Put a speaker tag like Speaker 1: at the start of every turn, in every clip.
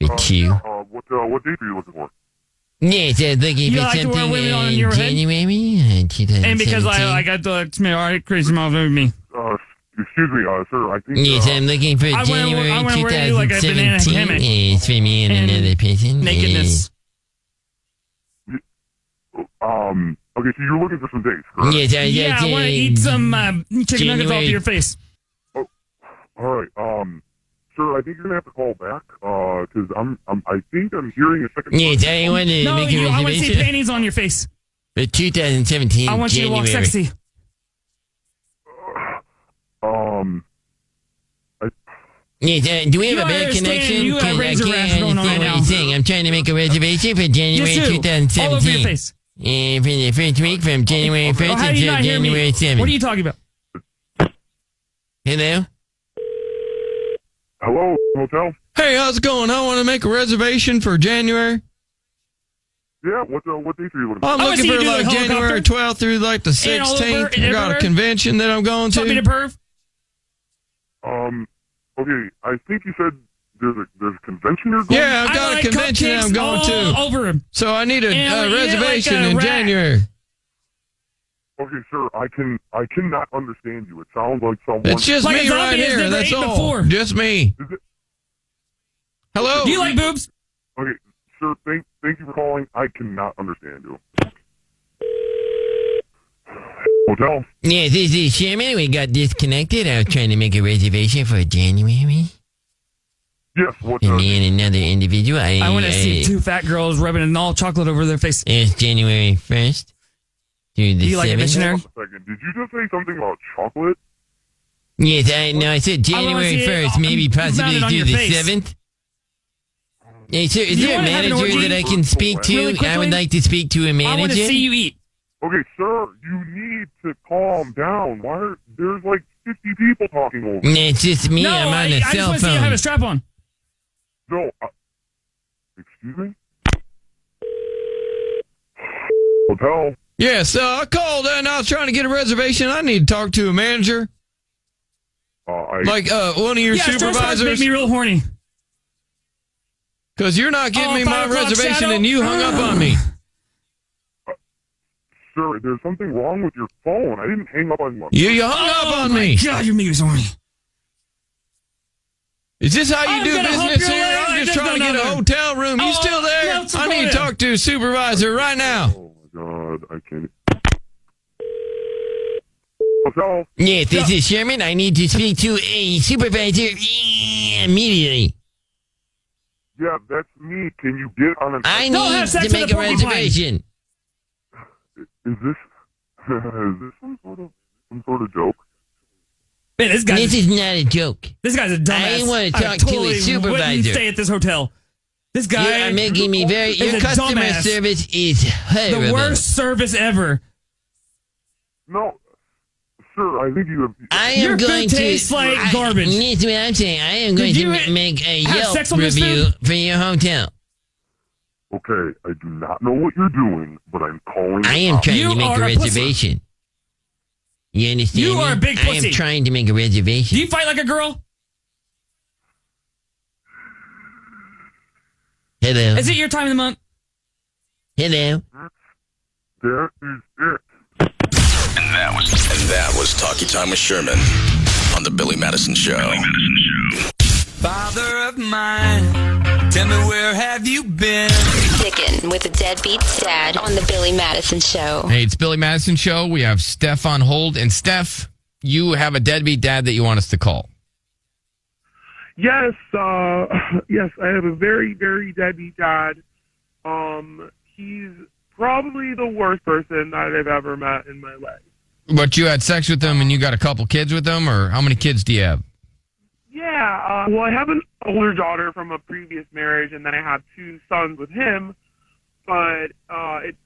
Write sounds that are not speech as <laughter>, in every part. Speaker 1: Thank you.
Speaker 2: Uh, what, uh, what date are you looking for?
Speaker 1: Yes, I think if
Speaker 3: You
Speaker 1: it's
Speaker 3: like to wear
Speaker 1: something
Speaker 3: women on
Speaker 1: in
Speaker 3: your head?
Speaker 1: January, uh, 2017.
Speaker 3: And because I, I got the me, all right, crazy mouth over me.
Speaker 2: Uh, excuse me, uh, sir. I think.
Speaker 1: Yes,
Speaker 2: uh,
Speaker 1: I'm looking for
Speaker 3: I wanna-
Speaker 1: January
Speaker 3: I wanna wear you like a banana
Speaker 1: 2017.
Speaker 3: hammock.
Speaker 1: Yes, for me and,
Speaker 3: And
Speaker 1: another person.
Speaker 3: Nakedness.
Speaker 2: um. Okay, so you're looking for some dates,
Speaker 1: Yes,
Speaker 2: correct?
Speaker 1: yes, I,
Speaker 3: Yeah, I want to eat some uh, chicken nuggets off
Speaker 1: January.
Speaker 3: your face.
Speaker 2: All right. Um, sir, I think you're gonna have to call back. Uh, because I'm, I'm. I think I'm hearing a second.
Speaker 1: Yes, I want to
Speaker 3: No,
Speaker 1: make a
Speaker 3: you, I want to see
Speaker 1: reservation
Speaker 3: panties on your face.
Speaker 1: for 2017
Speaker 3: I want you to
Speaker 1: January.
Speaker 3: walk sexy.
Speaker 2: Um.
Speaker 1: Yes, uh, do we have
Speaker 3: You
Speaker 1: a bad
Speaker 3: understand
Speaker 1: connection?
Speaker 3: you have
Speaker 1: 'Cause I
Speaker 3: razor
Speaker 1: can't
Speaker 3: rash going on
Speaker 1: understand
Speaker 3: right
Speaker 1: what
Speaker 3: now.
Speaker 1: you're saying. I'm trying to make a reservation for January
Speaker 3: Yes, you.
Speaker 1: 2017.
Speaker 3: All over your face.
Speaker 1: Uh, for the first week from January 1st
Speaker 3: Oh, how do you
Speaker 1: until
Speaker 3: not hear
Speaker 1: January
Speaker 3: me?
Speaker 1: 7th.
Speaker 3: What are you talking about?
Speaker 1: Hello?
Speaker 2: Hello, hotel.
Speaker 4: Hey, how's it going? I want to make a reservation for January.
Speaker 2: Yeah. What? Uh, what date are you looking for?
Speaker 4: I'm
Speaker 3: Oh, I wanna
Speaker 4: looking
Speaker 3: see you
Speaker 4: for
Speaker 3: do the
Speaker 4: like January
Speaker 3: helicopter.
Speaker 4: 12th through like the
Speaker 3: And all over
Speaker 4: 16th. I
Speaker 3: and
Speaker 4: got
Speaker 3: everywhere.
Speaker 4: a convention that I'm going
Speaker 3: Want me to
Speaker 4: to.
Speaker 3: perv?
Speaker 2: Um. Okay. I think you said there's a there's a convention you're going.
Speaker 4: Yeah, I've
Speaker 3: I
Speaker 4: got
Speaker 3: like
Speaker 4: a convention that I'm
Speaker 3: cupcakes
Speaker 4: going
Speaker 3: all
Speaker 4: to.
Speaker 3: over him.
Speaker 4: So I need a,
Speaker 3: And I'm
Speaker 4: uh
Speaker 3: gonna eat it
Speaker 4: reservation
Speaker 3: like a
Speaker 4: in
Speaker 3: rat.
Speaker 4: January.
Speaker 2: Okay, sir. I can. I cannot understand you. It sounds like someone.
Speaker 4: It's just
Speaker 3: Like a
Speaker 4: me
Speaker 3: zombie
Speaker 4: right
Speaker 3: that's
Speaker 4: here.
Speaker 3: never
Speaker 4: That's
Speaker 3: ate
Speaker 4: all.
Speaker 3: before.
Speaker 4: Just me.
Speaker 2: Is it-
Speaker 4: Hello.
Speaker 3: Do you like boobs?
Speaker 2: Okay, sir. Thank. Thank you for calling. I cannot understand you. Hotel.
Speaker 1: Yes, this is Sherman. We got disconnected. I was trying to make a reservation for January.
Speaker 2: Yes. What?
Speaker 1: And
Speaker 2: Uh,
Speaker 1: me and another individual. I,
Speaker 3: I want to see
Speaker 1: I-
Speaker 3: two fat girls rubbing an all chocolate over their face.
Speaker 1: It's January 1st through the
Speaker 3: Do you like a
Speaker 1: 7th.
Speaker 3: missionary?
Speaker 2: hold on a second. Did you just say something about chocolate?
Speaker 1: Yes, I know. I said
Speaker 3: I wanna
Speaker 1: January
Speaker 3: see um, it
Speaker 1: 1st,
Speaker 3: on-
Speaker 1: maybe possibly
Speaker 3: mounted on
Speaker 1: through
Speaker 3: your
Speaker 1: the
Speaker 3: face.
Speaker 1: 7th. Hey, sir, is
Speaker 3: You
Speaker 1: there a
Speaker 3: wanna have an
Speaker 1: manager
Speaker 3: orgy?
Speaker 1: that I can speak to?
Speaker 3: Really
Speaker 1: I would
Speaker 3: quickly?
Speaker 1: like to speak to a
Speaker 3: I want
Speaker 1: manager.
Speaker 3: to see you eat.
Speaker 2: Okay, sir, you need to calm down. Why are there's like fifty people talking over?
Speaker 1: Nah, It's just me.
Speaker 3: no,
Speaker 1: I'm
Speaker 3: I,
Speaker 1: on a
Speaker 3: I just
Speaker 1: cell
Speaker 3: want to see you
Speaker 1: phone.
Speaker 3: have a strap on.
Speaker 2: No, uh, excuse me. Hotel.
Speaker 4: Yes, uh, I called and I was trying to get a reservation. I need to talk to a manager,
Speaker 2: Uh, I,
Speaker 4: like uh, one of your
Speaker 3: yeah, stress starts to make
Speaker 4: supervisors,
Speaker 3: me real horny.
Speaker 4: because you're not giving
Speaker 3: Oh,
Speaker 4: me
Speaker 3: five
Speaker 4: my
Speaker 3: o'clock
Speaker 4: reservation
Speaker 3: shadow?
Speaker 4: and you hung up on
Speaker 2: <gasps>
Speaker 4: me.
Speaker 2: Uh, sir, there's something wrong with your phone. I didn't hang up on you.
Speaker 4: You, you hung up
Speaker 3: oh
Speaker 4: on
Speaker 3: my
Speaker 4: me.
Speaker 3: God, you make me so horny.
Speaker 4: Is this how you
Speaker 3: I'm
Speaker 4: do
Speaker 3: gonna hump
Speaker 4: business
Speaker 3: your
Speaker 4: here?
Speaker 3: leg.
Speaker 4: I'm just
Speaker 3: There's
Speaker 4: trying to
Speaker 3: no
Speaker 4: get a
Speaker 3: other.
Speaker 4: hotel room. You
Speaker 3: Oh,
Speaker 4: still there?
Speaker 3: North
Speaker 4: I need to
Speaker 3: Dakota.
Speaker 4: talk to a supervisor right now.
Speaker 2: Oh my god, I can't. Hotel.
Speaker 1: Yes, this is Sherman. I need to speak to a supervisor immediately.
Speaker 2: Yeah, that's me. Can you get on an?
Speaker 1: I
Speaker 3: Don't
Speaker 1: need
Speaker 3: have sex
Speaker 1: to
Speaker 3: with
Speaker 1: make
Speaker 3: a
Speaker 1: a
Speaker 3: porcupine.
Speaker 1: reservation.
Speaker 2: is this <laughs> is this some sort of some sort of joke?
Speaker 3: Man, this guy,
Speaker 1: This is not a joke.
Speaker 3: this guy's a dumbass.
Speaker 1: I wanna talk to a
Speaker 3: totally
Speaker 1: supervisor.
Speaker 3: wouldn't stay at this hotel. This
Speaker 1: You
Speaker 3: guy,
Speaker 1: are making me very.
Speaker 3: is
Speaker 1: Your
Speaker 3: a
Speaker 1: customer
Speaker 3: dumbass.
Speaker 1: service is
Speaker 3: the
Speaker 1: horrible.
Speaker 3: worst service ever.
Speaker 2: No, sir. I think you have.
Speaker 1: I am
Speaker 3: Your food
Speaker 1: going
Speaker 3: tastes
Speaker 1: to.
Speaker 3: like
Speaker 1: I-
Speaker 3: garbage.
Speaker 1: That's what I'm saying. I am going to
Speaker 3: Did you
Speaker 1: ma-
Speaker 3: ha-
Speaker 1: make a
Speaker 3: have
Speaker 1: Yelp
Speaker 3: sex on this
Speaker 1: review
Speaker 3: food?
Speaker 1: for your hotel.
Speaker 2: Okay, I do not know what you're doing, but I'm calling.
Speaker 1: I
Speaker 2: the
Speaker 1: am
Speaker 2: cops.
Speaker 1: trying
Speaker 3: You
Speaker 1: to make
Speaker 3: are
Speaker 1: a
Speaker 3: a pussy.
Speaker 1: reservation. You understand?
Speaker 3: You
Speaker 1: me?
Speaker 3: are a big
Speaker 1: I
Speaker 3: pussy.
Speaker 1: am trying to make a reservation.
Speaker 3: Do you fight like a girl?
Speaker 1: Hello.
Speaker 3: Is it your time of the month?
Speaker 1: Hello.
Speaker 2: That is it.
Speaker 5: And that was Talkie Time with Sherman on the Billy Madison Show.
Speaker 6: Father of mine, tell me where have you been?
Speaker 7: Stickin' with the Deadbeats Dad on the Billy Madison Show.
Speaker 8: Hey, it's Billy Madison Show. We have Steph on hold. And Steph, you have a deadbeat dad that you want us to call.
Speaker 9: Yes, uh, <laughs> yes, I have a very, very deadbeat dad. Um, he's probably the worst person that I've ever met in my life.
Speaker 8: But you had sex with him and you got a couple kids with him, or how many kids do you have?
Speaker 9: Yeah, uh, well, I have an older daughter from a previous marriage, and then I have two sons with him, but uh, it,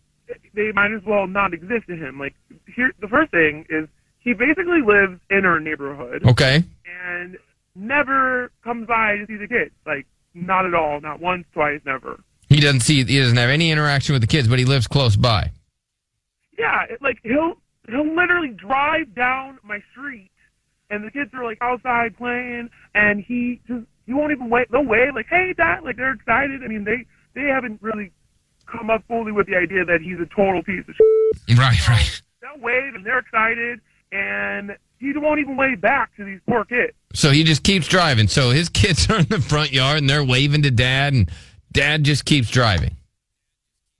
Speaker 9: they might as well not exist to him. Like, here, the first thing is he basically lives in our neighborhood.
Speaker 8: Okay.
Speaker 9: and never comes by to see the kids. Like, not at all. Not once, twice, never.
Speaker 8: He doesn't see, he doesn't have any interaction with the kids, but he lives close by.
Speaker 9: Yeah, it, like he'll he'll literally drive down my street, and the kids are like outside playing, and he just you won't even wait. They'll wave like, "Hey, Dad!" Like they're excited. I mean, they they haven't really come up fully with the idea that he's a total piece of. Shit.
Speaker 4: Right, right.
Speaker 9: They'll wave and they're excited, and he won't even wave back to these poor kids.
Speaker 4: So he just keeps driving.
Speaker 8: <laughs>
Speaker 4: So his kids are in the front yard and they're waving to dad, and dad just keeps driving.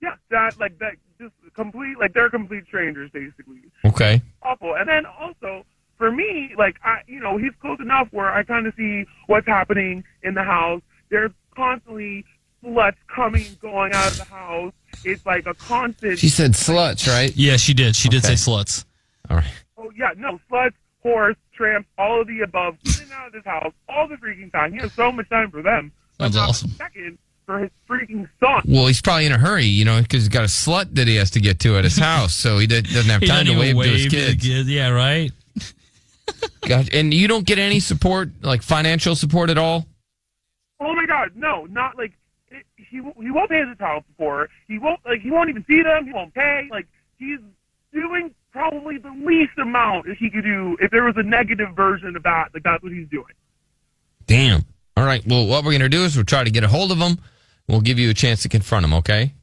Speaker 9: Yeah, that like that just complete like they're complete strangers basically.
Speaker 4: Okay.
Speaker 9: Awful. And then also for me, like I you know, he's close enough where I kinda see what's happening in the house. There's constantly sluts coming and going out of the house. It's like a constant
Speaker 4: She said sluts, right?
Speaker 10: Yeah, she did. She did say sluts.
Speaker 4: All right.
Speaker 9: oh yeah, no, sluts, whores, tramps, all of the above, in and out of this house, all the freaking time. He has so much time for them. But
Speaker 10: Sounds
Speaker 9: not a
Speaker 10: awesome.
Speaker 9: Second for his freaking son.
Speaker 4: <laughs> Well, he's probably in a hurry, you know, because he's got a slut that he has to get to at his house, so he d- doesn't have
Speaker 10: <laughs> He
Speaker 4: time
Speaker 10: doesn't
Speaker 4: to wave,
Speaker 10: even
Speaker 4: to his
Speaker 10: the
Speaker 4: kids.
Speaker 10: kid- Yeah, right.
Speaker 4: Gosh, and you don't get any support, like financial support at all.
Speaker 9: Oh my God, no, not like it, he w- he won't pay his child support. He won't like he won't even see them. He won't pay. Like he's doing probably the least amount that he could do if there was a negative version of that. Like that's what he's doing.
Speaker 4: Damn. All right. Well, what we're gonna do is we'll try to get a hold of him. We'll give you a chance to confront him. Okay.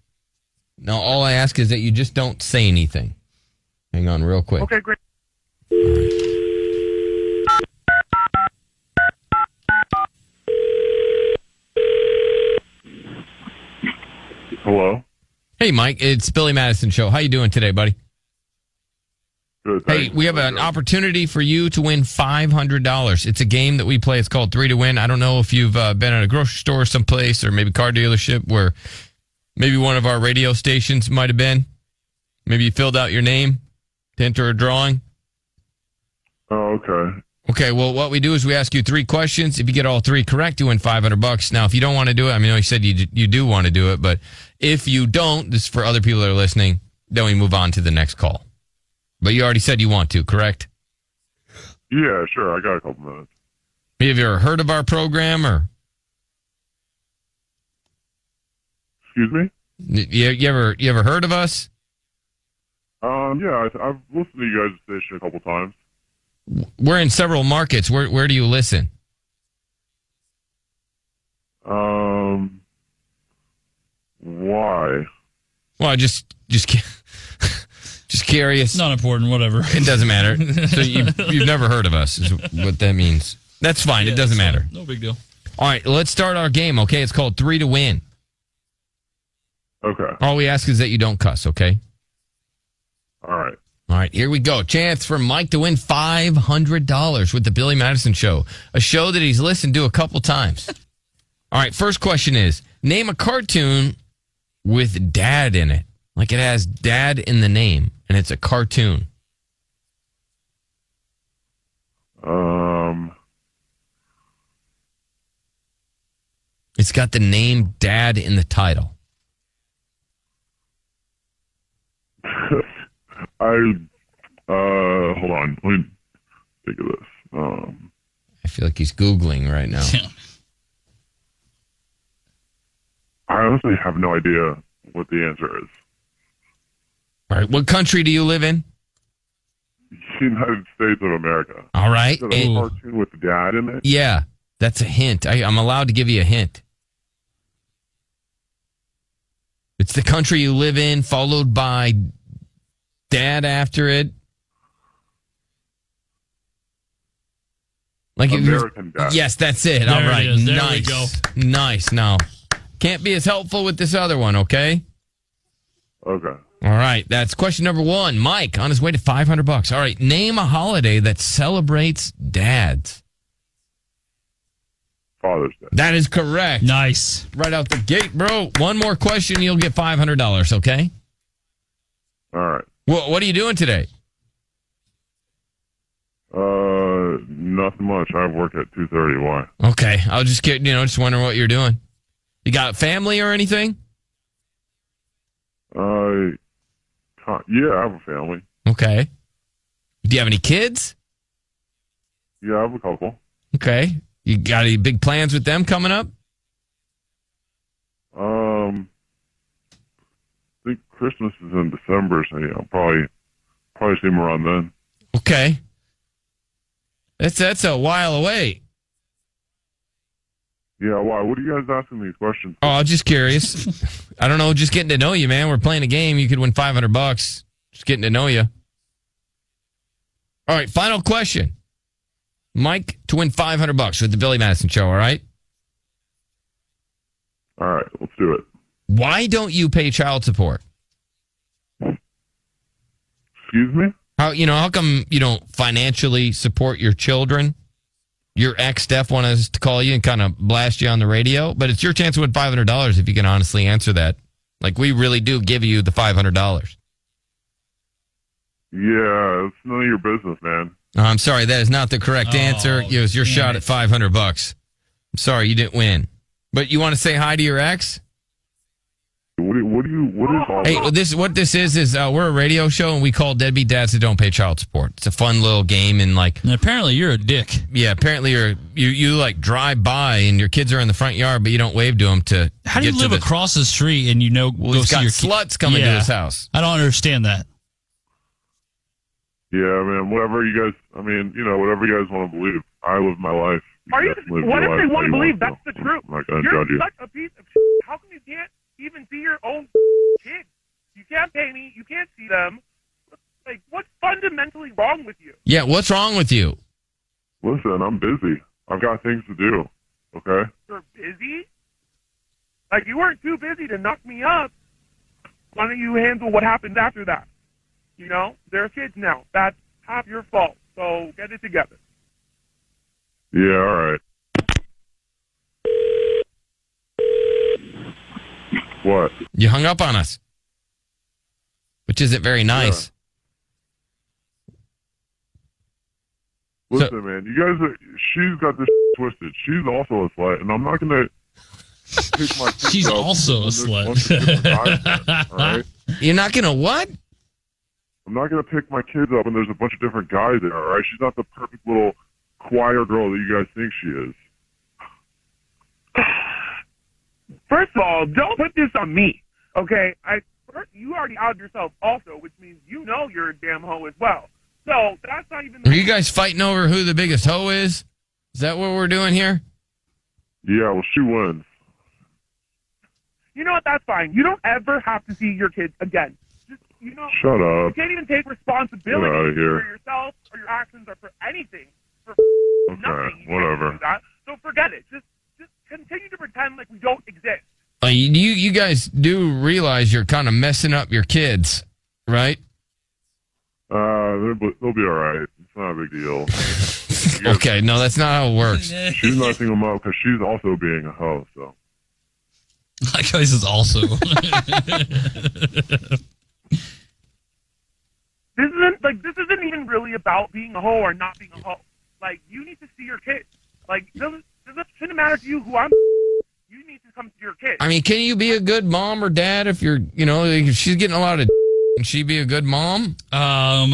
Speaker 4: Now, all I ask is that you just don't say anything. Hang on, real quick.
Speaker 9: Okay, great.
Speaker 11: Hello.
Speaker 4: Hey, Mike, it's Billy Madison show. How you doing today, buddy?
Speaker 11: Good,
Speaker 4: Hey,
Speaker 11: thanks.
Speaker 4: we have an opportunity for you to win five hundred dollars. It's a game that we play. It's called Three to Win. I don't know if you've uh, been at a grocery store someplace, or maybe car dealership, where maybe one of our radio stations might have been. Maybe you filled out your name to enter a drawing.
Speaker 11: Oh, okay.
Speaker 4: Okay, well, what we do is we ask you three questions. If you get all three correct, you win five hundred bucks. Now, if you don't want to do it, I mean, I know you said you you do want to do it, but if you don't, this is for other people that are listening. Then we move on to the next call. But you already said you want to, correct?
Speaker 11: Yeah, sure. I got a couple minutes.
Speaker 4: Have you ever heard of our program or
Speaker 11: Excuse me.
Speaker 4: you, you ever you ever heard of us?
Speaker 11: Um, yeah, I, I've listened to you guys' station a couple times.
Speaker 4: We're in several markets. Where where do you listen?
Speaker 11: Um, why? <laughs>
Speaker 4: Well, just just cu- <laughs> just curious.
Speaker 10: Not important. Whatever.
Speaker 4: It doesn't matter.
Speaker 10: <laughs>
Speaker 4: So you you've never heard of us is what that means. That's fine. it doesn't matter.
Speaker 10: No big deal.
Speaker 4: All right, let's start our game. Okay, it's called three to win.
Speaker 11: Okay.
Speaker 4: All we ask is that you don't cuss. Okay.
Speaker 11: All right.
Speaker 4: All right, here we go. Chance for Mike to win five hundred dollars with the Billy Madison Show, a show that he's listened to a couple times. All right, first question is: Name a cartoon with "dad" in it, like it has "dad" in the name, and it's a cartoon.
Speaker 11: Um,
Speaker 4: It's got the name "dad" in the title.
Speaker 11: I, uh, hold on. Let me think of this. Um,
Speaker 4: I feel like he's googling right now.
Speaker 11: I honestly have no idea what the answer is. <laughs>
Speaker 4: All right, what country do you live in?
Speaker 11: United States of America.
Speaker 4: All right,
Speaker 11: Is that a
Speaker 4: and-
Speaker 11: cartoon with dad in it?
Speaker 4: yeah, that's a hint. I, I'm allowed to give you a hint. It's the country you live in, followed by dad after it. Like if you're-
Speaker 11: American Dad.
Speaker 4: Yes, that's it.
Speaker 10: There
Speaker 4: All
Speaker 10: it
Speaker 4: right,
Speaker 10: is. There we
Speaker 4: nice,
Speaker 10: go.
Speaker 4: nice. Now, can't be as helpful with this other one. Okay.
Speaker 11: Okay.
Speaker 4: All right, that's question number one. Mike on his way to five hundred bucks. All right, name a holiday that celebrates dads.
Speaker 11: Father's Day.
Speaker 4: That is correct.
Speaker 10: Nice.
Speaker 4: Right out the gate, bro. One more question, you'll get five hundred dollars. Okay.
Speaker 11: All right.
Speaker 4: Well, what are you doing today?
Speaker 11: Uh, nothing much. I work at 2.30. Why?
Speaker 4: Okay, I was just kidding. You know, just wondering what you're doing. You got family or anything?
Speaker 11: Uh, con- yeah, I have a family.
Speaker 4: Okay. Do you have any kids?
Speaker 11: Yeah, I have a couple.
Speaker 4: Okay. You got any big plans with them coming up?
Speaker 11: Um, I think Christmas is in December, so yeah, I'll probably probably see them around then.
Speaker 4: Okay. That's that's a while away.
Speaker 11: Yeah, why? What are you guys asking these questions?
Speaker 4: Oh, I'm just curious. I don't know. Just getting to know you, man. We're playing a game. You could win 500 bucks. Just getting to know you. All right. Final question. Mike to win 500 bucks with the Billy Madison show. All right.
Speaker 11: All right, let's do it.
Speaker 4: Why don't you pay child support?
Speaker 11: Excuse me?
Speaker 4: How, you know, how come you don't financially support your children? Your ex Steph wanted us to call you and kind of blast you on the radio, but it's your chance to win $500 if you can honestly answer that. Like, we really do give you the $500.
Speaker 11: Yeah, it's none of your business, man.
Speaker 4: Oh, I'm sorry, that is not the correct
Speaker 10: Oh,
Speaker 4: answer. It was your shot at 500 bucks. I'm sorry, you didn't win. But you want to say hi to your ex?
Speaker 11: What do, what do you? What is all
Speaker 4: Hey, well, this what this is is uh, we're a radio show and we call deadbeat dads that don't pay child support. It's a fun little game and like
Speaker 10: And apparently, you're a dick.
Speaker 4: yeah, apparently you're you you like drive by and your kids are in the front yard but you don't wave to them to
Speaker 10: How do you
Speaker 4: get to
Speaker 10: live
Speaker 4: the-
Speaker 10: across the street and you know
Speaker 4: Well,
Speaker 10: go
Speaker 4: he's
Speaker 10: see
Speaker 4: got
Speaker 10: your kid?
Speaker 4: sluts coming to
Speaker 10: Yeah.
Speaker 4: his house.
Speaker 10: I don't understand that.
Speaker 11: Yeah, man. Whatever you guys. I mean, you know, whatever you guys want to believe. I live my life.
Speaker 9: Are you?
Speaker 11: guys live
Speaker 9: What if
Speaker 11: your
Speaker 9: they
Speaker 11: life how
Speaker 9: want
Speaker 11: you
Speaker 9: to believe
Speaker 11: want
Speaker 9: that's the
Speaker 11: to.
Speaker 9: truth?
Speaker 11: I'm not gonna
Speaker 9: You're
Speaker 11: judge you.
Speaker 9: such a piece of. How come you can't even see your own kid? You can't pay me. You can't see them. Like, what's fundamentally wrong with you?
Speaker 4: Yeah, what's wrong with you?
Speaker 11: Listen, I'm busy. I've got things to do. Okay.
Speaker 9: You're busy. Like, you weren't too busy to knock me up. Why don't you handle what happens after that? You know, they're kids now. That's half your fault. So get it together.
Speaker 11: Yeah. All right. What?
Speaker 4: You hung up on us. Which isn't very nice.
Speaker 11: Listen, man. You guys. Are, she's got this <laughs> twisted. She's also a slut, and I'm not gonna.
Speaker 4: <laughs>
Speaker 11: Pick my kids
Speaker 10: She's
Speaker 11: up
Speaker 10: also a
Speaker 11: when there's
Speaker 10: slut.
Speaker 11: a bunch of different guys there, all right?
Speaker 4: You're not going to what?
Speaker 11: I'm not gonna pick my kids up when there's a bunch of different guys there. All right, she's not the perfect little choir girl that you guys think she is.
Speaker 9: <sighs> First of all, don't put this on me. Okay, I first, you already outed yourself also, which means you know you're a damn hoe as well. So that's not even.
Speaker 4: Are you guys fighting over who the biggest hoe is? Is that what we're doing here?
Speaker 11: Yeah, well, she wins.
Speaker 9: You know what? That's fine. You don't ever have to see your kids again. Just you know,
Speaker 11: Shut
Speaker 9: you
Speaker 11: up.
Speaker 9: can't even take responsibility
Speaker 11: Get outta here.
Speaker 9: for yourself or your actions or for anything. For nothing.
Speaker 11: Okay,
Speaker 9: You can't do
Speaker 11: whatever.
Speaker 9: that. So forget it. Just just continue to pretend like we don't exist.
Speaker 4: Uh, you you guys do realize you're kind of messing up your kids, right?
Speaker 11: Uh, they'll be- they'll be all right. It's not a
Speaker 4: <laughs>
Speaker 11: big deal.
Speaker 4: Okay, no, that's not how it works.
Speaker 11: She's messing them up because she's also being a hoe. So
Speaker 10: Like this is also.
Speaker 9: This isn't like this isn't even really about being a hoe or not being a hoe. Like you need to see your kids. Like doesn't doesn't shouldn't matter to you who I'm. You need to come to your kids.
Speaker 4: I mean, can you be a good mom or dad if you're, you know, if she's getting a lot of, <laughs> d- can she be a good mom?
Speaker 10: um,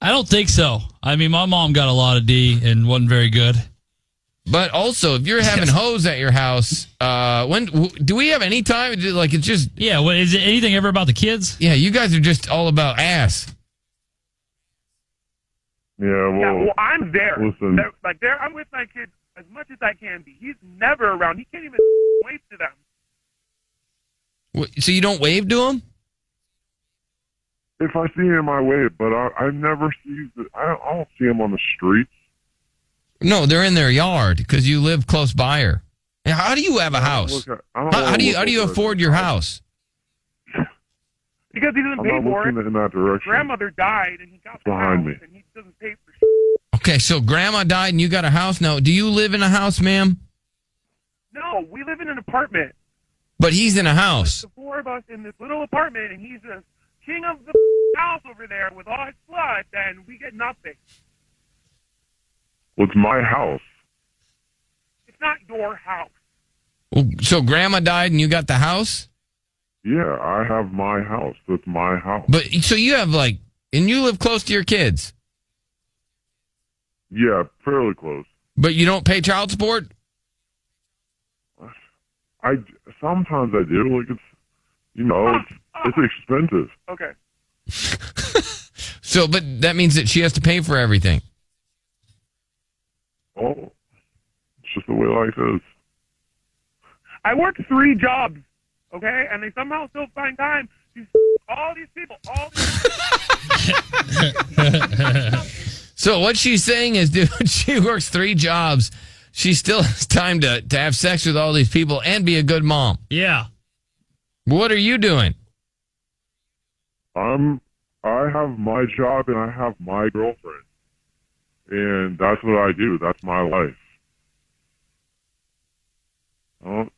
Speaker 10: I don't think so. I mean, my mom got a lot of D and wasn't very good.
Speaker 4: But also, if you're having hoes at your house, uh, when w- do we have any time? Do- Like, it's just,
Speaker 10: Yeah. What is it? Anything ever about the kids?
Speaker 4: yeah, you guys are just all about ass.
Speaker 11: yeah,
Speaker 9: Yeah,
Speaker 11: well,
Speaker 9: well, I'm there.
Speaker 11: Listen.
Speaker 9: There- like there, I'm with my kid as much as I can be. He's never around. He can't even wave to them.
Speaker 4: Wh- So you don't wave to them?
Speaker 11: if I see him, I wave. But I, I never see. The, I, don't, I don't see him on the streets.
Speaker 4: No, they're in their yard because you live close by her. And how do you have a house?
Speaker 11: Look, I don't
Speaker 4: How,
Speaker 11: wanna
Speaker 4: how do you
Speaker 11: look
Speaker 4: how do you
Speaker 11: over-
Speaker 4: afford your house?
Speaker 9: He Because he doesn't
Speaker 11: I'm
Speaker 9: pay
Speaker 11: not
Speaker 9: for
Speaker 11: looking
Speaker 9: it.
Speaker 11: in that direction.
Speaker 9: Grandmother died, and he got the
Speaker 11: Behind
Speaker 9: house,
Speaker 11: me.
Speaker 9: and he doesn't pay for shit.
Speaker 4: Okay, so grandma died and you got a house now. Do you live in a house, ma'am?
Speaker 9: No, we live in an apartment.
Speaker 4: But he's in a house.
Speaker 9: The four of us in this little apartment, and he's the king of the house over there with all his sluts, and we get nothing.
Speaker 11: Well, it's my house.
Speaker 9: It's not your house.
Speaker 4: Well, So grandma died and you got the house?
Speaker 11: Yeah, I have my house. That's my house.
Speaker 4: But so you have like and you live close to your kids,
Speaker 11: yeah, fairly close.
Speaker 4: but you don't pay child support?
Speaker 11: I sometimes I do. Like it's, you know, it's, it's expensive.
Speaker 9: Okay.
Speaker 4: <laughs> So but that means that she has to pay for everything.
Speaker 11: Oh, it's just the way life is.
Speaker 9: I work three jobs, okay, and they somehow still find time to all these people. All these
Speaker 1: <laughs> So what she's saying is, dude, <laughs> she works three jobs. She still has time to, to have sex with all these people and be a good mom.
Speaker 10: Yeah.
Speaker 1: What are you doing?
Speaker 11: I'm I have my job and I have my girlfriend. And that's what I do. That's my life. I don't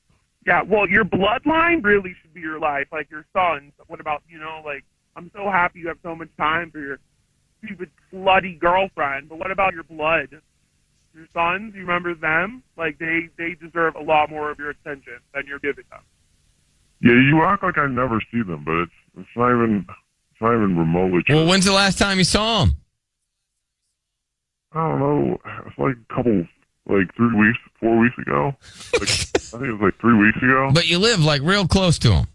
Speaker 9: yeah, well, your bloodline really should be your life, like your sons. What about you know, like I'm so happy you have so much time for your stupid slutty girlfriend, but what about your blood? Your sons, you remember them? Like they they deserve a lot more of your attention than you're giving them.
Speaker 11: Yeah, you act like I never see them, but it's it's not even it's not even remotely true.
Speaker 1: Well, when's the last time you saw him?
Speaker 11: I don't know. It's like a couple, like three weeks, four weeks ago.
Speaker 1: <laughs>
Speaker 11: Like, I think it was like three weeks ago.
Speaker 1: But you live like real close to him.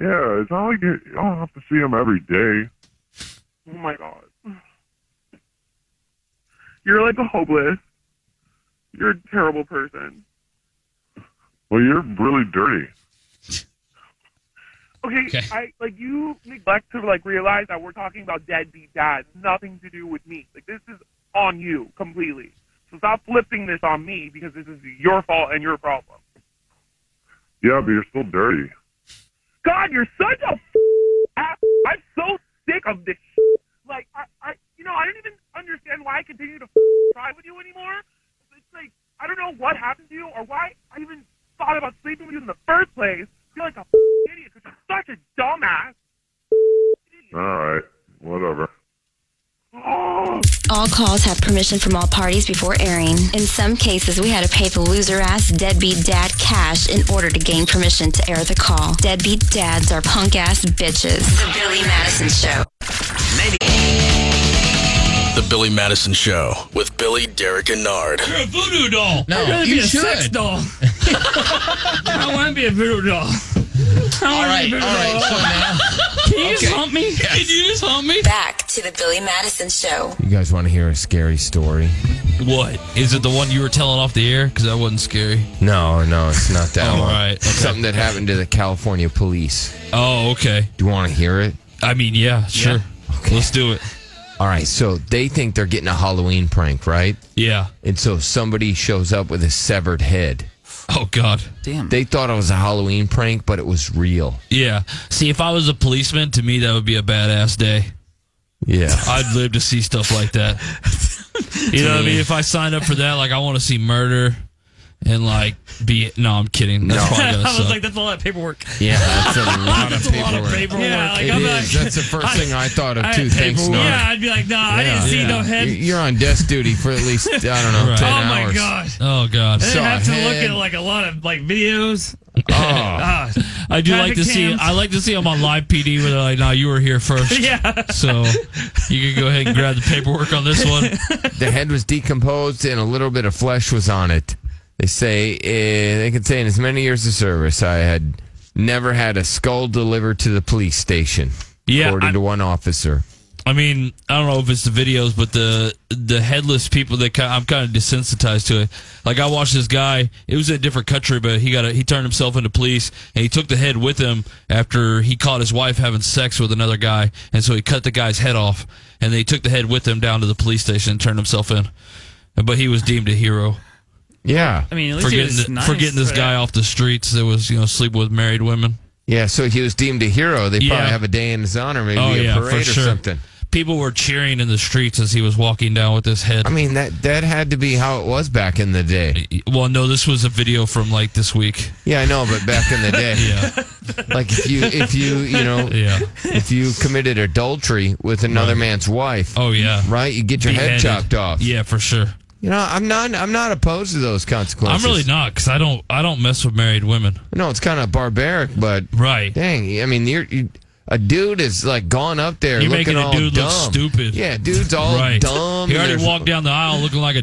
Speaker 11: yeah, it's not like you, I don't have to see him every day.
Speaker 9: Oh my god. <sighs> You're like a hopeless. You're a terrible person.
Speaker 11: Well, you're really dirty.
Speaker 9: Okay,
Speaker 10: Okay.
Speaker 9: I like you neglect to like realize that we're talking about deadbeat dads. Nothing to do with me. Like this is on you completely. So stop flipping this on me because this is your fault and your problem.
Speaker 11: Yeah, but you're still dirty.
Speaker 9: God, you're such a <laughs> ass. I'm so sick of this. <laughs> Like I, I, you know, I don't even understand why I continue to <laughs> try with you anymore. It's like I don't know what happened to you or why I even thought about sleeping with you in the first place. You're like a <laughs> idiot because you're such a dumbass.
Speaker 11: All right,
Speaker 1: <laughs>
Speaker 11: whatever.
Speaker 9: Oh.
Speaker 7: All calls have permission from all parties before airing. In some cases, we had to pay the loser ass deadbeat dad cash in order to gain permission to air the call. Deadbeat dads are punk ass bitches. The Billy Madison Show.
Speaker 5: The Billy Madison Show with Billy, Derek, and Nard.
Speaker 10: You're a voodoo doll.
Speaker 1: No,
Speaker 3: I'd rather
Speaker 1: you
Speaker 3: be a
Speaker 1: should.
Speaker 3: sex doll. <laughs> I want to be a voodoo doll.
Speaker 1: All right, all right. So
Speaker 7: <laughs>
Speaker 1: now
Speaker 3: Can you just hump me?
Speaker 10: Did you just hump me?
Speaker 7: Back to the Billy Madison Show.
Speaker 4: You guys want to hear a scary story?
Speaker 10: What? Is it the one you were telling off the air? Because that wasn't scary.
Speaker 4: No, no, it's not that
Speaker 10: Oh,
Speaker 4: one.
Speaker 10: right, okay.
Speaker 4: Something that happened to the California police.
Speaker 10: Oh, okay.
Speaker 4: Do you want to hear it?
Speaker 10: I mean, yeah, sure. Let's do it.
Speaker 4: All right, so they think they're getting a Halloween prank, right?
Speaker 10: Yeah.
Speaker 4: And so somebody shows up with a severed head.
Speaker 10: Oh, God.
Speaker 4: They thought it was a Halloween prank, but it was real.
Speaker 10: Yeah. See, if I was a policeman, to me, that would be a badass day.
Speaker 4: Yeah.
Speaker 10: I'd live to see stuff
Speaker 4: <laughs>
Speaker 10: like that. You know what I mean? If I signed up for that, like, I want to see murder and, like, be. No, I'm kidding.
Speaker 3: <laughs>
Speaker 10: That's
Speaker 4: <laughs>
Speaker 10: probably going to
Speaker 3: I was
Speaker 10: suck.
Speaker 3: like, that's a lot of paperwork.
Speaker 4: Yeah, that's a lot
Speaker 3: <laughs> That's
Speaker 4: of
Speaker 3: a lot of
Speaker 4: paperwork.
Speaker 3: paperwork. Yeah, like,
Speaker 4: It
Speaker 3: I'm
Speaker 4: is.
Speaker 3: like,
Speaker 4: That's the first thing I thought of
Speaker 3: I-
Speaker 4: too. Thanks, Nora.
Speaker 3: Yeah, I'd be like, nah, I didn't
Speaker 4: Yeah.
Speaker 3: see no
Speaker 10: Yeah.
Speaker 3: head.
Speaker 4: You- You're on desk duty for at least I don't know
Speaker 10: Right.
Speaker 4: ten
Speaker 3: oh my
Speaker 4: hours.
Speaker 3: god.
Speaker 10: oh, God.
Speaker 3: I didn't
Speaker 4: Saw
Speaker 3: have to
Speaker 4: a
Speaker 3: look
Speaker 4: head.
Speaker 3: at like a lot of like videos.
Speaker 4: Oh,
Speaker 3: <laughs> Ah,
Speaker 10: I do like
Speaker 3: Traffic
Speaker 10: to see.
Speaker 3: cams.
Speaker 4: <laughs>
Speaker 10: I like to see them on live PD where they're like, "Nah, you were here first.
Speaker 3: <laughs> yeah.
Speaker 10: So you can go ahead and grab the paperwork on this
Speaker 3: <laughs>
Speaker 10: one.
Speaker 4: the head was decomposed and a little bit of flesh was on it. They say eh, they could say in as many years of service, I had never had a skull delivered to the police station.
Speaker 10: Yeah,
Speaker 4: according
Speaker 10: I-
Speaker 4: to one officer.
Speaker 10: I mean, I don't know if it's the videos, but the the headless people that kind I'm kind of desensitized to it. Like I watched this guy; it was in a different country, but he got a, he turned himself into police, and he took the head with him after he caught his wife having sex with another guy, and so he cut the guy's head off, and then he took the head with him down to the police station and turned himself in. But he was deemed a hero
Speaker 4: Yeah,
Speaker 3: I mean, at least
Speaker 10: for
Speaker 3: he
Speaker 10: getting,
Speaker 3: was
Speaker 10: the-
Speaker 3: nice
Speaker 10: for getting this
Speaker 3: for
Speaker 10: guy
Speaker 3: that.
Speaker 10: off the streets that was you know sleeping with married women.
Speaker 4: yeah. So he was deemed a hero. They
Speaker 10: Yeah.
Speaker 4: probably have a day in his honor, maybe
Speaker 10: Oh,
Speaker 4: a
Speaker 10: yeah,
Speaker 4: parade
Speaker 10: for
Speaker 4: or
Speaker 10: sure.
Speaker 4: something.
Speaker 10: People were cheering in the streets as he was walking down with his head.
Speaker 4: I mean that that had to be how it was back in the day.
Speaker 10: Well, no, this was a video from like this week.
Speaker 4: Yeah, I know, but back in
Speaker 3: <laughs>
Speaker 4: the day,
Speaker 10: Yeah,
Speaker 4: like if you if you you know
Speaker 10: <laughs> yeah.
Speaker 4: if you committed adultery with another man's wife,
Speaker 10: Oh yeah.
Speaker 4: right? You get your head
Speaker 10: Beheaded.
Speaker 4: chopped off.
Speaker 10: Yeah, for sure.
Speaker 4: You know, I'm not I'm not opposed to those consequences.
Speaker 10: I'm really not because I don't I don't mess with married women.
Speaker 4: No, it's kind of barbaric, but
Speaker 10: Right.
Speaker 4: dang, I mean, you're, you a dude is like gone up there
Speaker 10: You're
Speaker 4: looking
Speaker 10: making a
Speaker 4: all
Speaker 10: dude
Speaker 4: dumb.
Speaker 10: look stupid.
Speaker 4: Yeah, dude's all
Speaker 10: <laughs> right.
Speaker 4: dumb.
Speaker 10: he already
Speaker 4: There's-
Speaker 10: walked down the aisle looking like a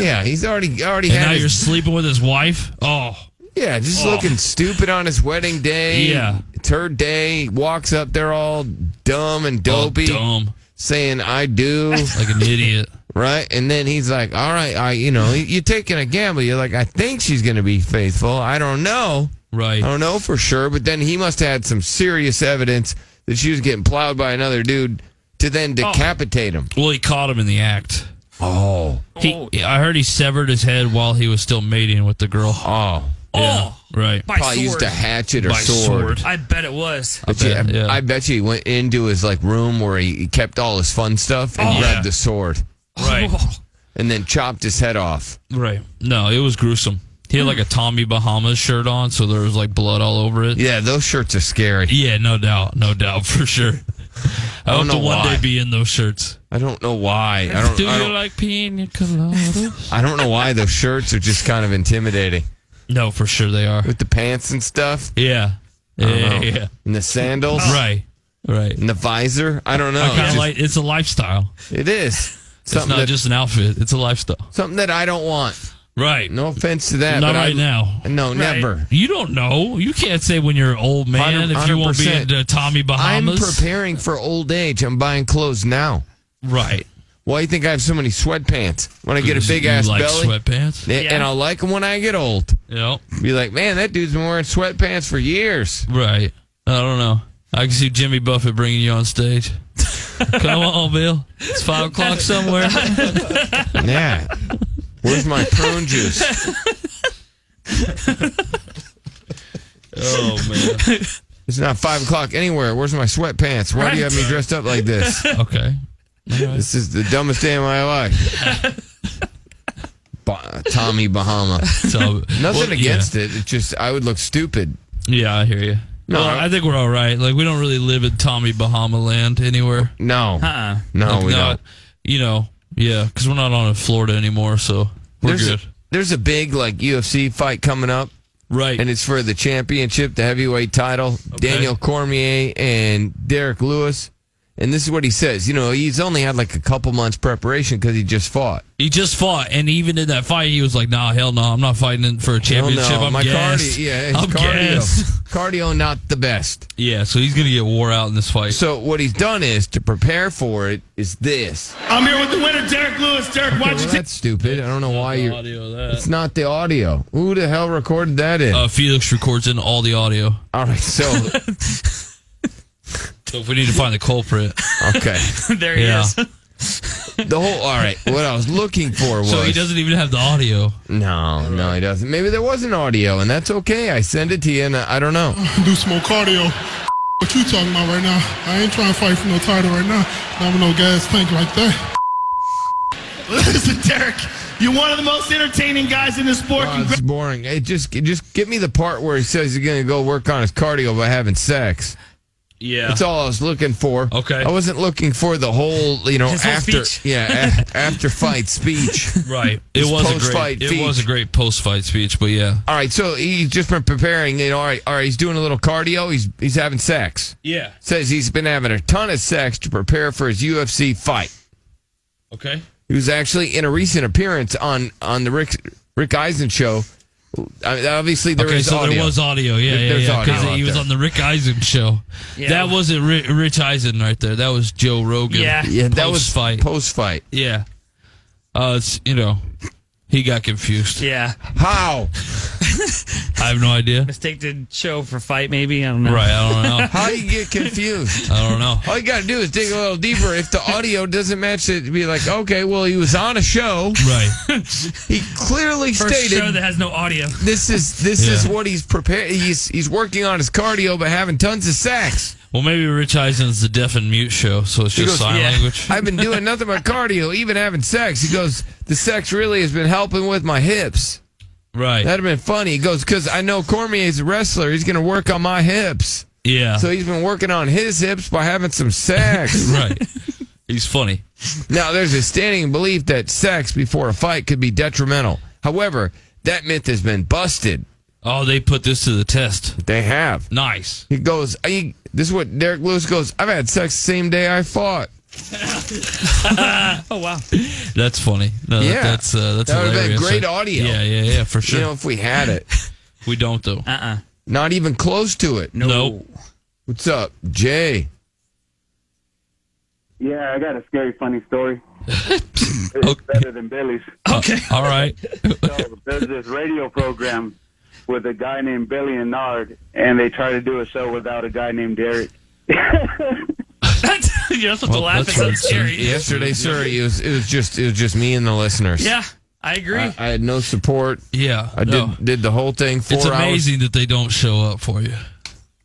Speaker 4: <laughs> Yeah, he's already already
Speaker 10: and
Speaker 4: had
Speaker 10: now
Speaker 4: his-
Speaker 10: you're sleeping with his wife. Oh,
Speaker 4: Yeah, just
Speaker 10: Oh.
Speaker 4: looking stupid on his wedding day.
Speaker 10: Yeah.
Speaker 4: It's her day. Walks up there all dumb and
Speaker 10: all
Speaker 4: dopey,
Speaker 10: dumb,
Speaker 4: saying, I do.
Speaker 10: <laughs> like an idiot.
Speaker 4: right? And then he's like, "All right, I, you know, you're taking a gamble. You're like, I think she's going to be faithful. I don't know,
Speaker 10: right?
Speaker 4: I don't know for sure. But then he must have had some serious evidence that she was getting plowed by another dude to then decapitate him.
Speaker 10: Oh. Well, he caught him in the act.
Speaker 4: Oh,
Speaker 10: he, I heard he severed his head while he was still mating with the girl.
Speaker 4: Oh,
Speaker 10: yeah, right.
Speaker 3: By
Speaker 4: Probably
Speaker 3: sword.
Speaker 4: used a hatchet or
Speaker 10: By
Speaker 4: sword.
Speaker 10: sword.
Speaker 3: I bet it was.
Speaker 4: But you- I,
Speaker 10: bet, yeah.
Speaker 4: I bet you he went into his like room where he he kept all his fun stuff and
Speaker 10: Oh.
Speaker 4: grabbed
Speaker 10: Yeah.
Speaker 4: the sword
Speaker 10: Right.
Speaker 4: <laughs> and then chopped his head off.
Speaker 10: Right. No, it was gruesome. He had like a Tommy Bahamas shirt on, so there was like blood all over it.
Speaker 4: Yeah, those shirts are scary.
Speaker 10: Yeah, no doubt, no doubt for sure. I,
Speaker 4: don't
Speaker 10: hope to
Speaker 4: know
Speaker 10: one
Speaker 4: why.
Speaker 10: day be in those shirts.
Speaker 4: I don't know why. I don't.
Speaker 10: Do
Speaker 4: I
Speaker 10: you
Speaker 4: don't,
Speaker 10: like pina
Speaker 3: <laughs>
Speaker 10: coladas?
Speaker 4: I don't know why those shirts are just kind of intimidating
Speaker 10: no, for sure they are.
Speaker 4: with the pants and stuff
Speaker 10: Yeah, yeah, yeah. yeah.
Speaker 4: and the sandals
Speaker 10: Right, right.
Speaker 4: and the visor. I don't know.
Speaker 10: I kind
Speaker 4: Just-
Speaker 10: of like it's a lifestyle.
Speaker 4: it is
Speaker 10: It's
Speaker 4: something
Speaker 10: not
Speaker 4: that
Speaker 10: just an outfit; it's a lifestyle.
Speaker 4: something that I don't want.
Speaker 10: Right.
Speaker 4: No offense to that.
Speaker 10: not
Speaker 4: but I-
Speaker 10: right now.
Speaker 4: No, never.
Speaker 10: You don't know. You can't say when you're an old man if you won't be
Speaker 4: 100%.
Speaker 10: into Tommy
Speaker 4: I'm
Speaker 10: Bahamas.
Speaker 4: preparing for old age. I'm buying clothes now.
Speaker 10: Right.
Speaker 4: Why do you think I have so many sweatpants? When I get a
Speaker 10: You
Speaker 4: big ass
Speaker 10: like
Speaker 4: belly,
Speaker 10: sweatpants.
Speaker 4: and- and I'll like them when I get old.
Speaker 10: Yeah.
Speaker 4: Be like, man, that dude's been wearing sweatpants for years.
Speaker 10: Right. I don't know. I can see Jimmy Buffett bringing you on stage. Come on, Bill. It's
Speaker 3: <laughs>
Speaker 10: five o'clock somewhere. <laughs>
Speaker 4: Yeah. Where's my prune juice?
Speaker 10: oh man.
Speaker 4: It's not five o'clock anywhere. Where's my sweatpants? Why do you have me dressed up like this?
Speaker 10: Okay.
Speaker 4: This is the dumbest day of my life. Ba- Tommy Bahama.
Speaker 10: So
Speaker 4: Nothing
Speaker 10: well,
Speaker 4: against it. It's just I would look stupid.
Speaker 10: Yeah. yeah, I hear you.
Speaker 4: No,
Speaker 10: No, well,
Speaker 4: I-
Speaker 10: I think we're all right. Like we don't really live in Tommy Bahama land anywhere.
Speaker 4: No,
Speaker 3: Uh-uh.
Speaker 4: no,
Speaker 10: Like,
Speaker 4: we
Speaker 10: not-
Speaker 4: don't.
Speaker 10: You know, yeah, because we're not on in Florida anymore, so we're
Speaker 4: There's
Speaker 10: good.
Speaker 4: A, there's a big like UFC fight coming up,
Speaker 10: right.
Speaker 4: and it's for the championship, the heavyweight title. Daniel Cormier and Derek Lewis. And this is what he says. You know, he's only had like a couple months preparation because he just fought.
Speaker 10: He just fought, and even in that fight, he was like, "Nah, hell no, I'm not fighting in- for a
Speaker 4: Hell
Speaker 10: championship. I'm
Speaker 4: my cardio,
Speaker 10: gassed.
Speaker 4: yeah, his
Speaker 10: I'm gassed."
Speaker 4: cardio, <laughs> cardio, not the best.
Speaker 10: Yeah, so he's gonna get wore out in this fight.
Speaker 4: So what he's done is to prepare for it is this.
Speaker 3: I'm here with the winner, Derek Lewis. Derek, why'd
Speaker 4: Well,
Speaker 3: you take
Speaker 4: that's stupid. I don't know why you're.
Speaker 10: Audio of that.
Speaker 4: It's not the audio. Who the hell recorded that in?
Speaker 10: Uh, Felix records in all the audio,
Speaker 4: All right, so
Speaker 10: <laughs> so if we need to find the culprit,
Speaker 4: okay,
Speaker 3: <laughs> there he
Speaker 10: Yeah.
Speaker 3: is.
Speaker 4: the whole. All right, what I was looking
Speaker 3: <laughs>
Speaker 4: for was
Speaker 10: so he doesn't even have the audio.
Speaker 4: no, no, he doesn't. Maybe there was an audio, and that's okay. I send it to you, and I, I don't know.
Speaker 12: do some more cardio. What you talking about right now? I ain't trying to fight for no title right now. Not with no gas tank like that.
Speaker 3: Listen, Derek, you're one of the most entertaining guys in the sport.
Speaker 4: Oh, it's boring. It just, it just give me the part where he says he's gonna go work on his cardio by having sex.
Speaker 10: Yeah,
Speaker 4: That's all I was looking for.
Speaker 10: Okay.
Speaker 4: I wasn't looking for the whole, you know,
Speaker 3: His whole
Speaker 4: after
Speaker 3: speech.
Speaker 4: yeah, a- after
Speaker 3: <laughs>
Speaker 4: fight speech. <laughs>
Speaker 10: right. It was a
Speaker 4: post-fight
Speaker 10: great,
Speaker 4: speech.
Speaker 10: it was a great post-fight speech, but yeah,
Speaker 4: All right, so he's just been preparing. You know, all right, all right, he's doing a little cardio. He's he's having sex.
Speaker 10: yeah,
Speaker 4: Says he's been having a ton of sex to prepare for his UFC fight.
Speaker 10: okay,
Speaker 4: He was actually in a recent appearance on on the Rick Rick Eisen show. I mean, obviously, there is
Speaker 10: okay. So
Speaker 4: audio.
Speaker 10: there was audio, yeah,
Speaker 4: There-
Speaker 10: yeah,
Speaker 4: there's
Speaker 10: yeah,
Speaker 4: audio
Speaker 10: because
Speaker 4: out
Speaker 10: he was
Speaker 4: there.
Speaker 10: on the Rick Eisen show.
Speaker 3: Yeah.
Speaker 10: That wasn't Ri- Rich Eisen right there. That was Joe Rogan.
Speaker 3: Yeah.
Speaker 4: yeah, that was
Speaker 10: Post-fight.
Speaker 4: Post fight.
Speaker 10: Yeah. Uh, it's, you know, he got confused.
Speaker 3: Yeah.
Speaker 4: How?
Speaker 10: I have no idea.
Speaker 3: Mistake the show for fight, maybe. I don't know.
Speaker 10: Right. I don't know.
Speaker 4: How do you get confused?
Speaker 10: I don't know.
Speaker 4: All you got to do is dig a little deeper. If the audio doesn't match it, be like, okay, well, he was on a show.
Speaker 10: Right.
Speaker 4: He clearly
Speaker 3: First
Speaker 4: stated
Speaker 3: show that has no audio.
Speaker 4: this is this
Speaker 10: Yeah.
Speaker 4: is what he's prepared. He's he's working on his cardio, but having tons of sex.
Speaker 10: Well, maybe Rich Eisen's the deaf and mute show, so it's just
Speaker 4: goes,
Speaker 10: sign
Speaker 3: yeah.
Speaker 10: language.
Speaker 4: I've been doing nothing but cardio, even having sex. He goes, the sex really has been helping with my hips.
Speaker 10: Right.
Speaker 4: That'd have been funny. He goes, because I know Cormier's a wrestler. He's gonna work on my hips.
Speaker 10: yeah.
Speaker 4: So he's been working on his hips by having some sex.
Speaker 10: <laughs> right. He's funny.
Speaker 4: now there's a standing belief that sex before a fight could be detrimental. However, that myth has been busted.
Speaker 10: Oh, they put this to the test.
Speaker 4: They have.
Speaker 10: Nice.
Speaker 4: He goes, I, this is what Derek Lewis goes, I've had sex the same day I fought.
Speaker 3: <laughs> Oh, wow.
Speaker 10: That's funny. No,
Speaker 4: Yeah.
Speaker 10: that, that's uh, that's
Speaker 4: That would've been
Speaker 10: hilarious.
Speaker 4: great audio.
Speaker 10: Yeah, yeah, yeah, for sure.
Speaker 4: You know, if we had it.
Speaker 10: <laughs> we don't though.
Speaker 3: Uh uh
Speaker 4: Not even close to it.
Speaker 3: No.
Speaker 10: Nope.
Speaker 4: What's up, Jay?
Speaker 13: Yeah, I got a scary, funny story. It's better than Billy's.
Speaker 10: Okay. Uh, all right.
Speaker 13: So there's this radio program with a guy named Billy and Nard, and they try to do a show without a guy named Derek. <laughs>
Speaker 3: You're <laughs> not supposed to laugh at something serious.
Speaker 4: Yesterday, sir, it was, it was just it was just me and the listeners.
Speaker 3: Yeah, I agree.
Speaker 4: I, I had no support.
Speaker 10: Yeah,
Speaker 4: I
Speaker 10: no.
Speaker 4: did did the whole thing. Four
Speaker 10: It's amazing that they don't show up for you.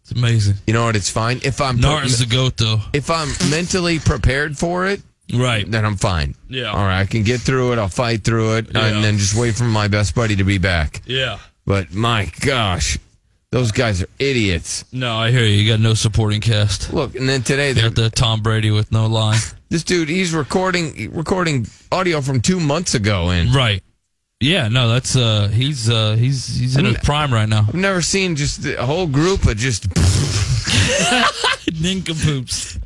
Speaker 10: It's amazing.
Speaker 4: You know what? It's fine. If I'm
Speaker 10: Norton's the goat, though.
Speaker 4: Hours. If I'm mentally prepared for it,
Speaker 10: right,
Speaker 4: then I'm fine.
Speaker 10: Yeah.
Speaker 4: All right, I can get through it. I'll fight through it,
Speaker 10: Yeah.
Speaker 4: and then just wait for my best buddy to be back.
Speaker 10: Yeah.
Speaker 4: But my gosh, those guys are idiots.
Speaker 10: No, I hear you. You got no supporting cast.
Speaker 4: Look, and then today
Speaker 10: they got the Tom Brady with no line.
Speaker 4: This dude, he's recording recording audio from two months ago, and
Speaker 10: right. <laughs> Yeah, no, that's uh, he's uh, he's he's in his prime right
Speaker 4: <laughs>
Speaker 10: now.
Speaker 4: I've never seen just a whole group of just
Speaker 10: <laughs> nincompoops. As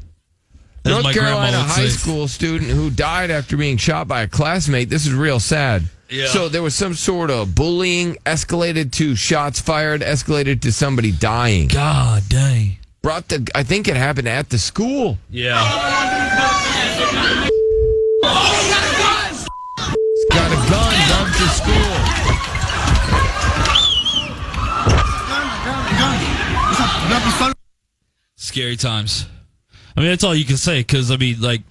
Speaker 4: North
Speaker 10: my grandma
Speaker 4: Carolina
Speaker 10: would
Speaker 4: high
Speaker 10: say.
Speaker 4: school student who died after being shot by a classmate. This is real sad.
Speaker 10: Yeah.
Speaker 4: So there was some sort of bullying, escalated to shots fired, escalated to somebody dying.
Speaker 10: God dang.
Speaker 4: Brought the. I think it happened at the school.
Speaker 10: Yeah.
Speaker 4: Got a gun. Bumped to school.
Speaker 10: Scary times. I mean, that's all you can say because I mean, like,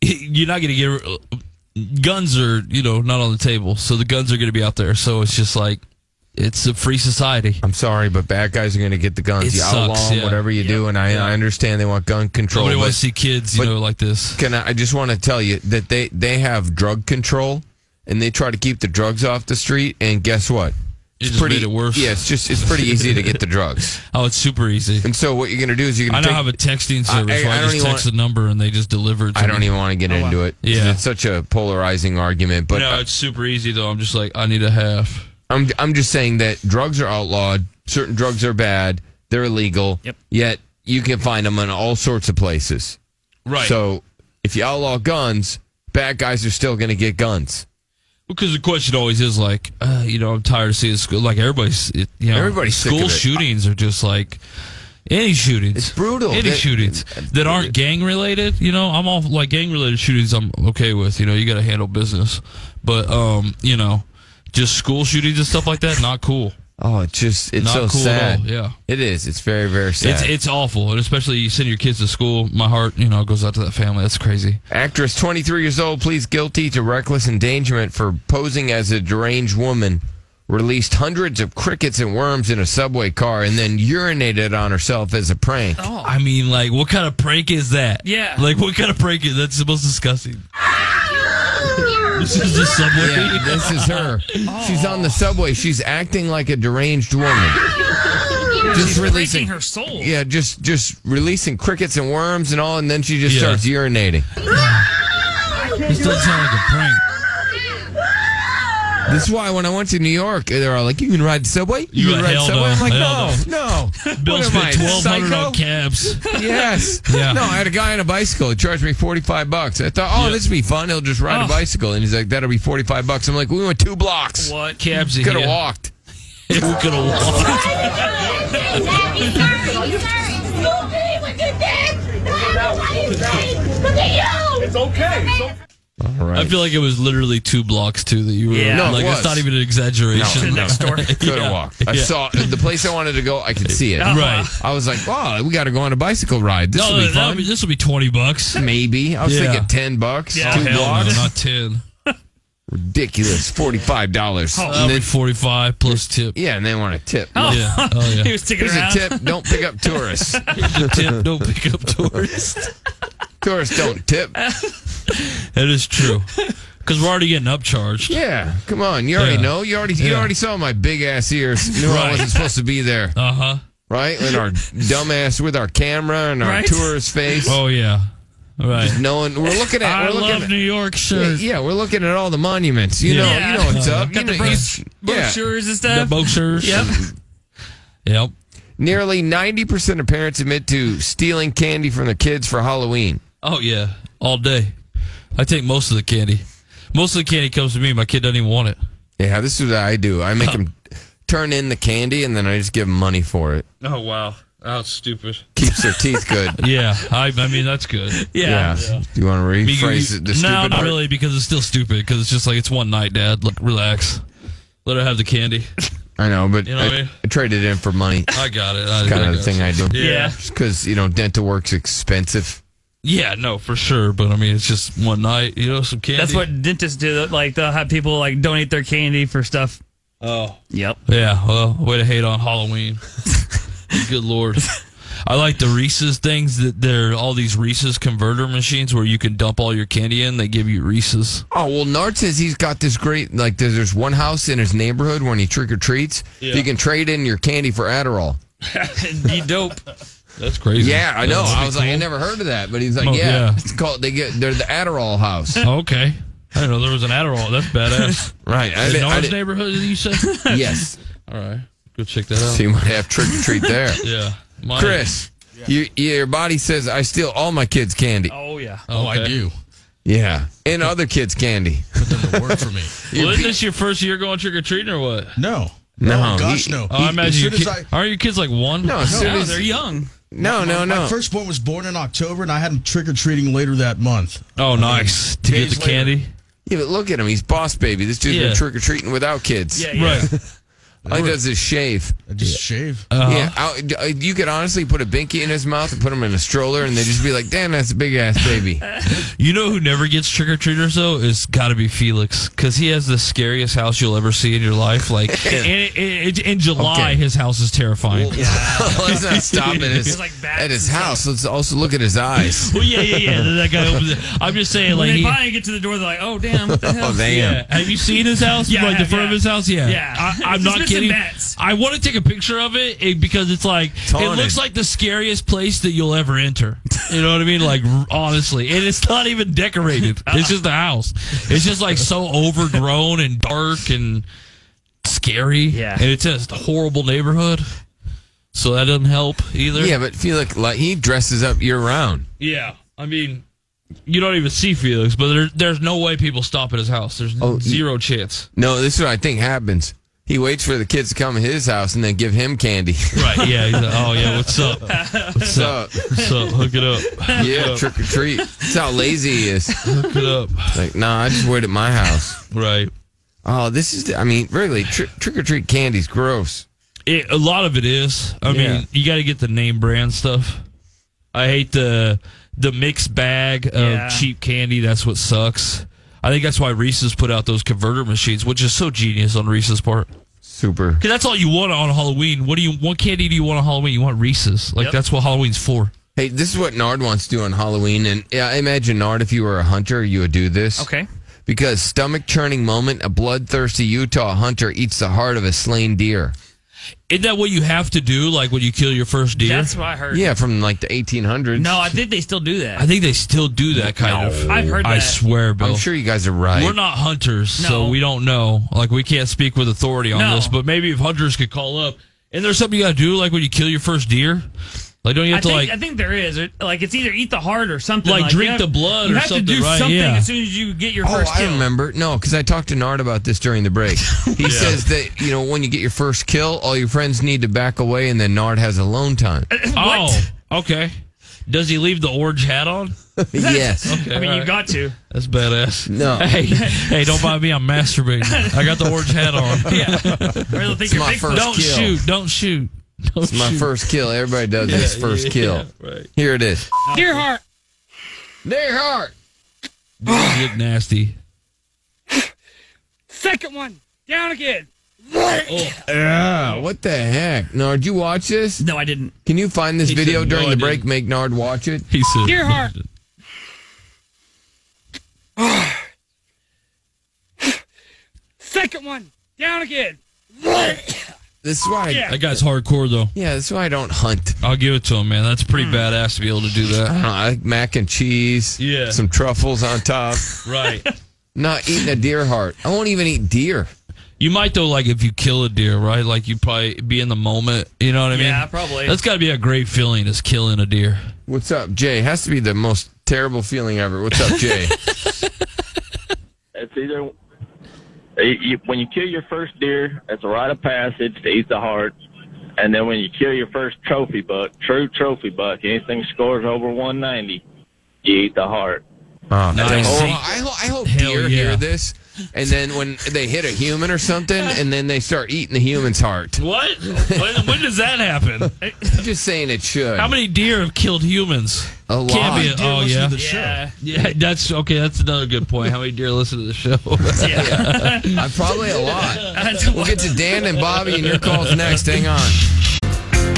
Speaker 10: you're not gonna get guns are you know not on the table, so the guns are gonna be out there. So it's just like it's a free society.
Speaker 4: I'm sorry, but bad guys are gonna get the guns.
Speaker 10: It
Speaker 4: you
Speaker 10: sucks,
Speaker 4: outlaw 'em,
Speaker 10: yeah.
Speaker 4: whatever you do, and I, I understand they want gun control.
Speaker 10: Nobody
Speaker 4: but-
Speaker 10: wants to see kids, you
Speaker 4: but
Speaker 10: know, like this.
Speaker 4: Can I, I just want to tell you that they they have drug control and they try to keep the drugs off the street. And guess what? It's
Speaker 10: just made it worse.
Speaker 4: Yeah, it's just it's pretty easy to get the drugs.
Speaker 10: Oh, it's super easy.
Speaker 4: And so what you're gonna do is you're
Speaker 10: I
Speaker 4: gonna.
Speaker 10: now
Speaker 4: take-
Speaker 10: have a texting service.
Speaker 4: I- I
Speaker 10: where I,
Speaker 4: don't
Speaker 10: just
Speaker 4: even
Speaker 10: text the number and they just deliver it. To
Speaker 4: I don't
Speaker 10: me.
Speaker 4: even want to get into it. 'cause
Speaker 10: Yeah.
Speaker 4: it's such a polarizing argument. But
Speaker 10: no, it's super easy though. I'm just like I need a half.
Speaker 4: I'm I'm just saying that drugs are outlawed. Certain drugs are bad. They're illegal. Yep. Yet you can find them in all sorts of places.
Speaker 10: Right.
Speaker 4: So if you outlaw guns, bad guys are still going to get guns.
Speaker 10: Because the question always is like, uh, you know, I'm tired of seeing school. Like everybody's, it, you know,
Speaker 4: Everybody's sick
Speaker 10: school
Speaker 4: of it.
Speaker 10: shootings are just like any shootings. It's
Speaker 4: brutal.
Speaker 10: Any
Speaker 4: That-
Speaker 10: shootings that aren't gang related. You know, I'm all like gang related shootings. I'm okay with. You know, you got to handle business. But um, you know, just school shootings and stuff like that, not cool.
Speaker 4: Oh, it's just it's
Speaker 10: Not
Speaker 4: so
Speaker 10: cool
Speaker 4: sad.
Speaker 10: at all, yeah.
Speaker 4: It is. It's very very sad.
Speaker 10: It's it's awful, and especially you send your kids to school. My heart, you know, goes out to that family. That's crazy.
Speaker 4: Actress 23 years old pleads guilty to reckless endangerment for posing as a deranged woman. Released hundreds of crickets and worms in a subway car and then urinated on herself as a prank.
Speaker 10: I mean, like, what kind of prank is that?
Speaker 3: Yeah.
Speaker 10: Like, what kind of prank is that's the most disgusting? this is the subway.
Speaker 4: Yeah, this is her. She's on the subway. She's acting like a deranged woman.
Speaker 10: Oh.
Speaker 3: Just
Speaker 4: Just
Speaker 3: She's
Speaker 4: releasing
Speaker 3: releasing her soul.
Speaker 4: Yeah, just just releasing crickets and worms and all, and then she just
Speaker 10: Yeah.
Speaker 4: starts urinating.
Speaker 10: This doesn't sound like a prank.
Speaker 4: This is why when I went to New York, they're all like, "You can ride the subway. You,
Speaker 10: You're
Speaker 4: can
Speaker 10: like,
Speaker 4: ride the
Speaker 10: "Hell
Speaker 4: subway." I'm
Speaker 10: no.
Speaker 4: like,
Speaker 10: Hell <laughs>
Speaker 4: "No, no."
Speaker 10: Bill
Speaker 4: What am I,
Speaker 10: spent twelve hundred
Speaker 4: psycho?
Speaker 10: on cabs.
Speaker 4: <laughs> Yes.
Speaker 10: Yeah.
Speaker 4: No, I had a guy on a bicycle. He charged me forty five bucks. I thought, "Oh,
Speaker 10: Yeah.
Speaker 4: this would be fun. He'll just ride
Speaker 10: Oh.
Speaker 4: a bicycle." And he's like, "That'll be forty five bucks." I'm like, "We went two blocks.
Speaker 10: What cabs?
Speaker 4: Could have
Speaker 10: <laughs>
Speaker 4: walked."
Speaker 10: Who could have walked?
Speaker 14: It's okay.
Speaker 4: All right.
Speaker 10: I feel like it was literally two blocks too that you were.
Speaker 4: Yeah. No, it
Speaker 10: like
Speaker 4: was.
Speaker 10: it's not even an exaggeration.
Speaker 4: Could have walked. I
Speaker 10: <laughs> Yeah.
Speaker 4: saw the place I wanted to go. I could see it.
Speaker 10: Uh-huh. Right.
Speaker 4: I was like, "Wow, we got to go on a bicycle ride. This
Speaker 10: No,
Speaker 4: will be
Speaker 10: that'll
Speaker 4: fun."
Speaker 10: be- this will be twenty bucks.
Speaker 4: Maybe I was
Speaker 10: Yeah.
Speaker 4: thinking ten bucks,
Speaker 10: Yeah,
Speaker 4: two
Speaker 10: hell no,
Speaker 4: blocks.
Speaker 10: not ten.
Speaker 4: Ridiculous. Forty five dollars.
Speaker 10: That'll be forty-five plus tip.
Speaker 4: Yeah, and they want a tip.
Speaker 10: Oh. Yeah. <laughs> Oh, yeah. He was
Speaker 3: sticking
Speaker 4: Here's
Speaker 3: around.
Speaker 4: a tip: don't pick up
Speaker 10: <laughs>
Speaker 4: tourists.
Speaker 10: tip, don't pick
Speaker 4: <laughs>
Speaker 10: up tourists.
Speaker 4: tourists don't tip.
Speaker 10: That is true. Because we're already getting upcharged.
Speaker 4: Yeah, come on. You already
Speaker 10: Yeah.
Speaker 4: know. You already you
Speaker 10: Yeah.
Speaker 4: already saw my big ass ears. Knew I
Speaker 10: Right.
Speaker 4: wasn't supposed to be there.
Speaker 10: Uh huh.
Speaker 4: Right, and our dumb ass with our camera and our
Speaker 3: Right.
Speaker 4: tourist face.
Speaker 10: Oh yeah. Right.
Speaker 4: Knowing we're looking at,
Speaker 10: I
Speaker 4: we're looking
Speaker 10: love
Speaker 4: at
Speaker 10: New York
Speaker 4: yeah,
Speaker 10: shirt.
Speaker 4: yeah, we're looking at all the monuments. You
Speaker 10: Yeah.
Speaker 4: know,
Speaker 10: Yeah.
Speaker 4: you know what's
Speaker 10: Uh,
Speaker 4: up. You
Speaker 3: Got the
Speaker 4: know-
Speaker 3: bros-
Speaker 4: yeah.
Speaker 3: brochures and
Speaker 10: The
Speaker 3: stuff.
Speaker 10: boxers.
Speaker 3: Yep.
Speaker 10: Yep.
Speaker 4: Nearly ninety percent of parents admit to stealing candy from their kids for Halloween.
Speaker 10: Oh yeah. All day. I take most of the candy. Most of the candy comes to me. My kid doesn't even want it.
Speaker 4: Yeah, this is what I do. I make them turn in the candy and then I just give them money for it.
Speaker 10: Oh wow. That's stupid.
Speaker 4: Keeps their teeth good.
Speaker 10: <laughs> Yeah, I, I mean that's <laughs> good.
Speaker 4: Do you want to rephrase it? The
Speaker 10: no,
Speaker 4: stupid
Speaker 10: not
Speaker 4: part?
Speaker 10: really, because it's still stupid. Because it's just like it's one night, Dad. Look, relax. Let her have the candy.
Speaker 4: I know, but
Speaker 10: You know
Speaker 4: I,
Speaker 10: what I mean?
Speaker 4: I traded in for money.
Speaker 10: I got it. I-
Speaker 4: It's kind
Speaker 10: I
Speaker 4: of the
Speaker 10: got
Speaker 4: thing I
Speaker 10: it.
Speaker 4: do.
Speaker 10: Yeah.
Speaker 4: Because, you know, dental work's expensive.
Speaker 10: Yeah, no, for sure. But I mean, it's just one night. You know, some candy.
Speaker 3: That's what dentists do. Like they'll have people like donate their candy for stuff.
Speaker 10: Oh.
Speaker 3: <laughs> Yep.
Speaker 10: Yeah. Well, way to hate on <laughs> Halloween. Good lord. I like the Reese's things that they're all these Reese's converter machines where you can dump all your candy in. They give you Reese's.
Speaker 4: Oh well, Nard says he's got this great like. There's, there's one house in his neighborhood when he trick or treats.
Speaker 10: Yeah.
Speaker 4: You can trade in your candy for Adderall.
Speaker 10: Be dope. That's crazy.
Speaker 4: Yeah, I know.
Speaker 10: That's
Speaker 4: I was like, I
Speaker 10: cool.
Speaker 4: never heard of that, but he's like,
Speaker 10: Oh,
Speaker 4: yeah,
Speaker 10: yeah.
Speaker 4: it's called. They get they're the Adderall
Speaker 10: <laughs>
Speaker 4: house.
Speaker 10: <laughs> okay. I didn't know there was an Adderall. That's <laughs> badass.
Speaker 4: Right. I
Speaker 10: In
Speaker 4: did- I
Speaker 10: Norris
Speaker 4: did-
Speaker 10: neighborhood, you
Speaker 3: <laughs>
Speaker 10: said?
Speaker 4: Yes.
Speaker 10: <laughs> All right. Go check that out.
Speaker 4: So you might have trick or treat there.
Speaker 10: <laughs> Yeah. Mine-
Speaker 4: Chris, you, your body says I steal all my kids' candy.
Speaker 3: Oh yeah.
Speaker 10: Oh, I do.
Speaker 4: Yeah, and other kids'
Speaker 10: <laughs>
Speaker 4: candy.
Speaker 10: Work for me. well, isn't this your first year going trick or treating or what?
Speaker 15: No.
Speaker 4: No,
Speaker 15: Oh, gosh,
Speaker 4: he-
Speaker 15: no.
Speaker 10: Oh, I imagine your
Speaker 15: As soon
Speaker 10: kid,
Speaker 15: as
Speaker 10: are your kids like one?
Speaker 4: No, as soon as-
Speaker 10: they're young.
Speaker 4: No,
Speaker 15: my,
Speaker 4: no, no.
Speaker 15: My firstborn was born in October, and I had him trick or treating later that month.
Speaker 10: Oh, nice. To get
Speaker 15: days
Speaker 10: the
Speaker 15: later.
Speaker 10: candy?
Speaker 4: Yeah, but look at him. He's boss baby. This dude's
Speaker 10: Yeah.
Speaker 4: been trick or treating without kids.
Speaker 10: Yeah, yeah. Right.
Speaker 4: <laughs>
Speaker 10: Uh-huh.
Speaker 4: All he does is shave.
Speaker 15: I just shave.
Speaker 4: Yeah, out, uh, you could honestly put a binky in his mouth and put him in a stroller, and they'd just be like, "Damn, that's a big ass
Speaker 10: <laughs>
Speaker 4: baby."
Speaker 10: You know who never gets trick or treaters though is got to be Felix because he has the scariest house you'll ever see in your life. Like
Speaker 3: <laughs>
Speaker 10: in, in, in, in July,
Speaker 4: Okay.
Speaker 10: his house is
Speaker 4: <laughs>
Speaker 10: terrifying.
Speaker 4: Let's not stop at his,
Speaker 3: It's like bats
Speaker 4: at his house. Let's also look at his eyes.
Speaker 10: <laughs> Well, yeah, yeah, yeah. That guy opens it. I'm just saying,
Speaker 3: When
Speaker 10: like,
Speaker 3: they
Speaker 10: he,
Speaker 3: finally get to the door, they're like, "Oh damn, what the hell?"
Speaker 4: <laughs> Oh, damn.
Speaker 10: Yeah. Have you seen his house?
Speaker 3: Yeah, I
Speaker 10: like the
Speaker 3: have,
Speaker 10: front of
Speaker 3: yeah.
Speaker 10: his house? Yeah.
Speaker 3: Yeah.
Speaker 10: I, I'm
Speaker 3: It's
Speaker 10: not
Speaker 3: missing
Speaker 10: kidding.
Speaker 3: bats.
Speaker 10: I want to take a picture of it eh, because it's like it
Speaker 4: haunted.
Speaker 10: looks like the scariest place that you'll ever enter. You know what I mean? Like r- honestly, and it's not even decorated. It's just the house. It's just like so overgrown and dark and scary.
Speaker 3: Yeah.
Speaker 10: And it's just a horrible neighborhood. So that doesn't help either.
Speaker 4: Yeah, but Felix, like, he dresses up year round.
Speaker 10: Yeah. I mean, you don't even see Felix, but there, there's no way people stop at his house. There's
Speaker 4: Oh,
Speaker 10: zero chance.
Speaker 4: No, this is what I think happens. He waits for the kids to come to his house and then give him candy.
Speaker 10: <laughs> Right, yeah. He's like, oh, yeah,
Speaker 4: <laughs>
Speaker 10: what's up? What's up? What's up? Hook it up.
Speaker 4: yeah,
Speaker 10: Hook it up.
Speaker 4: trick or treat. That's how lazy he is.
Speaker 10: Hook it up.
Speaker 4: Like, nah, I just wait at my house.
Speaker 10: Right.
Speaker 4: Oh, this is. I mean, really, tri- trick or treat candy's gross.
Speaker 10: It, a lot of it is. I
Speaker 4: Yeah.
Speaker 10: mean, you got to get the name brand stuff. I hate the the mixed bag of
Speaker 3: Yeah.
Speaker 10: cheap candy. That's what sucks. I think that's why Reese's put out those converter machines, which is so genius on Reese's part.
Speaker 4: Super.
Speaker 10: Because that's all you want on Halloween. What do you? What candy do you want on Halloween? You want Reese's. Like
Speaker 3: Yep.
Speaker 10: that's what Halloween's for.
Speaker 4: Hey, this is what Nard wants to do on Halloween, and yeah, I imagine Nard, if you were a hunter, you would do this.
Speaker 3: Okay.
Speaker 4: Because stomach churning moment, a bloodthirsty Utah hunter eats the heart of a slain deer.
Speaker 10: Isn't that what you have to do? Like when you kill your first deer.
Speaker 3: That's what I heard.
Speaker 4: Yeah, from like the 1800s.
Speaker 3: No, I think they still do that.
Speaker 10: I think they still do that kind of.
Speaker 3: I've heard
Speaker 10: I
Speaker 3: that.
Speaker 10: swear, Bill.
Speaker 4: I'm sure you guys are right.
Speaker 10: We're not hunters, so
Speaker 3: No.
Speaker 10: we don't know. Like we can't speak with authority on
Speaker 3: No.
Speaker 10: this. But maybe if hunters could call up, and there's something you gotta do, like when you kill your first deer, like don't you
Speaker 3: I
Speaker 10: have to
Speaker 3: think,
Speaker 10: like
Speaker 3: I <clears throat> think there is. It- Like it's either eat the heart or something.
Speaker 10: Like,
Speaker 3: you
Speaker 10: drink
Speaker 3: have-
Speaker 10: the blood
Speaker 3: you
Speaker 10: or
Speaker 3: have
Speaker 10: something,
Speaker 3: to do
Speaker 10: right?
Speaker 3: something
Speaker 10: Yeah.
Speaker 3: as soon as you get your
Speaker 4: Oh,
Speaker 3: first
Speaker 4: I
Speaker 3: kill.
Speaker 4: remember. No, because I talked to Nard about this during the
Speaker 10: <laughs>
Speaker 4: break. He says that you know when you get your first kill, all your friends need to back away, and then Nard has alone
Speaker 3: <laughs>
Speaker 4: time.
Speaker 10: oh okay? Does he leave the orange hat on?
Speaker 4: <laughs> yes.
Speaker 10: Okay,
Speaker 3: <laughs> I mean,
Speaker 10: all
Speaker 3: you
Speaker 10: right.
Speaker 3: got to.
Speaker 10: that's badass.
Speaker 4: No.
Speaker 10: <laughs> hey, hey, don't buy me. I'm masturbating. I got the orange hat
Speaker 3: <laughs>
Speaker 10: on.
Speaker 3: Or they'll think
Speaker 4: It's
Speaker 3: you're
Speaker 4: my
Speaker 3: Bigfoot.
Speaker 4: first
Speaker 10: Don't
Speaker 4: kill.
Speaker 10: shoot! Don't shoot!
Speaker 3: Oh,
Speaker 10: Don't
Speaker 4: It's my
Speaker 10: shoot.
Speaker 4: first kill. Everybody does this first
Speaker 10: yeah,
Speaker 4: kill.
Speaker 10: right.
Speaker 4: Here it is.
Speaker 10: Deer heart.
Speaker 4: Dear heart.
Speaker 10: These look nasty.
Speaker 14: Second one. Down again.
Speaker 10: Oh.
Speaker 4: Yeah. What the heck, Nard? You watch this?
Speaker 3: No, I didn't.
Speaker 4: Can you find this
Speaker 10: He
Speaker 4: video
Speaker 10: said, no,
Speaker 4: during
Speaker 10: I
Speaker 4: the break?
Speaker 10: didn't.
Speaker 4: Make Nard watch it.
Speaker 10: He said.
Speaker 14: Deer heart. Second one. Down again.
Speaker 4: This is why.
Speaker 14: Yeah.
Speaker 4: I,
Speaker 10: That guy's hardcore though.
Speaker 4: yeah, this is why I don't hunt. Hmm.
Speaker 10: I'll give it to him, man. That's pretty badass to be able to do
Speaker 4: I
Speaker 10: that.
Speaker 4: don't know. I like mac and cheese.
Speaker 10: Yeah.
Speaker 4: Some truffles on top.
Speaker 10: <laughs> Right.
Speaker 4: Not eating a deer heart. I won't even eat deer.
Speaker 10: You might though, like if you kill a deer, right? Like you probably be in the moment. You know what I mean?
Speaker 3: Yeah, probably.
Speaker 10: That's got to be a great feeling, is killing a deer.
Speaker 4: What's up, Jay? Has to be the most terrible feeling ever. What's up, Jay?
Speaker 10: <laughs>
Speaker 16: It's either you, you, when you kill your first deer, it's a rite of passage to eat the heart.
Speaker 17: And then when you kill your first trophy buck, true trophy buck, anything scores over 190, you eat the heart.
Speaker 4: Oh,
Speaker 17: nice.
Speaker 4: Oh, I, ho- I hope deer hear this, and then when they hit a human or something, and then they start eating the human's heart.
Speaker 10: What? when, when does
Speaker 4: <laughs>
Speaker 10: that happen?
Speaker 4: I'm just saying it should.
Speaker 10: How many deer have killed humans?
Speaker 4: A lot.
Speaker 10: Can't be
Speaker 4: How many deer
Speaker 10: oh
Speaker 4: listen
Speaker 10: yeah.
Speaker 4: to the
Speaker 10: yeah. Yeah, that's okay. That's another good point. How many deer listen to the
Speaker 4: <laughs>
Speaker 10: show? <laughs>
Speaker 4: Yeah. <laughs> I'm Uh, probably a lot. We'll get to Dan and Bobby and your calls next. Hang on.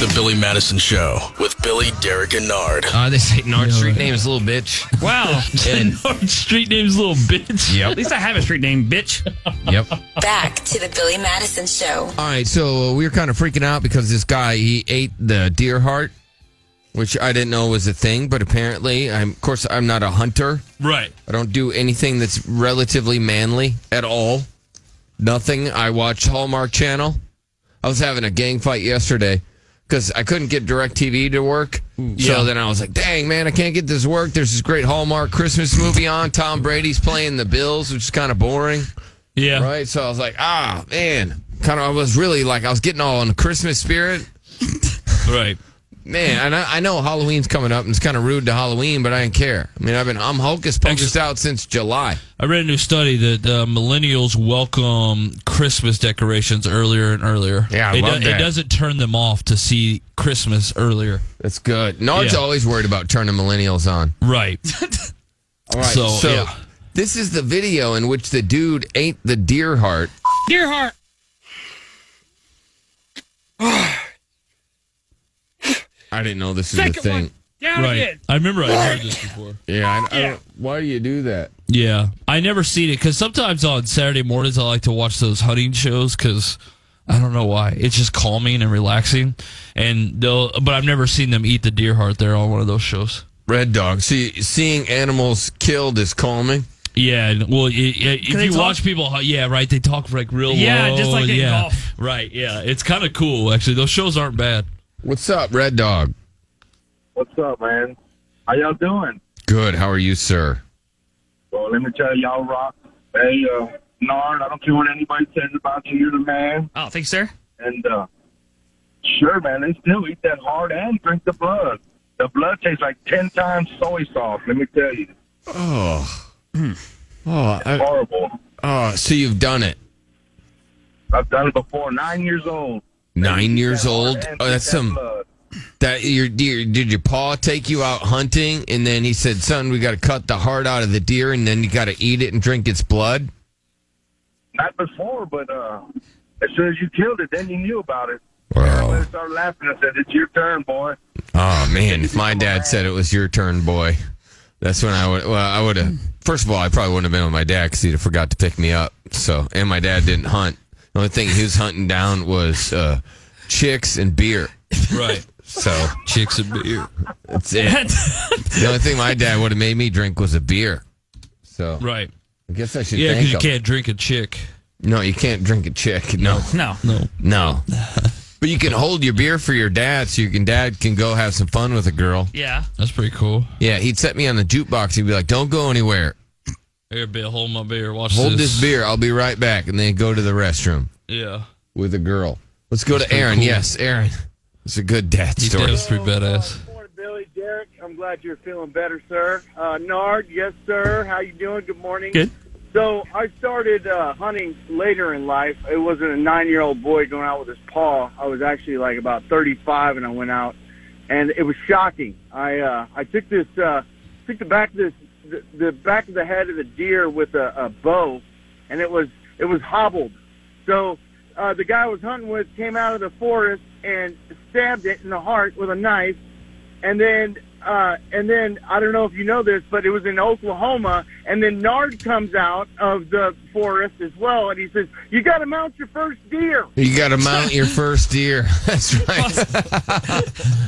Speaker 5: The Billy Madison Show with Billy, Derek, and Nard.
Speaker 18: Uh, they say Nard Street name is Little Bitch.
Speaker 19: Wow.
Speaker 3: <laughs>
Speaker 18: And-
Speaker 19: Nard street name's little bitch.
Speaker 18: Yep.
Speaker 19: At least I have a street name, bitch.
Speaker 4: Yep.
Speaker 7: Back to the Billy Madison Show.
Speaker 4: All right, so uh, we were kind of freaking out because this guy he ate the deer heart, which I didn't know was a thing, but apparently, I'm of course I'm not a hunter.
Speaker 10: Right.
Speaker 4: I don't do anything that's relatively manly at all. Nothing. I watch Hallmark Channel. I was having a gang fight yesterday because I couldn't get DirecTV to work.
Speaker 18: Yeah.
Speaker 4: So then I was like, dang, man, I can't get this to work. There's this great Hallmark Christmas movie on. Tom Brady's playing the Bills, which is kind of boring.
Speaker 10: Yeah.
Speaker 4: Right. So I was like, ah, man. Kind of, I was really like, I was getting all in the Christmas spirit.
Speaker 10: right.
Speaker 4: Man, and I, I know Halloween's coming up, and it's kind of rude to Halloween, but I didn't care. I mean, I've been I'm hocus pocus out since July.
Speaker 10: I read a new study that uh, millennials welcome Christmas decorations earlier and earlier.
Speaker 4: Yeah, I
Speaker 10: it,
Speaker 4: love that.
Speaker 10: it doesn't turn them off to see Christmas earlier.
Speaker 4: That's good. Nard's
Speaker 10: Yeah.
Speaker 4: always worried about turning millennials on.
Speaker 10: Right.
Speaker 4: <laughs> All right. So,
Speaker 10: So, yeah.
Speaker 4: this is the video in which the dude ate the deer heart.
Speaker 3: Dear heart.
Speaker 4: I didn't know this is
Speaker 3: Second
Speaker 4: the thing.
Speaker 3: one. Down
Speaker 10: Right.
Speaker 3: again.
Speaker 10: I remember I heard
Speaker 4: <laughs>
Speaker 10: this before.
Speaker 4: Yeah. I, I don't, why do you do that?
Speaker 10: Yeah, I never seen it because sometimes on Saturday mornings I like to watch those hunting shows because I don't know why it's just calming and relaxing. And they'll, but I've never seen them eat the deer heart there on one of those shows.
Speaker 4: Red dog. See, seeing animals killed is calming.
Speaker 10: Yeah, and- well, y- y- if
Speaker 4: Can they
Speaker 10: you
Speaker 4: talk?
Speaker 10: watch people, hu- yeah, right, they talk like real
Speaker 4: Yeah,
Speaker 10: low,
Speaker 4: just like in
Speaker 10: yeah,
Speaker 4: golf.
Speaker 10: right, yeah, it's kind of cool actually. Those shows aren't bad.
Speaker 4: What's up, Red Dog?
Speaker 20: What's up, man? How y'all doing?
Speaker 4: Good. How are you, sir?
Speaker 20: Well, let me tell you, y'all rock. Hey, uh, Nard, I don't care what anybody says about you. You're the man.
Speaker 19: Oh, thanks, sir.
Speaker 20: And uh, sure, man, they still eat that hard and drink the blood. The blood tastes like ten times soy sauce. Let me tell you,
Speaker 4: Oh. Oh, I,
Speaker 20: horrible.
Speaker 4: Oh, so you've done it.
Speaker 20: I've done it before. Nine years old.
Speaker 4: Nine years old.
Speaker 20: and
Speaker 4: Oh, that's
Speaker 20: that
Speaker 4: some.
Speaker 20: blood.
Speaker 4: That your deer? Did your paw take you out hunting? And then he said, "Son, we got to cut the heart out of the deer, and then you got to eat it and drink its blood."
Speaker 20: Not before, but uh, as soon as you killed it, then you knew about it.
Speaker 4: Wow.
Speaker 20: Everybody started laughing and said, "It's your turn, boy."
Speaker 4: Oh man, if my dad said it was your turn, boy, that's when I would. Well, I would have. First of all, I probably wouldn't have been with my dad because he'd have forgot to pick me up. So, and my dad didn't hunt. The only thing he was hunting down was uh, chicks and beer.
Speaker 10: Right.
Speaker 4: So
Speaker 10: chicks and beer.
Speaker 4: That's
Speaker 10: <laughs>
Speaker 4: it. the only thing my dad would have made me drink was a beer. So
Speaker 10: right.
Speaker 4: I guess I should.
Speaker 10: Yeah,
Speaker 4: thank
Speaker 10: because you
Speaker 4: him.
Speaker 10: can't drink a chick.
Speaker 4: No, you can't drink a chick. No,
Speaker 19: no,
Speaker 10: no,
Speaker 4: no.
Speaker 10: <laughs>
Speaker 4: But you can hold your beer for your dad, so you can dad can go have some fun with a girl.
Speaker 19: Yeah.
Speaker 10: That's pretty cool.
Speaker 4: Yeah, he'd set me on the jukebox. He'd be like, "Don't go anywhere.
Speaker 10: Here, Bill, hold my beer. Watch
Speaker 4: Hold this
Speaker 10: this.
Speaker 4: beer. I'll be right back." And then he'd go to the restroom
Speaker 10: Yeah.
Speaker 4: with a girl. Let's go
Speaker 10: That's
Speaker 4: to
Speaker 10: pretty
Speaker 4: Aaron.
Speaker 10: cool.
Speaker 4: Yes, Aaron. It's a good dad
Speaker 10: He's
Speaker 4: story.
Speaker 10: pretty badass.
Speaker 21: Billy, Derek, I'm glad you're feeling better, sir. Uh, Nard, yes, sir. How you doing? Good morning.
Speaker 19: Good.
Speaker 21: So I started uh, hunting later in life. It wasn't a nine-year-old boy going out with his paw. I was actually like about 35, and I went out, and it was shocking. I uh, I took this uh, took the back of this the, the back of the head of the deer with a, a bow, and it was it was hobbled. So uh, the guy I was hunting with came out of the forest and stabbed it in the heart with a knife, and then uh, and then I don't know if you know this, but it was in Oklahoma. And then Nard comes out of the forest as well, and he says, "You got to mount your first deer."
Speaker 4: You got to mount your first deer. <laughs> That's right.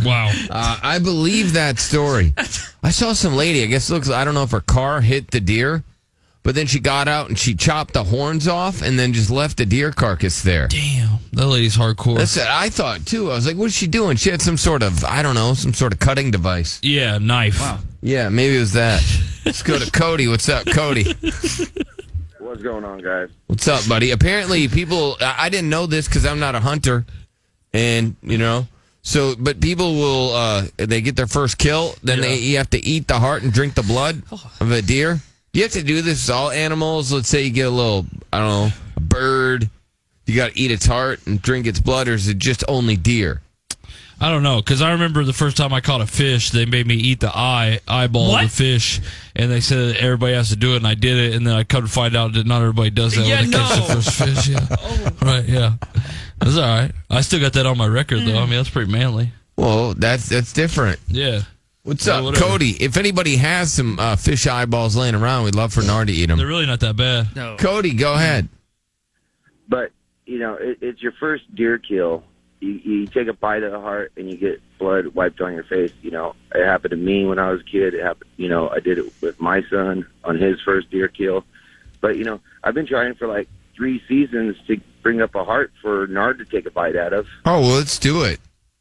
Speaker 10: wow.
Speaker 4: Uh, I believe that story. I saw some lady. I guess it looks. I don't know if her car hit the deer, but then she got out and she chopped the horns off and then just left the deer carcass there.
Speaker 10: Damn, that lady's hardcore.
Speaker 4: That's what I thought too. I was like, "What's she doing?" She had some sort of I don't know, some sort of cutting device.
Speaker 10: Yeah, knife.
Speaker 4: Yeah, maybe it was that. Let's go to Cody. What's up, Cody?
Speaker 22: Was
Speaker 17: What's going on, guys?
Speaker 4: What's up, buddy? Apparently, people. I I didn't know this because I'm not a hunter, and you know. So, but people will. Uh, they get their first kill, then they you have to eat the heart and drink the blood
Speaker 10: Oh.
Speaker 4: of a deer. Do you have to do this with all animals? Let's say you get a little, I don't know, a bird. You got to eat its heart and drink its blood, or is it just only deer?
Speaker 10: I don't know because I remember the first time I caught a fish, they made me eat the eye eyeball
Speaker 4: What?
Speaker 10: of the fish, and they said that everybody has to do it, and I did it, and then I come to find out that not everybody does that
Speaker 6: Yeah,
Speaker 10: when they catch the
Speaker 6: no.
Speaker 10: first fish. <laughs> Yeah, right. Yeah, that's all right. I still got that on my record though. I mean, that's pretty manly.
Speaker 4: Well, that's that's different.
Speaker 10: Yeah.
Speaker 4: What's
Speaker 10: Yeah,
Speaker 4: up,
Speaker 10: whatever.
Speaker 4: Cody? If anybody has some uh, fish eyeballs laying around, we'd love for Nard to eat them.
Speaker 10: They're really not that bad.
Speaker 4: No. Cody, go ahead.
Speaker 17: But you know, it, it's your first deer kill. You, you take a bite of the heart and you get blood wiped on your face. You know, it happened to me when I was a kid. It happened. You know, I did it with my son on his first deer kill. But you know, I've been trying for like three seasons to bring up a heart for Nard to take a bite out of.
Speaker 4: Oh well, let's do it.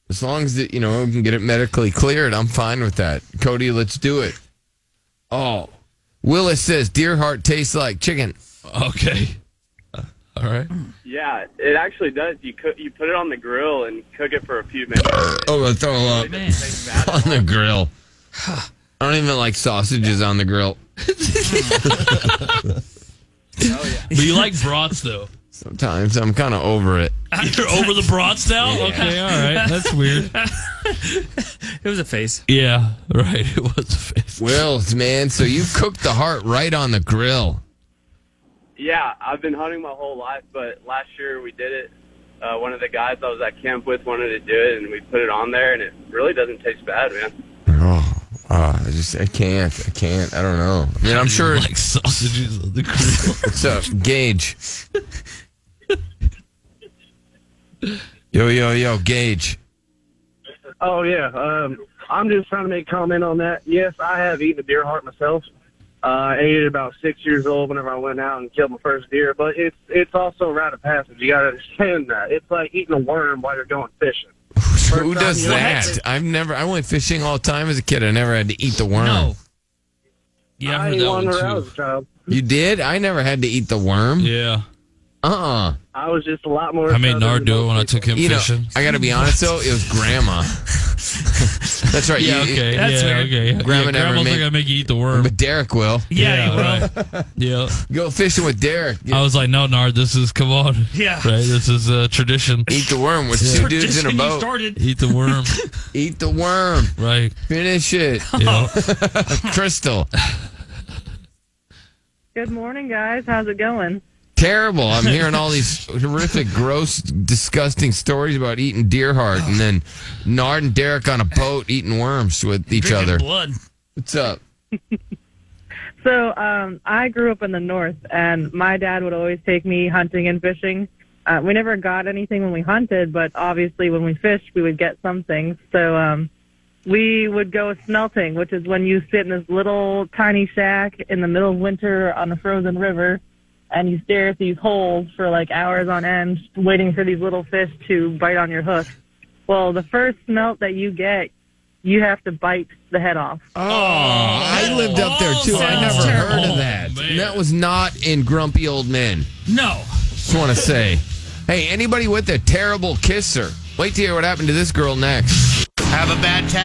Speaker 4: As long as it, you know we can get it medically cleared, I'm fine with that. Cody, let's do it. Oh, Willis says deer heart tastes like chicken.
Speaker 10: Okay. All right.
Speaker 23: Yeah, it actually does. You cook, you put it on the grill and cook it for a few minutes.
Speaker 4: Oh, I throw up <laughs> on the grill. I don't even like sausages on the grill.
Speaker 10: But you like brats though.
Speaker 4: Sometimes I'm kind of over it.
Speaker 10: <laughs> You're over the brats now.
Speaker 3: Yeah.
Speaker 10: Okay. All <laughs> right. That's weird.
Speaker 3: It was a face.
Speaker 10: Yeah. <laughs> Right. It was a face.
Speaker 4: Wills, man. So you cooked the heart right on the grill.
Speaker 23: Yeah, I've been hunting my whole life, but last year we did it. Uh, one of the guys I was at camp with wanted to do it, and we put it on there, and it really doesn't taste bad, man.
Speaker 4: Oh, oh, I just I can't. I can't. I don't know. I mean, I'm sure
Speaker 10: like sausages on the grill.
Speaker 4: <laughs> What's up, Gage? <laughs> Yo, yo, yo, Gage.
Speaker 22: Oh yeah, um, I'm just trying to make comment on that. Yes, I have eaten a deer heart myself. Uh, I ate it about six years old whenever I went out and killed my first deer. But it's it's also a rite of passage. You gotta <laughs> understand that it's like eating a worm while you're going fishing.
Speaker 4: Who does
Speaker 22: you
Speaker 4: that?
Speaker 22: don't have
Speaker 4: I've never. I went fishing all the time as a kid. I never had to eat the worm.
Speaker 22: No.
Speaker 10: Yeah,
Speaker 22: I,
Speaker 10: heard
Speaker 22: ain't
Speaker 10: that one,
Speaker 22: wandering
Speaker 10: too.
Speaker 22: around as a child.
Speaker 4: You did? I never had to eat the worm.
Speaker 10: Yeah.
Speaker 4: Uh. uh
Speaker 22: I was just a lot more.
Speaker 10: I made
Speaker 22: southern
Speaker 10: Nard
Speaker 22: than
Speaker 10: do it when I took him
Speaker 4: You know,
Speaker 10: fishing.
Speaker 4: I got to be honest though, it was <laughs> grandma. That's right.
Speaker 10: Yeah,
Speaker 4: you-
Speaker 10: okay. That's yeah, okay. Yeah,
Speaker 4: Grandma never
Speaker 10: grandma's
Speaker 4: made.
Speaker 10: not gonna make you eat the worm.
Speaker 4: But Derek will.
Speaker 10: Yeah, Yeah.
Speaker 4: Go fishing with Derek.
Speaker 10: I was like, no, Nard, this is come on. <laughs>
Speaker 4: Yeah.
Speaker 10: Right. This is uh, tradition.
Speaker 4: Eat the worm with two dudes in a boat.
Speaker 10: Eat the <laughs> worm.
Speaker 4: Eat the worm.
Speaker 10: Right.
Speaker 4: Finish
Speaker 3: <laughs>
Speaker 4: it.
Speaker 10: Yeah.
Speaker 4: <laughs> Crystal.
Speaker 24: Good morning, guys. How's it going?
Speaker 4: Terrible. I'm hearing all these horrific, gross, disgusting stories about eating deer heart and then Nard and Derek on a boat eating worms with each
Speaker 3: Drinking
Speaker 4: other.
Speaker 3: blood.
Speaker 4: What's up?
Speaker 24: So, um, I grew up in the north, and my dad would always take me hunting and fishing. Uh, we never got anything when we hunted, but obviously when we fished, we would get some things. So, um, we would go smelting, which is when you sit in this little tiny shack in the middle of winter on a frozen river, and you stare at these holes for like hours on end, waiting for these little fish to bite on your hook. Well, the first smelt that you get, you have to bite the head off.
Speaker 4: Oh, I lived up there too. I never heard of that. That was not in Grumpy Old Men.
Speaker 3: Oh, No.
Speaker 4: Just want to say. Hey, anybody with a terrible kisser, wait to hear what happened to this girl next. Have a bad time.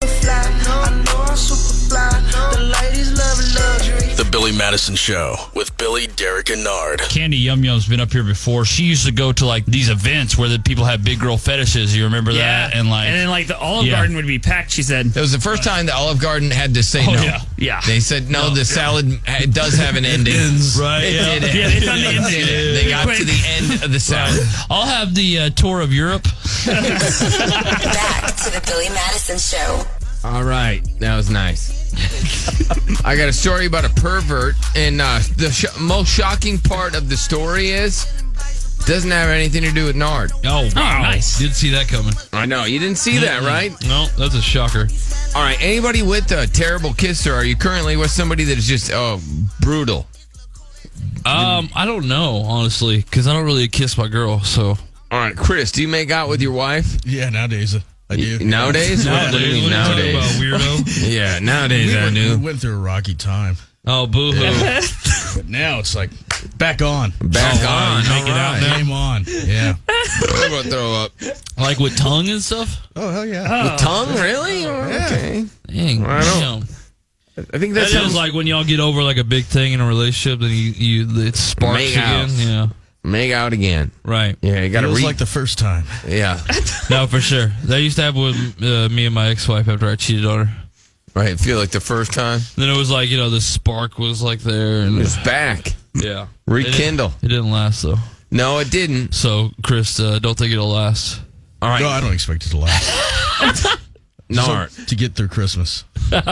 Speaker 5: The Billy Madison Show with Billy, Derek, and Nard.
Speaker 10: Candy Yum Yum's been up here before. She used to go to like these events where the people have big girl fetishes. You remember that? And like,
Speaker 3: and then like the Olive
Speaker 10: Yeah.
Speaker 3: Garden would be packed. She said it
Speaker 4: was the first time the Olive Garden had to say
Speaker 3: oh,
Speaker 4: no.
Speaker 3: Yeah, yeah.
Speaker 4: They said no. the salad ha- does have
Speaker 10: <laughs>
Speaker 4: an ending.
Speaker 10: right?
Speaker 4: It
Speaker 10: Uh, yeah.
Speaker 4: did end.
Speaker 10: Yeah, they <laughs> found the
Speaker 4: It
Speaker 10: ending.
Speaker 4: did. They got to the end of the salad.
Speaker 10: I'll have the uh, tour of Europe.
Speaker 7: Back to the Billy Madison Show.
Speaker 4: All right, that was nice. I got a story about a pervert, and uh, the sh- most shocking part of the story is doesn't have anything to do with Nard.
Speaker 10: Oh, wow. nice. Did see that coming.
Speaker 4: I know. You didn't see that,
Speaker 10: Mm-mm.
Speaker 4: right?
Speaker 10: No, that's a shocker.
Speaker 4: All right, anybody with a terrible kisser, are you currently with somebody that is just oh brutal?
Speaker 10: Um, I don't know honestly because I don't really kiss my girl. So,
Speaker 4: all right, Chris, do you make out with your wife?
Speaker 15: Yeah, nowadays. uh, I do.
Speaker 4: Nowadays? What do you mean
Speaker 15: Nowadays.
Speaker 4: nowadays? <laughs>
Speaker 10: weirdo?
Speaker 4: yeah, nowadays
Speaker 10: <laughs>
Speaker 15: we
Speaker 4: I
Speaker 15: went,
Speaker 4: do.
Speaker 15: We went through a rocky time.
Speaker 4: <laughs>
Speaker 10: Oh, boo hoo.
Speaker 15: But now it's like back on,
Speaker 4: Back Oh, wow, on, you make all it out right. now?
Speaker 15: game on.
Speaker 4: <laughs>
Speaker 15: Yeah,
Speaker 4: I'm gonna throw up.
Speaker 10: Like with tongue and stuff?
Speaker 15: <laughs> Oh hell yeah! Oh.
Speaker 4: With tongue, really? Okay.
Speaker 10: Dang,
Speaker 4: I don't- I think that's
Speaker 10: that is like when y'all get over like a big thing in a relationship, then you, you it sparks
Speaker 4: Make
Speaker 10: again.
Speaker 4: out.
Speaker 10: Yeah,
Speaker 4: make out again.
Speaker 10: Right.
Speaker 4: Yeah, you got to
Speaker 15: Feels
Speaker 4: re-
Speaker 15: like the first time.
Speaker 4: Yeah.
Speaker 10: <laughs> no, for sure. That used to happen with uh, me and my ex-wife after I cheated on her.
Speaker 4: Right, feel like the first time.
Speaker 10: Then it was like you know the spark was like there and
Speaker 4: It's back.
Speaker 10: Yeah,
Speaker 4: Rekindle.
Speaker 10: It didn't, it didn't last though.
Speaker 4: No, it didn't.
Speaker 10: So, Chris, uh, don't think it'll last.
Speaker 4: All right.
Speaker 15: No, I don't expect it to last.
Speaker 4: <laughs> No.
Speaker 10: <laughs>
Speaker 15: So, to get through Christmas.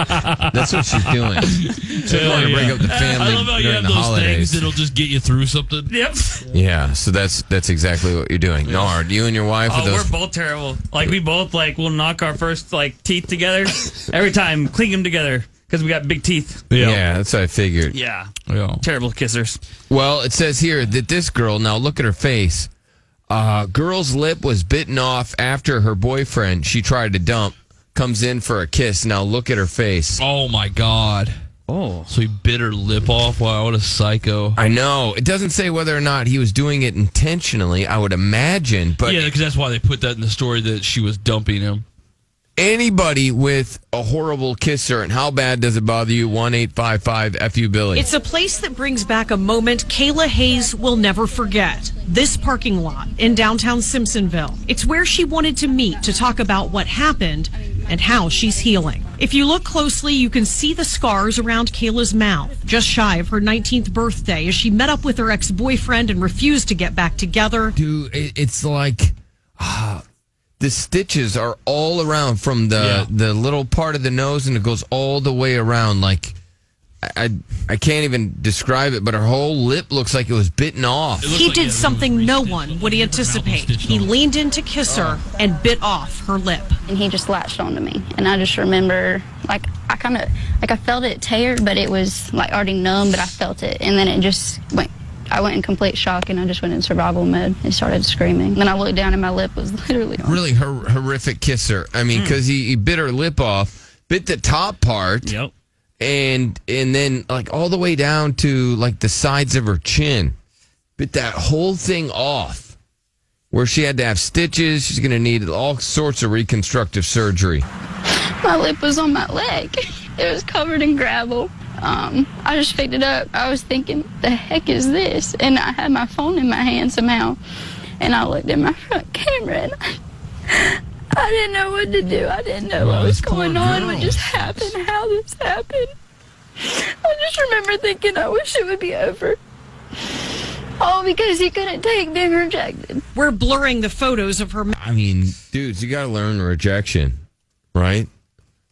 Speaker 4: That's what she's
Speaker 5: <laughs>
Speaker 4: doing. She's going to break up the family
Speaker 10: I love how you
Speaker 4: during
Speaker 10: have
Speaker 4: the
Speaker 10: those
Speaker 4: holidays.
Speaker 10: things that'll just get you through something.
Speaker 3: <laughs> Yep.
Speaker 4: Yeah, so that's that's exactly what you're doing. Nard, you and your wife
Speaker 3: Oh,
Speaker 4: with those
Speaker 3: we're both terrible. Like we both like will knock our first like
Speaker 10: <laughs>
Speaker 3: teeth together every time, cling them together because we got big teeth.
Speaker 4: Yeah, that's what I figured.
Speaker 3: Yeah.
Speaker 10: Yeah.
Speaker 3: Terrible kissers.
Speaker 4: Well, it says here that this girl, now look at her face. Uh, girl's lip was bitten off after her boyfriend she tried to dump comes in for a kiss. Now look at her face.
Speaker 10: Oh my god.
Speaker 3: Oh.
Speaker 10: So he bit her lip off. Wow, what a psycho.
Speaker 4: I know. It doesn't say whether or not he was doing it intentionally, I would imagine, but
Speaker 10: yeah, because that's why they put that in the story that she was dumping him.
Speaker 4: anybody with a horrible kisser and how bad does it bother you? One eight five five FU Billy.
Speaker 25: It's a place that brings back a moment Kayla Hayes will never forget. This parking lot in downtown Simpsonville. It's where she wanted to meet to talk about what happened and how she's healing. If you look closely, you can see the scars around Kayla's mouth, just shy of her 19th birthday, as she met up with her ex boyfriend and refused to get back together.
Speaker 4: Dude, it's like the stitches are all around from the the little part of the nose and it goes all the way around like I, I I can't even describe it but her whole lip looks like it was bitten off
Speaker 25: He did something no one would anticipate. He leaned in to kiss her and bit off her lip.
Speaker 26: and he just latched onto me and i just remember like i kind of like i felt it tear but it was like already numb but i felt it and then it just went i went in complete shock and i just went in survival mode and started screaming then i looked down and my lip was <laughs> literally on
Speaker 4: really hor- horrific kisser i mean
Speaker 26: Mm.
Speaker 4: cuz he, he bit her lip off bit the top part
Speaker 3: yep
Speaker 4: and and then like all the way down to like the sides of her chin bit that whole thing off where she had to have stitches she's going to need all sorts of reconstructive surgery
Speaker 26: my lip was on my leg <laughs> it was covered in gravel um, i just picked it up i was thinking the heck is this and i had my phone in my hand somehow and i looked at my front camera and i, I <laughs> didn't know what to do i didn't know
Speaker 27: Wow,
Speaker 26: what
Speaker 27: this
Speaker 26: was
Speaker 27: poor
Speaker 26: going on what
Speaker 27: girl.
Speaker 26: just happened how this happened i just remember thinking i wish it would be over all because he couldn't take being rejected
Speaker 25: we're blurring the photos of her
Speaker 4: I mean, dudes, you got to learn rejection, right?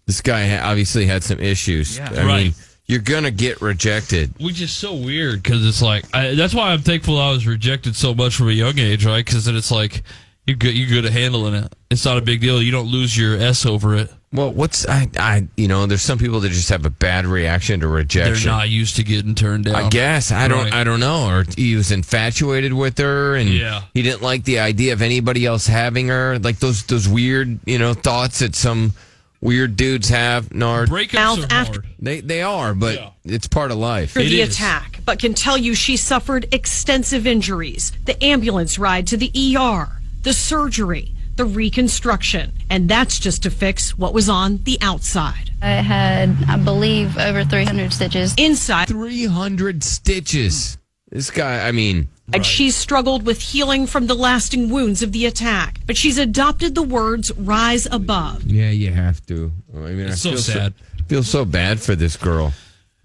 Speaker 4: This guy ha- obviously had some issues.
Speaker 10: Yeah.
Speaker 4: I mean,
Speaker 10: Right.
Speaker 4: you're going to get rejected.
Speaker 10: Which is so weird because it's like I, that's why I'm thankful I was rejected so much from a young age, right? Because then it's like you're good, you're good at handling it. It's not a big deal. You don't lose your s over it.
Speaker 4: Well, what's I I you know, there's some people that just have a bad reaction to
Speaker 10: They're
Speaker 4: rejection.
Speaker 10: not used to getting turned down.
Speaker 4: I guess I don't
Speaker 10: Right.
Speaker 4: I don't know or he was infatuated with her and
Speaker 10: Yeah.
Speaker 4: he didn't like the idea of anybody else having her like those those weird, you know, thoughts that some weird dudes have. Nard.
Speaker 25: mouth after
Speaker 4: They they are, but it's part of life.
Speaker 25: the attack, but can tell you she suffered extensive injuries the ambulance ride to the ER, the surgery, the reconstruction, and that's just to fix what was on the outside.
Speaker 26: i had i believe over 300 stitches
Speaker 25: inside
Speaker 4: 300 stitches This guy, I mean,
Speaker 25: And she's struggled with healing from the lasting wounds of the attack, but she's adopted the words rise above.
Speaker 4: Yeah, you have to. I mean,
Speaker 10: It's
Speaker 4: I
Speaker 10: so
Speaker 4: feel
Speaker 10: sad.
Speaker 4: So, feel so bad for this girl.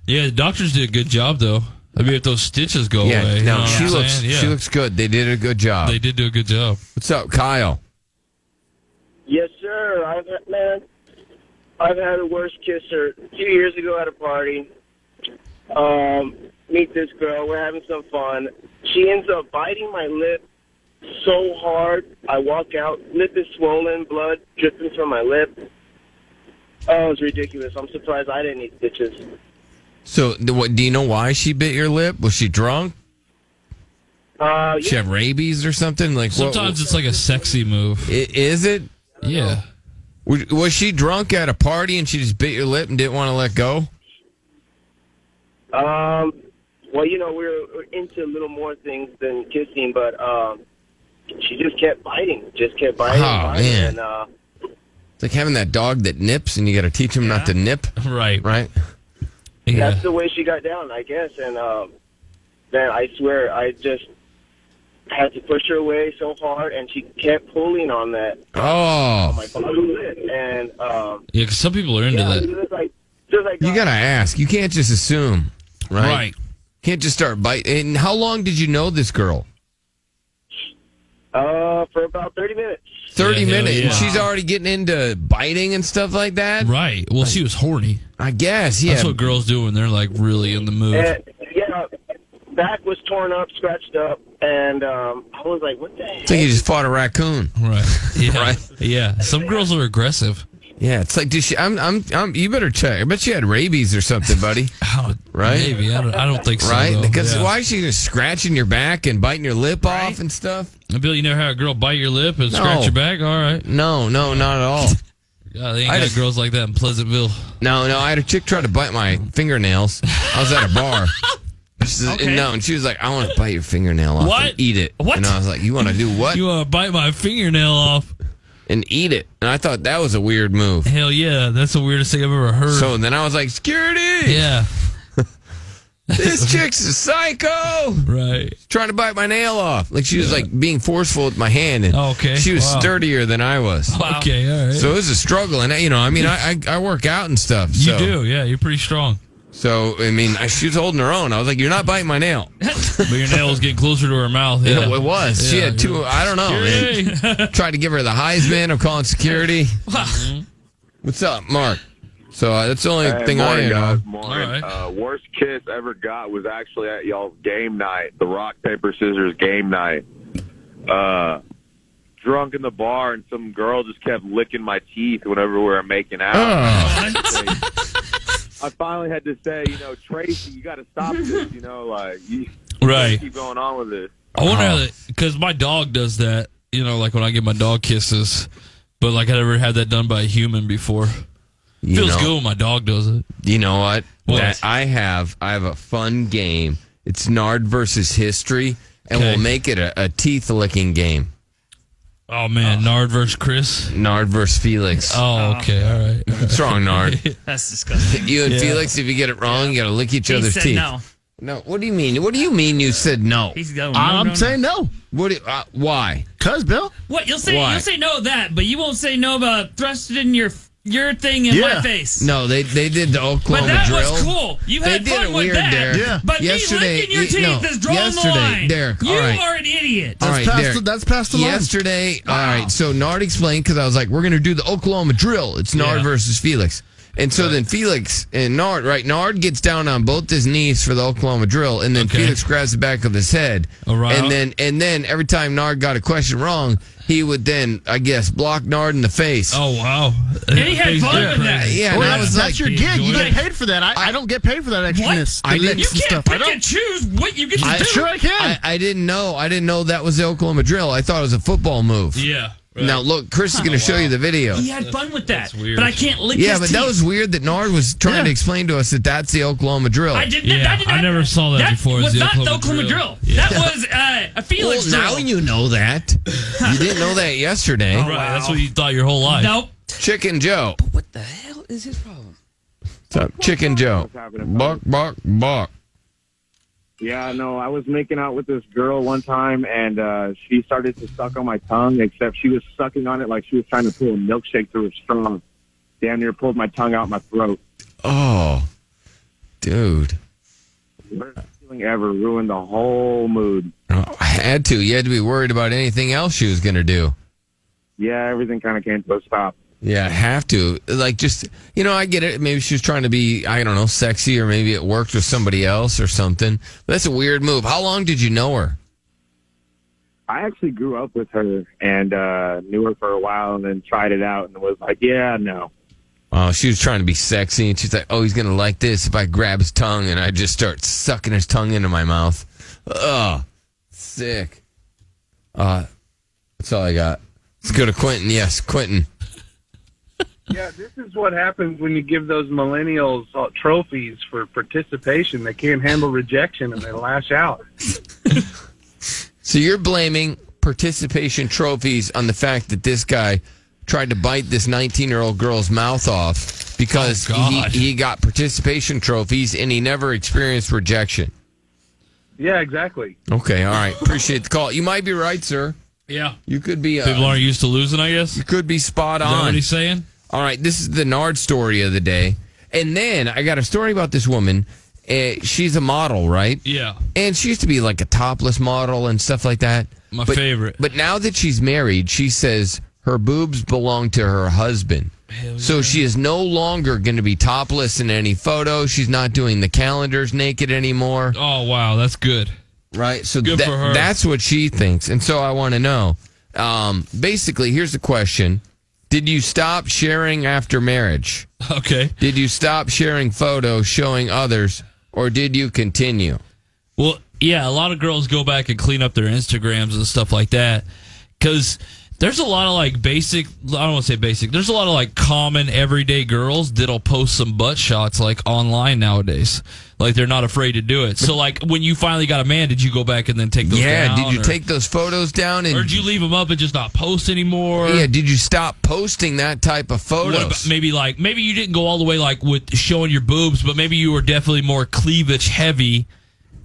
Speaker 10: Yeah, the doctors did a good job though. I mean, if those stitches go
Speaker 4: yeah,
Speaker 10: away, you know
Speaker 4: no,
Speaker 10: what
Speaker 4: she
Speaker 10: I'm
Speaker 4: looks
Speaker 10: saying? Yeah.
Speaker 4: she looks good. They did a good job.
Speaker 10: They did do a good job.
Speaker 4: What's up, Kyle?
Speaker 27: Yes, sir. I've had, man, I've had a worse kisser two years ago at a party. Um, meet this girl. We're having some fun. She ends up biting my lip so hard. I walk out. Lip is swollen. Blood dripping from my lip. Oh, it's ridiculous. I'm surprised I didn't eat stitches.
Speaker 4: So, th- what do you know why she bit your lip? Was she drunk?
Speaker 27: Uh,
Speaker 4: She have rabies or something? Like what-
Speaker 10: Sometimes it's like a sexy move.
Speaker 4: I- Is it?
Speaker 10: Yeah.
Speaker 4: Was was she drunk at a party and she just bit your lip and didn't want to let go?
Speaker 27: Um, well, you know, we're, we're into a little more things than kissing, but um, she just kept biting, just kept biting,
Speaker 4: Oh,
Speaker 27: biting
Speaker 4: man.
Speaker 27: and uh,
Speaker 4: It's like having that dog that nips, and you got to teach him not to nip.
Speaker 10: <laughs> Right.
Speaker 4: Right.
Speaker 27: that's the way she got down, I guess. And um, man, I swear, I just had to push her away so hard, and she kept pulling on that.
Speaker 4: Oh.
Speaker 27: my God. And um,
Speaker 10: Yeah, because some people are into
Speaker 27: yeah,
Speaker 10: that.
Speaker 27: it was like, just like
Speaker 4: You got to ask. You can't just assume. Right.
Speaker 10: Right.
Speaker 4: Can't just start biting. And how long did you know this girl?
Speaker 27: uh, for about thirty minutes.
Speaker 4: 30
Speaker 10: Yeah, hell
Speaker 4: minutes. And
Speaker 10: yeah.
Speaker 4: she's already getting into biting and stuff like that.
Speaker 10: Right. Well, she was horny.
Speaker 4: I guess. Yeah.
Speaker 10: That's what girls do when they're like really in the mood.
Speaker 27: And yeah, back was torn up, scratched up, and um, I was like, "What the heck?"
Speaker 4: It's like you just fought a raccoon. <laughs>
Speaker 10: Right. Yeah. right. Yeah. Some girls are aggressive.
Speaker 4: Yeah. It's like, did she, I'm, I'm, I'm, you better check. I bet she had rabies or something,
Speaker 10: <laughs>
Speaker 4: buddy. right?
Speaker 10: Oh, Maybe. I don't, I don't think so.
Speaker 4: Right?
Speaker 10: though.
Speaker 4: Because
Speaker 10: Yeah.
Speaker 4: why is she just scratching your back and biting your lip off and stuff?
Speaker 10: Bill, you never had a girl bite your lip and
Speaker 4: No.
Speaker 10: scratch your back? All right.
Speaker 4: No, no, not at
Speaker 10: <laughs>
Speaker 4: all.
Speaker 10: God, they ain't
Speaker 4: I
Speaker 10: got
Speaker 4: just-
Speaker 10: girls like that in Pleasantville.
Speaker 4: No, no, I had a chick try to bite my fingernails. I was at a
Speaker 10: <laughs>
Speaker 4: bar. She says-
Speaker 10: Okay.
Speaker 4: No, and she was like, I want to bite your fingernail off
Speaker 10: What?
Speaker 4: and eat it.
Speaker 10: What?
Speaker 4: And I was like, You want to do what?
Speaker 10: You want to bite my fingernail off?
Speaker 4: and eat it. And I thought that was a weird move.
Speaker 10: Hell yeah. That's the weirdest thing I've ever heard.
Speaker 4: So then I was like, Security!
Speaker 10: yeah. <laughs>
Speaker 4: This chick's a psycho!
Speaker 10: Right.
Speaker 4: Trying to bite my nail off. Like she was like being forceful with my hand. And
Speaker 10: Oh, Okay.
Speaker 4: She was
Speaker 10: Wow.
Speaker 4: sturdier than I was.
Speaker 10: Okay. All right.
Speaker 4: So it was a struggle. And, I- you know, I mean, I, I, I work out and stuff.
Speaker 10: you
Speaker 4: so.
Speaker 10: do. Yeah. You're pretty strong.
Speaker 4: So, I mean, I, she was holding her own. I was like, You're not biting my nail.
Speaker 10: <laughs> But your
Speaker 4: <laughs>
Speaker 10: nail's getting closer to her mouth.
Speaker 4: You
Speaker 10: Yeah.
Speaker 4: know, it was. she
Speaker 10: Yeah,
Speaker 4: had two.
Speaker 10: you're-
Speaker 4: I don't know. Man. Tried to give her the Heisman. I'm calling
Speaker 10: <laughs>
Speaker 4: security. Mm-hmm. What's up, Mark? So uh, that's the only
Speaker 11: Hey,
Speaker 4: thing
Speaker 11: morning,
Speaker 4: I know.
Speaker 11: guys. Morning.
Speaker 10: All right.
Speaker 11: Uh, worst kiss ever got was actually at y'all's game night, the rock paper scissors game night. Uh, drunk in the bar, and some girl just kept licking my teeth whenever we were making out.
Speaker 4: Oh.
Speaker 11: I finally had to say, you know, Tracy, you got to stop this. You know, like you
Speaker 10: Right.
Speaker 11: can't keep going on with this.
Speaker 10: I wonder how because my dog does that. You know, like when I give my dog kisses, but like I never had that done by a human before.
Speaker 4: You
Speaker 10: Feels
Speaker 4: know.
Speaker 10: good when my dog does it.
Speaker 4: You know what?
Speaker 10: What?
Speaker 4: That I have. I have a fun game. It's Nard versus history, and
Speaker 10: Okay.
Speaker 4: we'll make it a, a teeth licking game.
Speaker 10: Oh man, Nard versus Chris.
Speaker 4: Nard versus Felix.
Speaker 10: Oh, okay, all right.
Speaker 4: What's
Speaker 10: <laughs>
Speaker 4: wrong, Nard?
Speaker 3: That's
Speaker 4: <laughs>
Speaker 3: disgusting.
Speaker 4: You and
Speaker 3: Yeah.
Speaker 4: Felix, if you get it wrong, you got to lick each
Speaker 3: He
Speaker 4: other's
Speaker 3: said
Speaker 4: teeth.
Speaker 3: no.
Speaker 4: No, what do you mean? What do you mean you said no?
Speaker 3: He's the other one. No,
Speaker 4: I'm
Speaker 3: no, no.
Speaker 4: saying no. What? do- uh, why? Cause Bill.
Speaker 3: What you'll say?
Speaker 4: Why?
Speaker 3: You'll say no to that, but you won't say no about thrusted in your your thing in my face.
Speaker 4: No, they they did the Oklahoma
Speaker 3: But that
Speaker 4: drill.
Speaker 3: was cool. You
Speaker 4: they
Speaker 3: had
Speaker 4: did
Speaker 3: fun
Speaker 4: it
Speaker 3: with
Speaker 4: weird,
Speaker 3: that.
Speaker 4: Derek.
Speaker 3: But
Speaker 4: yesterday,
Speaker 3: me licking your
Speaker 4: y-
Speaker 3: teeth
Speaker 4: no,
Speaker 3: is drawing
Speaker 4: yesterday,
Speaker 3: the line.
Speaker 4: Derek.
Speaker 3: you
Speaker 4: all right.
Speaker 3: are an idiot.
Speaker 4: All right, Derek. Yesterday, uh, all right. So Nard explained because I was like, "We're going to do the Oklahoma drill. It's Nard
Speaker 10: Yeah.
Speaker 4: versus Felix." And so then Felix and Nard, right? Nard gets down on both his knees for the Oklahoma drill, and then
Speaker 10: Okay.
Speaker 4: Felix grabs the back of his head.
Speaker 10: All right.
Speaker 4: And then and then every time Nard got a question wrong, he would then, I guess, block Nard in the face.
Speaker 10: Oh wow. And
Speaker 3: he had fun with that.
Speaker 4: Yeah,
Speaker 9: Well,
Speaker 4: and I
Speaker 9: that's,
Speaker 4: was like,
Speaker 9: that's your gig. You
Speaker 4: enjoy
Speaker 9: get
Speaker 4: it.
Speaker 9: paid for that. I, I, don't get paid for that
Speaker 3: What?
Speaker 9: extraness. the
Speaker 4: I didn't-
Speaker 3: You
Speaker 9: licks and
Speaker 3: can't
Speaker 9: stuff. I
Speaker 3: pick
Speaker 9: don't-
Speaker 3: and choose what you get <laughs> to do.
Speaker 4: I, I didn't know. I didn't know that was the Oklahoma drill. I thought it was a football move.
Speaker 10: Yeah.
Speaker 4: Now look, Chris is
Speaker 10: Oh,
Speaker 4: going to show you the video.
Speaker 3: He had fun with that.
Speaker 10: weird.
Speaker 3: But I can't lick
Speaker 4: yeah,
Speaker 3: his
Speaker 4: but
Speaker 3: teeth.
Speaker 4: that was weird that Nard was trying to explain to us that that's the Oklahoma drill.
Speaker 3: I did, that, I did not,
Speaker 10: never saw that,
Speaker 3: that
Speaker 10: before. It's
Speaker 3: was
Speaker 10: the
Speaker 3: not
Speaker 10: Oklahoma
Speaker 3: the Oklahoma drill.
Speaker 10: drill. Yeah.
Speaker 3: That was uh, a Felix
Speaker 4: well, now
Speaker 3: drill. Oh,
Speaker 4: you know that. you didn't know that
Speaker 3: <laughs>
Speaker 4: yesterday.
Speaker 10: Right, that's what you thought your whole life.
Speaker 3: Nope.
Speaker 4: Chicken Joe.
Speaker 12: What the hell is his problem?
Speaker 4: What's up, Chicken Joe? Bark, bark, bark.
Speaker 28: Yeah, no, I was making out with this girl one time, and uh, she started to suck on my tongue. Except she was sucking on it like she was trying to pull a milkshake through a straw. Damn near pulled my tongue out my throat.
Speaker 4: Oh, dude.
Speaker 28: Worst feeling ever ruined the whole mood.
Speaker 4: Oh, I had to. You had to be worried about anything else she was going to do.
Speaker 28: Yeah, everything kind of came to a stop.
Speaker 4: Yeah, have to. Like, just, you know, I get it. Maybe she was trying to be, I don't know, sexy, or maybe it worked with somebody else or something. But that's a weird move. How long did you know her?
Speaker 28: I actually grew up with her and uh, knew her for a while, and then tried it out and was like, yeah, no.
Speaker 4: Oh, she was trying to be sexy, and she's like, oh, he's going to like this if I grab his tongue and I just start sucking his tongue into my mouth. Ugh, sick. Uh, that's all I got. Let's go to Quentin. Yes, Quentin.
Speaker 1: Yeah, this is what happens when you give those millennials uh, trophies for participation. They can't handle rejection and they lash out.
Speaker 4: So you're blaming participation trophies on the fact that this guy tried to bite this 19 year old girl's mouth off because
Speaker 10: Oh,
Speaker 4: he,
Speaker 10: God.
Speaker 4: he got participation trophies and he never experienced rejection.
Speaker 1: Yeah, exactly.
Speaker 4: Okay, all
Speaker 10: <laughs>
Speaker 4: right. Appreciate the call. You might be right, sir.
Speaker 10: Yeah.
Speaker 4: You could be. Uh,
Speaker 10: People aren't used to losing, I guess. You
Speaker 4: could be spot
Speaker 10: Is that
Speaker 4: on.
Speaker 10: what he's saying?
Speaker 4: All right, this is the Nard story of the day. And then I got a story about this woman. Uh, she's a model, right?
Speaker 10: Yeah.
Speaker 4: And she used to be like a topless model and stuff like that.
Speaker 10: My
Speaker 4: But-
Speaker 10: favorite.
Speaker 4: But now that she's married, she says her boobs belong to her husband. So she is no longer going to be topless in any photo. She's not doing the calendars naked anymore.
Speaker 10: Oh, wow. That's good.
Speaker 4: Right. So
Speaker 10: Good
Speaker 4: that-
Speaker 10: for her.
Speaker 4: that's what she thinks. And so I want to know. Um, basically, here's the question Did you stop sharing after marriage?
Speaker 10: Okay.
Speaker 4: Did you stop sharing photos showing others, or did you continue?
Speaker 10: Well, yeah, a lot of girls go back and clean up their Instagrams and stuff like that because there's a lot of like basic. I don't want to say basic. There's a lot of like common everyday girls that'll post some butt shots like online nowadays. Like they're not afraid to do it. So like when you finally got a man, did you go back and then take those?
Speaker 4: Yeah,
Speaker 10: down,
Speaker 4: did you
Speaker 10: or-
Speaker 4: take those photos down and
Speaker 10: or did you leave them up and just not post anymore?
Speaker 4: Yeah, did you stop posting that type of photos?
Speaker 10: What about maybe like maybe you didn't go all the way like with showing your boobs, but maybe you were definitely more cleavage heavy.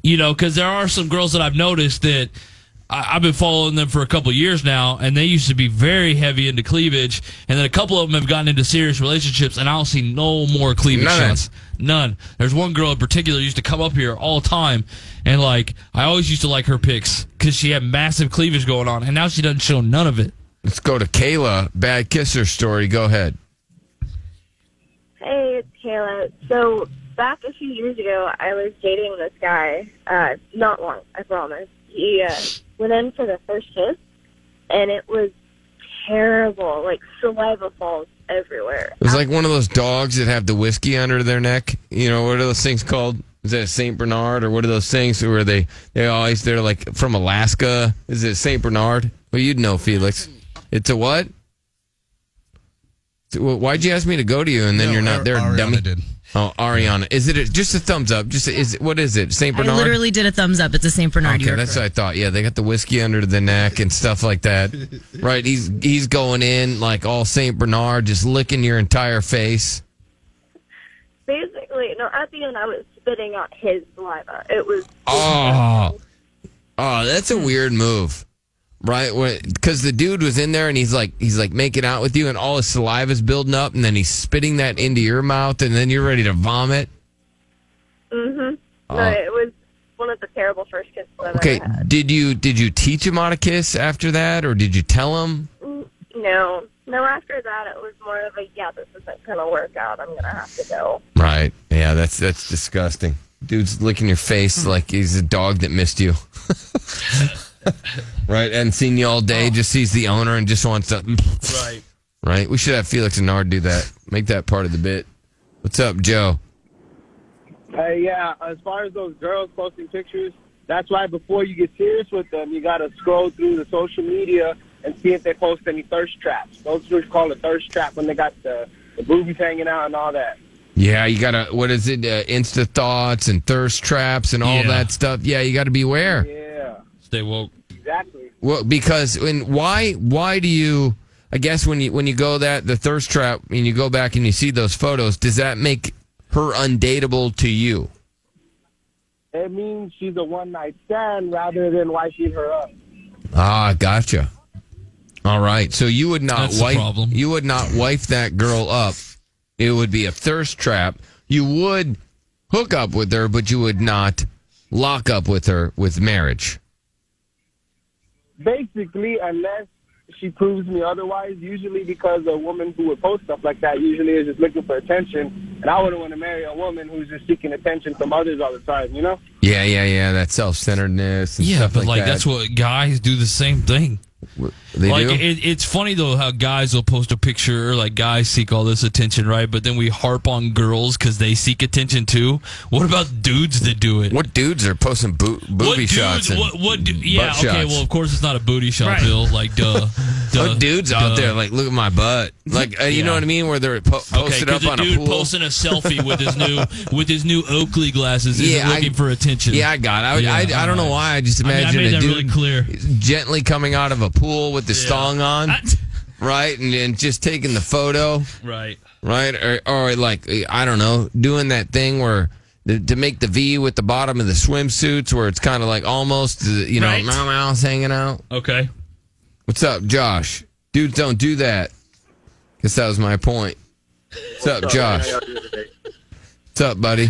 Speaker 10: You know, because there are some girls that I've noticed that I, I've been following them for a couple of years now, and they used to be very heavy into cleavage, and then a couple of them have gotten into serious relationships, and I don't see no more cleavage
Speaker 4: None.
Speaker 10: shots. None. There's one girl in particular who used to come up here all the time, and like I always used to like her pics because she had massive cleavage going on, and now she doesn't show none of it.
Speaker 4: Let's go to Kayla, bad kisser story. Go ahead.
Speaker 13: Hey, it's Kayla. So back a few years ago, I was dating this guy. Uh, not long, I promise. He uh, went in for the first kiss, and it was terrible. Like saliva falls everywhere.
Speaker 4: It was like one of those dogs that have the whiskey under their neck. You know, what are those things called? Is that Saint Bernard or what are those things where they they always they're like from Alaska? Is it Saint Bernard? Well, you'd know, Felix. It's a what? It's a- well, Why'd you ask me to go to you and then
Speaker 15: No,
Speaker 4: you're not
Speaker 15: Ar-
Speaker 4: there,
Speaker 15: Ariana
Speaker 4: dummy?
Speaker 15: did.
Speaker 4: Oh, Ariana, is it a, just a thumbs up? Just a, is it- what is it? Saint
Speaker 16: I
Speaker 4: Bernard.
Speaker 16: literally did a thumbs up. It's a Saint Bernard.
Speaker 4: Okay,
Speaker 16: you were
Speaker 4: that's what I thought. Yeah, they got the whiskey under the neck and stuff
Speaker 15: <laughs>
Speaker 4: like that. right? He's he's going in like all Saint Bernard, just licking your entire face.
Speaker 13: Basically, no. At the end, I was spitting out his saliva. It was
Speaker 4: Oh, oh, that's a weird move, right? Because the dude was in there and he's like he's like making out with you, and all his saliva's building up, and then he's spitting that into your mouth, and then you're ready to vomit.
Speaker 13: hmm
Speaker 4: Oh.
Speaker 13: No, it was one of the terrible first kisses I've
Speaker 4: Okay,
Speaker 13: ever had.
Speaker 4: did you did you teach him how to kiss after that, or did you tell him?
Speaker 13: Mm, No, no. After that, it was more of a yeah, this isn't gonna work out. I'm gonna have to go.
Speaker 4: Right. Yeah, that's that's disgusting. Dude's licking your face like he's a dog that missed you. right, and seen you all day, just sees the owner and just wants to
Speaker 10: Right.
Speaker 4: Right. We should have Felix and Nard do that. Make that part of the bit. What's up, Joe?
Speaker 21: Hey, yeah. As far as those girls posting pictures, that's why before you get serious with them, you gotta scroll through the social media and see if they post any thirst traps. Those dudes call it thirst trap when they got the, the boobies hanging out and all that.
Speaker 4: Yeah, you gotta. What is it? Uh, Insta thoughts and thirst traps and all
Speaker 21: Yeah.
Speaker 4: that stuff. Yeah, you gotta beware.
Speaker 21: Yeah,
Speaker 10: Stay woke.
Speaker 21: exactly.
Speaker 4: Well, because and why why do you? I guess when you when you go that the thirst trap and you go back and you see those photos, does that make her undateable to you?
Speaker 21: It means she's a one night stand rather than wiping her up.
Speaker 4: Ah, gotcha. All right, so you would not
Speaker 10: That's the
Speaker 4: wife
Speaker 10: problem.
Speaker 4: you would not wife that girl up. It would be a thirst trap. You would hook up with her, but you would not lock up with her with marriage.
Speaker 21: Basically, unless she proves me otherwise, usually because a woman who would post stuff like that usually is just looking for attention, and I wouldn't want to marry a woman who's just seeking attention from others all the time, you know?
Speaker 4: Yeah, yeah, yeah. That self centeredness.
Speaker 10: Yeah, but like, that's what guys do the same thing.
Speaker 4: They
Speaker 10: like
Speaker 4: do?
Speaker 10: It, it's funny though how guys will post a picture or like guys seek all this attention, right? But then we harp on girls because they seek attention too. What about dudes that do it?
Speaker 4: What dudes are posting bo- booby
Speaker 10: what dudes-
Speaker 4: shots and
Speaker 10: what, what? do- Yeah.
Speaker 4: butt
Speaker 10: Okay.
Speaker 4: shots?
Speaker 10: Well, of course it's not a booty shot,
Speaker 4: Right.
Speaker 10: Bill. Like, <laughs> duh.
Speaker 4: <laughs>
Speaker 10: duh,
Speaker 4: What dudes out
Speaker 10: duh.
Speaker 4: there like look at my butt? Like uh, you know what I mean? Where they're po-
Speaker 10: Okay,
Speaker 4: posted up
Speaker 10: the
Speaker 4: on
Speaker 10: dude
Speaker 4: a pool. <laughs>
Speaker 10: posting a selfie with his new with his new Oakley glasses isn't
Speaker 4: Yeah, I-
Speaker 10: looking for attention.
Speaker 4: Yeah, I got. It. I, would-
Speaker 10: Yeah,
Speaker 4: I, I don't know why. I just
Speaker 10: I mean, I
Speaker 4: imagine
Speaker 10: made
Speaker 4: a
Speaker 10: that
Speaker 4: dude
Speaker 10: really clear.
Speaker 4: gently coming out of a pool with the thong on, <laughs> right, and, and just taking the photo,
Speaker 10: Right.
Speaker 4: right, or, or like I don't know, doing that thing where. the- To make the V with the bottom of the swimsuits, where it's kind of like almost, uh, you know,
Speaker 10: Right.
Speaker 4: meow meow's hanging out.
Speaker 10: Okay.
Speaker 4: What's up, Josh? Dudes don't do that. Guess that was my point. What's up, Josh? What's up, buddy?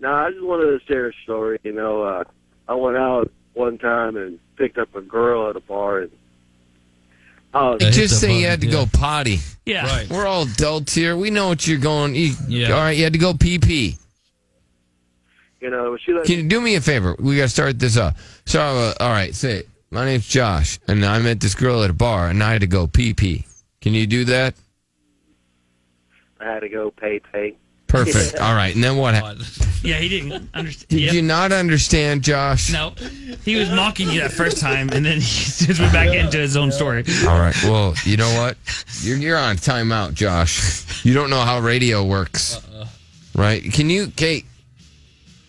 Speaker 6: No, I just wanted to share a story. You know, uh, I went out one time and picked up a girl at a bar, and oh,
Speaker 4: just say you had to go potty.
Speaker 3: Yeah.
Speaker 4: Right. We're all adults here. We know what you're going. You,
Speaker 6: Yeah.
Speaker 4: All right, you had to go pee pee.
Speaker 6: You know, she let
Speaker 4: Can you do me a favor? We got to start this up. So, uh, all right, say, it. my name's Josh, and I met this girl at a bar, and I had to go pee pee. Can you do that?
Speaker 6: I had to go pay pay.
Speaker 4: <laughs> Perfect. all right, and then what happened?
Speaker 3: Yeah, he didn't understand.
Speaker 4: Did you not understand, Josh?
Speaker 3: No, he was mocking you that first time, and then <laughs> he just went back into his own story.
Speaker 4: All right. Well, you know what? You're, you're on timeout, Josh. You don't know how radio works, right? Can you, Kate?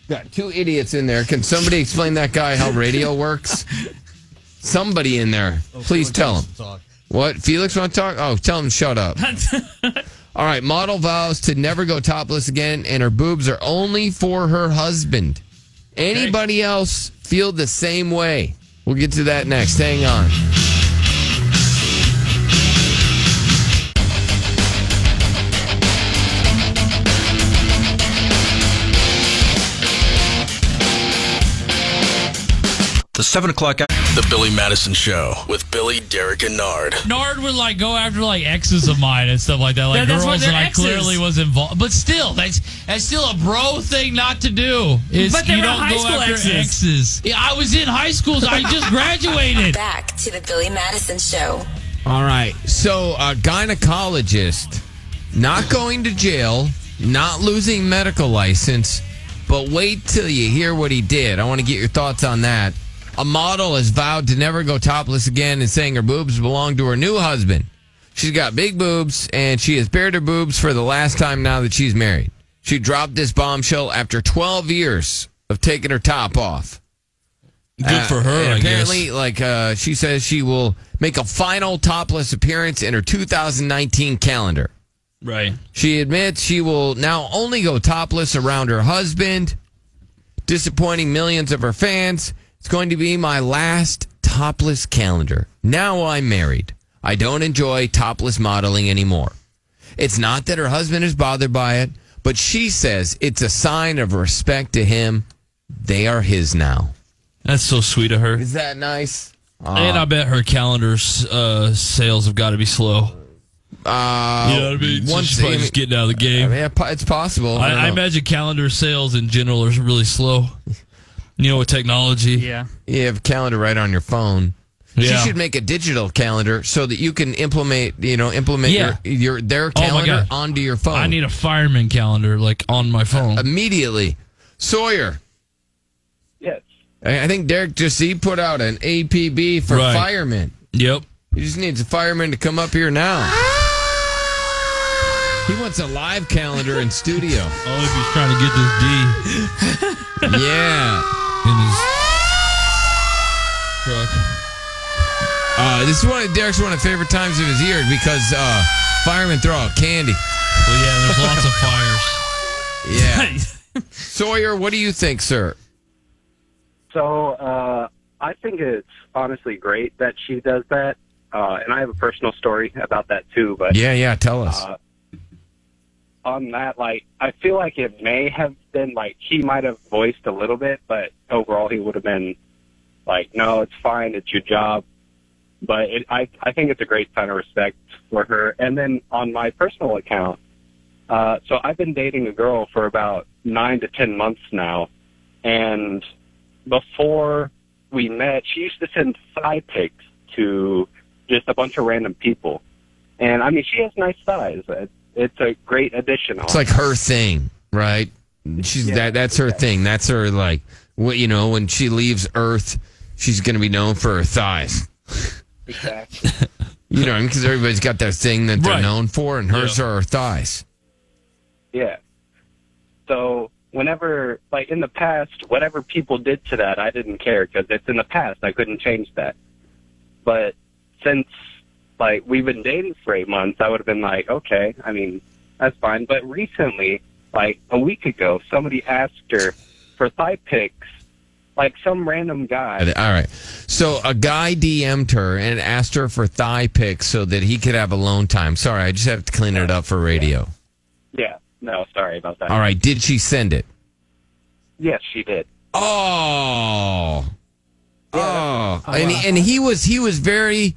Speaker 4: Got two idiots in there. Can somebody explain that guy how radio works? Somebody in there, please tell him. What Felix want to talk? Oh, tell him to shut
Speaker 3: <laughs>
Speaker 4: up. All right. Model vows to never go topless again, and her boobs are only for her husband. Anybody else feel the same way? We'll get to that next. Hang on.
Speaker 5: The 7 o'clock. The Billy Madison Show with Billy, Derek, and Nard.
Speaker 10: Nard would like go after like exes of mine and stuff like that, like
Speaker 5: That- that's why
Speaker 10: girls
Speaker 5: they're
Speaker 10: that I
Speaker 5: exes.
Speaker 10: clearly was involved. But still, that's that's still a bro thing not to do. Is
Speaker 5: But they
Speaker 10: you
Speaker 5: were
Speaker 10: don't
Speaker 5: high
Speaker 10: go
Speaker 5: school
Speaker 10: after
Speaker 5: exes.
Speaker 10: Yeah, I was in high school. so I
Speaker 4: <laughs>
Speaker 10: just graduated.
Speaker 7: Back to the Billy Madison Show.
Speaker 4: All right. So, a gynecologist not going to jail, not losing medical license, but wait till you hear what he did. I want to get your thoughts on that. A model has vowed to never go topless again and saying her boobs belong to her new husband. She's got big boobs and she has bared her boobs for the last time now that she's married. She dropped this bombshell after 12 years of taking her top off.
Speaker 10: Good for her,
Speaker 4: Uh, and
Speaker 10: I
Speaker 4: apparently,
Speaker 10: guess.
Speaker 4: like uh, she says, she will make a final topless appearance in her 2019 calendar.
Speaker 10: Right.
Speaker 4: She admits she will now only go topless around her husband, disappointing millions of her fans. It's going to be my last topless calendar. Now I'm married. I don't enjoy topless modeling anymore. It's not that her husband is bothered by it, but she says it's a sign of respect to him. They are his now.
Speaker 10: That's so sweet of her.
Speaker 4: Is that nice? Um,
Speaker 10: and I bet her calendar's uh, sales have got to be slow.
Speaker 4: Uh,
Speaker 10: you know what I mean? So
Speaker 4: once-
Speaker 10: she's probably just getting out of the game.
Speaker 4: I mean, it's possible.
Speaker 10: I,
Speaker 4: I don't
Speaker 10: I
Speaker 4: know.
Speaker 10: imagine calendar sales in general are really slow. You know, with technology.
Speaker 3: Yeah.
Speaker 4: You have a calendar right on your phone.
Speaker 10: Yeah.
Speaker 4: She should make a digital calendar so that you can implement, you know, implement
Speaker 10: Yeah.
Speaker 4: your, your their
Speaker 10: Oh, my
Speaker 4: calendar
Speaker 10: God.
Speaker 4: onto your phone. Uh,
Speaker 10: I need a fireman calendar like on my phone
Speaker 4: immediately. Sawyer,
Speaker 21: Yes.
Speaker 4: I I think Derek just he put out an APB for
Speaker 10: Right.
Speaker 4: firemen.
Speaker 10: Yep.
Speaker 4: He just needs a fireman to come up here now. He wants a live calendar in studio.
Speaker 10: <laughs> Oh, if he's trying to get this
Speaker 4: D. <laughs> yeah.
Speaker 10: in his truck.
Speaker 4: Uh, this is one of Derek's one of the favorite times of his year because uh, firemen throw out candy.
Speaker 10: Well, yeah, there's
Speaker 4: <laughs>
Speaker 10: lots of fires.
Speaker 4: Yeah. Sawyer, what do you think, sir?
Speaker 21: So uh, I think it's honestly great that she does that, uh, and I have a personal story about that too. But
Speaker 4: Yeah, yeah, tell us.
Speaker 21: Uh, on that, like I feel like it may have been like he might have voiced a little bit, but overall he would have been like, "No, it's fine, it's your job." But it, I I think it's a great sign of respect for her. And then on my personal account, uh, so I've been dating a girl for about nine to ten months now, and before we met, she used to send side pics
Speaker 14: to just a bunch of random people. And I mean, she has nice thighs. It- It's a great addition.
Speaker 4: It's like her thing, right? She's that that's her thing. That's her like what you know, when she leaves Earth, she's gonna be known for her thighs.
Speaker 14: Exactly.
Speaker 4: <laughs> You know, because everybody's got their thing that they're
Speaker 14: Right.
Speaker 4: known for, and hers are her thighs.
Speaker 14: Yeah. So whenever, like in the past, whatever people did to that, I didn't care because it's in the past. I couldn't change that. But since like we've been dating for eight months, I would have been like, okay, I mean, that's fine. But recently, like a week ago, somebody asked her for thigh pics, like some random guy.
Speaker 4: All right. So a guy DM'd her and asked her for thigh pics so that he could have alone time. Sorry, I just have to clean it up for radio.
Speaker 14: Yeah. No, sorry about that.
Speaker 4: All right. Did she send it?
Speaker 14: Yes, she did.
Speaker 4: Oh. Oh. And, and he was he was very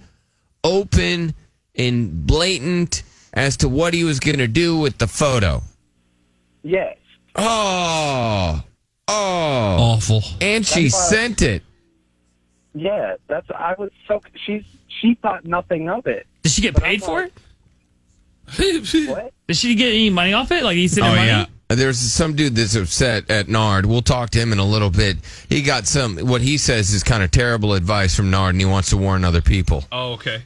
Speaker 4: open and blatant as to what he was going to do with the photo.
Speaker 14: Yes.
Speaker 4: Oh. Oh. Awful. And she
Speaker 14: That's why-
Speaker 4: sent it.
Speaker 14: Yeah, that's I was so she's she thought nothing of it.
Speaker 3: Did she get paid for it? <laughs>
Speaker 14: what?
Speaker 3: Did she get any money off it? Like he sent her
Speaker 4: Oh
Speaker 3: money?
Speaker 4: yeah. There's some dude that's upset at Nard. We'll talk to him in a little bit. He got some what he says is kind of terrible advice from Nard, and he wants to warn other people.
Speaker 10: Oh, okay.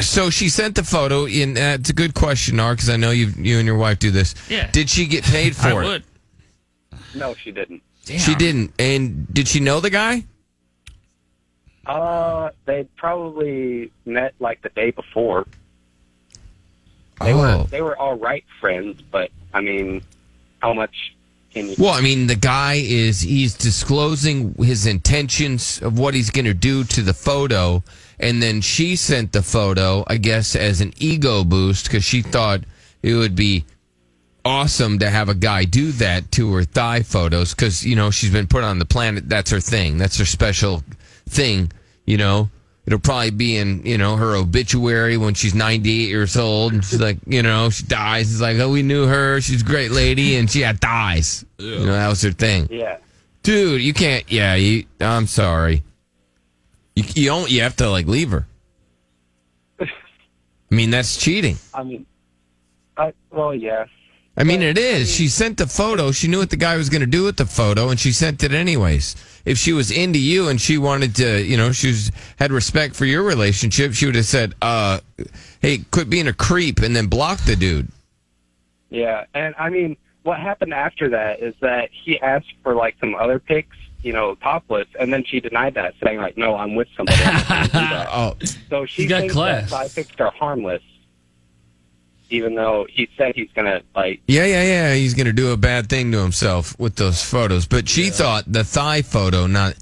Speaker 4: So she sent the photo. In that's a good question, Nard, because I know you you and your wife do this.
Speaker 14: Yeah.
Speaker 4: Did she get
Speaker 14: <laughs>
Speaker 4: paid for it?
Speaker 14: No, she didn't.
Speaker 4: She didn't. And did she know the guy?
Speaker 14: Uh, they probably met like the day before.
Speaker 4: They were.
Speaker 14: They were all right friends, but I mean, how much can you?
Speaker 4: Well, I mean, the guy is he's disclosing his intentions of what he's going to do to the photo, and then she sent the photo, I guess, as an ego boost because she thought it would be awesome to have a guy do that to her thigh photos because you know she's been put on the planet. That's her thing. That's her special thing. You know, it'll probably be in you know her obituary when she's ninety eight years old and she's like you know she dies. It's like oh we knew her. She's a great lady and she had thighs. You know that was her thing.
Speaker 14: Yeah.
Speaker 4: Dude, you can't. Yeah, you, I'm sorry. You you don't. You have to like leave her. I mean that's cheating.
Speaker 14: I mean, I well, yeah.
Speaker 4: I mean, it is. She sent the photo. She knew what the guy was going to do with the photo, and she sent it anyways. If she was into you and she wanted to, you know, she was, had respect for your relationship, she would have said, uh, hey, quit being a creep and then block the dude.
Speaker 14: Yeah, and I mean, what happened after that is that he asked for like some other pics, you know, topless, and then she denied that, saying like, "No, I'm with somebody."
Speaker 3: <laughs>
Speaker 4: oh,
Speaker 14: so she
Speaker 4: She's got
Speaker 14: thinks
Speaker 4: class.
Speaker 14: that side pics are harmless, even though he said he's gonna like.
Speaker 4: Yeah, yeah, yeah. He's going to do a bad thing to himself with those photos. But she thought the thigh photo, not.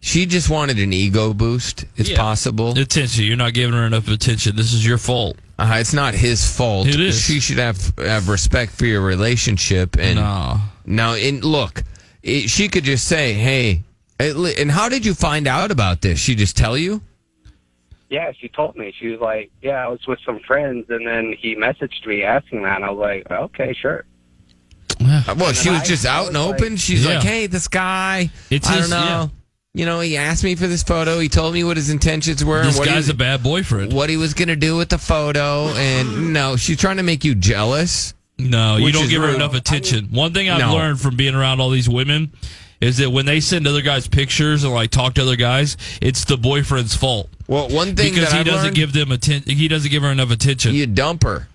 Speaker 4: She just wanted an ego boost. It's possible.
Speaker 10: Attention. You're not giving her enough attention. This is your fault.
Speaker 4: Uh, it's not his fault.
Speaker 10: It is.
Speaker 4: She should have have respect for your relationship. And
Speaker 10: No.
Speaker 4: now, and look, it, she could just say, "Hey," at le- and how did you find out about this? She just tell you?
Speaker 14: Yeah, she told me. She was like, "Yeah, I was with some friends," and then he messaged me asking that, and I was like, "Okay, sure."
Speaker 4: Uh, Well, she was just out and open. She's like, "Hey, this guy.
Speaker 14: It's
Speaker 4: I
Speaker 14: his-
Speaker 4: don't know.
Speaker 14: yeah.
Speaker 4: You know, he asked me for this photo. He told me what his intentions were. and
Speaker 10: This
Speaker 4: what he
Speaker 10: guy's
Speaker 4: was,
Speaker 10: a bad boyfriend.
Speaker 4: What he was going to do with the photo, and no, she's trying to make you jealous.
Speaker 10: No, you
Speaker 4: which
Speaker 10: don't
Speaker 4: is
Speaker 10: give her
Speaker 4: rude.
Speaker 10: enough attention. One thing I've
Speaker 4: No.
Speaker 10: learned from being around all these women is that when they send other guys pictures and like talk to other guys, it's the boyfriend's fault.
Speaker 4: Well, one thing
Speaker 10: because
Speaker 4: that
Speaker 10: he
Speaker 4: I've
Speaker 10: doesn't
Speaker 4: learned-
Speaker 10: give them attention. He doesn't give her enough attention.
Speaker 4: You dump her.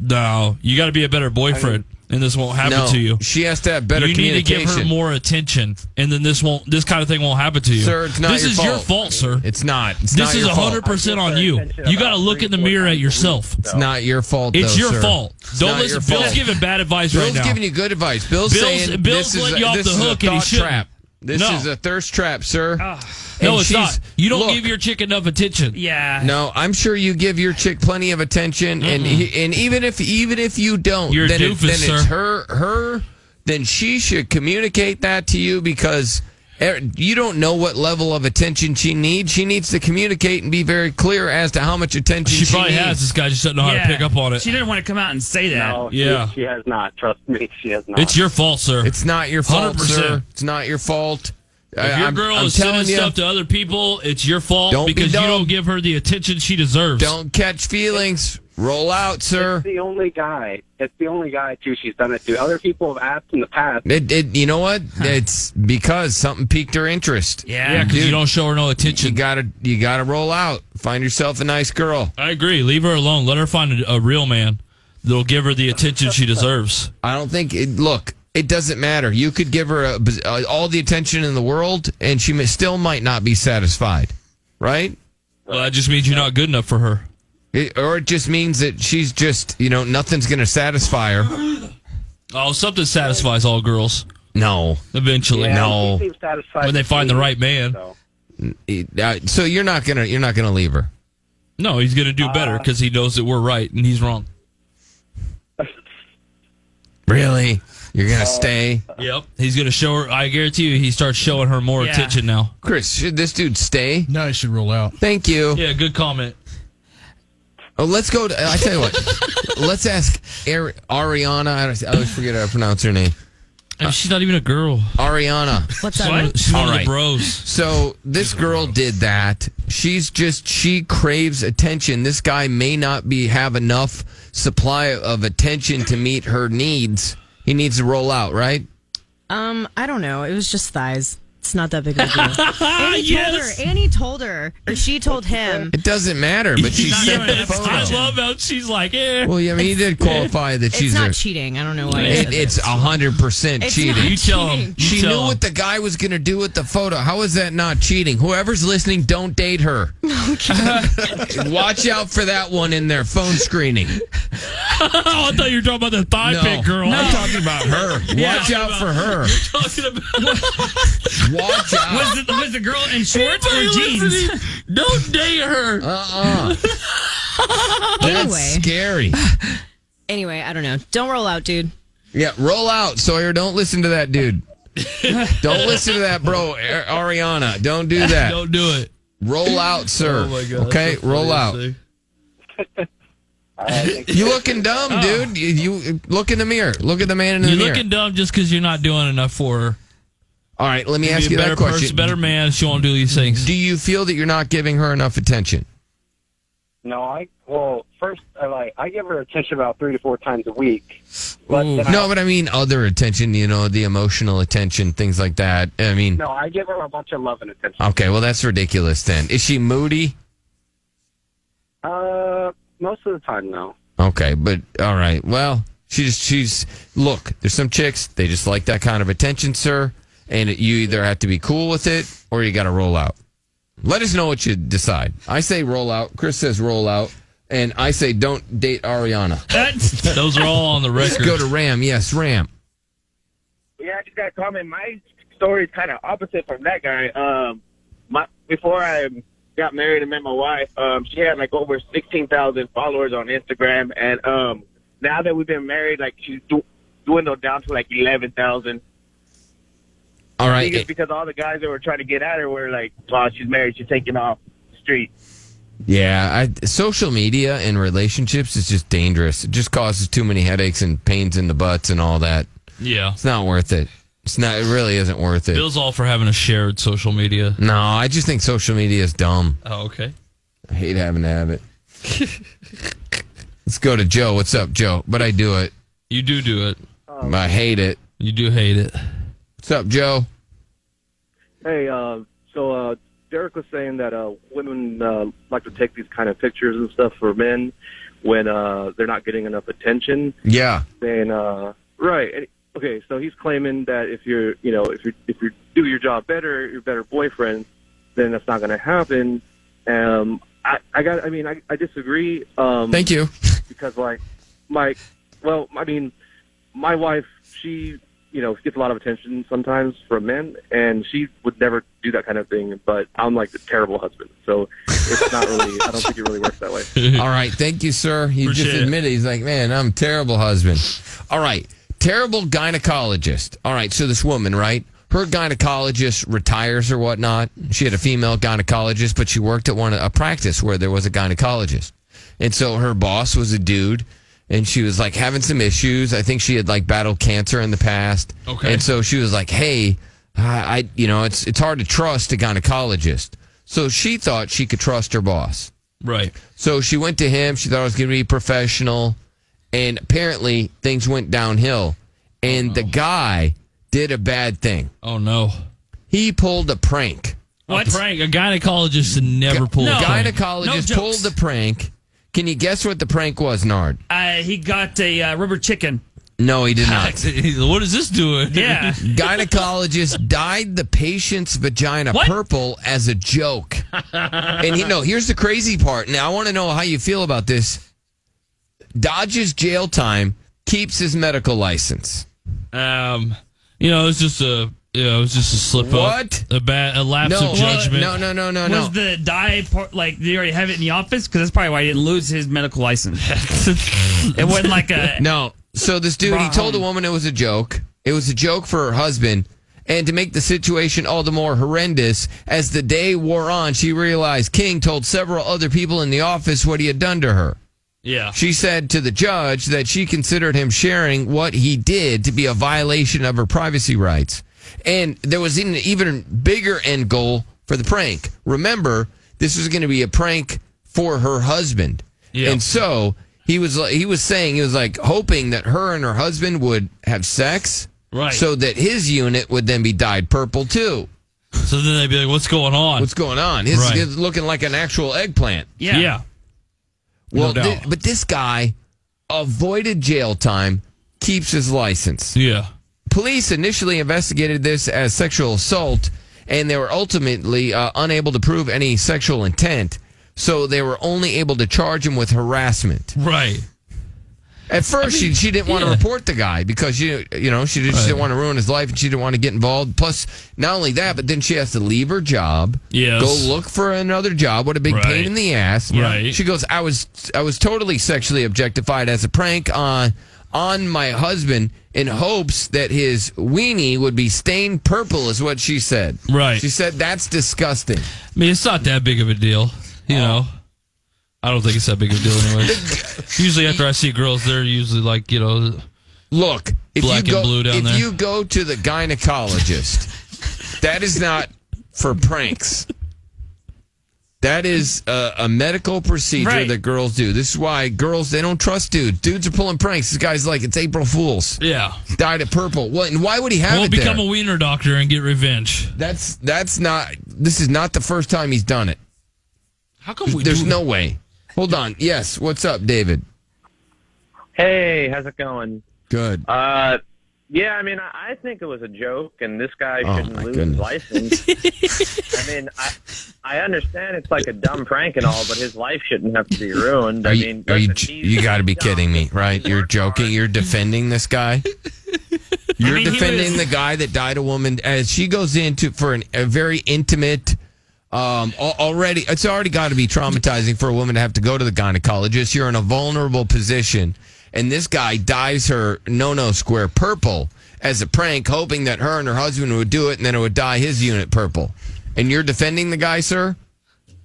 Speaker 10: No, you got to be a better boyfriend, and this won't happen
Speaker 4: No,
Speaker 10: to you.
Speaker 4: She has to have better
Speaker 10: you need to
Speaker 4: communication.
Speaker 10: give her more attention, and then this won't. This kind of thing won't happen to you,
Speaker 4: Sir, it's not
Speaker 10: This
Speaker 4: your
Speaker 10: is
Speaker 4: fault.
Speaker 10: your fault, sir.
Speaker 4: It's not. It's
Speaker 10: this
Speaker 4: not
Speaker 10: is
Speaker 4: your fault.
Speaker 10: hundred percent on you. You got to look in the mirror at yourself.
Speaker 4: It's not your fault.
Speaker 10: It's
Speaker 4: though,
Speaker 10: your
Speaker 4: sir.
Speaker 10: fault.
Speaker 4: It's
Speaker 10: Don't
Speaker 4: not
Speaker 10: listen.
Speaker 4: your
Speaker 10: Bill's
Speaker 4: fault.
Speaker 10: giving bad advice
Speaker 4: Bill's
Speaker 10: right now.
Speaker 4: giving you good advice. Bill's,
Speaker 10: Bill's-
Speaker 4: saying
Speaker 10: Bill's
Speaker 4: this is
Speaker 10: letting
Speaker 4: a,
Speaker 10: you off
Speaker 4: this
Speaker 10: the
Speaker 4: is a
Speaker 10: hook and he
Speaker 4: thought
Speaker 10: shouldn't.
Speaker 4: trap. This
Speaker 10: No.
Speaker 4: is a thirst trap, sir.
Speaker 10: no,
Speaker 4: And
Speaker 10: it's
Speaker 4: she's-
Speaker 10: not. You don't
Speaker 4: look,
Speaker 10: give your chick enough attention.
Speaker 3: Yeah.
Speaker 4: No, I'm sure you give your chick plenty of attention, and he, and even if even if you don't,
Speaker 10: You're a
Speaker 4: then, it-
Speaker 10: doofus,
Speaker 4: then
Speaker 10: sir.
Speaker 4: it's her her. Then she should communicate that to you because er, you don't know what level of attention she needs. She needs to communicate and be very clear as to how much attention she,
Speaker 10: She probably
Speaker 4: needs.
Speaker 10: has. This guy just doesn't know how
Speaker 4: Yeah.
Speaker 10: to pick up on it.
Speaker 3: She didn't want to come out and say that.
Speaker 14: No,
Speaker 10: Yeah.
Speaker 14: she, she has not. Trust me, she has not.
Speaker 10: It's your fault, sir.
Speaker 4: It's not your fault,
Speaker 10: 100%.
Speaker 4: sir. It's not your fault. I-
Speaker 10: If your
Speaker 4: I'm-
Speaker 10: girl
Speaker 4: I'm
Speaker 10: is sending
Speaker 4: telling you-
Speaker 10: stuff to other people, it's your fault
Speaker 4: Don't be
Speaker 10: because you
Speaker 4: dumb.
Speaker 10: don't give her the attention she deserves.
Speaker 4: Don't catch feelings. Roll out, sir.
Speaker 14: It's the only guy. It's the only guy too. She's done it to. Other people have asked in the past.
Speaker 4: It, it, you know what? It's because something piqued her interest.
Speaker 10: Yeah. Yeah, 'cause you don't show her no attention.
Speaker 4: You gotta, you gotta roll out. Find yourself a nice girl.
Speaker 10: I agree. Leave her alone. Let her find a, a real man that'll give her the attention she deserves.
Speaker 4: I don't think. It, look, it doesn't matter. You could give her a, uh, all the attention in the world, and she may, still might not be satisfied, right?
Speaker 10: Well, that just means you're not good enough for her.
Speaker 4: It, or it just means that she's just, you know, nothing's going to satisfy her.
Speaker 10: Oh, something satisfies all girls.
Speaker 4: No.
Speaker 10: Eventually.
Speaker 4: Yeah, No. she
Speaker 14: seems satisfied
Speaker 10: When they find the right man.
Speaker 4: It- uh, So you're not gonna, you're not gonna leave her.
Speaker 10: No, he's going to do
Speaker 4: Uh,
Speaker 10: better because he knows that we're right and he's wrong.
Speaker 4: <laughs> Really? You're gonna stay?
Speaker 10: Yep. He's going to show her. I guarantee you, he starts showing her more
Speaker 4: Yeah.
Speaker 10: attention now.
Speaker 4: Chris, should this dude stay?
Speaker 15: No, he should roll out.
Speaker 4: Thank you.
Speaker 10: Yeah, good comment.
Speaker 4: Oh, let's go. To, I tell you what.
Speaker 16: <laughs>
Speaker 4: let's ask Ari- Ariana. I always- I always forget how to pronounce her name.
Speaker 10: she's not even a girl.
Speaker 4: Ariana.
Speaker 10: What's that? What? She's one of the bros.
Speaker 4: So this girl did that. She's just she craves attention. This guy may not be have enough supply of attention to meet her needs. He needs to roll out, right?
Speaker 16: Um, I don't know. It was just thighs. It's not that big of a deal. Annie
Speaker 29: Yes.
Speaker 16: told her. Annie told her, or she told him.
Speaker 4: It doesn't matter, but she sent the
Speaker 10: Yes,
Speaker 4: photo.
Speaker 10: I love how she's like, eh.
Speaker 4: Well, yeah, I mean, he did qualify that
Speaker 16: It's
Speaker 4: she's
Speaker 16: not
Speaker 4: a,
Speaker 16: cheating. I don't know why. I said <laughs>
Speaker 4: It, it's hundred percent
Speaker 16: It's
Speaker 4: cheating.
Speaker 16: not You tell 'em. cheating. You
Speaker 4: She
Speaker 16: tell
Speaker 4: knew
Speaker 16: 'em.
Speaker 4: what the guy was going to do with the photo. How is that not cheating? Whoever's listening, don't date
Speaker 16: <laughs>
Speaker 4: her. <laughs> Watch out for that one in their phone screening.
Speaker 10: <laughs> oh, I thought you were talking about the thigh
Speaker 4: No.
Speaker 10: pic girl.
Speaker 4: No. I'm talking about
Speaker 3: <laughs>
Speaker 4: her. Watch out for her. <laughs>
Speaker 10: talking about
Speaker 4: Watch out.
Speaker 3: Was the, was the girl in shorts or
Speaker 10: Anybody
Speaker 3: jeans?
Speaker 10: listening, Don't date her. <laughs>
Speaker 4: Uh-uh. That's
Speaker 16: Anyway.
Speaker 4: scary.
Speaker 16: Anyway, I don't know. Don't roll out, dude.
Speaker 4: Yeah, roll out, Sawyer. Don't listen to that dude. don't listen to that, bro. Ar- Ariana, don't do that.
Speaker 10: Don't do it.
Speaker 4: Roll out, sir.
Speaker 10: <laughs> Oh my God,
Speaker 4: okay,
Speaker 10: that's the
Speaker 4: roll out.
Speaker 10: funniest
Speaker 4: you looking dumb,
Speaker 10: Oh.
Speaker 4: dude. You, you look in the mirror. Look at the man in the
Speaker 10: You're
Speaker 4: mirror.
Speaker 10: looking dumb just because you're not doing enough for her.
Speaker 4: All right, let me
Speaker 10: Be
Speaker 4: ask
Speaker 10: a
Speaker 4: you
Speaker 10: better
Speaker 4: that question.
Speaker 10: person, better man. She won't do these things.
Speaker 4: Do you feel that you're not giving her enough attention?
Speaker 14: No, I well first I like I give her attention about three to four times a week. But then I,
Speaker 4: no, but I mean other attention. You know, the emotional attention, things like that. I mean,
Speaker 14: no, I give her a bunch of love and attention.
Speaker 4: okay, well that's ridiculous. Then is she moody?
Speaker 14: Uh, most of the time, no.
Speaker 4: Okay, but all right. Well, she's she's look. There's some chicks they just like that kind of attention, sir. And you either have to be cool with it or you got to roll out. Let us know what you decide. I say roll out. Chris says roll out, and I say don't date Ariana.
Speaker 10: <laughs> Those are all on the
Speaker 4: Let's
Speaker 10: record.
Speaker 4: go to Ram. Yes, Ram.
Speaker 21: Yeah, I just got a comment. My story is kind of opposite from that guy. Um, my before I got married and met my wife, um, she had like over sixteen thousand followers on Instagram, and um, now that we've been married, like she's du- dwindled down to like eleven thousand.
Speaker 4: All
Speaker 21: I
Speaker 4: right.
Speaker 21: think it's
Speaker 4: it-
Speaker 21: because all the guys that were trying to get at her were like, "Oh, she's married. She's taking off the street."
Speaker 4: Yeah, I, social media and relationships is just dangerous. It just causes too many headaches and pains in the butts and all that.
Speaker 10: Yeah.
Speaker 4: It's not worth it. It's not. It really isn't worth it.
Speaker 10: Bill's all for having a shared social media.
Speaker 4: No, I just think social media is dumb.
Speaker 10: Oh, okay.
Speaker 4: I hate having to
Speaker 10: <laughs>
Speaker 4: have it. Let's go to Joe. What's up, Joe? But I do it.
Speaker 10: You do do it.
Speaker 4: I hate it.
Speaker 10: You do hate it.
Speaker 4: What's up, Joe?
Speaker 17: Hey, uh, so uh, Derek was saying that uh, women uh, like to take these kind of pictures and stuff for men when uh, they're not getting enough attention.
Speaker 4: Yeah.
Speaker 17: Then uh, right, and, okay. So he's claiming that if you're, you know, if you if you do your job better, you're a better boyfriend. Then that's not going to happen. Um, I, I got. I mean, I, I disagree. Um,
Speaker 4: Thank
Speaker 3: <laughs>
Speaker 4: you.
Speaker 17: because like my well i mean my wife she you know gets a lot of attention sometimes from men and she would never do that kind of thing but i'm like the terrible husband so it's not really i don't think it really works that way
Speaker 4: <laughs> All right. Thank you, sir. He
Speaker 17: Appreciate
Speaker 4: just
Speaker 17: it.
Speaker 4: admitted he's like, man, I'm a terrible husband. All right. Terrible gynecologist. All right. So this woman, right? Her gynecologist retires or whatnot. She had a female gynecologist, but she worked at one a practice where there was a gynecologist. And so her boss was a dude and she was like having some issues. I think she had like battled cancer in the past.
Speaker 10: Okay.
Speaker 4: And so she was like, hey, I, I- you know, it's it's hard to trust a gynecologist. So she thought she could trust her boss.
Speaker 10: Right.
Speaker 4: So she went to him. She thought it was going to be professional, and apparently things went downhill. And the guy did a bad thing.
Speaker 10: Oh no!
Speaker 4: He pulled a prank.
Speaker 10: A prank. A gynecologist never pulled.
Speaker 4: The
Speaker 10: a prank.
Speaker 4: gynecologist pulled the prank. Can you guess what the prank was, Nard?
Speaker 3: Uh, he got a uh, rubber chicken.
Speaker 4: No, he
Speaker 3: <laughs>
Speaker 4: did not.
Speaker 10: what is this doing? <laughs>
Speaker 3: Yeah.
Speaker 4: Gynecologist dyed the patient's vagina
Speaker 3: What?
Speaker 4: purple as a joke. and you know, here's the crazy part. Now I want to know how you feel about this. Dodges jail time, keeps his medical license.
Speaker 10: Um, you know, it's just a, you know, it's just a slip
Speaker 4: What?
Speaker 10: up, a bad, a lapse
Speaker 4: No.
Speaker 10: of judgment.
Speaker 4: No, no, no, no,
Speaker 3: was
Speaker 4: no.
Speaker 3: the dye part like they already have it in the office? Because that's probably why he didn't lose his medical license. <laughs> it wasn't like a
Speaker 4: no. So this dude, he
Speaker 3: Wrong.
Speaker 4: told a woman it was a joke. It was a joke for her husband. And to make the situation all the more horrendous, as the day wore on, she realized King told several other people in the office what he had done to her.
Speaker 10: Yeah.
Speaker 4: She said to the judge that she considered him sharing what he did to be a violation of her privacy rights. And there was an even bigger end goal for the prank. Remember, this was going to be a prank for her husband.
Speaker 10: Yeah.
Speaker 4: And so he was he was saying he was like hoping that her and her husband would have sex
Speaker 10: Right.
Speaker 4: so that his unit would then be dyed purple too.
Speaker 10: So then they'd be like, "What's going on?
Speaker 4: What's going on? His
Speaker 10: Right.
Speaker 4: is looking like an actual eggplant.
Speaker 10: Yeah. Yeah.
Speaker 4: Well,
Speaker 10: No doubt.
Speaker 4: thi- but this guy avoided jail time, keeps his license.
Speaker 10: Yeah.
Speaker 4: Police initially investigated this as sexual assault, and they were ultimately uh, unable to prove any sexual intent. So they were only able to charge him with harassment.
Speaker 10: Right.
Speaker 4: At first, she, she didn't want to
Speaker 10: yeah.
Speaker 4: report the guy because she, you know she just
Speaker 10: Right.
Speaker 4: didn't want to ruin his life and she didn't want to get involved. Plus, not only that, but then she has to leave her job.
Speaker 10: Yes.
Speaker 4: Go look for another job. What a big pain
Speaker 10: Right.
Speaker 4: in the ass.
Speaker 10: Right.
Speaker 4: She goes, I was I was totally sexually objectified as a prank on on my husband in hopes that his weenie would be stained purple is what she said.
Speaker 10: Right.
Speaker 4: She said that's disgusting.
Speaker 10: I mean, it's not that big of a deal, you know. I don't think it's that big of a deal,
Speaker 4: <laughs>
Speaker 10: anyway. usually, after I see girls, they're usually like, you know,
Speaker 4: look, if
Speaker 10: black
Speaker 4: you go,
Speaker 10: and blue down
Speaker 4: if
Speaker 10: there.
Speaker 4: you go to the gynecologist, that is not for pranks. That is a, a medical procedure
Speaker 10: Right.
Speaker 4: that girls do. This is why girls they don't trust dudes. Dudes are pulling pranks. This guy's like, it's April Fools.
Speaker 10: yeah,
Speaker 4: Dyed it purple. Well, and why would he have
Speaker 10: we'll
Speaker 4: it
Speaker 10: become
Speaker 4: there?
Speaker 10: a wiener doctor and get revenge.
Speaker 4: that's that's not. This is not the first time he's done it.
Speaker 10: How come we?
Speaker 4: There's
Speaker 10: do-
Speaker 4: no way. Hold on. Yes. What's up, David?
Speaker 29: Hey, how's it going?
Speaker 4: Good.
Speaker 29: Uh, yeah, I mean, I I think it was a joke, and this guy
Speaker 4: Oh,
Speaker 29: shouldn't
Speaker 4: my
Speaker 29: lose
Speaker 4: goodness. <laughs>
Speaker 29: his license. I mean, I, I understand it's like a dumb prank and all, but his life shouldn't have to be ruined.
Speaker 4: Are
Speaker 29: I
Speaker 4: you,
Speaker 29: mean,
Speaker 4: are you,
Speaker 29: listen,
Speaker 4: <laughs>
Speaker 29: he's-
Speaker 4: you got to be kidding me, right? You're joking. You're defending this <laughs> guy. You're
Speaker 29: he
Speaker 4: defending
Speaker 29: was-
Speaker 4: the guy that died a woman as she goes into for an, a very intimate. Um, al- already, it's already got to be traumatizing for a woman to have to go to the gynecologist. You're in a vulnerable position, and this guy dyes her no-no square purple as a prank, hoping that her and her husband would do it, and then it would dye his unit purple. And you're defending the guy, sir?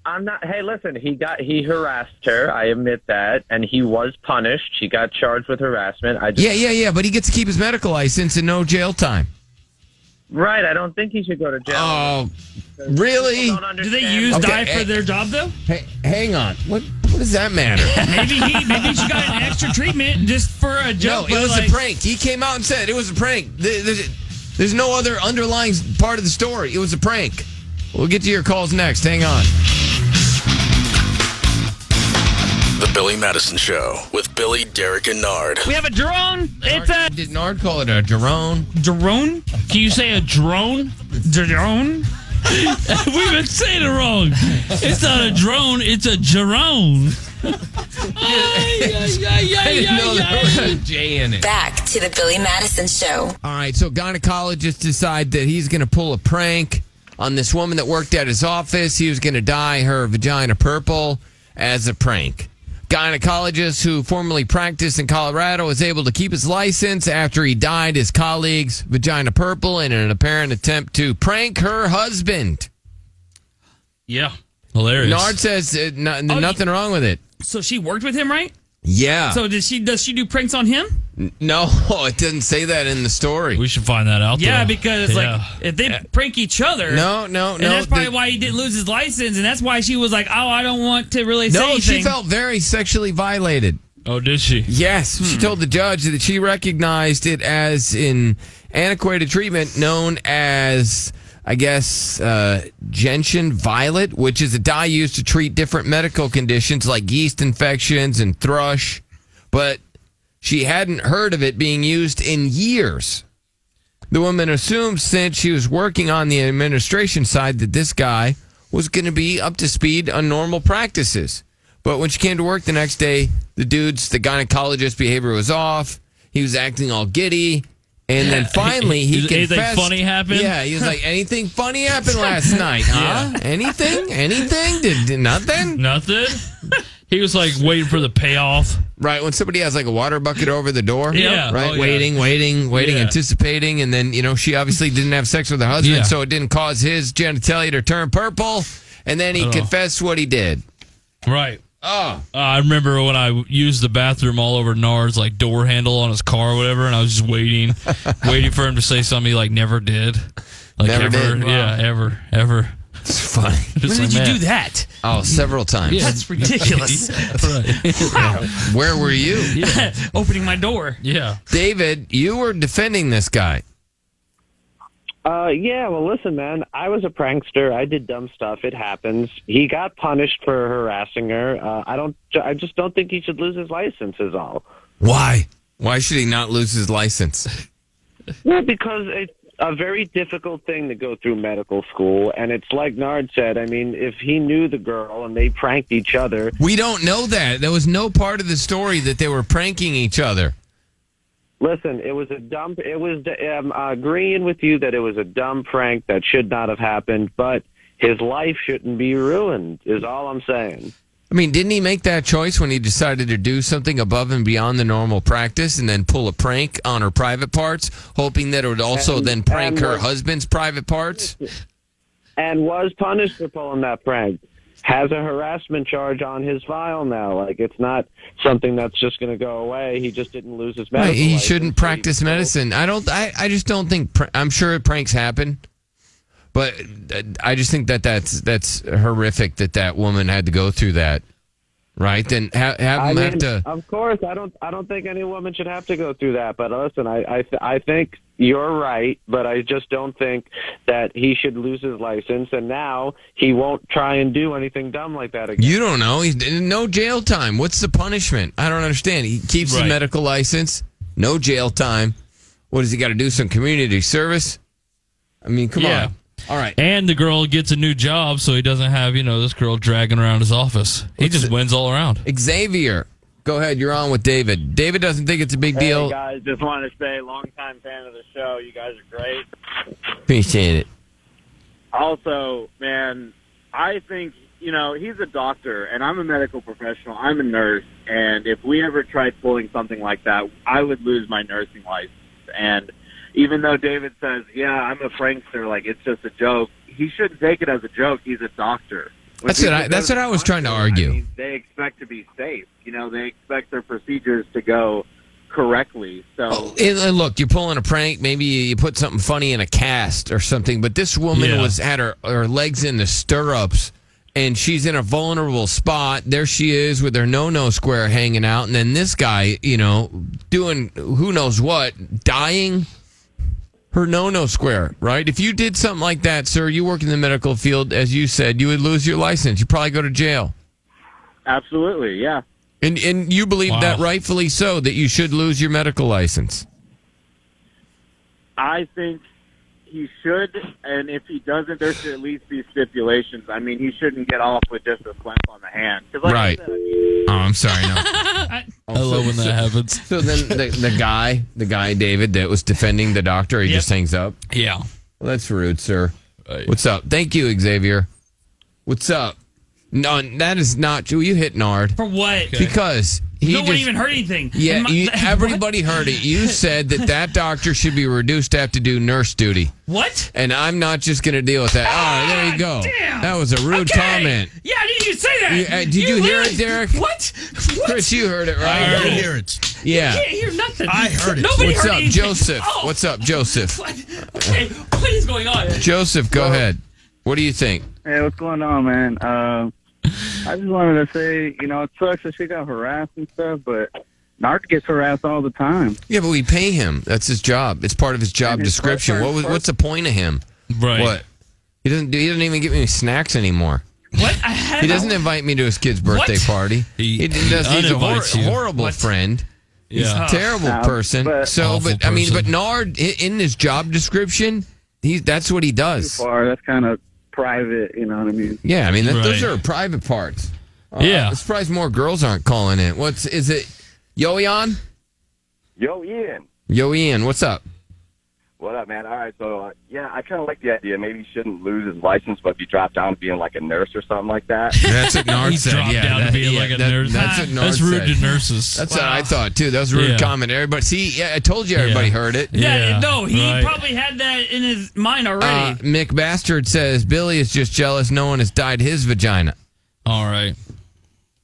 Speaker 29: I'm not. Hey, listen, he got he harassed her. I admit that, and he was punished. He got charged with harassment. I just,
Speaker 4: Yeah, yeah, yeah. But he gets to keep his medical license and no jail time.
Speaker 29: Right. I don't think he should go to jail.
Speaker 4: Oh, really?
Speaker 3: Do they use
Speaker 4: Okay,
Speaker 3: dye
Speaker 4: hey.
Speaker 29: eh.
Speaker 3: for their job though?
Speaker 4: Hey, hang on. What what does that matter?
Speaker 3: <laughs> Maybe he maybe she got an extra treatment just for a
Speaker 4: no,
Speaker 3: joke.
Speaker 4: it
Speaker 3: but,
Speaker 4: was
Speaker 3: like,
Speaker 4: a prank. He came out and said it was a prank. Th- There's, there's no other underlying part of the story. It was a prank. We'll get to your calls next. Hang on.
Speaker 5: The Billy Madison Show with Billy, Derek, and Nard.
Speaker 3: We have a drone. It's a
Speaker 4: Did Nard call it a drone?
Speaker 3: drone.
Speaker 10: Can you say a drone?
Speaker 3: Drone. <laughs>
Speaker 10: We've been saying it wrong. It's not a drone. It's a drone.
Speaker 4: I didn't know there was a J in it.
Speaker 7: Back to the Billy Madison Show.
Speaker 4: All right, so gynecologists decide that he's going to pull a prank on this woman that worked at his office. He was going to dye her vagina purple as a prank. Gynecologist who formerly practiced in Colorado was able to keep his license after he dyed his colleague's vagina purple in an apparent attempt to prank her husband.
Speaker 10: Yeah, hilarious. Oh,
Speaker 4: Nard says uh, no- nothing wrong with it.
Speaker 3: So she worked with him, right?
Speaker 4: Yeah.
Speaker 3: So does she does she do pranks on him?
Speaker 4: No, <laughs> it didn't say that in the story. We
Speaker 10: should find that out.
Speaker 3: Yeah, because like if they prank each other,
Speaker 4: No, no,
Speaker 3: and
Speaker 4: no,
Speaker 3: that's probably
Speaker 4: the-
Speaker 3: why he didn't lose his license, and that's why she was like, "Oh, I don't want to really say
Speaker 4: No,
Speaker 3: anything."
Speaker 4: she felt very sexually violated.
Speaker 10: Oh, did she? Hmm.
Speaker 4: Yes. She told the judge that she recognized it as an antiquated treatment known as, I guess, uh, gentian violet, which is a dye used to treat different medical conditions like yeast infections and thrush. But she hadn't heard of it being used in years. The woman assumed since she was working on the administration side that this guy was going to be up to speed on normal practices. But when she came to work the next day, the dude's, the gynecologist's behavior was off. He was acting all giddy. And
Speaker 10: <laughs>
Speaker 4: then finally, he
Speaker 10: Did anything
Speaker 4: confessed.
Speaker 10: funny happen?
Speaker 4: Yeah, he was like, anything funny happened
Speaker 10: <laughs>
Speaker 4: last night, huh? Anything? Anything? Did, did nothing?
Speaker 10: Nothing? He was like waiting for the payoff.
Speaker 4: Right, when somebody has like a water bucket over the door.
Speaker 10: Yeah.
Speaker 4: Right,
Speaker 10: Oh, yeah.
Speaker 4: waiting, waiting, waiting,
Speaker 10: Yeah.
Speaker 4: anticipating. And then, you know, she obviously didn't have sex with her husband,
Speaker 10: Yeah.
Speaker 4: so it didn't cause his genitalia to turn purple. And then he
Speaker 10: Oh.
Speaker 4: confessed what he did.
Speaker 10: Right. Oh. I remember when I used the bathroom all over Nars, like door handle on his car or whatever, and I was
Speaker 4: <laughs>
Speaker 10: just waiting, waiting for him to say something he like never did. Like
Speaker 4: Never
Speaker 10: ever.
Speaker 4: did?
Speaker 10: Yeah,
Speaker 4: Wow.
Speaker 10: ever, ever.
Speaker 4: It's funny.
Speaker 10: Just like, man.
Speaker 3: that?
Speaker 4: Oh, several times.
Speaker 10: Yeah.
Speaker 4: <laughs>
Speaker 3: That's ridiculous. wow.
Speaker 4: Where were
Speaker 3: <laughs>
Speaker 4: you? Oh,
Speaker 3: Opening my door.
Speaker 10: Yeah.
Speaker 4: David, you were defending this guy.
Speaker 23: Uh, yeah, well, listen, man, I was a prankster. I did dumb stuff. It happens. He got punished for harassing her. Uh, I don't. I just don't think he should lose his license. Is all.
Speaker 4: Why? Why should he not lose his license?
Speaker 23: Well, because it's a very difficult thing to go through medical school, and it's like Nard said. I mean, if he knew the girl and they pranked each other,
Speaker 4: We don't know that. There was no part of the story that they were pranking each other.
Speaker 23: Listen, it was a dumb. It was. I'm agreeing with you that it was a dumb prank that should not have happened, but his life shouldn't be ruined. Is all I'm saying.
Speaker 4: I mean, didn't he make that choice when he decided to do something above and beyond the normal practice and then pull a prank on her private parts, hoping that it would also
Speaker 23: And-
Speaker 4: then prank
Speaker 23: and
Speaker 4: her
Speaker 23: was-
Speaker 4: husband's private
Speaker 23: <laughs>
Speaker 4: parts?
Speaker 23: And was punished for pulling that prank. Has a harassment charge on his file now. Like it's not something that's just going to go away. He just didn't lose his medical.
Speaker 4: Right, he
Speaker 23: license.
Speaker 4: shouldn't practice medicine. I don't. I, I just don't think. Pr- I'm sure pranks happen, but uh, I just think that that's that's horrific that that woman had to go through that. Right? Then ha- have
Speaker 23: I
Speaker 4: him have
Speaker 23: mean,
Speaker 4: to.
Speaker 23: Of course, I don't. I don't think any woman should have to go through that. But listen, I I, th- I think you're right, but I just don't think that he should lose his license, and now he won't try and do anything dumb like that again.
Speaker 4: You don't know. He's no jail time. What's the punishment? I don't understand. He keeps
Speaker 23: Right.
Speaker 4: his medical license. No jail time. What does he got to do? Some community service? I mean, come
Speaker 10: yeah.
Speaker 4: on. All right.
Speaker 10: And the girl gets a new job, so he doesn't have, you know, this girl dragging around his office. He just wins all around.
Speaker 4: Xavier, go ahead. You're on with David. David doesn't think it's a big
Speaker 22: Hey
Speaker 4: deal.
Speaker 22: guys, just wanted to say, longtime fan of the show. You guys are great.
Speaker 4: Appreciate it.
Speaker 22: Also, man, I think you know he's a doctor, and I'm a medical professional. I'm a nurse, and if we ever tried pulling something like that, I would lose my nursing license. And even though David says, "Yeah, I'm a prankster," like it's just a joke, he shouldn't take it as a joke. He's a doctor. When
Speaker 4: That's what
Speaker 22: people
Speaker 4: I,
Speaker 22: go
Speaker 4: that's
Speaker 22: to
Speaker 4: what I was trying to argue.
Speaker 22: they expect to be safe. You know, they expect their procedures to go correctly. So
Speaker 4: And- and uh, look, you're pulling a prank. Maybe you you put something funny in a cast or something. But this woman
Speaker 22: Yeah.
Speaker 4: was at her, her legs in the stirrups, and she's in a vulnerable spot. There she is with her no no square hanging out, and then this guy, you know, doing who knows what, dying her no no square. Right? If you did something like that, sir, you work in the medical field, as you said, you would lose your license. You probably go to jail.
Speaker 22: absolutely, yeah.
Speaker 4: And and you believe
Speaker 22: Wow.
Speaker 4: that rightfully so that you should lose your medical license.
Speaker 22: I think he should, and if he doesn't, there should at least be stipulations. I mean, he shouldn't get off with just a slap on the hand. 'Cause like,
Speaker 4: right. Oh, I'm sorry. No. <laughs>
Speaker 10: I
Speaker 4: Oh.
Speaker 10: love when that happens.
Speaker 4: So then the, the guy, the guy David that was defending the doctor, he just hangs up.
Speaker 10: Yeah.
Speaker 4: Well, that's rude, sir. What's up? Thank you, Xavier. What's up? No, that is not true. You hit Nard
Speaker 3: for what?
Speaker 4: Because he
Speaker 3: no
Speaker 4: just,
Speaker 3: one even heard anything.
Speaker 4: Yeah,
Speaker 3: And my- <laughs>
Speaker 4: you, everybody heard it. You said that that doctor should be reduced to have to do nurse duty.
Speaker 3: What? Ah,
Speaker 4: And I'm not just going to deal with that. All right, oh, there you go. That was a rude comment.
Speaker 3: Yeah, did you say that?
Speaker 4: You- uh, did you hear it,
Speaker 3: literally-
Speaker 4: Derek?
Speaker 3: What? what?
Speaker 4: Chris, you heard it, right?
Speaker 3: I heard
Speaker 4: You
Speaker 3: it.
Speaker 4: hear it. Yeah.
Speaker 3: You can't hear nothing.
Speaker 4: I heard it.
Speaker 3: Nobody
Speaker 4: What's
Speaker 3: heard
Speaker 4: up,
Speaker 3: anything.
Speaker 4: Joseph?
Speaker 3: Oh,
Speaker 4: What's up,
Speaker 3: <laughs>
Speaker 4: Joseph?
Speaker 3: okay, what is going on?
Speaker 4: Joseph, go ahead. What do you think?
Speaker 25: Hey, what's going on, man? Uh, I just wanted to say, you know, it sucks that she got harassed and stuff, but Narc gets harassed all the time.
Speaker 4: Yeah, but we pay him. That's his job. It's part of his job
Speaker 25: And his
Speaker 4: description.
Speaker 25: part-
Speaker 4: What was,
Speaker 25: part-
Speaker 4: what's the point of him?
Speaker 10: Right.
Speaker 4: What? He doesn't. do- He doesn't even give me snacks anymore.
Speaker 3: What? I
Speaker 4: <laughs>
Speaker 3: had
Speaker 4: He doesn't invite me to his kid's birthday
Speaker 3: What?
Speaker 4: party.
Speaker 10: He,
Speaker 4: does.
Speaker 10: he
Speaker 4: He's a hor-
Speaker 10: uninvites you.
Speaker 4: horrible
Speaker 10: What?
Speaker 4: friend. He's
Speaker 10: Yeah.
Speaker 4: a terrible
Speaker 10: No,
Speaker 4: person.
Speaker 10: but-
Speaker 4: so,
Speaker 10: Awful
Speaker 4: but I mean, but
Speaker 10: person.
Speaker 4: Nard i- in his job description, he that's what he does.
Speaker 25: Too far. That's kind of private, you know what I mean?
Speaker 4: Yeah, I mean, that, those
Speaker 25: Right.
Speaker 4: are private parts. Uh,
Speaker 25: Yeah.
Speaker 4: I'm surprised more girls aren't calling in. What's is it? Yo, Ian.
Speaker 24: Yo, Ian.
Speaker 4: Yo, Ian. What's up?
Speaker 24: What up, man? All right, so uh, yeah, I kind of like the idea. Maybe he shouldn't lose his license, but if you drop down to being like a nurse or something like that.
Speaker 4: That's
Speaker 10: <laughs>
Speaker 4: what Nard
Speaker 10: He
Speaker 4: said.
Speaker 10: dropped
Speaker 4: yeah,
Speaker 10: down to
Speaker 4: that-
Speaker 10: being
Speaker 4: yeah,
Speaker 10: like a
Speaker 4: that-
Speaker 10: nurse.
Speaker 4: That's what
Speaker 10: Ah,
Speaker 4: Nard
Speaker 10: that's rude
Speaker 4: said.
Speaker 10: to nurses.
Speaker 4: That's what I thought too. That was a rude
Speaker 10: Yeah.
Speaker 4: comment. Everybody, see, yeah, I told you everybody
Speaker 10: Yeah.
Speaker 4: heard it.
Speaker 3: Yeah, no, he probably had that in his mind
Speaker 4: Uh,
Speaker 3: already.
Speaker 4: Mick Bastard says Billy is just jealous. No one has dyed his vagina.
Speaker 10: All right.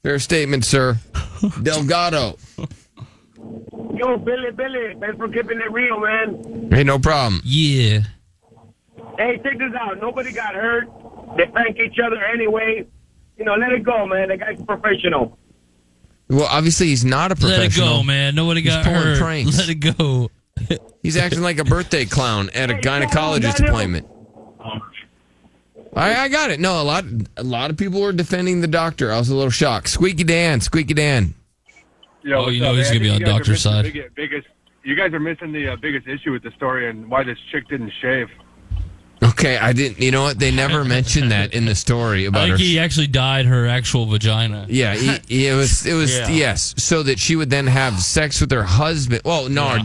Speaker 4: Fair statement,
Speaker 10: <laughs>
Speaker 4: sir. Delgado.
Speaker 26: Yo, Billy, Billy, thanks for keeping it real, man.
Speaker 4: Hey, no problem.
Speaker 10: Yeah.
Speaker 26: Hey, check this out. Nobody got hurt. They thank each other anyway. You know, let it go, man. The guy's professional.
Speaker 4: Well, obviously he's not a
Speaker 10: Let it
Speaker 4: professional.
Speaker 10: go, man. Nobody
Speaker 4: He's
Speaker 10: got
Speaker 4: pulling
Speaker 10: hurt.
Speaker 4: pranks.
Speaker 10: Let it go. <laughs>
Speaker 4: He's acting like a birthday clown at a gynecologist appointment. I, I got it. No, a lot, a lot of people were defending the doctor. I was a little shocked. Squeaky Dan, Squeaky Dan.
Speaker 27: Yo,
Speaker 10: Oh,
Speaker 27: what's
Speaker 10: you know
Speaker 27: up,
Speaker 10: he's
Speaker 27: man?
Speaker 10: gonna be
Speaker 27: You
Speaker 10: on
Speaker 27: guys are
Speaker 10: doctor's
Speaker 27: missing the
Speaker 10: side.
Speaker 27: big- biggest- you guys are missing the uh, biggest issue with the story and why this chick didn't shave.
Speaker 4: Okay, I didn't. You know what? They
Speaker 10: <laughs>
Speaker 4: never mentioned that in the story
Speaker 10: I
Speaker 4: about
Speaker 10: think
Speaker 4: her.
Speaker 10: he actually dyed her actual vagina.
Speaker 4: Yeah, he- he- it was. It was
Speaker 10: Yeah.
Speaker 4: yes, so that she would then have sex with her husband. Well, no.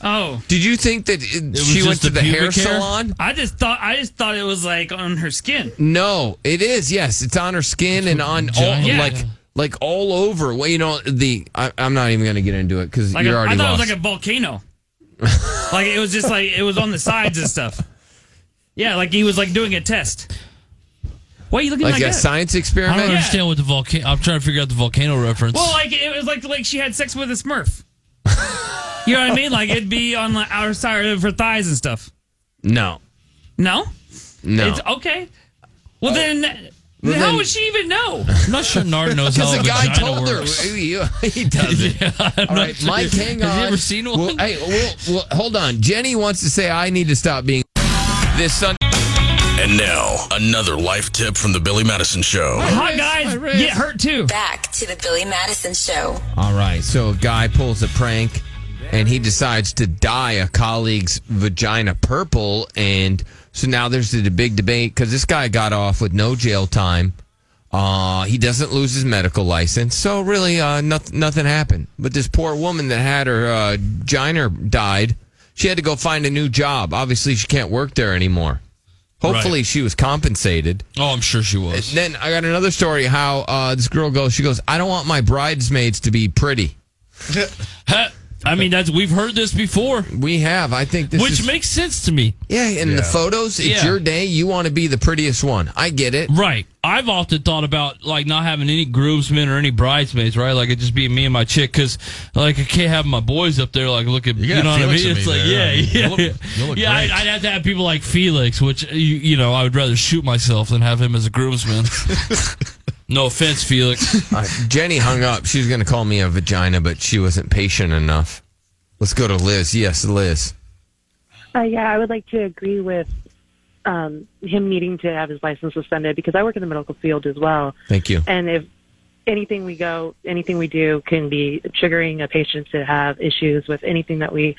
Speaker 3: Oh,
Speaker 4: Did you think that it, she went to the, hair salon?
Speaker 3: I just thought I just thought it was like on her skin.
Speaker 4: No, it is. Yes, it's on her skin and on all
Speaker 3: Yeah.
Speaker 4: like like all over. Well, you know the. I, I'm not even going to get into it because
Speaker 3: Like
Speaker 4: you're
Speaker 3: a, I
Speaker 4: already
Speaker 3: thought
Speaker 4: lost.
Speaker 3: it was like a volcano. <laughs> like it was just like it was on the sides and stuff. Yeah, like he was like doing a test. Why are you looking like, that?
Speaker 10: I don't
Speaker 3: Yeah.
Speaker 10: understand what the volcano. I'm trying to figure out the volcano reference. <laughs>
Speaker 3: Well, like it was like like she had sex with a Smurf. you know what I mean? Like it'd be on the outer side of her thighs and stuff.
Speaker 4: no,
Speaker 3: No,
Speaker 4: no.
Speaker 3: It's okay. Well, then, then
Speaker 4: Well,
Speaker 3: how
Speaker 4: then-
Speaker 3: would she even know?
Speaker 10: I'm not sure Nard knows how
Speaker 4: Because
Speaker 10: a
Speaker 4: the guy
Speaker 10: vagina
Speaker 4: told
Speaker 10: works.
Speaker 4: her <laughs> he,
Speaker 10: <laughs>
Speaker 4: he doesn't. All right,
Speaker 10: sure.
Speaker 4: <laughs> Mike, hang on.
Speaker 10: Has he ever seen
Speaker 4: one? Well, hey, well, well, hold on. Jenny wants to say I need to stop being this Sunday.
Speaker 5: And now, another life tip from the Billy Madison Show.
Speaker 7: Hot guys
Speaker 3: get hurt too.
Speaker 7: Back to the Billy Madison Show.
Speaker 4: All right, so a guy pulls a prank, and he decides to dye a colleague's vagina purple, and so now there's the big debate because this guy got off with no jail time. Uh, he doesn't lose his medical license, so really, uh, nothing, nothing happened. But this poor woman that had her uh, vagina dyed, she had to go find a new job. Obviously, she can't work there anymore. Hopefully, she was compensated.
Speaker 10: Oh, I'm sure she was.
Speaker 4: Then I got another story how uh, this girl goes, she goes, I don't want my bridesmaids to be pretty.
Speaker 10: I mean, that's we've heard this before.
Speaker 4: We have. I think this
Speaker 10: Which
Speaker 4: is-
Speaker 10: makes sense to me.
Speaker 4: Yeah, in the photos, it's
Speaker 10: Yeah.
Speaker 4: your day. You want to be the prettiest one. I get it.
Speaker 10: Right. I've often thought about like not having any groomsmen or any bridesmaids, right? Like it just be me and my chick, because like I can't have my boys up there, like look at you,
Speaker 30: gotta
Speaker 10: know what I
Speaker 30: Felix
Speaker 10: mean?
Speaker 30: would
Speaker 10: It's
Speaker 30: be
Speaker 10: like
Speaker 30: there.
Speaker 10: yeah,
Speaker 30: I mean,
Speaker 10: yeah,
Speaker 30: you'll look-
Speaker 10: yeah.
Speaker 30: you'll look
Speaker 10: yeah I'd,
Speaker 30: great.
Speaker 10: I'd have to have people like Felix, which you, you know I would rather shoot myself than have him as
Speaker 4: <laughs>
Speaker 10: a groomsman. no offense, Felix.
Speaker 4: All right, Jenny hung up. She was going to call me a vagina, but she wasn't patient enough. Let's go to Liz. Yes, Liz.
Speaker 31: Uh, yeah, I would like to agree with um, him needing to have his license suspended because I work in the medical field as well.
Speaker 4: Thank you.
Speaker 31: And if anything we go, anything we do can be triggering a patient to have issues with anything that we.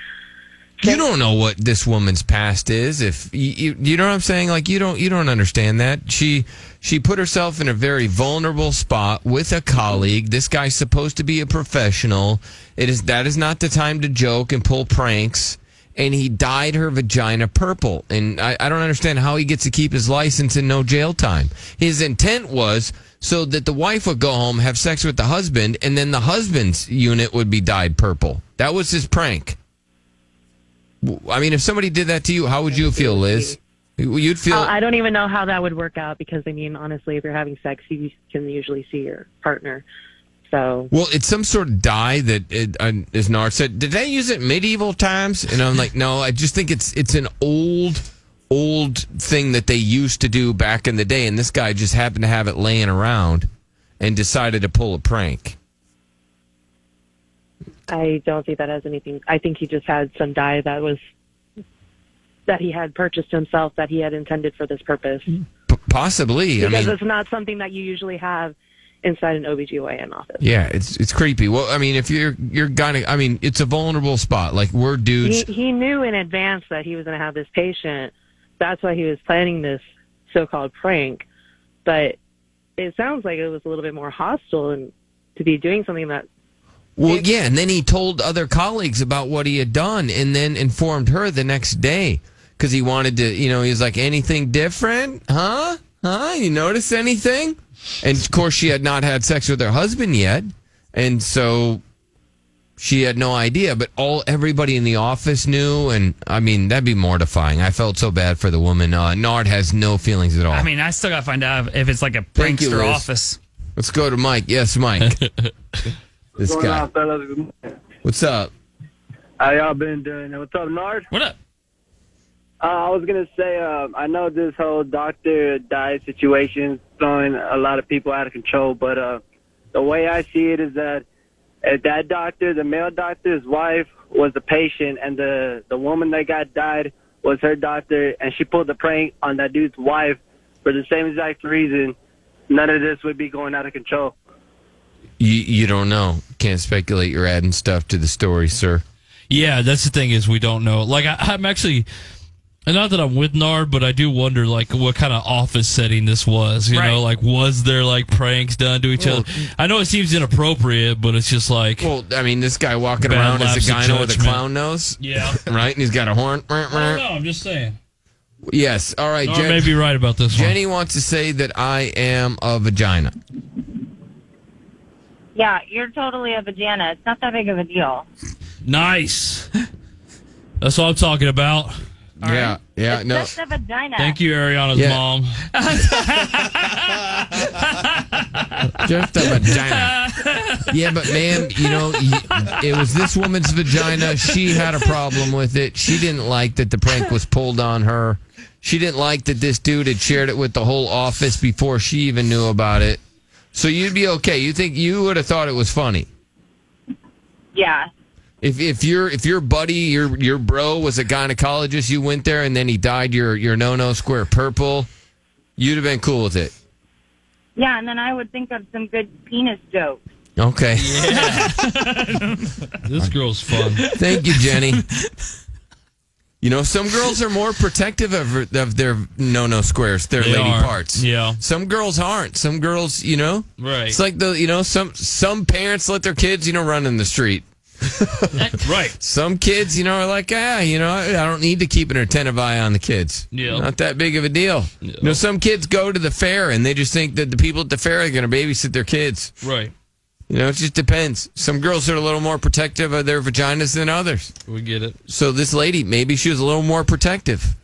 Speaker 4: You don't know what this woman's past is. If you, you, you know what I'm saying, like you don't you don't understand that she she put herself in a very vulnerable spot with a colleague. This guy's supposed to be a professional. It is that is not the time to joke and pull pranks. And he dyed her vagina purple. And I, I don't understand how he gets to keep his license and no jail time. His intent was so that the wife would go home, have sex with the husband, and then the husband's unit would be dyed purple. That was his prank. I mean, if somebody did that to you, how would you feel, Liz? You'd feel.
Speaker 31: Uh, I don't even know how that would work out because I mean, honestly, if you're having sex, you can usually see your partner. So
Speaker 4: Well, it's some sort of dye that it, uh, is Nar said. Did they use it medieval times? And I'm like, no. I just think it's it's an old old thing that they used to do back in the day, and this guy just happened to have it laying around and decided to pull a prank.
Speaker 31: I don't think that has anything. I think he just had some dye that was that he had purchased himself that he had intended for this purpose.
Speaker 4: P- possibly.
Speaker 31: because
Speaker 4: I mean,
Speaker 31: it's not something that you usually have inside an OBGYN office.
Speaker 4: yeah, it's it's creepy. Well, I mean, if you're you're gonna, I mean, it's a vulnerable spot. Like we're dudes.
Speaker 31: He, he knew in advance that he was going to have this patient. That's why he was planning this so-called prank. But it sounds like it was a little bit more hostile and to be doing something that
Speaker 4: Well, yeah, and then he told other colleagues about what he had done, and then informed her the next day because he wanted to. You know, he was like, "Anything different? Huh? Huh? You notice anything?" And of course, she had not had sex with her husband yet, and so she had no idea. But all everybody in the office knew, and I mean, that'd be mortifying. I felt so bad for the woman. Uh, Nard has no feelings at all.
Speaker 3: I mean, I still gotta find out if it's like a
Speaker 4: Thank you,
Speaker 3: prankster
Speaker 4: Liz.
Speaker 3: office.
Speaker 4: Let's go to Mike. Yes, Mike. this guy. What's up?
Speaker 11: How y'all been doing? What's up, Nard?
Speaker 3: What up?
Speaker 11: Uh, I was gonna say, uh, I know this whole doctor diet situation is throwing a lot of people out of control, but uh, the way I see it is that uh, that doctor, the male doctor's wife, was the patient, and the the woman that got died was her doctor, and she pulled the prank on that dude's wife for the same exact reason. None of this would be going out of control.
Speaker 4: You, you don't know. Can't speculate. You're adding stuff to the story, sir.
Speaker 10: Yeah, that's the thing is we don't know. Like I, I'm actually, and not that I'm with Nard, but I do wonder like what kind of office setting this was. You
Speaker 4: Right.
Speaker 10: know, like was there like pranks done to each
Speaker 4: Well-
Speaker 10: other? I know it seems inappropriate, but it's just like
Speaker 4: well, I mean, this guy walking around as a gyno with a clown nose.
Speaker 10: Yeah.
Speaker 4: right? And <laughs> he's got a horn.
Speaker 10: I don't know. I'm just saying.
Speaker 4: Yes. All right.
Speaker 10: Nard may be right about this one.
Speaker 4: Jenny wants to say that I am a vagina.
Speaker 1: Yeah, you're totally a vagina. It's not that big of a deal.
Speaker 10: Nice. <laughs> That's what I'm talking about.
Speaker 4: yeah. Yeah.
Speaker 1: it's just a vagina.
Speaker 10: Thank you, Ariana's
Speaker 4: Yeah.
Speaker 10: mom.
Speaker 4: <laughs>
Speaker 3: <laughs>
Speaker 4: Just
Speaker 10: <laughs>
Speaker 4: a vagina. Yeah, but ma'am, you know, y- it was this woman's vagina. She had a problem with it. She didn't like that the prank was pulled on her. She didn't like that this dude had shared it with the whole office before she even knew about it. So you'd be okay. You think you would have thought it was funny
Speaker 1: Yeah.
Speaker 4: if if your if your buddy your your bro was a gynecologist. You went there and then he dyed your your no no square purple. You'd have been cool with it.
Speaker 1: Yeah, and then I would think of some good penis jokes.
Speaker 4: Okay.
Speaker 1: <laughs>
Speaker 10: this girl's fun.
Speaker 4: Thank you, Jenny. You know, some girls are more protective of, of their no no squares, their
Speaker 10: They
Speaker 4: lady
Speaker 10: are.
Speaker 4: parts.
Speaker 10: Yeah.
Speaker 4: Some girls aren't. Some girls, you know,
Speaker 10: Right.
Speaker 4: It's like the you know some some parents let their kids you know run in the street.
Speaker 10: <laughs> right.
Speaker 4: Some kids, you know, are like, ah, you know, I I don't need to keep an attentive eye on the kids.
Speaker 10: Yeah.
Speaker 4: Not that big of a deal. You know, some kids go to the fair and they just think that the people at the fair are going to babysit their kids.
Speaker 10: Right.
Speaker 4: You know, it just depends. Some girls are a little more protective of their vaginas than others.
Speaker 10: We get it.
Speaker 4: So this lady, maybe she was a little more protective.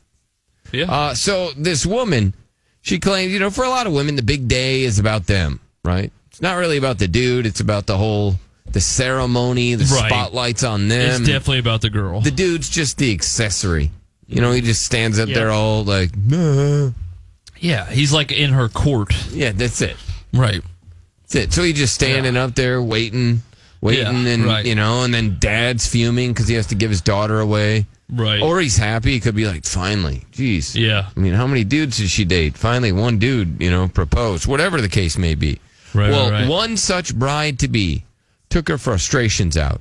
Speaker 10: Yeah.
Speaker 4: Uh, so this woman, she claims, you know, for a lot of women, the big day is about them, right? It's not really about the dude. It's about the whole the ceremony, the
Speaker 10: Right.
Speaker 4: spotlights on them.
Speaker 10: It's definitely about the girl.
Speaker 4: the dude's just the accessory. You know, he just stands up
Speaker 10: Yeah.
Speaker 4: there all like,
Speaker 10: Yeah, he's like in her court.
Speaker 4: Yeah, that's it.
Speaker 10: Right.
Speaker 4: That's it. So he's just standing up there waiting, waiting,
Speaker 10: Yeah,
Speaker 4: and
Speaker 10: right.
Speaker 4: you know, and then dad's fuming because he has to give his daughter away.
Speaker 10: Right.
Speaker 4: Or he's happy. He could be like, finally, jeez.
Speaker 10: Yeah.
Speaker 4: I mean, how many dudes did she date? Finally, one dude, you know, proposed. Whatever the case may be.
Speaker 10: Right,
Speaker 4: Well,
Speaker 10: right, right.
Speaker 4: one such bride to be took her frustrations out,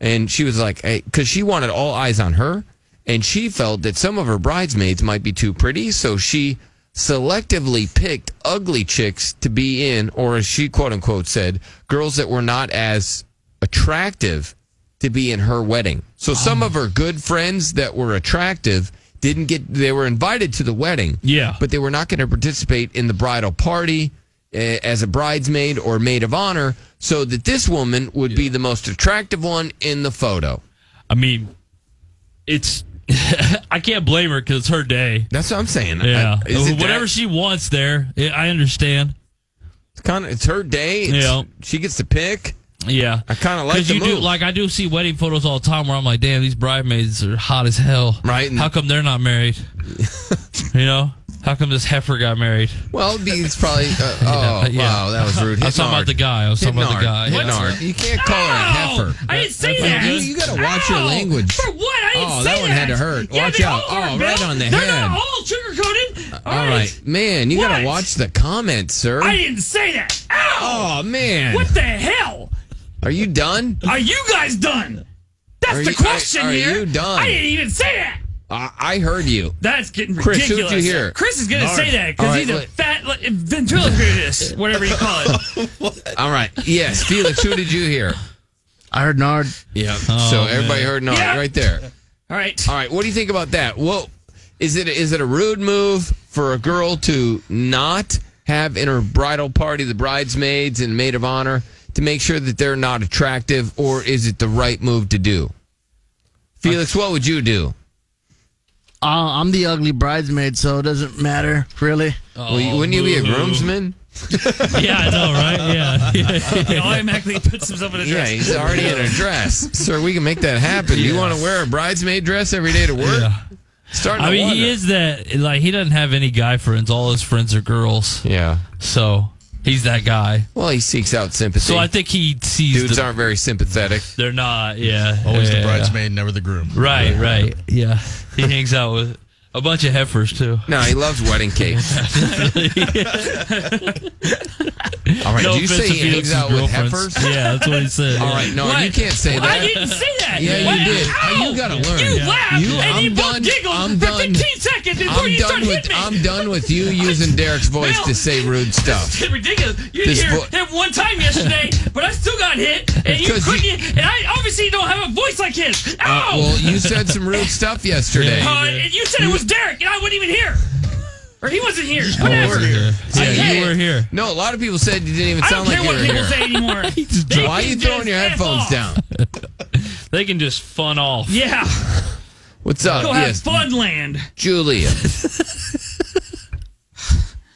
Speaker 4: and she was like, because she wanted all eyes on her, and she felt that some of her bridesmaids might be too pretty, so she selectively picked ugly chicks to be in, or as she quote unquote said, girls that were not as attractive to be in her wedding. So some of her good friends that were attractive didn't get they were invited to the wedding. Yeah. But they were not going to participate in the bridal party eh, as a bridesmaid or maid of honor so that this woman would be the most attractive one in the photo.
Speaker 10: I mean, it's <laughs> I can't blame her because it's her day.
Speaker 4: That's what I'm saying. I-
Speaker 10: Yeah,
Speaker 4: Uh, is it
Speaker 10: whatever
Speaker 4: that-
Speaker 10: she wants there, I I understand.
Speaker 4: kind of it's her day. It's-
Speaker 10: Yeah.
Speaker 4: she gets to pick.
Speaker 10: Yeah,
Speaker 4: I kind of like
Speaker 10: Because
Speaker 4: the
Speaker 10: you do
Speaker 4: move.
Speaker 10: like I do see wedding photos all the time where I'm like, damn, these bridesmaids are hot as hell. Right? How come they're
Speaker 4: <laughs>
Speaker 10: not married? you know, how come this heifer got married?
Speaker 4: well, these probably. Uh, oh
Speaker 10: <laughs> Yeah.
Speaker 4: wow, that was rude.
Speaker 10: <laughs> I was talking about the guy. I was talking about the guy.
Speaker 4: Hitting
Speaker 10: Yeah.
Speaker 4: hard. You can't call her a heifer.
Speaker 3: I didn't say
Speaker 4: That's-
Speaker 3: that.
Speaker 4: You, you gotta watch your
Speaker 3: Ow!
Speaker 4: language.
Speaker 3: For what? I didn't
Speaker 4: Oh,
Speaker 3: say
Speaker 4: that one had to hurt.
Speaker 3: Yeah,
Speaker 4: Watch
Speaker 3: they
Speaker 4: out.
Speaker 3: all
Speaker 4: Oh,
Speaker 3: hurt,
Speaker 4: right
Speaker 3: Bill.
Speaker 4: on the
Speaker 3: They're
Speaker 4: head. Uh,
Speaker 3: not all sugar coated.
Speaker 4: All right. man, you gotta watch the comments, sir.
Speaker 3: I didn't say that. Ow!
Speaker 4: Oh man,
Speaker 3: What the hell?
Speaker 4: are you done?
Speaker 3: Are you guys done? That's
Speaker 4: Are
Speaker 3: the
Speaker 4: you-
Speaker 3: question
Speaker 4: are- are
Speaker 3: here.
Speaker 4: you done?
Speaker 3: I didn't even say that.
Speaker 4: I, I heard you.
Speaker 3: That's getting
Speaker 4: Chris, who'd
Speaker 3: ridiculous.
Speaker 4: you hear?
Speaker 3: Chris is going to
Speaker 4: Narc.
Speaker 3: say that
Speaker 4: All
Speaker 3: because
Speaker 4: right,
Speaker 3: he's a
Speaker 4: let-
Speaker 3: fat like, ventriloquist, whatever you call it.
Speaker 4: All right. Yes, Felix. Who did you hear?
Speaker 5: I heard Nard.
Speaker 4: Yeah.
Speaker 5: Oh,
Speaker 4: so everybody
Speaker 5: man.
Speaker 4: heard Nard
Speaker 5: Yeah.
Speaker 4: right there.
Speaker 3: All right.
Speaker 4: All right. What do you think about that? Well, is it is it a rude move for a girl to not have in her bridal party the bridesmaids and maid of honor to make sure that they're not attractive, or is it the right move to do? Felix, what would you do?
Speaker 32: Uh, I'm the ugly bridesmaid, so it doesn't matter, really.
Speaker 4: Well, you- Oh, wouldn't you be a groomsman?
Speaker 10: <laughs> yeah, I know, right? Yeah.
Speaker 3: <laughs> He automatically puts himself in a
Speaker 4: Yeah,
Speaker 3: dress.
Speaker 4: he's already in a dress, sir. We can make that happen. You want to wear a bridesmaid dress every day to work? Starting.
Speaker 10: I
Speaker 4: to
Speaker 10: mean,
Speaker 4: wonder.
Speaker 10: he is that like he doesn't have any guy friends. All his friends are girls.
Speaker 4: Yeah.
Speaker 10: So he's that guy.
Speaker 4: Well, he seeks out sympathy.
Speaker 10: So I think he sees
Speaker 4: Dudes
Speaker 10: the-
Speaker 4: aren't very sympathetic.
Speaker 10: They're not. Uh, Yeah.
Speaker 4: Always the
Speaker 10: yeah.
Speaker 4: bridesmaid,
Speaker 5: never the groom.
Speaker 10: Right. Right. <laughs> Yeah. He hangs out with a bunch of heifers too.
Speaker 4: No, he loves
Speaker 10: <laughs>
Speaker 4: wedding cakes. All right,
Speaker 10: No
Speaker 4: did you say
Speaker 10: offense to
Speaker 4: he hangs
Speaker 10: Felix's
Speaker 4: out with heifers?
Speaker 10: girlfriends. Yeah, that's what he said.
Speaker 4: All
Speaker 10: Yeah.
Speaker 4: right, no,
Speaker 10: What?
Speaker 4: you can't say
Speaker 10: What?
Speaker 4: that.
Speaker 10: I didn't say that.
Speaker 4: Yeah,
Speaker 10: What?
Speaker 4: you did. You gotta learn.
Speaker 10: You laughed, and
Speaker 4: I'm
Speaker 10: you both
Speaker 4: done-
Speaker 10: giggled
Speaker 4: I'm
Speaker 10: for
Speaker 4: done.
Speaker 10: 15 seconds before
Speaker 4: I'm
Speaker 10: you
Speaker 4: done
Speaker 10: started
Speaker 4: with,
Speaker 10: hitting me.
Speaker 4: I'm done with
Speaker 10: <laughs>
Speaker 4: you using Derek's voice
Speaker 3: Bill,
Speaker 4: to say rude stuff.
Speaker 3: It's ridiculous. You
Speaker 4: This
Speaker 3: hit
Speaker 4: vo-
Speaker 3: hit one
Speaker 4: <laughs>
Speaker 3: time yesterday, but I still got hit, and you
Speaker 4: 'Cause
Speaker 3: couldn't. e-, and I obviously don't have a voice like his. Ow!
Speaker 4: Uh, well, you said some rude stuff yesterday.
Speaker 3: <laughs>
Speaker 10: Oh,
Speaker 3: Uh, and you said it was Derek, and I wasn't even here, or he wasn't here. Whatever.
Speaker 4: Yeah,
Speaker 3: I
Speaker 4: you
Speaker 3: did.
Speaker 4: were here. No, a lot of people said you didn't even
Speaker 3: I
Speaker 4: sound
Speaker 3: don't care
Speaker 4: like you
Speaker 3: what
Speaker 4: were
Speaker 3: people
Speaker 4: here.
Speaker 3: say
Speaker 4: <laughs>
Speaker 3: anymore. They
Speaker 4: Why are
Speaker 3: can
Speaker 4: you throwing
Speaker 3: just
Speaker 4: your
Speaker 3: F
Speaker 4: headphones
Speaker 3: off.
Speaker 4: down?
Speaker 10: <laughs> They can just fun off.
Speaker 3: Yeah.
Speaker 4: What's up?
Speaker 3: Go have
Speaker 4: yes,
Speaker 3: fun land.
Speaker 4: Julia.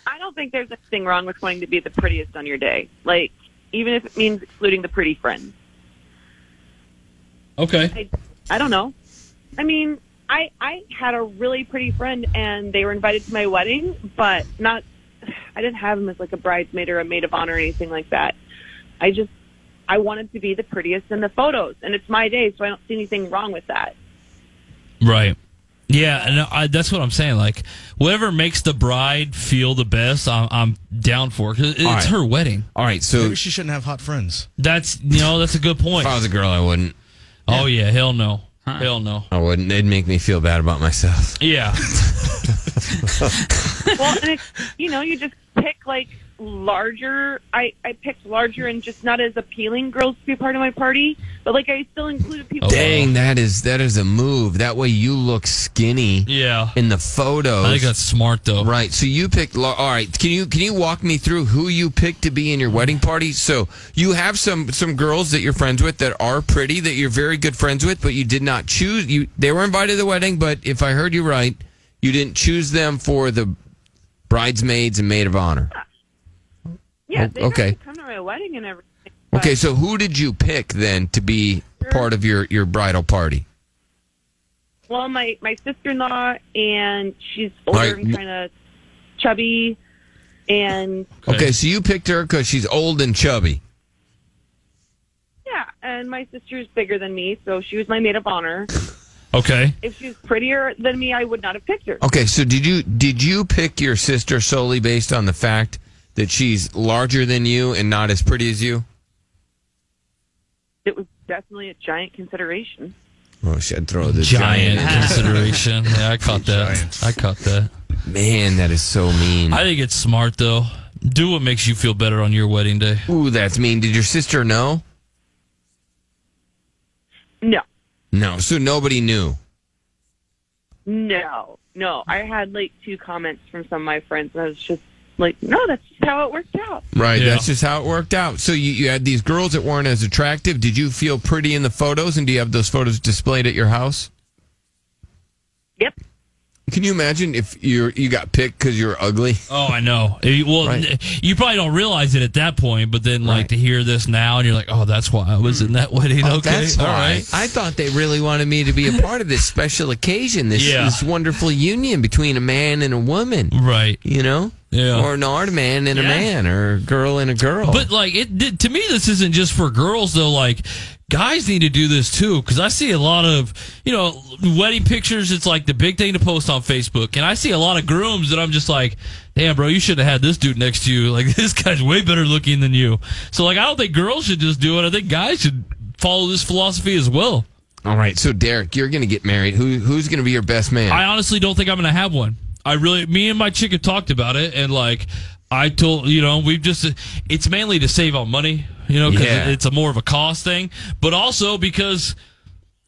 Speaker 33: I don't think there's anything wrong with wanting to be the prettiest on your day. Like, even if it means excluding the pretty friends.
Speaker 10: Okay.
Speaker 33: I don't know. I mean, I I had a really pretty friend, and they were invited to my wedding, but not. I didn't have him as like a bridesmaid or a maid of honor or anything like that. I just I wanted to be the prettiest in the photos, and it's my day, so I don't see anything wrong with that.
Speaker 10: <laughs> Right. Yeah, and I, that's what I'm saying. Like, whatever makes the bride feel the best, I'm, I'm down for. 'Cause it's
Speaker 5: All right.
Speaker 10: her wedding.
Speaker 4: All right,
Speaker 5: Maybe she shouldn't have hot friends.
Speaker 10: that's you know that's a good point.
Speaker 4: If I was a girl, I wouldn't.
Speaker 10: Oh yeah, hell no, hell no.
Speaker 4: I wouldn't. Oh, It'd make me feel bad about <laughs> myself.
Speaker 10: Yeah.
Speaker 33: well, and it's, you know, you just pick like larger. I I picked larger and just not as appealing girls to be a part of my party, but like I still included
Speaker 10: Oh,
Speaker 33: people.
Speaker 4: Dang, that is that is a move. That way you look skinny.
Speaker 10: Yeah.
Speaker 4: In the photos.
Speaker 10: I think that's smart though.
Speaker 4: Right. So you picked. Lar- All right. Can you can you walk me through who you picked to be in your wedding party? So you have some some girls that you're friends with that are pretty that you're very good friends with, but you did not choose. You they were invited to the wedding, but if I heard you right, you didn't choose them for the bridesmaids and maid of honor.
Speaker 33: Yeah, they got
Speaker 4: Oh, okay.
Speaker 33: to come to my wedding and everything.
Speaker 4: Okay. So who did you pick then to be part of your your bridal party?
Speaker 33: Well, my my sister in law and she's older
Speaker 4: Right.
Speaker 33: and kind of chubby, and
Speaker 4: Okay. so you picked her because she's old and chubby.
Speaker 33: yeah, and my sister's bigger than me, so she was my maid of honor.
Speaker 10: Okay.
Speaker 33: If she was prettier than me, I would not have picked her.
Speaker 4: Okay, so did you did you pick your sister solely based on the fact that she's larger than you and not as pretty as you?
Speaker 33: It was definitely a giant consideration.
Speaker 4: Oh, should I throw the giant, <laughs>
Speaker 10: giant,
Speaker 4: in there?
Speaker 10: consideration. Yeah, I caught that. I caught that.
Speaker 4: Man, that is so mean.
Speaker 10: I think it's smart though. Do what makes you feel better on your wedding day.
Speaker 4: Ooh, that's mean. Did your sister know?
Speaker 33: No,
Speaker 4: No, so nobody knew.
Speaker 33: no, no. I had like two comments from some of my friends, and I was just like, no, that's just how it worked out.
Speaker 4: Right,
Speaker 10: Yeah.
Speaker 4: that's just how it worked out. So you, you had these girls that weren't as attractive. Did you feel pretty in the photos and do you have those photos displayed at your house?
Speaker 33: Yep.
Speaker 4: Can you imagine if you you got picked because you're ugly?
Speaker 10: Oh, I know. Eh, Well,
Speaker 4: Right.
Speaker 10: you probably don't realize it at that point, but then like to hear this now, and you're like, "Oh, that's why I was in that wedding."
Speaker 4: Oh,
Speaker 10: okay,
Speaker 4: that's
Speaker 10: all
Speaker 4: why.
Speaker 10: right.
Speaker 4: I thought they really wanted me to be a part of this special occasion, this,
Speaker 10: Yeah.
Speaker 4: this wonderful union between a man and a woman,
Speaker 10: right?
Speaker 4: You know,
Speaker 10: Yeah.
Speaker 4: or an art man and a
Speaker 10: Yeah.
Speaker 4: man, or a girl and a girl.
Speaker 10: But like it did, to me, this isn't just for girls though. Like guys need to do this too because I see a lot of you know wedding pictures. It's like the big thing to post on Facebook, and I see a lot of grooms that I'm just like, damn, bro, you should have had this dude next to you. Like <laughs> this guy's way better looking than you. So like I don't think girls should just do it. I think guys should follow this philosophy as well.
Speaker 4: all right, so Derek, you're going to get married. Who who's going to be your best man?
Speaker 10: I honestly don't think I'm going to have one. I really, me and my chick have talked about it, and like I told you know we've just it's mainly to save on money, you know, because
Speaker 4: Yeah.
Speaker 10: it's a more of a cost thing, but also because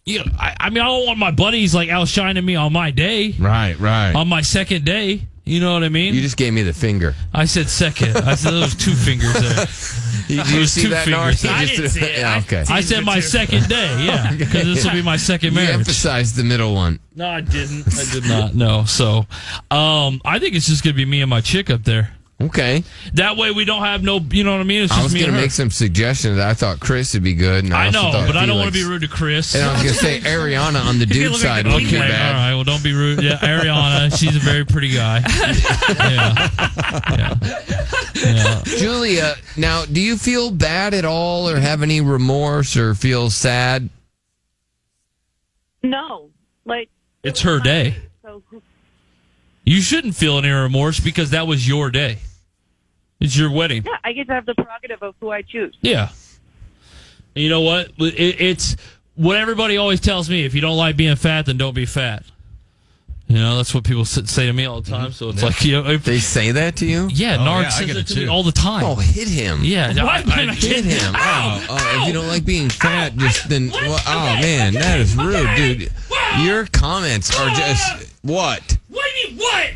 Speaker 10: you know I, I mean I don't want my buddies like outshining me on my day,
Speaker 4: right, right.
Speaker 10: on my second day. You know what I mean?
Speaker 4: you just gave me the finger.
Speaker 10: I said second. I said there was two fingers there.
Speaker 4: <laughs> You-
Speaker 10: There <laughs>
Speaker 4: you
Speaker 10: was
Speaker 4: see
Speaker 10: two
Speaker 4: that,
Speaker 10: fingers.
Speaker 4: Nars? I Just- didn't see it. <laughs> yeah, I okay.
Speaker 10: I
Speaker 4: teased
Speaker 10: said
Speaker 4: it
Speaker 10: my
Speaker 4: too.
Speaker 10: second
Speaker 4: <laughs>
Speaker 10: day. Yeah, because this will be my second
Speaker 4: You
Speaker 10: marriage.
Speaker 4: emphasized the middle one.
Speaker 10: No, I didn't. I did not. No. So, um, I think it's just gonna be me and my chick up there.
Speaker 4: Okay.
Speaker 10: That way we don't have no. You know what I mean? It's just
Speaker 4: I was
Speaker 10: me
Speaker 4: going to
Speaker 10: and her.
Speaker 4: make some suggestions. I thought Chris would be good. And I,
Speaker 10: I
Speaker 4: also
Speaker 10: know,
Speaker 4: thought
Speaker 10: but I don't
Speaker 4: Felix.
Speaker 10: want to be rude to Chris.
Speaker 4: And I was going to
Speaker 10: <laughs>
Speaker 4: say Ariana on the dude side would be
Speaker 10: Okay, all
Speaker 4: bad.
Speaker 10: right. Well, don't be rude.
Speaker 4: <laughs>
Speaker 10: Yeah, Ariana, she's a very pretty guy.
Speaker 4: <laughs> Julia, now, do you feel bad at all or have any remorse or feel sad?
Speaker 9: No, like
Speaker 10: It's her day.
Speaker 9: so.
Speaker 10: You shouldn't feel any remorse because that was your day. It's your wedding.
Speaker 9: Yeah, I get to have the prerogative of who I choose.
Speaker 10: Yeah. And you know what? It, it's what everybody always tells me: if you don't like being fat, then don't be fat. You know, that's what people s- say to me all the time. So it's
Speaker 4: Mm-hmm. Yeah.
Speaker 10: like, you know, if,
Speaker 4: They say that to you?
Speaker 10: Oh, yeah, Narc says it to me all the time.
Speaker 4: Oh, hit him.
Speaker 10: Yeah,
Speaker 4: Why
Speaker 10: I- I-
Speaker 4: hit him. Oh, oh, if you don't like being fat, just then. well, oh, man, that is rude, dude. Your comments
Speaker 10: Ah.
Speaker 4: are just. What?
Speaker 3: What do you mean, what?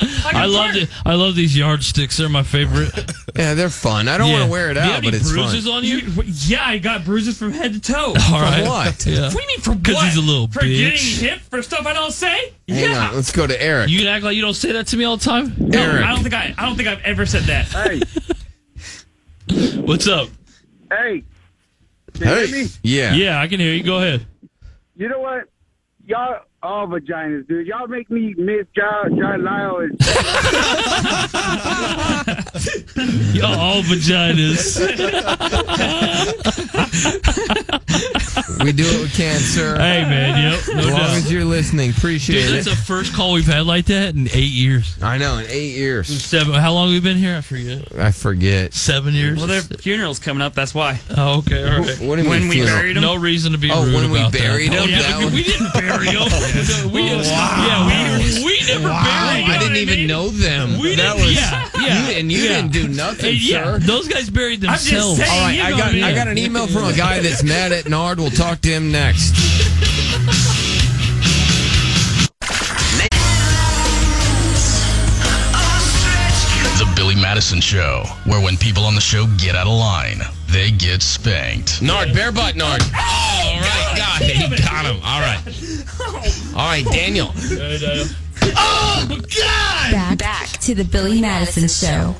Speaker 10: <laughs> I love it. I love these yardsticks. They're my favorite.
Speaker 4: <laughs> yeah, they're fun. I don't wanna wear it
Speaker 10: Do you
Speaker 4: out,
Speaker 10: have
Speaker 4: but
Speaker 10: any
Speaker 4: it's fun.
Speaker 10: bruises on you?
Speaker 3: Yeah, I got bruises from head to toe.
Speaker 10: All right. <laughs> Yeah.
Speaker 3: What do you mean for what?
Speaker 10: 'Cause he's a little
Speaker 3: for
Speaker 10: bitch.
Speaker 3: getting hit for stuff I don't say.
Speaker 4: Hang on, let's go to Eric.
Speaker 10: You can act like you don't say that to me all the time.
Speaker 3: No, I don't think I. I don't think I've ever said that. Hey,
Speaker 10: What's up?
Speaker 21: Hey, Can you hear me?
Speaker 4: Yeah.
Speaker 10: Yeah, I can hear you. Go ahead.
Speaker 21: you know what? Y'all all vaginas, dude. Y'all make me miss John, John Lyle.
Speaker 4: <laughs>
Speaker 21: And-
Speaker 10: Yo, all
Speaker 4: <laughs>
Speaker 10: vaginas.
Speaker 4: We do what we can, sir.
Speaker 10: <laughs> Hey, man. Yep. No
Speaker 4: as long
Speaker 10: doubt.
Speaker 4: as you're listening, appreciate
Speaker 10: Dude,
Speaker 4: it.
Speaker 10: that's the first call we've had like that in eight years.
Speaker 4: I know, in eight years.
Speaker 10: Seven. How long have we been here? I forget.
Speaker 4: I forget.
Speaker 10: Seven years.
Speaker 3: well, their funeral's coming up. That's why.
Speaker 10: Oh, okay. All right.
Speaker 4: What do you
Speaker 3: when
Speaker 4: mean
Speaker 3: we
Speaker 4: funeral?
Speaker 3: buried him.
Speaker 10: No reason to be
Speaker 4: Oh,
Speaker 10: rude
Speaker 4: when we
Speaker 10: about that.
Speaker 4: buried him?
Speaker 10: Oh, yeah,
Speaker 4: That
Speaker 10: we,
Speaker 4: was-
Speaker 10: we didn't bury him. No, we yeah, we, we never buried him.
Speaker 4: I didn't even know them.
Speaker 10: We
Speaker 4: that
Speaker 10: didn't-
Speaker 4: was
Speaker 10: yeah, yeah,
Speaker 4: you, and you
Speaker 10: yeah.
Speaker 4: didn't do nothing,
Speaker 10: Hey, yeah,
Speaker 4: sir.
Speaker 10: those guys buried
Speaker 3: I'm just
Speaker 10: themselves.
Speaker 3: saying,
Speaker 4: All right,
Speaker 3: you
Speaker 4: I
Speaker 3: know
Speaker 4: got
Speaker 3: me.
Speaker 4: I got an email from a guy that's
Speaker 10: <laughs>
Speaker 4: mad at Nard. We'll talk to him next.
Speaker 5: The Billy Madison Show, where when people on the show get out of line, they get spanked.
Speaker 4: Nard, bare
Speaker 15: <laughs>
Speaker 4: butt, Nard. All right, God, he got him. All right, all right, Daniel.
Speaker 7: Oh, God! Back, back to the Billy Madison Show.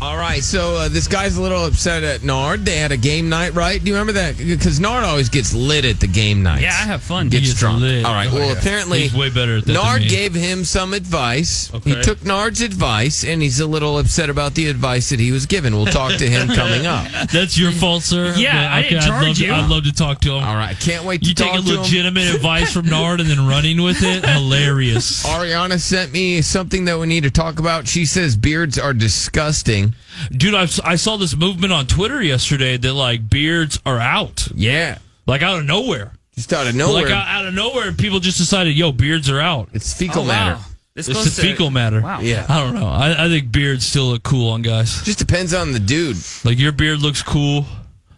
Speaker 4: All right, so uh, this guy's a little upset at Nard. They had a game night, right? Do you remember that? Because Nard always gets lit at the game nights.
Speaker 3: Yeah, I have fun.
Speaker 4: Gets
Speaker 10: He is
Speaker 4: drunk.
Speaker 10: lit.
Speaker 4: All right.
Speaker 10: Oh,
Speaker 4: well,
Speaker 10: yeah.
Speaker 4: apparently,
Speaker 10: He's way better at that than
Speaker 4: Nard
Speaker 10: me.
Speaker 4: gave him some advice. He
Speaker 10: Okay.
Speaker 4: took Nard's advice, and he's a little upset about the advice that he was given. We'll talk to
Speaker 10: <laughs>
Speaker 4: him coming up.
Speaker 10: That's your fault, sir.
Speaker 3: Yeah, I didn't
Speaker 10: I'd
Speaker 3: charge
Speaker 10: love
Speaker 3: you.
Speaker 10: To, I'd love to talk to him.
Speaker 4: All right, can't wait to
Speaker 10: You
Speaker 4: talk
Speaker 10: taking
Speaker 4: to him.
Speaker 10: legitimate advice from Nard and then running
Speaker 4: <laughs>
Speaker 10: with it? Hilarious.
Speaker 4: Ariana sent me something that we need to talk about. She says beards are disgusting.
Speaker 10: Dude, I, I saw this movement on Twitter yesterday that like beards are out.
Speaker 4: Yeah,
Speaker 10: Like out of nowhere.
Speaker 4: just out of nowhere.
Speaker 10: Like out, out of nowhere, people just decided, yo, beards are out.
Speaker 4: it's fecal
Speaker 3: Oh, wow.
Speaker 4: matter.
Speaker 3: This
Speaker 10: it's
Speaker 3: goes
Speaker 10: just
Speaker 3: to-
Speaker 10: fecal matter.
Speaker 3: Wow.
Speaker 4: Yeah.
Speaker 10: I don't know. I, I think beards still look cool on guys.
Speaker 4: Just depends on the dude.
Speaker 10: Like your beard looks cool.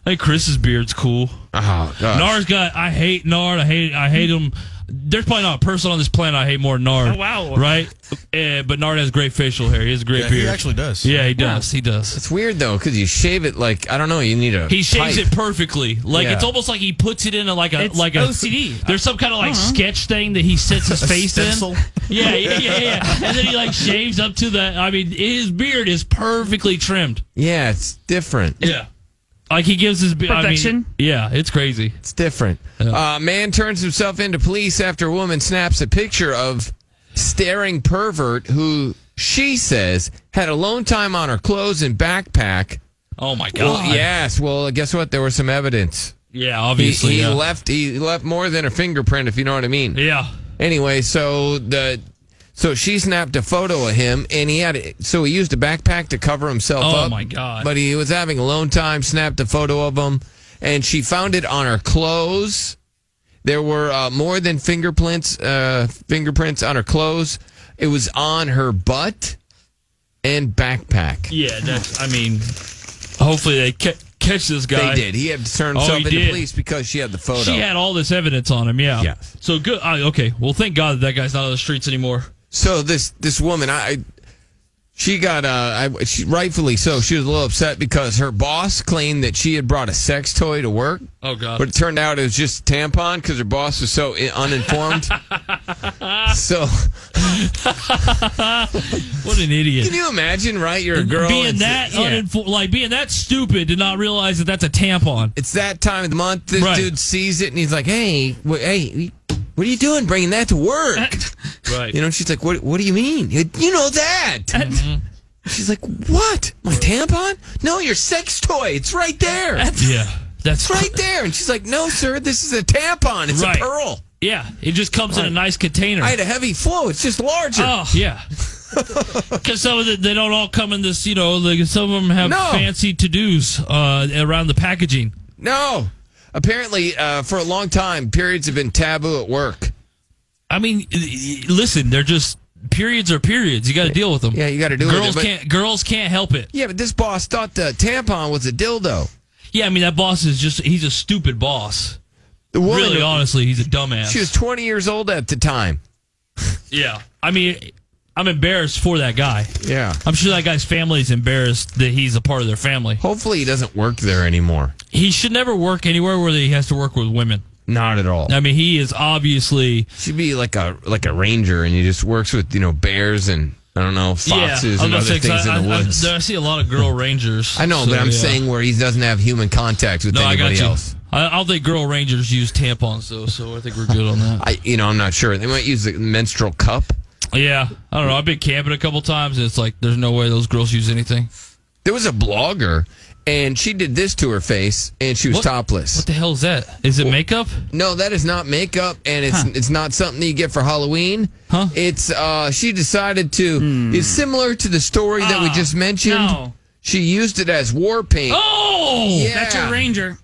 Speaker 10: I think Chris's beard's cool.
Speaker 4: Oh, gosh.
Speaker 10: Nard's got. I hate Nard. I hate. I hate him. There's probably not a person on this planet I hate more than Nard.
Speaker 3: Oh, wow.
Speaker 10: Right? Eh, but Nard has great facial hair. He has a great
Speaker 4: Yeah, he
Speaker 10: beard.
Speaker 4: actually does.
Speaker 10: Yeah, he does.
Speaker 4: Yeah.
Speaker 10: He does.
Speaker 4: It's weird though, because you shave it like I don't know. You need a.
Speaker 10: He shaves
Speaker 4: pipe.
Speaker 10: it perfectly. Like
Speaker 4: Yeah.
Speaker 10: it's almost like he puts it in a like a
Speaker 4: It's
Speaker 10: like a
Speaker 4: OCD.
Speaker 10: There's some kind of like
Speaker 4: Uh-huh.
Speaker 10: sketch thing that he sets his
Speaker 4: A
Speaker 10: face
Speaker 4: stencil?
Speaker 10: in. Yeah, yeah, yeah, yeah. And then he like shaves up to the. I mean, his beard is perfectly trimmed.
Speaker 4: Yeah, it's different.
Speaker 10: Yeah. Like he gives his be- I mean,
Speaker 4: Perfection.
Speaker 10: yeah, it's crazy.
Speaker 4: It's different. Uh, man turns himself into police after a woman snaps a picture of staring pervert who she says had alone time on her clothes and backpack.
Speaker 10: Oh my
Speaker 4: Well,
Speaker 10: God.
Speaker 4: yes. Well, guess what? There was some evidence.
Speaker 10: Yeah, obviously.
Speaker 4: He, he
Speaker 10: yeah.
Speaker 4: left. He left more than a fingerprint, if you know what I mean.
Speaker 10: Yeah.
Speaker 4: Anyway, so the so she snapped a photo of him, and he had so he used a backpack to cover himself
Speaker 10: Oh,
Speaker 4: up.
Speaker 10: my God.
Speaker 4: But he was having alone time. Snapped a photo of him, and she found it on her clothes. There were uh, more than fingerprints uh, fingerprints on her clothes. It was on her butt and backpack.
Speaker 10: Yeah, that's. I mean, hopefully they ca- catch this guy.
Speaker 4: They did. He had to turn
Speaker 10: Oh,
Speaker 4: himself
Speaker 10: he
Speaker 4: into
Speaker 10: did.
Speaker 4: police because she had the photo.
Speaker 10: She had all this evidence on him. Yeah.
Speaker 4: Yeah.
Speaker 10: So good. I, okay. Well, thank God that, that guy's not on the streets anymore.
Speaker 4: So this this woman, I, I- she got uh, I, she, rightfully so. She was a little upset because her boss claimed that she had brought a sex toy to work.
Speaker 10: Oh, God.
Speaker 4: But it turned out it was just a tampon because her boss was so i-
Speaker 10: <laughs>
Speaker 4: uninformed. so
Speaker 10: What an idiot.
Speaker 4: can you imagine? Right, you're a girl
Speaker 10: being
Speaker 4: and-
Speaker 10: that
Speaker 4: yeah.
Speaker 10: uninfo- like being that stupid to not realize that that's a tampon.
Speaker 4: It's that time of the month. This
Speaker 10: Right.
Speaker 4: dude sees it and he's like, "Hey, wh- hey, what are you doing? Bringing that to work?"
Speaker 10: <laughs> Right.
Speaker 4: You know, and she's like, "What? What do you mean? You know
Speaker 10: <laughs>
Speaker 4: that?" <laughs> She's like, "What? My tampon? No, your sex toy. It's right there.
Speaker 10: yeah. That's
Speaker 4: it's right there." And she's like, "No, sir, this is a tampon. It's
Speaker 10: Right.
Speaker 4: a pearl.
Speaker 10: Yeah, it just comes in a nice container.
Speaker 4: I had a heavy flow. It's just larger."
Speaker 10: Oh
Speaker 4: <laughs>
Speaker 10: yeah, because some of the, they don't all come in this. You know, like some of them have
Speaker 4: No.
Speaker 10: fancy to dos uh, around the packaging.
Speaker 4: No. Apparently, uh, for a long time, periods have been taboo at work.
Speaker 10: I mean, y- y- listen, they're just periods are periods. You got to deal with them. Yeah,
Speaker 4: you got to deal with
Speaker 10: girls
Speaker 4: it, but-
Speaker 10: can't girls can't help it.
Speaker 4: Yeah, but this boss thought the tampon was a dildo.
Speaker 10: Yeah, I mean that boss is just he's a stupid boss.
Speaker 4: The woman-
Speaker 10: really, honestly, he's a dumbass.
Speaker 4: She was 20 years old at the time.
Speaker 10: Yeah. I mean, I'm embarrassed for that guy.
Speaker 4: Yeah.
Speaker 10: I'm sure that guy's family's embarrassed that he's a part of their family.
Speaker 4: Hopefully, he doesn't work there anymore.
Speaker 10: He should never work anywhere where he has to work with women.
Speaker 4: Not at all.
Speaker 10: I mean, he is obviously
Speaker 4: She'd be like a like a ranger, and he just works with you know bears and I don't know foxes and
Speaker 10: I'm gonna
Speaker 4: other
Speaker 10: say, 'cause
Speaker 4: things
Speaker 10: I,
Speaker 4: in the
Speaker 10: I- I-
Speaker 4: woods.
Speaker 10: there- I, see a lot
Speaker 4: <laughs>
Speaker 10: of girl rangers.
Speaker 4: I know,
Speaker 10: so,
Speaker 4: but I'm
Speaker 10: yeah.
Speaker 4: saying where he doesn't have human contact with
Speaker 10: no, I
Speaker 4: anybody
Speaker 10: got you.
Speaker 4: else.
Speaker 10: I, I don't think girl rangers use tampons though, so I think we're good on that.
Speaker 4: I you know I'm not sure. They might use the menstrual cup.
Speaker 10: Yeah, I don't know. I've been camping a couple times, and it's like there's no way those girls use anything.
Speaker 4: There was a blogger, and she did this to her face, and she was
Speaker 10: What?
Speaker 4: topless.
Speaker 10: What the hell is that? Is it makeup?
Speaker 4: No, that is not makeup, and it's it's not something that you get for Halloween. Huh? It's uh, she decided to.
Speaker 10: Hmm.
Speaker 4: It's similar to the story that we
Speaker 3: Ah,
Speaker 4: just mentioned.
Speaker 3: no.
Speaker 4: She used it as war paint.
Speaker 10: Oh,
Speaker 4: Yeah.
Speaker 3: that's your ranger.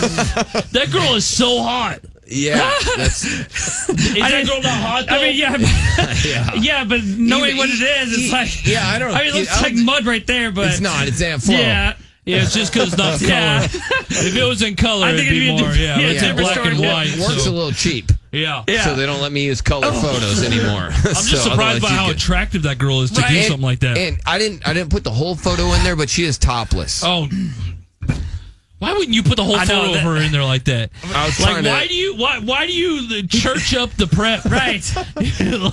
Speaker 10: that girl is so hot.
Speaker 4: <laughs>
Speaker 10: <laughs>
Speaker 4: Yeah, that's
Speaker 10: Is that girl not hot? Though?
Speaker 3: I mean,
Speaker 10: <laughs>
Speaker 3: yeah, but-
Speaker 4: yeah.
Speaker 3: yeah, but knowing
Speaker 4: He-
Speaker 3: what
Speaker 4: he-
Speaker 3: it is, it's
Speaker 4: he-
Speaker 3: like
Speaker 4: yeah, I don't-
Speaker 3: I mean, it
Speaker 4: he- I
Speaker 3: looks
Speaker 4: don't-
Speaker 3: like mud right there, but
Speaker 4: it's not. It's Aunt Flo.
Speaker 3: Yeah,
Speaker 10: Yeah, it's
Speaker 4: <laughs>
Speaker 10: just because it's not color.
Speaker 3: Yeah.
Speaker 10: If it was in color,
Speaker 3: I
Speaker 10: it'd
Speaker 3: think
Speaker 10: be
Speaker 3: it'd be a
Speaker 10: more.
Speaker 3: diff-
Speaker 10: yeah,
Speaker 3: yeah,
Speaker 10: it's in
Speaker 3: different
Speaker 10: black and
Speaker 3: story.
Speaker 10: white.
Speaker 4: It works
Speaker 10: so-
Speaker 4: a little cheap.
Speaker 10: Yeah.
Speaker 4: So they don't let me use color photos anymore.
Speaker 10: Oh. <laughs>
Speaker 4: uh,
Speaker 10: I'm just surprised by how attractive that girl is to do something like that.
Speaker 4: And I didn't I didn't put the whole photo in there, but she is topless.
Speaker 10: oh, why wouldn't you put the whole
Speaker 3: I know,
Speaker 10: photo
Speaker 3: that-
Speaker 10: of her in there like that?
Speaker 4: I was
Speaker 10: Like,
Speaker 4: trying to-
Speaker 10: why do you why why do you the church up the <laughs> prep?
Speaker 3: Right.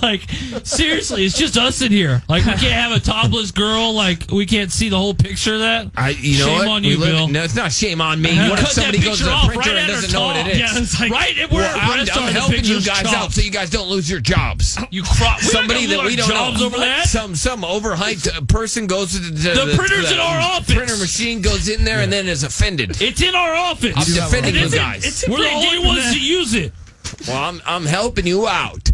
Speaker 10: like, seriously, it's just us in here. Like, we can't have a
Speaker 3: <laughs>
Speaker 10: topless girl. Like, we can't see the whole picture of that.
Speaker 4: I, you know
Speaker 10: Shame
Speaker 4: what?
Speaker 10: on
Speaker 4: We
Speaker 10: you,
Speaker 4: live-
Speaker 10: Bill.
Speaker 4: No, it's not shame on me. What if
Speaker 10: Cut
Speaker 4: somebody
Speaker 10: that
Speaker 4: goes to
Speaker 10: picture
Speaker 4: the
Speaker 10: off
Speaker 4: printer
Speaker 10: right
Speaker 4: and
Speaker 10: at her
Speaker 4: doesn't know what it
Speaker 10: top.
Speaker 4: is?
Speaker 10: Yeah, it's like- Right at where
Speaker 4: Well,
Speaker 10: her
Speaker 4: I'm,
Speaker 10: breasts are,
Speaker 4: I'm
Speaker 10: the
Speaker 4: helping you
Speaker 10: picture's
Speaker 4: guys out
Speaker 10: chopped.
Speaker 4: so you guys don't lose your jobs.
Speaker 10: <laughs> You crop
Speaker 4: Somebody that we don't
Speaker 10: jobs
Speaker 4: know.
Speaker 10: over that.
Speaker 4: Some some overhyped uh, person goes to the, to
Speaker 10: The printer's
Speaker 4: to
Speaker 10: in our office.
Speaker 4: Printer machine goes in there and then is offended.
Speaker 10: It's in our office.
Speaker 4: I'm defending
Speaker 10: It
Speaker 4: you
Speaker 10: isn't-
Speaker 4: guys.
Speaker 10: it's We're the only ones that use it.
Speaker 4: Well, I'm I'm helping you out.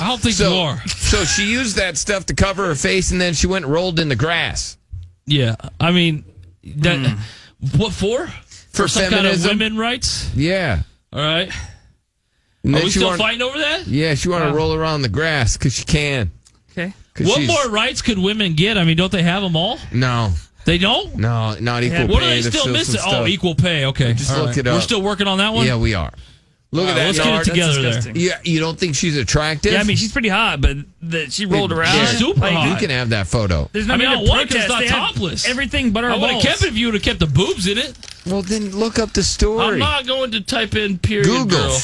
Speaker 10: I don't think
Speaker 4: so,
Speaker 10: you are.
Speaker 4: So she used that stuff to cover her face, and then she went and rolled in the grass.
Speaker 10: Yeah, I mean that. What for?
Speaker 4: Hmm. For
Speaker 10: some
Speaker 4: feminism.
Speaker 10: kind of women rights.
Speaker 4: Yeah.
Speaker 10: All right.
Speaker 4: And
Speaker 10: Are
Speaker 4: then
Speaker 10: we
Speaker 4: she
Speaker 10: still
Speaker 4: wanted-
Speaker 10: fighting over that?
Speaker 4: Yeah, she wanted to
Speaker 10: Wow.
Speaker 4: roll around the grass because she can.
Speaker 3: Okay.
Speaker 4: 'Cause
Speaker 10: What
Speaker 4: she's-
Speaker 10: more rights could women get? I mean, don't they have them all?
Speaker 4: No,
Speaker 10: They don't.
Speaker 4: no, not equal.
Speaker 10: what are
Speaker 4: pay.
Speaker 10: they
Speaker 4: There's
Speaker 10: still
Speaker 4: some
Speaker 10: missing?
Speaker 4: stuff.
Speaker 10: Oh, equal pay. Okay,
Speaker 4: Just
Speaker 10: all
Speaker 4: look
Speaker 10: right.
Speaker 4: it up.
Speaker 10: We're still working on that one.
Speaker 4: Yeah, we are. Look
Speaker 3: Wow,
Speaker 4: at that.
Speaker 3: let's get it
Speaker 4: Nard.
Speaker 3: together That's there. disgusting.
Speaker 4: Yeah, you don't think she's attractive?
Speaker 3: Yeah, I mean, she's pretty hot, but that she rolled around.
Speaker 4: Yeah.
Speaker 3: Like,
Speaker 4: You can have that photo.
Speaker 3: There's no
Speaker 10: I mean,
Speaker 3: need
Speaker 10: I
Speaker 3: to
Speaker 10: want it 'cause it's
Speaker 3: protest.
Speaker 10: not
Speaker 3: They had
Speaker 10: topless.
Speaker 3: Everything but our
Speaker 10: I would have
Speaker 3: balls.
Speaker 10: kept it if you would have kept the boobs in it.
Speaker 4: Well, then look up the story.
Speaker 10: I'm not going to type in period girl.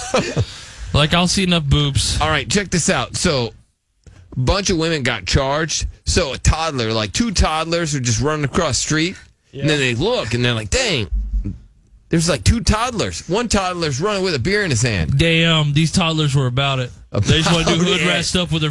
Speaker 4: <laughs> like I'll see enough boobs. All right, check this out. So, bunch of women got charged. So a toddler, like two toddlers, are just running across the street, and then they look and they're like, "Dang." There's like two toddlers. One toddler's running with a beer in his hand.
Speaker 10: Damn, these toddlers were about it. they just
Speaker 4: <laughs>
Speaker 10: want to do
Speaker 4: About
Speaker 10: hood
Speaker 4: it.
Speaker 10: rat stuff with their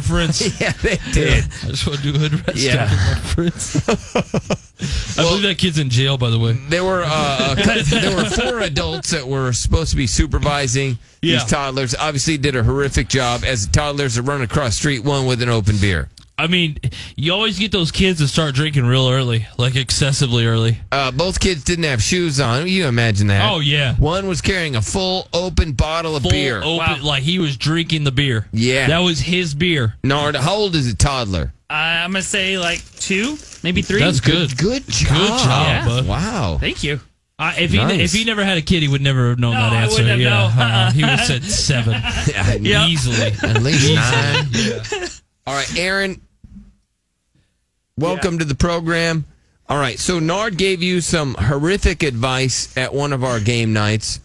Speaker 4: <laughs>
Speaker 10: friends.
Speaker 4: yeah, they did.
Speaker 10: I just want to do hood rat
Speaker 4: Yeah.
Speaker 10: stuff with my
Speaker 4: <laughs>
Speaker 10: friends. I believe that kid's in jail, by the way.
Speaker 4: There were uh, a cou- there were four adults that were supposed to be supervising
Speaker 10: Yeah.
Speaker 4: these toddlers. Obviously, did a horrific job as the toddlers are running across the street, one with an open beer.
Speaker 10: I mean, you always get those kids that start drinking real early, like excessively early.
Speaker 4: Uh, both kids didn't have shoes on. You imagine that?
Speaker 10: Oh, yeah.
Speaker 4: One was carrying a full open bottle of
Speaker 10: Full
Speaker 4: beer.
Speaker 10: open, like he was drinking the beer.
Speaker 4: Yeah,
Speaker 10: That was his beer.
Speaker 4: Nard, how old is a toddler?
Speaker 3: I- Uh, I'm gonna say like two, maybe three.
Speaker 10: That's good.
Speaker 4: Good job.
Speaker 10: Good job,
Speaker 3: Yeah.
Speaker 10: bud.
Speaker 4: Wow.
Speaker 3: Thank you. Uh,
Speaker 10: I, if he
Speaker 3: Nice.
Speaker 10: if he never had a kid, he would never have known that
Speaker 3: I
Speaker 10: answer.
Speaker 3: wouldn't have
Speaker 10: yeah,
Speaker 3: known.
Speaker 10: uh-uh. he would have
Speaker 3: <laughs>
Speaker 4: <laughs>
Speaker 10: said seven
Speaker 4: Yeah.
Speaker 10: <laughs> easily.
Speaker 4: At least
Speaker 10: Easily.
Speaker 4: nine. All right, Aaron. Welcome to the program. All right, so Nard gave you some horrific advice at one of our game nights.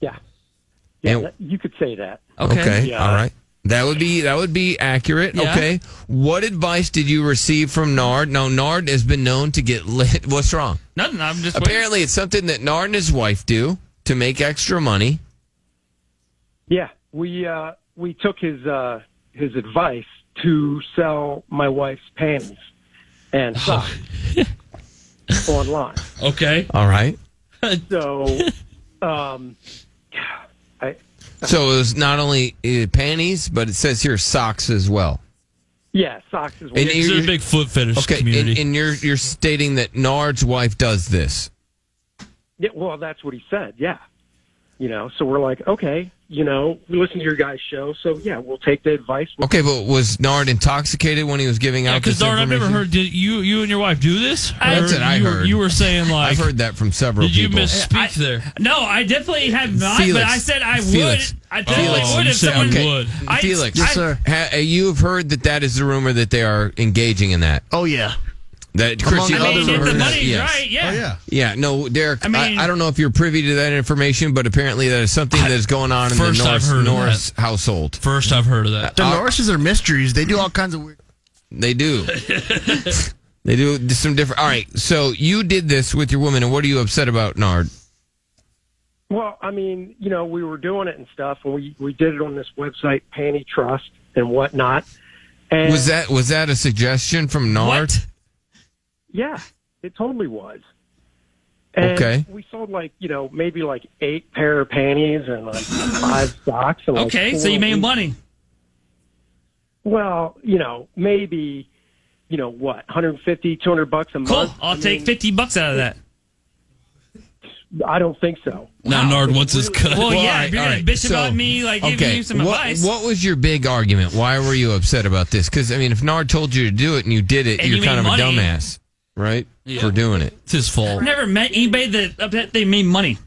Speaker 12: Yeah. Yeah,
Speaker 4: And-
Speaker 12: that- you could say that.
Speaker 4: Okay.
Speaker 12: Yeah.
Speaker 4: All right. That would be that would be accurate.
Speaker 12: Yeah.
Speaker 4: Okay. What advice did you receive from Nard? Now Nard has been known to get lit. <laughs> What's wrong?
Speaker 3: Nothing. I'm just
Speaker 4: Apparently, it's something that Nard and his wife do to make extra money.
Speaker 12: Yeah, we uh, we took his uh, his advice to sell my wife's panties
Speaker 4: Oh.
Speaker 12: and socks
Speaker 4: <laughs>
Speaker 12: online.
Speaker 10: Okay.
Speaker 4: All right.
Speaker 12: So, um, I
Speaker 4: So it was not only uh, panties, but it says here socks as well.
Speaker 12: yeah, socks as well.
Speaker 4: you're-
Speaker 10: foot fetish
Speaker 4: okay, And, and you're you're stating that Nard's wife does this.
Speaker 12: Yeah, well, that's what he said. Yeah, you know. So we're like, okay, you know, we listen to your guys' show, so yeah, we'll take the advice.
Speaker 4: <laughs> Okay, but was Nard intoxicated when he was giving out?
Speaker 10: Because
Speaker 4: this
Speaker 10: Darn, I've never
Speaker 4: information?
Speaker 10: heard did you you and your wife do this.
Speaker 4: That's
Speaker 10: Or
Speaker 4: what I
Speaker 10: you were-
Speaker 4: heard.
Speaker 10: you were saying
Speaker 4: <laughs>
Speaker 10: like
Speaker 4: I've heard that from several
Speaker 10: Did you
Speaker 4: people.
Speaker 10: misspeak there?
Speaker 3: No, I definitely have not.
Speaker 4: Felix.
Speaker 3: But I said I
Speaker 4: Felix.
Speaker 3: would. I definitely would if someone
Speaker 4: Okay.
Speaker 3: I,
Speaker 4: Felix,
Speaker 3: I,
Speaker 4: ha- you've heard that that is the rumor that they are engaging in that.
Speaker 6: Oh yeah.
Speaker 4: That
Speaker 6: Among
Speaker 4: Chrissy
Speaker 6: other
Speaker 4: Love
Speaker 6: rumors.
Speaker 4: heard
Speaker 6: The
Speaker 4: that,
Speaker 6: money's
Speaker 4: yes.
Speaker 3: right, yeah.
Speaker 4: Yeah, no, Derek. I,
Speaker 3: I mean-
Speaker 4: I, don't know if you're privy to that information, but apparently that is something that is going on in the
Speaker 10: First I've
Speaker 4: Norris,
Speaker 10: heard of
Speaker 4: Norris household.
Speaker 10: First I've heard of that.
Speaker 6: The Norrises are mysteries. They do all kinds of weird.
Speaker 4: They
Speaker 10: <laughs>
Speaker 4: do. they do some different. All right, so you did this with your woman, and what are you upset about, Nard?
Speaker 12: Well, I mean, you know, we were doing it and stuff, and we we did it on this website, Panty Trust and whatnot. And
Speaker 4: was that was that a suggestion from Nard?
Speaker 12: Yeah, it totally was. And
Speaker 4: Okay.
Speaker 12: We sold like you know maybe like eight pair of panties and like five socks. And like,
Speaker 3: okay, so
Speaker 12: four-
Speaker 3: you made money.
Speaker 12: Well, you know maybe you know what 150, 200 bucks a
Speaker 3: Cool.
Speaker 12: month.
Speaker 3: I'll
Speaker 12: I
Speaker 3: take
Speaker 12: mean,
Speaker 3: fifty bucks out of that.
Speaker 12: I don't think so.
Speaker 10: Now Nard wants his cut.
Speaker 3: Well, yeah,
Speaker 4: all
Speaker 3: if you're
Speaker 4: all
Speaker 3: gonna bitch about me, like, giving you some
Speaker 4: what,
Speaker 3: advice.
Speaker 4: What was your big argument? Why were you upset about this? Because I mean, if Nard told you to do it and you did it,
Speaker 3: And
Speaker 4: you're
Speaker 3: you
Speaker 4: kind of
Speaker 3: made
Speaker 4: a
Speaker 3: money.
Speaker 4: dumbass, right? For doing it,
Speaker 10: it's his fault.
Speaker 3: I've never met anybody that upset they made money.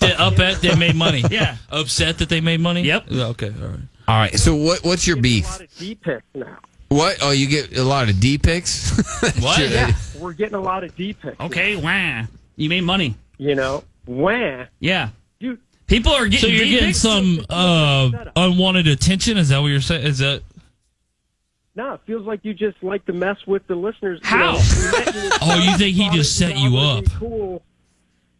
Speaker 10: They upset they made money.
Speaker 3: <laughs> Yeah.
Speaker 10: Upset that they made money. Yep. okay. All right.
Speaker 4: All right. So what? What's your beef?
Speaker 12: D pics now.
Speaker 4: What? Oh, you get a lot of D pics. <laughs>
Speaker 12: What?
Speaker 4: Shit.
Speaker 12: Yeah, we're getting a lot of D pics.
Speaker 3: Okay, wah. You made money.
Speaker 12: You know, wah.
Speaker 3: Yeah.
Speaker 12: Dude.
Speaker 3: People are getting
Speaker 10: So you're
Speaker 3: dick
Speaker 10: getting some
Speaker 3: pics?
Speaker 10: uh, unwanted attention. Is that what you're saying? Is that
Speaker 12: No, it feels like you just like to mess with the listeners.
Speaker 10: How? Oh, you think he just set you up?
Speaker 12: cool.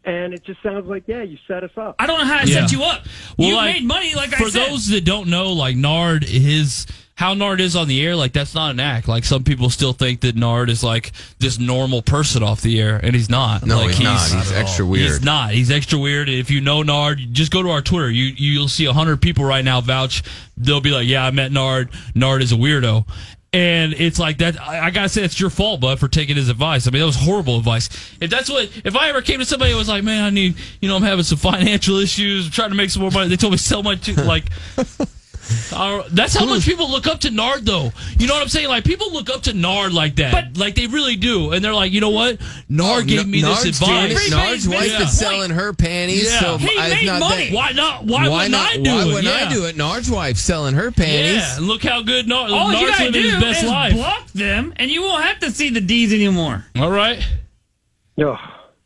Speaker 12: And it just sounds like, yeah, you set us up.
Speaker 3: I don't know how I
Speaker 10: Yeah.
Speaker 3: set you up.
Speaker 10: Well,
Speaker 3: you
Speaker 10: like,
Speaker 3: made money, like I
Speaker 10: for
Speaker 3: said.
Speaker 10: those that don't know, like Nard, his how Nard is on the air, like that's not an act. Like some people still think that Nard is like this normal person off the air, and he's not.
Speaker 4: No,
Speaker 10: like,
Speaker 4: he's not. He's Not at extra all. weird.
Speaker 10: He's not. He's extra weird. If you know Nard, you just go to our Twitter. You you'll see hundred people right now vouch. They'll be like, "Yeah, I met Nard. Nard is a weirdo." And it's like that. I, I gotta say, it's your fault, bud, for taking his advice. I mean, that was horrible advice. If that's what, if I ever came to somebody who was like, "Man, I need, you know, I'm having some financial issues, I'm trying to make some more money," they told me so much, like, Our- that's how much people look up to Nard, though. You know what I'm saying? Like people look up to Nard like that, like they really do, and they're like, you know what? Nard gave me
Speaker 4: Oh, Nard's
Speaker 10: this advice.
Speaker 4: doing it. Nard's wife
Speaker 10: Yeah.
Speaker 4: is selling her panties.
Speaker 10: Yeah.
Speaker 4: So
Speaker 10: He
Speaker 4: I- it's
Speaker 10: made
Speaker 4: not
Speaker 10: money.
Speaker 4: that-
Speaker 10: Why not- why wouldn't I do
Speaker 4: why
Speaker 10: it?
Speaker 4: wouldn't
Speaker 10: Yeah.
Speaker 4: I do it? Nard's wife's selling her panties.
Speaker 10: Yeah, and look how good Nard.
Speaker 3: All you
Speaker 10: Nard's
Speaker 3: gotta
Speaker 10: living
Speaker 3: do
Speaker 10: his best
Speaker 3: is
Speaker 10: life.
Speaker 3: block them, and you won't have to see the D's anymore.
Speaker 10: All right.
Speaker 12: No.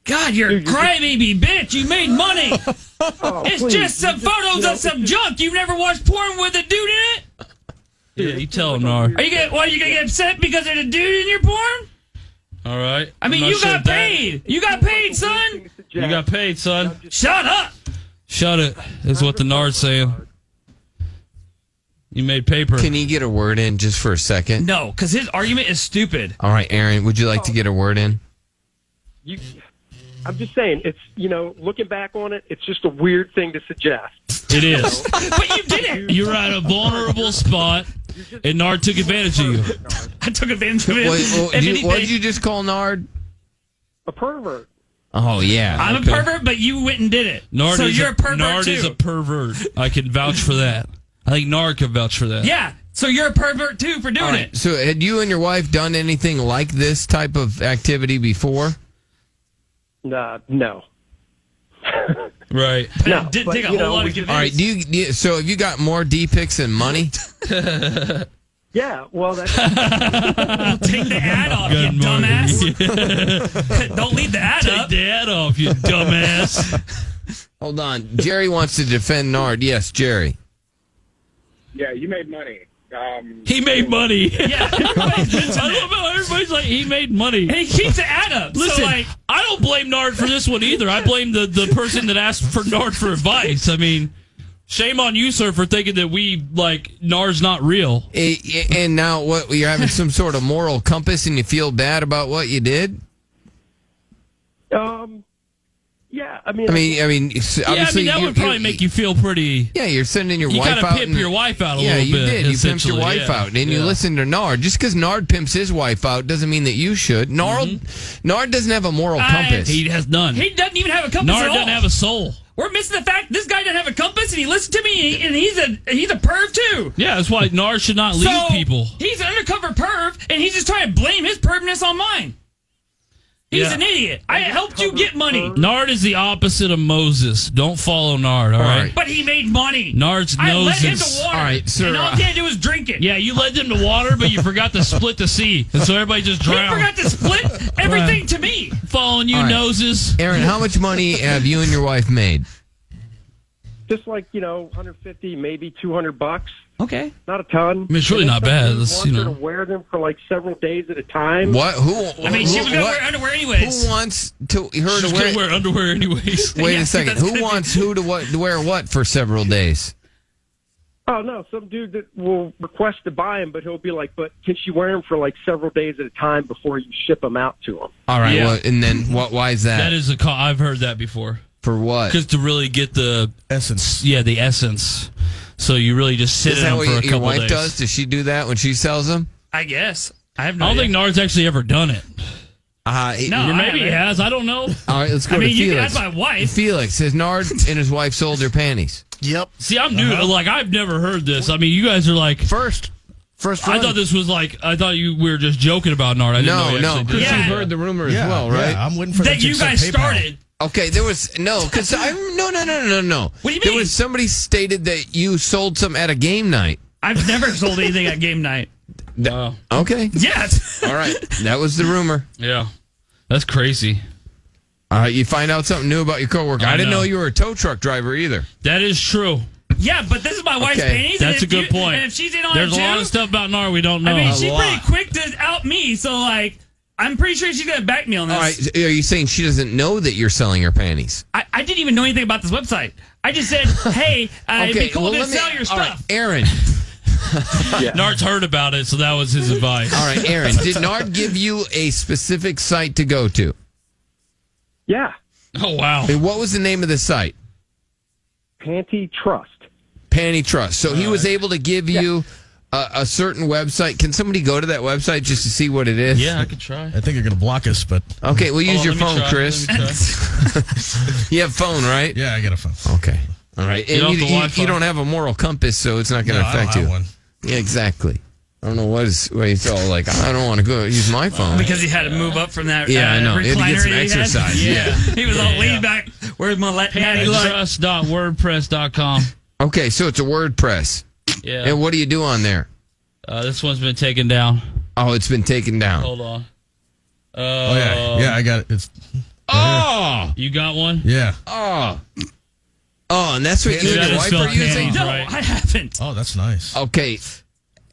Speaker 3: God, you're a crybaby bitch. You
Speaker 12: <laughs>
Speaker 3: made money.
Speaker 12: Oh,
Speaker 3: it's
Speaker 10: please.
Speaker 3: just some photos of some junk. You've never watched porn with a dude in it.
Speaker 10: Yeah, you tell him, Nard.
Speaker 3: Are you gonna? Why are you gonna get upset because there's a dude in your porn?
Speaker 10: All right.
Speaker 3: I mean,
Speaker 10: I'm not
Speaker 3: you
Speaker 10: sure
Speaker 3: got
Speaker 10: if that-
Speaker 3: paid. You got paid, son.
Speaker 10: You got paid, son.
Speaker 3: Shut up.
Speaker 10: Shut it. Is what the Nard's saying. You made paper.
Speaker 4: Can you get a word in just for a second?
Speaker 3: No, because his argument is stupid.
Speaker 4: All right, Aaron, would you like to get a word in?
Speaker 12: You, I'm just saying, it's you know, looking back on it, it's just a weird thing to suggest.
Speaker 10: It is. but you did it. You're at a vulnerable spot, and Nard took advantage of you.
Speaker 3: <laughs> I took advantage of
Speaker 4: What,
Speaker 3: it.
Speaker 4: what,
Speaker 3: If
Speaker 4: did you,
Speaker 3: anything-
Speaker 4: what did you just call Nard?
Speaker 12: A pervert.
Speaker 4: Oh yeah,
Speaker 3: I'm
Speaker 4: Okay.
Speaker 3: a pervert, but you went and did it.
Speaker 10: Nard
Speaker 3: so
Speaker 10: is
Speaker 3: you're a, pervert
Speaker 10: Nard
Speaker 3: too.
Speaker 10: is a pervert. I can vouch for that. I think Nard can vouch for that.
Speaker 3: yeah. So you're a pervert too for doing
Speaker 4: All
Speaker 3: it.
Speaker 4: right, So, had you and your wife done anything like this type of activity before?
Speaker 12: Nah,
Speaker 10: <laughs>
Speaker 12: no.
Speaker 10: Right.
Speaker 12: No, it did but, take a you whole know, lot of we-
Speaker 4: All right. Do you, do you- so, have you got more D pics than money?
Speaker 12: Yeah, well, that's
Speaker 3: <laughs> Take the ad off, you
Speaker 10: <laughs>
Speaker 3: dumbass. <laughs> Don't leave the ad
Speaker 10: Take
Speaker 3: up.
Speaker 10: the ad off, you dumbass.
Speaker 4: <laughs> Hold on. Jerry wants to defend Nard. Yes, Jerry.
Speaker 13: Yeah, you made money. Um,
Speaker 10: He made money.
Speaker 3: <laughs> Yeah, everybody's
Speaker 10: I love how everybody's like, he made money.
Speaker 3: And he keeps the ad up. So,
Speaker 10: Listen,
Speaker 3: like-
Speaker 10: I don't blame Nard for this one either. I blame the, the person that asked for Nard for advice. I mean, shame on you, sir, for thinking that we, like, Nard's not real.
Speaker 4: Eh, eh, And now, what? You're having some sort of moral compass, and you feel bad about what you did.
Speaker 12: um, yeah. I mean,
Speaker 4: I mean, I mean, s-
Speaker 10: Yeah, I
Speaker 4: obviously,
Speaker 10: mean, that
Speaker 4: you-
Speaker 10: would probably
Speaker 4: you-
Speaker 10: make you feel pretty.
Speaker 4: Yeah, you're sending your
Speaker 10: You
Speaker 4: wife
Speaker 10: kinda
Speaker 4: out.
Speaker 10: pimp
Speaker 4: and-
Speaker 10: your wife out a
Speaker 4: yeah,
Speaker 10: little
Speaker 4: you
Speaker 10: bit,
Speaker 4: did. You pimped your
Speaker 10: essentially,
Speaker 4: wife
Speaker 10: yeah.
Speaker 4: out, and you
Speaker 10: Yeah.
Speaker 4: listen to Nard. Just because Nard pimps his wife out doesn't mean that you should. Nard, Nard doesn't have a moral
Speaker 3: I-
Speaker 4: compass.
Speaker 10: Mm-hmm. He has none.
Speaker 3: He doesn't even have a compass
Speaker 10: Nard
Speaker 3: at all.
Speaker 10: doesn't have a soul.
Speaker 3: We're missing the fact this guy doesn't have a compass, and he listened to me, and, he, and he's a he's a perv too.
Speaker 10: Yeah, that's why Nard should not leave
Speaker 3: So,
Speaker 10: people.
Speaker 3: He's an undercover perv, and he's just trying to blame his pervness on mine. He's
Speaker 10: Yeah.
Speaker 3: an idiot. I helped you get money,
Speaker 10: Nard is the opposite of Moses. Don't follow Nard, all right?
Speaker 3: but he made money.
Speaker 10: Nard's
Speaker 3: I led him to
Speaker 10: noses.
Speaker 3: water,
Speaker 10: All right, sir,
Speaker 3: and all
Speaker 10: uh,
Speaker 3: he had to do was drink it.
Speaker 10: Yeah, you led them to water, but you forgot to split the sea. And so everybody just
Speaker 3: He
Speaker 10: <laughs> drowned.
Speaker 3: forgot to split everything to me.
Speaker 10: Following you
Speaker 4: All right.
Speaker 10: noses.
Speaker 4: Aaron, how much money
Speaker 3: <laughs>
Speaker 4: have you and your wife made?
Speaker 12: just like you know, 150, maybe 200 bucks.
Speaker 3: Okay.
Speaker 12: Not a ton.
Speaker 10: I mean, it's really
Speaker 12: And
Speaker 10: not
Speaker 12: then
Speaker 10: bad.
Speaker 12: somebody
Speaker 10: It's,
Speaker 12: wants
Speaker 10: you
Speaker 12: her
Speaker 10: know.
Speaker 12: to wear them for like several days at a time.
Speaker 4: What? Who?
Speaker 3: I mean, she was gonna
Speaker 4: what-
Speaker 3: wear underwear anyways.
Speaker 4: Who wants to her
Speaker 10: She's
Speaker 4: to
Speaker 10: gonna
Speaker 4: wear?
Speaker 10: wear underwear anyways.
Speaker 4: Wait
Speaker 10: <laughs>
Speaker 4: a second. Who wants who to what to wear what for several days?
Speaker 12: Oh no, some dude that will request to buy them, but he'll be like, "But can she wear them for like several days at a time before you ship them out to him?"
Speaker 4: All right.
Speaker 10: Yeah.
Speaker 4: Well, and then what? Why is that?
Speaker 10: That is a call. I've heard that before.
Speaker 4: for what?
Speaker 10: Because to really get the essence. Yeah, the essence. So you really just sit
Speaker 4: Is
Speaker 10: in
Speaker 4: that
Speaker 10: them
Speaker 4: what
Speaker 10: for a
Speaker 4: your, your
Speaker 10: couple
Speaker 4: wife
Speaker 10: days.
Speaker 4: does? Does she do that when she sells them?
Speaker 3: I guess. I have
Speaker 10: I
Speaker 3: no.
Speaker 10: don't think Nard's actually ever done it.
Speaker 4: Uh,
Speaker 3: No,
Speaker 10: Or
Speaker 3: I
Speaker 10: maybe he
Speaker 3: haven't.
Speaker 10: has. I don't know.
Speaker 4: All right, let's go
Speaker 3: I mean,
Speaker 4: to
Speaker 3: you
Speaker 4: Felix.
Speaker 3: can ask my wife.
Speaker 4: Felix says Nard and his wife sold their panties.
Speaker 6: Yep. Uh-huh.
Speaker 10: See, I'm new. to Like I've never heard this. I mean, you guys are like
Speaker 6: first. First,
Speaker 10: I
Speaker 6: one.
Speaker 10: thought this was like I thought you we were just joking about Nard. I didn't know
Speaker 4: No,
Speaker 10: he
Speaker 4: no.
Speaker 10: actually
Speaker 4: Chris,
Speaker 10: did
Speaker 4: you
Speaker 10: that.
Speaker 4: heard the rumor
Speaker 6: Yeah,
Speaker 4: as well, right?
Speaker 6: yeah, I'm
Speaker 4: waiting
Speaker 6: for That that you
Speaker 3: to guys accept PayPal. started.
Speaker 4: Okay, there was no because I no no no no no. What do you mean? There was somebody stated that you sold some at a game night.
Speaker 3: I've never sold anything at game night.
Speaker 10: Wow.
Speaker 4: Okay.
Speaker 3: Yes.
Speaker 4: All right. That was the rumor.
Speaker 10: Yeah, that's crazy.
Speaker 4: All right, you find out something new about your coworker. I,
Speaker 10: I
Speaker 4: didn't
Speaker 10: know.
Speaker 4: know you were a tow truck driver either.
Speaker 10: That is true.
Speaker 3: Yeah, but this is my wife's
Speaker 4: Okay.
Speaker 3: panties. and
Speaker 10: That's a
Speaker 3: if
Speaker 10: good
Speaker 3: you-
Speaker 10: point.
Speaker 3: And if she's in on
Speaker 10: There's
Speaker 3: it
Speaker 10: a
Speaker 3: too,
Speaker 10: lot of stuff about Nard we don't know.
Speaker 3: I mean, she's
Speaker 10: a
Speaker 3: pretty quick to out me. So like, I'm pretty sure she's gonna back me on this.
Speaker 4: All right, are you saying she doesn't know that you're selling her panties?
Speaker 3: I, I didn't even know anything about this website. I
Speaker 4: <laughs>
Speaker 3: just said, hey, uh, it'd be cool
Speaker 4: well,
Speaker 3: to
Speaker 4: let me-
Speaker 3: sell your
Speaker 4: all right,
Speaker 3: stuff.
Speaker 10: <laughs>
Speaker 4: Aaron. <laughs>
Speaker 10: Nard's heard about it, so that was his advice.
Speaker 4: All right, Aaron.
Speaker 10: <laughs>
Speaker 4: Did Nard give you a specific site to go to?
Speaker 12: Yeah,
Speaker 10: Oh wow.
Speaker 4: And what was the name of the site?
Speaker 12: panty trust.
Speaker 4: Panty Trust. So he was able to give you a, a certain website. Can somebody go to that website just to see what it is?
Speaker 10: Yeah, I could try.
Speaker 15: I think you're going to block us, but
Speaker 4: Okay, we'll
Speaker 10: Hold
Speaker 4: use
Speaker 10: on,
Speaker 4: your
Speaker 10: let me
Speaker 4: phone, <laughs>
Speaker 10: try,
Speaker 4: Chris.
Speaker 10: let me try.
Speaker 4: you have phone, right?
Speaker 15: yeah, I got a phone.
Speaker 4: Okay. All right.
Speaker 10: You
Speaker 4: And
Speaker 10: don't
Speaker 4: you,
Speaker 10: have the
Speaker 4: you-
Speaker 10: Wi-Fi.
Speaker 4: you don't have a moral compass, so it's not going to
Speaker 10: No, I don't
Speaker 4: affect
Speaker 10: have
Speaker 4: you.
Speaker 10: one.
Speaker 4: Yeah, exactly. I don't know what is. Why it's all like I don't want to go use
Speaker 10: Uh,
Speaker 4: my phone
Speaker 3: Because he had to move up from that.
Speaker 4: Yeah,
Speaker 3: uh,
Speaker 4: I know. He had to
Speaker 3: Recliner
Speaker 4: get some
Speaker 3: he had. <laughs>
Speaker 4: exercise, yeah.
Speaker 3: he was all lean back. Where's my let daddy look?
Speaker 10: Pantytrust.wordpress.com.
Speaker 4: Okay, so it's a WordPress.
Speaker 10: Yeah.
Speaker 4: And what do you do on there?
Speaker 10: Uh, this one's been taken down.
Speaker 4: Oh, it's been taken down.
Speaker 10: Hold on. Uh,
Speaker 15: Oh yeah, yeah, I got it. It's
Speaker 4: Oh,
Speaker 10: you got one?
Speaker 15: yeah.
Speaker 4: Oh. Oh, and that's what you and your wife are using?
Speaker 3: No, I haven't.
Speaker 15: <laughs> Oh, that's nice.
Speaker 4: Okay.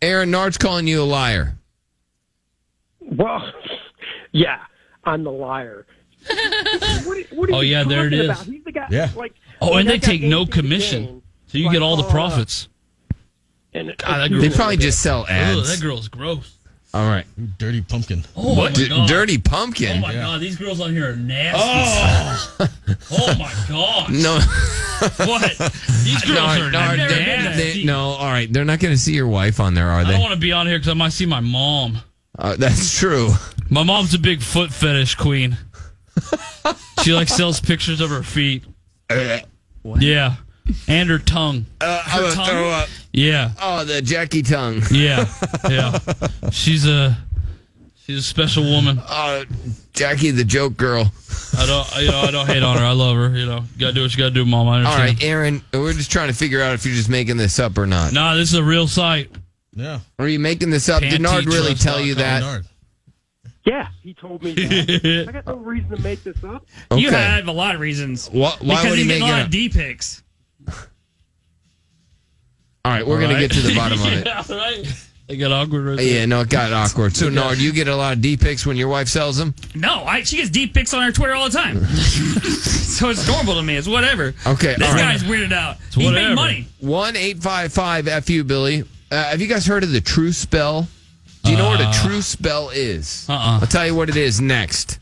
Speaker 4: Aaron Nard's calling you a liar.
Speaker 12: Well, <laughs> yeah, I'm the liar. <laughs> what, are- what are
Speaker 10: Oh,
Speaker 12: you
Speaker 10: yeah, there it
Speaker 12: talking
Speaker 10: is.
Speaker 12: about? He's the guy.
Speaker 10: Yeah.
Speaker 12: Like,
Speaker 10: Oh,
Speaker 12: the
Speaker 10: and
Speaker 12: guy
Speaker 10: they <laughs>
Speaker 12: got
Speaker 10: take no
Speaker 12: engaged in the game.
Speaker 10: commission, so you get all the
Speaker 12: Like, oh, uh,
Speaker 10: profits.
Speaker 12: And
Speaker 4: They
Speaker 10: that girl's-
Speaker 4: probably just sell
Speaker 10: Ugh,
Speaker 4: ads.
Speaker 10: that girl's gross.
Speaker 4: All right.
Speaker 15: Dirty pumpkin.
Speaker 10: Oh, my
Speaker 4: D-
Speaker 10: God.
Speaker 4: Dirty pumpkin.
Speaker 10: Oh my god, these girls on here are nasty. <laughs> Oh, my god.
Speaker 4: No.
Speaker 10: What? <laughs>
Speaker 4: <laughs>
Speaker 10: These girls are
Speaker 4: Nard,
Speaker 10: nasty.
Speaker 4: they- they- no, all right. They're not going to see your wife on there, are
Speaker 10: I
Speaker 4: they?
Speaker 10: don't want to be on here because I might see my mom.
Speaker 4: Uh, that's true.
Speaker 10: My mom's a big foot fetish queen. she like sells pictures of
Speaker 4: <laughs>
Speaker 10: her feet. Yeah, and her tongue.
Speaker 4: Uh,
Speaker 10: Oh. Her tongue? Yeah.
Speaker 4: Oh, the Jackie tongue.
Speaker 10: <laughs> Yeah, yeah. She's a she's a special woman.
Speaker 4: Uh, Jackie the joke girl.
Speaker 10: I don't, you know, I don't hate on her. I love her. You know, gotta do what you gotta do, mom. I
Speaker 4: All
Speaker 10: understand.
Speaker 4: right, Aaron, we're just trying to figure out if you're just making this up or not.
Speaker 10: Nah, this is a real site.
Speaker 15: Yeah.
Speaker 4: Are you making this up? Did Nard really tell you that?
Speaker 12: Yeah, he told me. That. I got no reason to make this
Speaker 10: <laughs>
Speaker 12: up.
Speaker 3: You
Speaker 4: Okay.
Speaker 3: have a lot of reasons.
Speaker 4: Wha- why
Speaker 3: because
Speaker 4: would he
Speaker 3: he's
Speaker 4: make
Speaker 3: getting a
Speaker 4: it
Speaker 3: lot
Speaker 4: up?
Speaker 3: of D picks.
Speaker 4: All right, we're
Speaker 10: All
Speaker 4: going
Speaker 10: right.
Speaker 4: to get to the bottom of
Speaker 10: <laughs>
Speaker 3: <laughs>
Speaker 4: it.
Speaker 10: yeah, right. It got awkward. Right
Speaker 4: Yeah, no, it got awkward. So,
Speaker 10: <laughs> Yeah.
Speaker 4: Nard, you get a lot of D pics when your wife sells them?
Speaker 3: No, I, she gets D picks on her Twitter all the time. <laughs> so it's normal to me. It's whatever.
Speaker 4: Okay,
Speaker 3: This
Speaker 4: all right.
Speaker 3: guy's weirded out. He made money.
Speaker 4: 1 855 FU Billy. Uh, have you guys heard of the true spell? Do you know what a
Speaker 10: Uh,
Speaker 4: true spell is?
Speaker 10: Uh-uh.
Speaker 4: I'll tell you what it is next.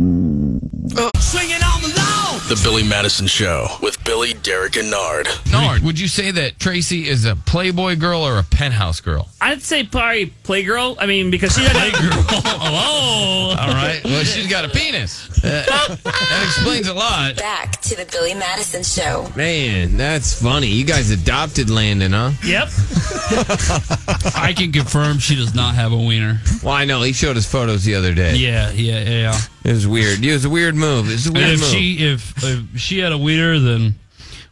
Speaker 5: Uh, Swinging on the lawn. The Billy Madison Show with Billy, Derek, and Nard.
Speaker 4: Nard, would you say that Tracy is a Playboy girl or a penthouse girl?
Speaker 3: I'd say probably Playgirl. I mean, because she doesn't.
Speaker 10: <laughs>
Speaker 3: Playgirl. oh.
Speaker 4: All right. Well, she's got a penis. Uh, that explains a
Speaker 10: Uh,
Speaker 4: lot.
Speaker 7: Back to the Billy Madison Show.
Speaker 4: Man, that's funny. You guys adopted Landon, huh?
Speaker 3: Yep.
Speaker 10: <laughs> I can confirm she does not have a wiener.
Speaker 4: Well, I know. He showed us photos the other day.
Speaker 10: Yeah, yeah, yeah.
Speaker 4: It was weird. It was a weird move. It was a weird
Speaker 10: if
Speaker 4: move.
Speaker 10: she if, if she had a wiener, then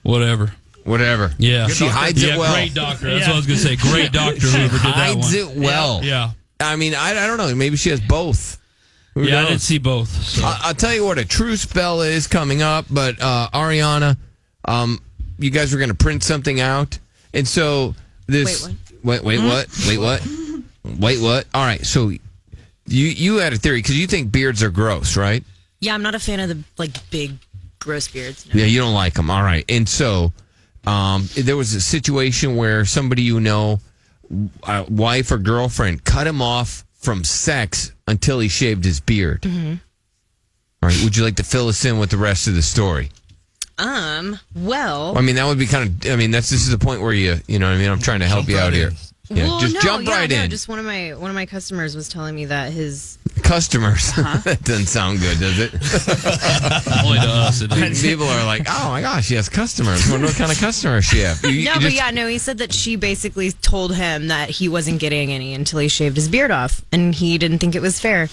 Speaker 10: whatever.
Speaker 4: Whatever.
Speaker 10: Yeah,
Speaker 4: She hides it
Speaker 10: Yeah,
Speaker 4: well.
Speaker 10: Great doctor. That's what I was gonna say. Great doctor.
Speaker 4: She
Speaker 10: Whoever did that
Speaker 4: hides it
Speaker 10: one.
Speaker 4: well.
Speaker 10: Yeah.
Speaker 4: I mean, I, I don't know. Maybe she has both. Who
Speaker 10: Yeah, I
Speaker 4: knows?
Speaker 10: did see both. So.
Speaker 4: I, I'll tell you what a true spell is coming up, but uh, Ariana, um, you guys were going to print something out, and so this. Wait, wait, what? Wait, what? Wait, what? All right, so you you had a theory because you think beards are gross, right?
Speaker 14: Yeah, I'm not a fan of the like big gross beards.
Speaker 4: Yeah, you don't like them. All right. And so um, there was a situation where somebody you know, uh, wife or girlfriend, cut him off from sex until he shaved his beard. All right. Would you like to fill us in with the rest of the story?
Speaker 14: Um, well,
Speaker 4: I mean, that would be kind of, I mean, that's this is the point where you, you know what I mean? I'm trying to help you out here. Yeah,
Speaker 14: well,
Speaker 4: just
Speaker 14: no,
Speaker 4: jump
Speaker 14: yeah,
Speaker 4: right
Speaker 14: no,
Speaker 4: in.
Speaker 14: Just one of my one of my customers was telling me that his
Speaker 4: Customers.
Speaker 14: Uh-huh.
Speaker 4: <laughs> that doesn't sound good, does it?
Speaker 10: Only to us.
Speaker 4: <laughs>
Speaker 10: It does.
Speaker 4: People are like, oh my gosh, she has customers. I wonder what kind of customer she has. You- you
Speaker 14: no, but
Speaker 4: just-
Speaker 14: yeah, no, he said that she basically told him that he wasn't getting any until he shaved his beard off, and he didn't think it was fair.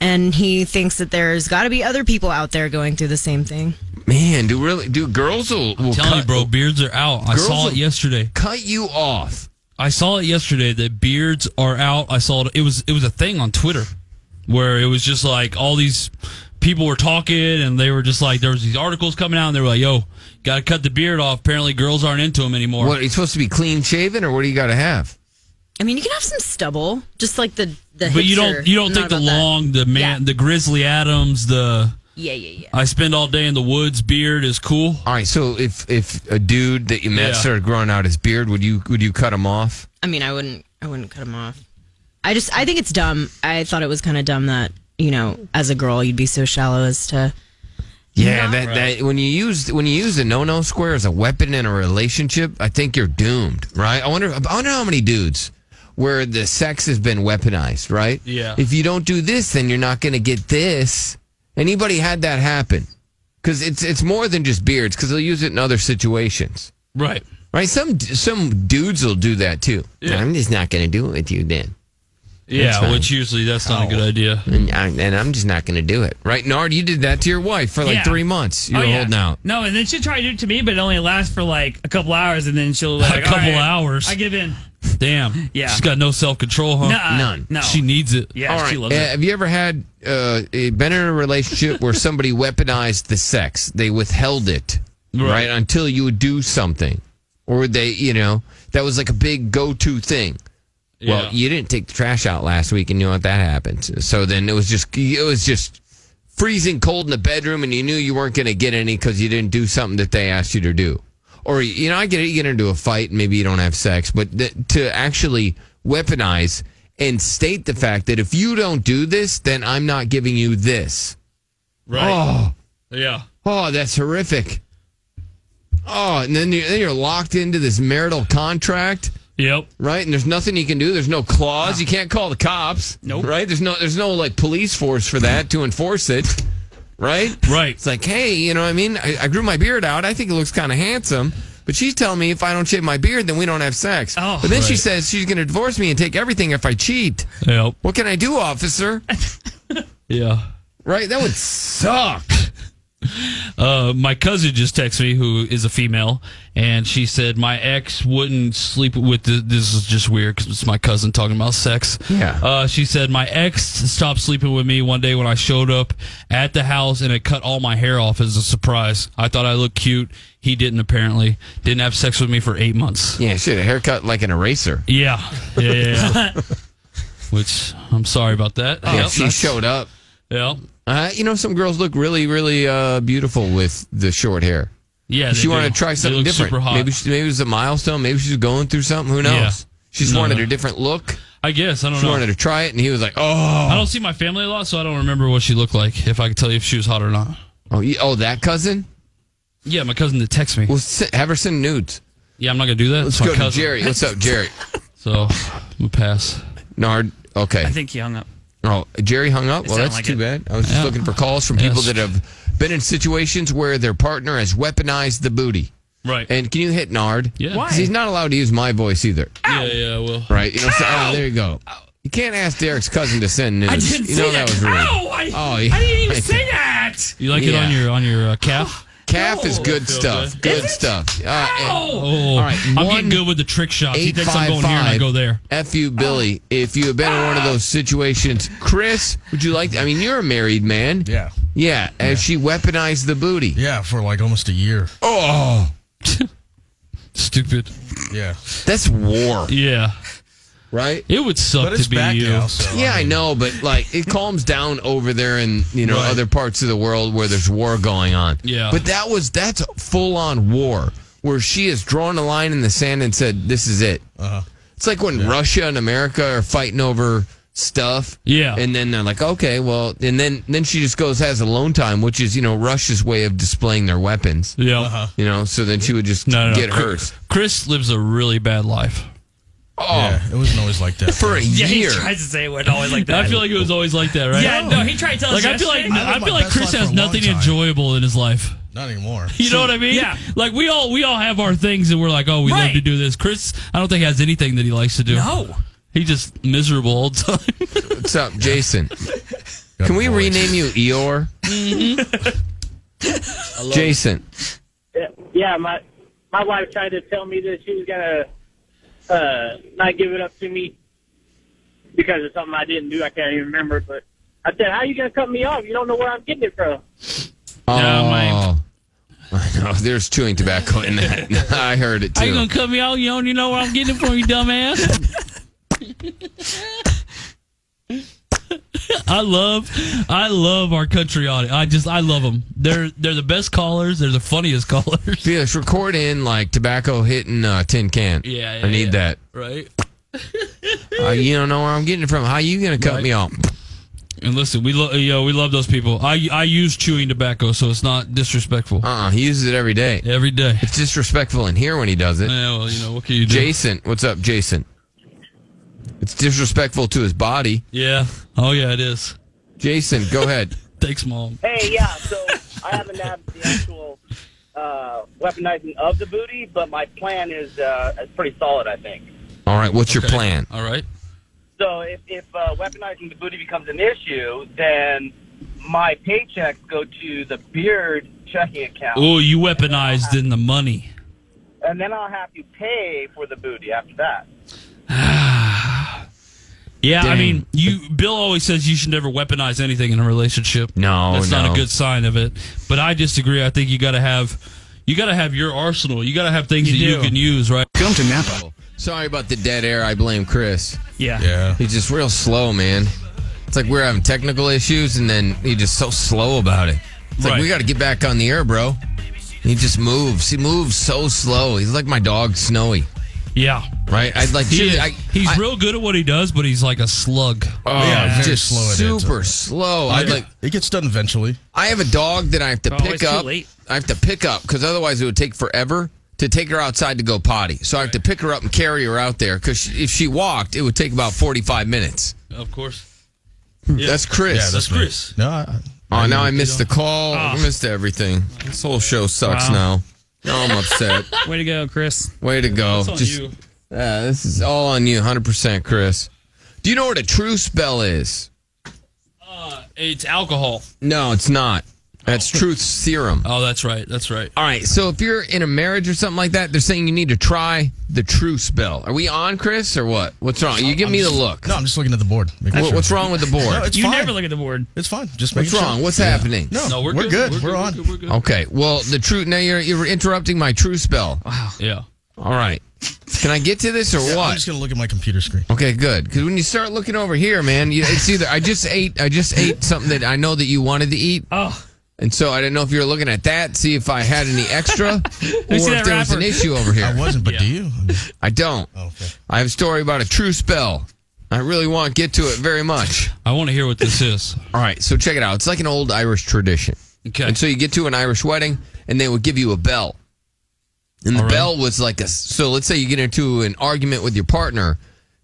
Speaker 14: And he thinks that there's got to be other people out there going through the same thing.
Speaker 4: Man, do really do girls will, will
Speaker 10: telling
Speaker 4: cut,
Speaker 10: you, bro, beards are out. I
Speaker 4: Girls
Speaker 10: saw
Speaker 4: will
Speaker 10: it yesterday.
Speaker 4: Cut you off.
Speaker 10: I saw it yesterday that beards are out. I saw it. It was it was a thing on Twitter where it was just like all these people were talking and they were just like there was these articles coming out and they were like, "Yo, got to cut the beard off." Apparently, girls aren't into them anymore.
Speaker 4: What are you supposed to be clean shaven or what do you got to have?
Speaker 14: I mean, you can have some stubble, just like the the.
Speaker 10: but you
Speaker 14: hipster.
Speaker 10: don't you don't
Speaker 14: I'm not
Speaker 10: think the
Speaker 14: about that.
Speaker 10: long, the man, the Grizzly Adams, the
Speaker 14: Yeah, yeah, yeah.
Speaker 10: I spend all day in the woods beard is cool.
Speaker 4: All right, so if if a dude that you met
Speaker 10: Yeah.
Speaker 4: started growing out his beard, would you would you cut him off?
Speaker 14: I mean, I wouldn't. I wouldn't cut him off. I just. I think it's dumb. I thought it was kind of dumb that you know, as a girl, you'd be so shallow as to.
Speaker 4: Yeah, that, that when you use when you use the no no square as a weapon in a relationship, I think you're doomed, right? I wonder I wonder how many dudes where the sex has been weaponized, right?
Speaker 10: Yeah.
Speaker 4: If you don't do this, then you're not going to get this. Anybody had that happen? because it's it's more than just beards because they'll use it in other situations.
Speaker 10: Right.
Speaker 4: Right. Some some dudes will do that too. I'm just not going to do it with you then. That's
Speaker 10: Yeah,
Speaker 4: fine.
Speaker 10: which usually that's not a good idea.
Speaker 4: And, I, and I'm just not going to do it. Right, Nard, you did that to your wife for like
Speaker 3: Yeah.
Speaker 4: three months. You
Speaker 3: Oh,
Speaker 4: were
Speaker 3: yeah.
Speaker 4: holding out.
Speaker 3: No, and then she'll try to do it to me, but it only lasts for like a couple hours, and then she'll like
Speaker 10: a couple
Speaker 3: "All right,
Speaker 10: hours.
Speaker 3: I give in.
Speaker 10: Damn.
Speaker 3: Yeah.
Speaker 10: She's got no self control, huh?
Speaker 3: Nuh-uh. None. No.
Speaker 10: She needs it.
Speaker 4: All right. uh, Have you ever had uh, eh, been in a relationship where somebody weaponized the sex? They withheld it, right. until you would do something, or they, you know, that was like a big go-to thing.
Speaker 10: Yeah.
Speaker 4: Well, you didn't take the trash out last week, and you know what that happened. So then it was just it was just freezing cold in the bedroom, and you knew you weren't going to get any because you didn't do something that they asked you to do. Or you know, I get it. You get into a fight, and maybe you don't have sex, but th- to actually weaponize and state the fact that if you don't do this, then I'm not giving you this.
Speaker 10: Right.
Speaker 4: Oh,
Speaker 10: Yeah.
Speaker 4: oh, that's horrific. Oh, and then you're, then you're locked into this marital contract.
Speaker 10: Yep.
Speaker 4: Right, and there's nothing you can do. There's no clause. You can't call the cops. Nope. Right. There's no. There's no like police force for that to enforce it. Right.
Speaker 10: Right.
Speaker 4: It's like, hey, you know what I mean? I, I grew my beard out. I think it looks kind of handsome. But she's telling me if I don't shave my beard, then we don't have sex. Oh, but then she
Speaker 10: Right.
Speaker 4: says she's going to divorce me and take everything if I cheat.
Speaker 10: Yep.
Speaker 4: What can I do,
Speaker 10: <laughs>
Speaker 4: officer?
Speaker 10: Yeah.
Speaker 4: right. That would suck.
Speaker 10: <laughs> Uh, my cousin just texted me, who is a female, and she said my ex wouldn't sleep with. The, this is just weird because it's my cousin talking about sex.
Speaker 4: Yeah.
Speaker 10: Uh, she said my ex stopped sleeping with me one day when I showed up at the house and it cut all my hair off as a surprise. I thought I looked cute. He didn't apparently. Didn't have sex with me for eight months.
Speaker 4: Yeah. Shit. A haircut like an eraser.
Speaker 10: Yeah.
Speaker 4: <laughs>
Speaker 10: Yeah. <laughs> yeah, yeah. Which I'm sorry about that.
Speaker 4: Yeah,
Speaker 10: Yep,
Speaker 4: she
Speaker 10: that's-
Speaker 4: showed up.
Speaker 10: Yeah.
Speaker 4: Uh, you know, some girls look really, really uh, beautiful with the short hair.
Speaker 10: Yeah,
Speaker 4: she
Speaker 10: they
Speaker 4: wanted
Speaker 10: do.
Speaker 4: to try
Speaker 10: They
Speaker 4: something
Speaker 10: look
Speaker 4: different.
Speaker 10: super hot.
Speaker 4: Maybe she, maybe it was a milestone. Maybe she's going through something. Who knows?
Speaker 10: Yeah.
Speaker 4: She's
Speaker 10: No,
Speaker 4: wanted
Speaker 10: no.
Speaker 4: a different look.
Speaker 10: I guess I don't
Speaker 4: she
Speaker 10: know.
Speaker 4: wanted to try it, and he was like,
Speaker 10: I
Speaker 4: "Oh,
Speaker 10: don't see my family a lot, so I don't remember what she looked like. If I could tell you if she was hot or not.
Speaker 4: oh, you- oh, that cousin."
Speaker 10: Yeah, my cousin that texts me.
Speaker 4: Well, se- have her send nudes.
Speaker 10: Yeah, I'm not gonna do that.
Speaker 4: Let's
Speaker 10: It's my
Speaker 4: go to
Speaker 10: cousin.
Speaker 4: Jerry. What's up, Jerry?
Speaker 10: <laughs> So, I'm gonna pass.
Speaker 4: Nard. Okay.
Speaker 3: I think he hung up.
Speaker 4: Oh, Jerry hung up.
Speaker 3: It
Speaker 4: Well,
Speaker 3: sounded
Speaker 4: that's
Speaker 3: like
Speaker 4: too
Speaker 3: it.
Speaker 4: bad. I was just
Speaker 3: Yeah.
Speaker 4: looking for calls from people
Speaker 3: Yes.
Speaker 4: that have been in situations where their partner has weaponized the booty.
Speaker 10: Right.
Speaker 4: And can you hit Nard?
Speaker 10: Yeah.
Speaker 4: 'Cause He's not allowed to use my voice either.
Speaker 10: Yeah, yeah, I will.
Speaker 4: Right. You know, so, oh, there you go. You can't ask Derek's cousin to send news.
Speaker 3: I didn't
Speaker 4: you
Speaker 3: say
Speaker 4: know
Speaker 3: that.
Speaker 4: that was rude.
Speaker 3: Ow! I,
Speaker 4: Oh, yeah.
Speaker 3: I didn't
Speaker 4: <laughs>
Speaker 3: even
Speaker 4: Right.
Speaker 3: say that.
Speaker 10: You like it on
Speaker 4: Yeah.
Speaker 10: your on your uh, calf?
Speaker 4: Calf is
Speaker 10: Oh,
Speaker 4: good
Speaker 10: that feels
Speaker 4: stuff.
Speaker 10: good.
Speaker 4: Good
Speaker 10: Is it?
Speaker 4: stuff. Uh,
Speaker 10: Oh,
Speaker 4: all right,
Speaker 10: I'm
Speaker 4: one-
Speaker 10: getting good with the trick shots. He thinks I'm going here and I go there.
Speaker 4: F you, Billy. If you have been in one of those situations, Chris, would you like? I mean, you're a married man.
Speaker 15: Yeah.
Speaker 4: Yeah. And she weaponized the booty.
Speaker 15: Yeah, for like almost a year.
Speaker 4: Oh,
Speaker 10: Stupid.
Speaker 15: Yeah.
Speaker 4: that's war.
Speaker 10: Yeah.
Speaker 4: Right.
Speaker 10: It would suck
Speaker 15: But it's
Speaker 10: to be
Speaker 15: back
Speaker 10: you.
Speaker 15: now, so-
Speaker 4: Yeah, I know, but like it calms down over there in you know
Speaker 15: Right.
Speaker 4: other parts of the world where there's war going on.
Speaker 10: Yeah.
Speaker 4: but that was that's full on war where she has drawn a line in the sand and said, "This is it."
Speaker 15: Uh-huh.
Speaker 4: It's like when Russia and America are fighting over stuff.
Speaker 10: Yeah.
Speaker 4: and then they're like, "Okay, well," and then then she just goes has alone time, which is you know Russia's way of displaying their weapons.
Speaker 10: Yeah. Uh-huh.
Speaker 4: you know, so then she would just
Speaker 10: No, no,
Speaker 4: get
Speaker 10: no.
Speaker 4: hers.
Speaker 10: Chris, Chris lives a really bad life.
Speaker 4: Oh,
Speaker 15: It wasn't always like that.
Speaker 4: for a
Speaker 3: Yeah, he
Speaker 4: year.
Speaker 3: tries to say it wasn't always like
Speaker 10: <laughs>
Speaker 3: that.
Speaker 10: I feel like it was always like that, right?
Speaker 3: Yeah, no, he tried to tell us
Speaker 10: Like I feel like
Speaker 3: yesterday.
Speaker 10: I,
Speaker 15: lived
Speaker 10: feel
Speaker 15: my
Speaker 10: like
Speaker 15: best
Speaker 10: Chris
Speaker 15: life
Speaker 10: has
Speaker 15: for a long
Speaker 10: nothing
Speaker 15: time.
Speaker 10: enjoyable in his life.
Speaker 15: Not anymore.
Speaker 10: <laughs> You know what I mean?
Speaker 3: Yeah.
Speaker 10: Like we all we all have our things and we're like, oh, we love
Speaker 3: Right.
Speaker 10: to do this. Chris, I don't think has anything that he likes to do.
Speaker 3: No.
Speaker 10: He just miserable all the time. <laughs>
Speaker 4: What's up, Jason? Can we rename you Eeyore? <laughs> Jason.
Speaker 26: Uh, Yeah, my my wife tried to tell me that she was gonna uh, not give it up to me because of something I didn't do. I can't even remember, but I said, "How you gonna cut me off? You don't know where I'm getting it from."
Speaker 4: Oh, <laughs>
Speaker 10: my- <laughs>
Speaker 4: I know. There's chewing tobacco in that. <laughs> I heard it
Speaker 10: How you
Speaker 4: too.
Speaker 10: gonna cut me out? You don't even know where I'm getting it from, you dumbass. I love, I love our country audience. I just, I love them. They're they're the best callers. They're the funniest callers.
Speaker 4: Felix, record in like tobacco hitting a tin can.
Speaker 10: Yeah,
Speaker 4: I need that.
Speaker 10: Right.
Speaker 4: Uh, you don't know where I'm getting it from. How you gonna cut me off?
Speaker 10: And listen, we love, yo, we love those people. I I use chewing tobacco, so it's not disrespectful.
Speaker 4: Uh, uh he uses it every day.
Speaker 10: Every day.
Speaker 4: It's disrespectful in here when he does it.
Speaker 10: Yeah, well, you know what can you do?
Speaker 4: Jason, what's up, Jason? It's disrespectful to his body.
Speaker 10: Yeah. Oh yeah, it is.
Speaker 4: Jason, go ahead.
Speaker 10: <laughs> Thanks, mom.
Speaker 26: Hey, yeah. So I haven't had the actual uh, weaponizing of the booty, but my plan is uh, is pretty solid, I think.
Speaker 4: All right, what's your plan?
Speaker 10: All right.
Speaker 26: So if, if uh, weaponizing the booty becomes an issue, then my paychecks go to the beard checking account.
Speaker 10: Oh, you weaponized in the money.
Speaker 26: And then I'll have to pay for the booty after that.
Speaker 10: Yeah, I mean, you. Bill always says you should never weaponize anything in a relationship.
Speaker 4: No,
Speaker 10: that's not
Speaker 4: no.
Speaker 10: a good sign of it. But I disagree. I think you got to have, you got to have your arsenal. You got to have things
Speaker 4: You
Speaker 10: that
Speaker 4: do.
Speaker 10: you can use. Right?
Speaker 4: Come to Napa. Sorry about the dead air. I blame Chris.
Speaker 3: Yeah.
Speaker 4: Yeah. He's just real slow, man. It's like we're having technical issues and then he's just so slow about it. It's like,
Speaker 10: Right.
Speaker 4: we got to get back on the air, bro. He just moves. He moves so slow. He's like my dog, Snowy.
Speaker 10: Yeah.
Speaker 4: Right? I'd like
Speaker 10: He
Speaker 4: Jimmy,
Speaker 10: is-
Speaker 4: I,
Speaker 10: he's real good at what he does, but he's like a slug.
Speaker 4: Oh, yeah, just super slow. I'd
Speaker 15: Yeah.
Speaker 4: like it gets done eventually. I have a dog that I have to
Speaker 10: Oh,
Speaker 4: pick
Speaker 10: it's too
Speaker 4: up.
Speaker 10: late.
Speaker 4: I have to pick up because otherwise it would take forever to take her outside to go potty. So I have to pick her up and carry her out there because if she walked, it would take about forty-five minutes.
Speaker 10: Of course.
Speaker 4: That's Chris.
Speaker 10: Yeah, that's Chris.
Speaker 4: No. I, oh, now I missed the call.
Speaker 10: Ah.
Speaker 4: I missed everything. This whole show sucks
Speaker 3: Wow.
Speaker 4: now. Now I'm upset.
Speaker 3: Way to go, Chris.
Speaker 4: Way to go.
Speaker 3: That's on
Speaker 4: Just-
Speaker 3: you.
Speaker 4: Yeah, this is all on you, hundred percent, Chris. Do you know what a true spell is?
Speaker 10: It's alcohol.
Speaker 4: No, it's not. That's truth serum.
Speaker 10: Oh, that's right. That's right.
Speaker 4: All right. So if you're in a marriage or something like that, they're saying you need to try the true spell. Are we on, Chris, or what? What's wrrong? You give
Speaker 15: I'm
Speaker 4: me
Speaker 15: just-
Speaker 4: the look.
Speaker 15: No, I'm just looking at the board. making
Speaker 4: What-
Speaker 15: sure.
Speaker 4: What's wrong with the board?
Speaker 15: No, it's
Speaker 3: you
Speaker 15: fine.
Speaker 3: never look at the board.
Speaker 15: It's fine. Just
Speaker 4: What's
Speaker 15: making
Speaker 4: wrong?
Speaker 15: sure.
Speaker 4: What's
Speaker 15: Yeah.
Speaker 4: happening?
Speaker 15: No, we're, good. We're, on.
Speaker 4: Okay. Well, the true. Now you're you're interrupting my true spell. Wow.
Speaker 10: Yeah.
Speaker 4: All right. Can I get to this or
Speaker 15: Yeah,
Speaker 4: what?
Speaker 15: I'm just gonna look at my computer screen.
Speaker 4: Okay, good. Because when you start looking over here, man, you, it's either I just ate, I just ate something that I know that you wanted to eat.
Speaker 3: Oh.
Speaker 4: And so I didn't know if you were looking at that, see if I had any extra, or
Speaker 15: <laughs>
Speaker 4: if
Speaker 15: see
Speaker 4: there
Speaker 15: that
Speaker 4: was an
Speaker 15: wrapper.
Speaker 4: issue over here.
Speaker 15: I wasn't, but do
Speaker 4: you? I don't. I have a story about a true spell. I really want to get to it very much.
Speaker 10: I want to hear what this is.
Speaker 4: <laughs> All right, so check it out. It's like an old Irish tradition.
Speaker 10: Okay.
Speaker 4: And so you get to an Irish wedding, and they would give you a bell. And the bell was like a. So let's say you get into an argument with your partner,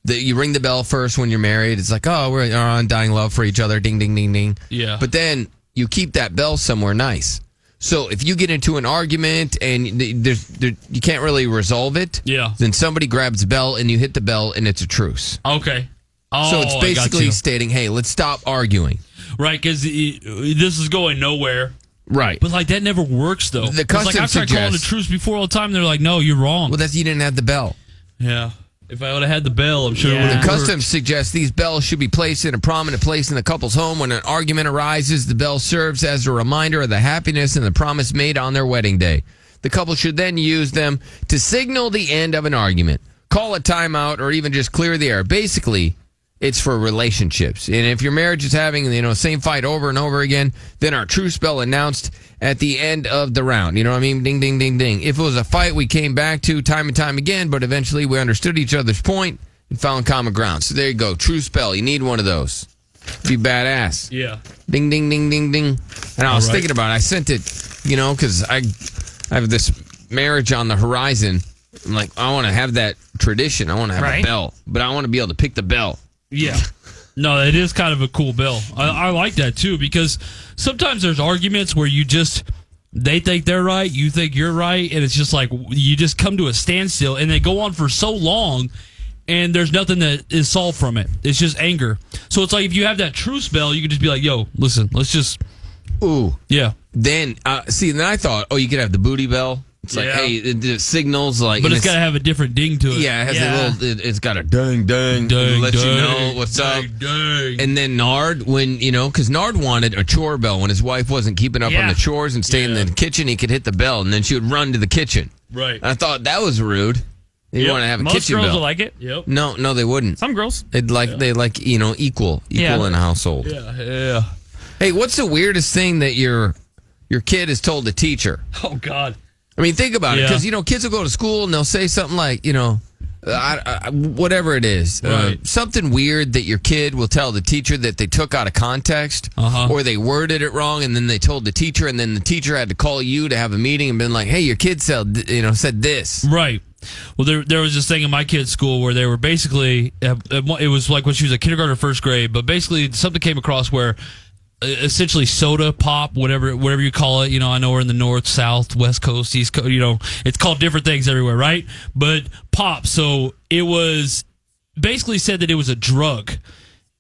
Speaker 4: that you ring the bell first when you're married. It's like, oh, we're our undying love for each other. Ding, ding, ding, ding.
Speaker 10: Yeah.
Speaker 4: But then you keep that bell somewhere nice. So if you get into an argument and th- there's, there, you can't really resolve it,
Speaker 10: Yeah.
Speaker 4: Then somebody grabs the bell and you hit the bell and it's a truce.
Speaker 10: Okay. Oh,
Speaker 4: so it's
Speaker 10: I got
Speaker 4: basically
Speaker 10: you.
Speaker 4: stating, hey, let's stop arguing.
Speaker 10: right because this is going nowhere.
Speaker 4: Right.
Speaker 10: But like that never works though.
Speaker 4: The
Speaker 10: 'Cause, like,
Speaker 4: custom
Speaker 10: I've tried calling the
Speaker 4: suggests-
Speaker 10: truce before all the time. They're like, no, you're wrong. Well,
Speaker 4: that's you didn't have the bell.
Speaker 10: Yeah. If I would have had the bell, I'm sure it would
Speaker 4: The
Speaker 10: have
Speaker 4: custom suggests these bells should be placed in a prominent place in the couple's home. When an argument arises, the bell serves as a reminder of the happiness and the promise made on their wedding day. The couple should then use them to signal the end of an argument, call a timeout, or even just clear the air. Basically, it's for relationships. And if your marriage is having, you know, same fight over and over again, then our true spell announced at the end of the round. You know what I mean? Ding, ding, ding, ding. If it was a fight we came back to time and time again, but eventually we understood each other's point and found common ground. So there you go. True spell. You need one of those. Be badass.
Speaker 10: Yeah.
Speaker 4: Ding, ding, ding, ding, ding. And I was
Speaker 10: All right.
Speaker 4: thinking about it. I sent it, you know, because I, I have this marriage on the horizon. I'm like, I want to have that tradition. I want to have
Speaker 10: Right.
Speaker 4: a bell, but I want to be able to pick the bell.
Speaker 10: Yeah. No, it is kind of a cool bill. I, I like that too because sometimes there's arguments where you just they think they're right, you think you're right, and it's just like you just come to a standstill, and they go on for so long, and there's nothing that is solved from it. It's just anger. So it's like if you have that truce bell, you can just be like, "Yo, listen, let's just."
Speaker 4: Ooh.
Speaker 10: Yeah.
Speaker 4: Then uh, see, then I thought, oh, you could have the booty bell. It's like,
Speaker 10: Yeah.
Speaker 4: hey, it, it signals like,
Speaker 10: But
Speaker 4: and
Speaker 10: it's got to have a different ding to it.
Speaker 4: yeah, it has a little, it, it's got a dang dang,
Speaker 10: Dang,
Speaker 4: let you
Speaker 10: dang,
Speaker 4: know what's up.
Speaker 10: Dang.
Speaker 4: And then Nard, when you know, because Nard wanted a chore bell when his wife wasn't keeping up on
Speaker 10: Yeah.
Speaker 4: the chores and staying in the kitchen, he could hit the bell, and then she would run to the kitchen.
Speaker 10: Right.
Speaker 4: I thought that was rude. You
Speaker 3: Yep.
Speaker 4: want to have a
Speaker 3: Most
Speaker 4: kitchen
Speaker 3: girls
Speaker 4: bell?
Speaker 3: will like it. Yep.
Speaker 4: No, no, they wouldn't.
Speaker 3: Some girls.
Speaker 4: They'd like they like you know equal equal
Speaker 3: Yeah.
Speaker 4: in a household.
Speaker 10: Yeah, yeah.
Speaker 4: Hey, what's the weirdest thing that your your kid has told the teacher?
Speaker 10: <laughs> Oh God.
Speaker 4: I mean, think about it, 'cause it
Speaker 10: Yeah.
Speaker 4: because you know kids will go to school and they'll say something like, you know, uh, I, I, whatever it is, uh,
Speaker 10: Right.
Speaker 4: something weird that your kid will tell the teacher that they took out of context,
Speaker 10: Uh-huh.
Speaker 4: or they worded it wrong, and then they told the teacher, and then the teacher had to call you to have a meeting and been like, hey, your kid said, th- you know, said this.
Speaker 10: Right. Well, there there was this thing in my kid's school where they were basically uh, it was like when she was a kindergarten, first grade, but basically something came across where essentially soda pop, whatever whatever you call it. You know, I know we're in the north, south, west coast, east coast. You know, it's called different things everywhere, right? But pop. So it was basically said that it was a drug.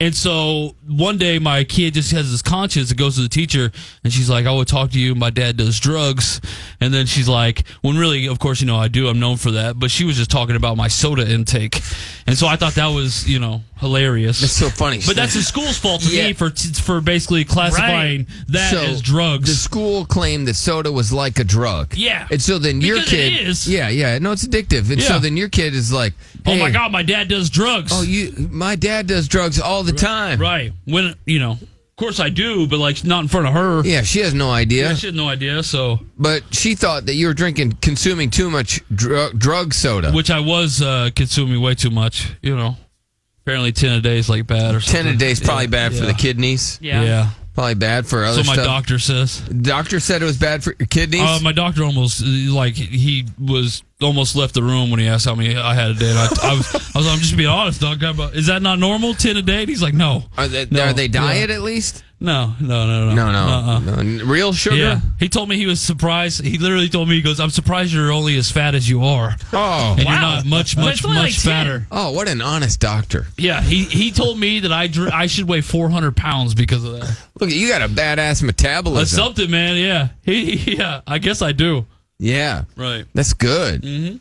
Speaker 10: And so one day my kid just has this conscience and goes to the teacher and she's like, I want to talk to you. My dad does drugs. And then she's like, when really, of course, you know, I do. I'm known for that. But she was just talking about my soda intake. And so I thought that was, you know, hilarious. That's
Speaker 4: so funny.
Speaker 10: But that's the school's fault to me for, for basically classifying that
Speaker 4: So,
Speaker 10: as drugs.
Speaker 4: The school claimed that soda was like a drug.
Speaker 10: Yeah.
Speaker 4: And so then your
Speaker 10: Because
Speaker 4: kid.
Speaker 10: it is.
Speaker 4: Yeah, yeah. No, it's addictive. And so
Speaker 10: Yeah.
Speaker 4: then your kid is like,
Speaker 10: Oh my
Speaker 4: "Hey,
Speaker 10: God, my dad does drugs.
Speaker 4: Oh, you, my dad does drugs all the time.
Speaker 10: Right. When, you know, of course I do, but like not in front of her.
Speaker 4: Yeah, she has no idea.
Speaker 10: Yeah, she had no idea. So,
Speaker 4: But she thought that you were drinking, consuming too much drug, drug soda.
Speaker 10: which I was uh, consuming way too much. You know, apparently ten a day is like bad or something.
Speaker 4: 10 a day is probably
Speaker 10: Yeah.
Speaker 4: bad for
Speaker 10: Yeah.
Speaker 4: the kidneys.
Speaker 10: Yeah. Yeah.
Speaker 4: Probably bad for other
Speaker 10: So my
Speaker 4: stuff.
Speaker 10: doctor says.
Speaker 4: Doctor said it was bad for your kidneys.
Speaker 10: Uh, my doctor almost uh, like he was almost left the room when he asked how many I had a day. And I, I was I was like, I'm just being honest, doc. I'm, uh, Is that not normal? Ten a day? And he's like, No.
Speaker 4: Are they,
Speaker 10: No.
Speaker 4: are they diet
Speaker 10: Yeah.
Speaker 4: at least?
Speaker 10: No, no, no, no,
Speaker 4: No,
Speaker 10: Uh-uh.
Speaker 4: no. No, Real sugar?
Speaker 10: Yeah. He told me he was surprised. He literally told me he goes, "I'm surprised you're only as fat as you are."
Speaker 4: Oh,
Speaker 10: and you're not much, much, much fatter.
Speaker 4: Oh, what an honest doctor.
Speaker 10: Yeah, he, he told me that I dr- I should weigh 400 pounds because of that.
Speaker 4: Look, you got a badass metabolism.
Speaker 10: That's something, man. Yeah, he, yeah. I guess I do.
Speaker 4: Yeah.
Speaker 10: Right.
Speaker 4: That's good.
Speaker 10: Mm-hmm.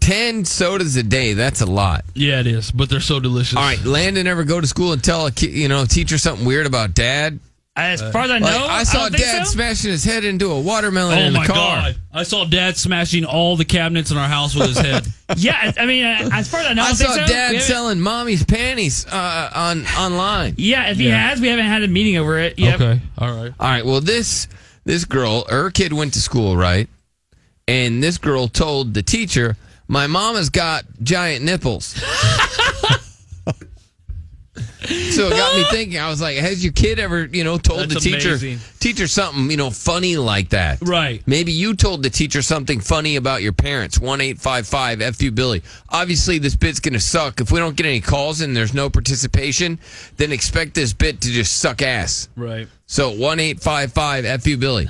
Speaker 4: 10 sodas a day, that's a lot.
Speaker 10: Yeah, it is. But they're so delicious.
Speaker 4: All right, Landon ever go to school and tell a ki- you know, teacher something weird about dad?
Speaker 3: As
Speaker 10: Uh,
Speaker 3: far as I know,
Speaker 4: I
Speaker 3: I
Speaker 4: saw
Speaker 3: don't think
Speaker 4: dad
Speaker 3: so.
Speaker 4: smashing his head into a watermelon
Speaker 10: oh
Speaker 4: in the
Speaker 10: my
Speaker 4: car.
Speaker 10: god! I saw Dad smashing all the cabinets in our house with
Speaker 4: <laughs>
Speaker 10: his head.
Speaker 3: Yeah, I I mean, uh, as far as I know,
Speaker 4: I
Speaker 3: don't think
Speaker 4: saw
Speaker 3: so.
Speaker 4: dad
Speaker 3: We haven't-
Speaker 4: selling mommy's panties uh, on online.
Speaker 3: Yeah, if he has, we haven't had a meeting over it. Yep.
Speaker 10: All right.
Speaker 4: All right. Well, this this girl, her kid went to school, right? And this girl told the teacher, "My mama's got giant nipples." <laughs> so it got
Speaker 3: <laughs>
Speaker 4: me thinking. I was like, "Has your kid ever, you know, told
Speaker 10: That's
Speaker 4: the teacher
Speaker 10: amazing.
Speaker 4: teacher something, you know, funny like that?"
Speaker 10: Right.
Speaker 4: Maybe you told the teacher something funny about your parents. One eight five five FU Billy. Obviously, this bit's gonna suck. If we don't get any calls and there's no participation, then expect this bit to just suck ass.
Speaker 10: Right.
Speaker 4: So one eight five five fu Billy.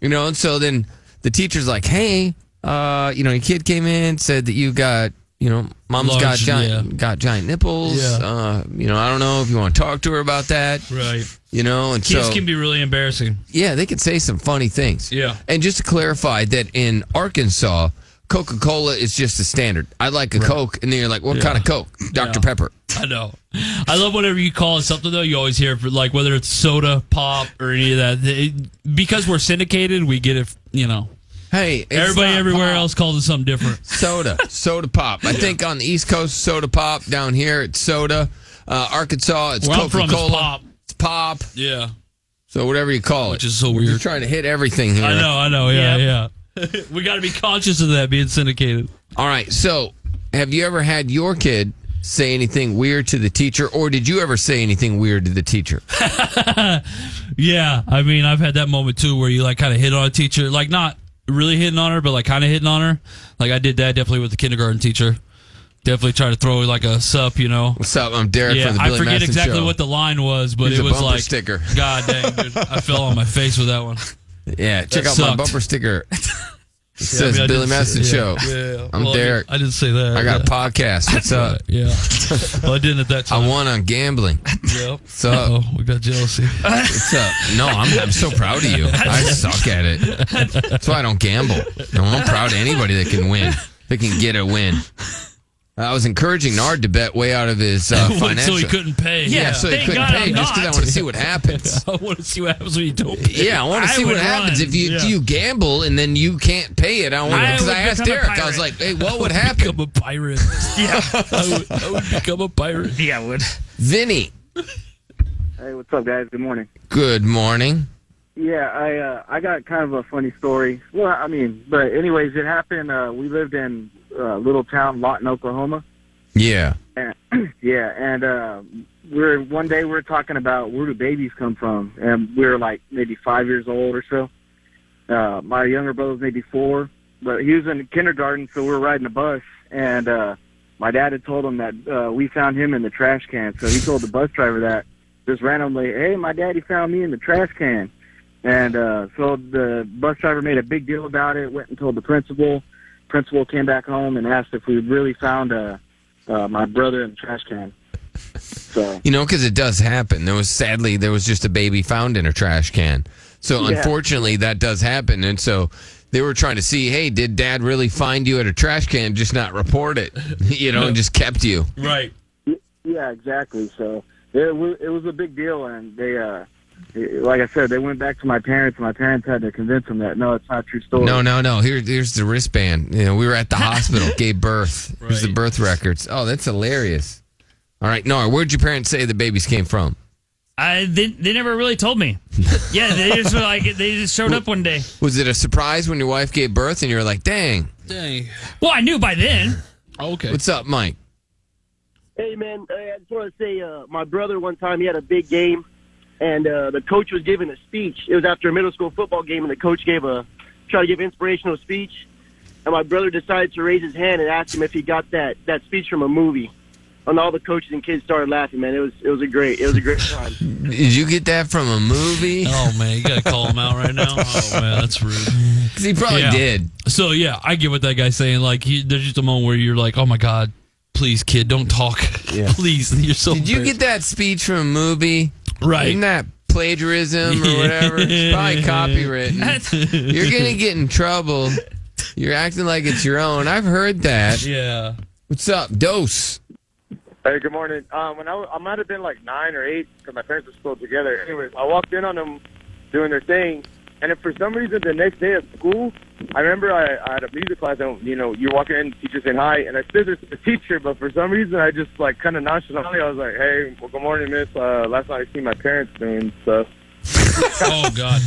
Speaker 4: You know, and so then the teacher's like, "Hey, uh, you know, your kid came in said that you got, you know, mom's
Speaker 10: Large,
Speaker 4: got giant got giant nipples.
Speaker 10: Yeah.
Speaker 4: Uh, you know, I don't know if you want to talk to her about that.
Speaker 10: Right.
Speaker 4: You know, and
Speaker 10: Kids
Speaker 4: so
Speaker 10: can be really embarrassing.
Speaker 4: yeah, they can say some funny things.
Speaker 10: Yeah.
Speaker 4: And just to clarify that in Arkansas, Coca Cola is just the standard. I like a Coke, and then you're like, what
Speaker 10: Yeah.
Speaker 4: kind of Coke? Dr
Speaker 10: Yeah.
Speaker 4: Pepper.
Speaker 10: I know. I love whatever you call it something though. You always hear for like whether it's soda pop or any of that. It- because we're syndicated, we get it. You know,
Speaker 4: Hey, it's
Speaker 10: everybody
Speaker 4: not
Speaker 10: everywhere
Speaker 4: pop.
Speaker 10: else calls it something different.
Speaker 4: <laughs> soda, soda pop. I think on the East Coast, soda pop. Down here, it's soda. Uh, Arkansas, it's
Speaker 10: Where I'm from,
Speaker 4: Coca
Speaker 10: it's
Speaker 4: Cola.
Speaker 10: pop.
Speaker 4: It's pop.
Speaker 10: Yeah.
Speaker 4: So whatever you call it,
Speaker 10: Which is so weird.
Speaker 4: You're trying to hit everything here.
Speaker 10: I know. I know. Yeah. Yeah. <laughs> we got to be conscious of that being syndicated.
Speaker 4: All right. So, have you ever had your kid say anything weird to the teacher, or did you ever say anything weird to the teacher?
Speaker 10: Yeah, I mean, I've had that moment too where you like kind of hit on a teacher, like not really hitting on her, but like kind of hitting on her. Like I did that definitely with the kindergarten teacher. Definitely try to throw like a sup, you know.
Speaker 4: What's up? I'm Derek
Speaker 10: yeah,
Speaker 4: from the
Speaker 10: I
Speaker 4: Billy
Speaker 10: forget
Speaker 4: Madison
Speaker 10: exactly
Speaker 4: Show.
Speaker 10: what the line was, but
Speaker 4: Here's
Speaker 10: it
Speaker 4: a
Speaker 10: was
Speaker 4: bumper
Speaker 10: like
Speaker 4: sticker.
Speaker 10: <laughs> God dang, dude, I fell on my face with that one.
Speaker 4: Yeah, check
Speaker 10: That
Speaker 4: out my
Speaker 10: sucked.
Speaker 4: bumper
Speaker 10: <laughs>
Speaker 4: sticker. It
Speaker 10: Yeah,
Speaker 4: says
Speaker 10: I mean, I
Speaker 4: Billy
Speaker 10: didn't say-
Speaker 4: Madison Show.
Speaker 10: yeah, yeah.
Speaker 4: I'm
Speaker 10: Well, I didn't-
Speaker 4: Derek.
Speaker 10: I didn't say that.
Speaker 4: I got a
Speaker 10: <laughs>
Speaker 4: podcast. What's up?
Speaker 10: Yeah. Well, I didn't at that
Speaker 4: <laughs>
Speaker 10: time.
Speaker 4: I won on gambling.
Speaker 10: Yep.
Speaker 4: So-
Speaker 10: Uh-oh, we got jealousy.
Speaker 4: What's up? No, I'm, I'm so proud of
Speaker 10: <laughs>
Speaker 4: you. I suck at it. That's why I don't gamble. No, I'm proud of anybody that can win, that can get a win. I was encouraging Nard to bet way out of his
Speaker 10: <laughs>
Speaker 4: uh,
Speaker 10: So he
Speaker 4: financial.
Speaker 10: couldn't pay.
Speaker 4: Yeah,
Speaker 10: Yeah,
Speaker 4: so he
Speaker 10: thank
Speaker 4: couldn't
Speaker 10: God
Speaker 4: pay
Speaker 10: I'm
Speaker 4: just because I
Speaker 10: not.
Speaker 4: want to see
Speaker 10: <laughs>
Speaker 4: what happens.
Speaker 10: I want to see what happens when you don't. Pay.
Speaker 4: Yeah, I want to see
Speaker 10: would
Speaker 4: what happens
Speaker 10: run.
Speaker 4: if you
Speaker 10: Yeah.
Speaker 4: you gamble and then you can't pay it. I want
Speaker 10: I
Speaker 4: because
Speaker 10: would
Speaker 4: I, asked
Speaker 10: become a
Speaker 4: Derek. I was
Speaker 10: pirate.
Speaker 4: like, "Hey, what would
Speaker 10: I
Speaker 4: happen?"
Speaker 10: <laughs> Become
Speaker 4: <laughs>
Speaker 10: a pirate. yeah, <laughs> I would, I would become a pirate.
Speaker 3: Yeah, I would.
Speaker 4: Vinny,
Speaker 21: Hey, what's up, guys? Good morning.
Speaker 4: good morning.
Speaker 21: Yeah, I uh, I got kind of a funny story. Well, I mean, but anyways, it happened. Uh, we lived in uh, little town Lawton, Oklahoma.
Speaker 4: Yeah,
Speaker 21: And, <clears throat> yeah, and uh, we we're one day we we're talking about where do babies come from, and we were like maybe five years old or so. Uh, my younger brother's maybe four, but he was in kindergarten, so we were riding a bus, and uh, my dad had told him that uh, we found him in the trash can, so he told the bus driver that. just randomly, hey, my daddy found me in the trash can. And uh, so the bus driver made a big deal about it, went and told the principal. Principal came back home and asked if we really found uh, uh, my brother in the trash can. So
Speaker 4: You know, because it does happen. There was sadly there was just a baby found in a trash can. So
Speaker 21: Yeah.
Speaker 4: unfortunately, that does happen, and so they were trying to see, hey, did Dad really find you at a trash can, just not report it, <laughs> you know, and just kept you.
Speaker 10: Right.
Speaker 21: Yeah, exactly. So it was, it was a big deal, and they, uh, like I said, they went back to my parents, and my parents had to convince them that no, it's not a true story.
Speaker 4: No, no, no. Here, here's the wristband. You know, we were
Speaker 10: <laughs>
Speaker 4: at the hospital, gave birth. Here's the birth records. Oh, that's hilarious. All right, Nora, where'd your parents say the babies came from?
Speaker 3: I they, they never really
Speaker 4: <laughs>
Speaker 3: told me. Yeah, they just were like they just showed up one day.
Speaker 4: Was it a surprise when your wife gave birth and you were like, dang,
Speaker 10: Dang.
Speaker 3: Well, I knew by then.
Speaker 10: Okay.
Speaker 4: what's up, Mike?
Speaker 16: Hey man, hey, I just want to say uh, my brother one time he had a big game, and uh, the coach was giving a speech. It was after a middle school football game, and the coach gave a tried to give an inspirational speech. And my brother decided to raise his hand and ask him if he got that that speech from a movie. And all the coaches and kids started laughing. Man, it was it was a great it was a great time.
Speaker 4: Did you get that from a movie?
Speaker 10: <laughs> Oh man, you gotta call him out right now. <laughs> Oh man, that's rude. Because
Speaker 4: he probably did.
Speaker 10: So yeah, I get what that guy's saying. Like, he, there's just a moment where you're like, "Oh my god, please, kid, don't talk. <laughs> please, you're so."
Speaker 4: Did you get that speech from a movie? Right. Isn't that plagiarism or whatever? It's
Speaker 10: <laughs>
Speaker 4: probably copywritten. You're going to get in trouble. You're acting like it's your own. I've heard that.
Speaker 10: Yeah.
Speaker 4: What's up, Dose?
Speaker 16: Hey, good morning. Um, when I, was, I might have been like nine or eight because my parents were still together. Anyways, I walked in on them doing their thing, and then for some reason the next day at school, I remember I, I had a music class, and you know you're walking in, teacher saying hi, and I scissored to the teacher, but for some reason I just like kind of nonchalantly I was like, hey, well, good morning, miss. Uh, last night I seen my parents doing stuff.
Speaker 10: <laughs> oh God.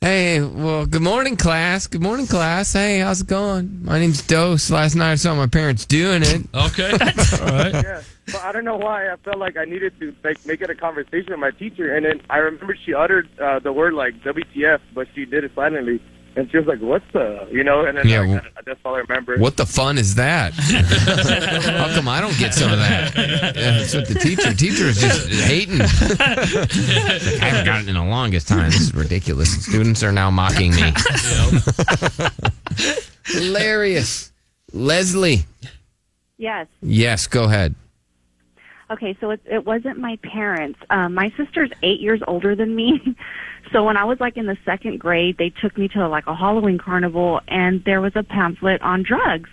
Speaker 4: Hey, well, good morning, class. Good morning, class. Hey, how's it going? My name's Dose. Last night I saw my parents doing it.
Speaker 10: Okay.
Speaker 4: <laughs>
Speaker 10: All
Speaker 16: Yeah, but I don't know why I felt like I needed to like make it a conversation with my teacher, and then I remember she uttered uh, the word like WTF, but she did it silently, and she was like, "What's the?" You know, and then
Speaker 4: Yeah,
Speaker 16: I,
Speaker 4: well-
Speaker 16: that's all I remember.
Speaker 4: What the fun is <laughs> that? How come I don't get some of that? Yeah, that's what the teacher. Teacher is just hating. Like, I haven't gotten it in the longest time. This is ridiculous. Students are now mocking me. Hilarious. Leslie.
Speaker 28: Yes.
Speaker 4: Yes, go ahead.
Speaker 28: Okay, so it, it wasn't my parents. Um, my sister's eight years older than me. <laughs> So when I was like in the second grade, they took me to like a Halloween carnival and there was a pamphlet on drugs.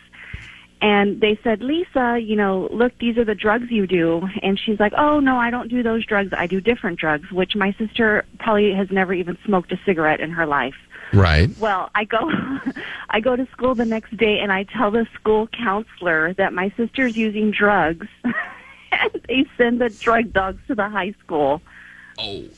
Speaker 28: And they said, Lisa, you know, look, these are the drugs you do. And she's like, oh, no, I don't do those drugs. I do different drugs, which my sister probably has never even smoked a cigarette in her life.
Speaker 4: <laughs> Right.
Speaker 28: Well, I go <laughs> I go to school the next day and I tell the school counselor that my sister's using drugs <laughs> and they send the drug dogs to the high school.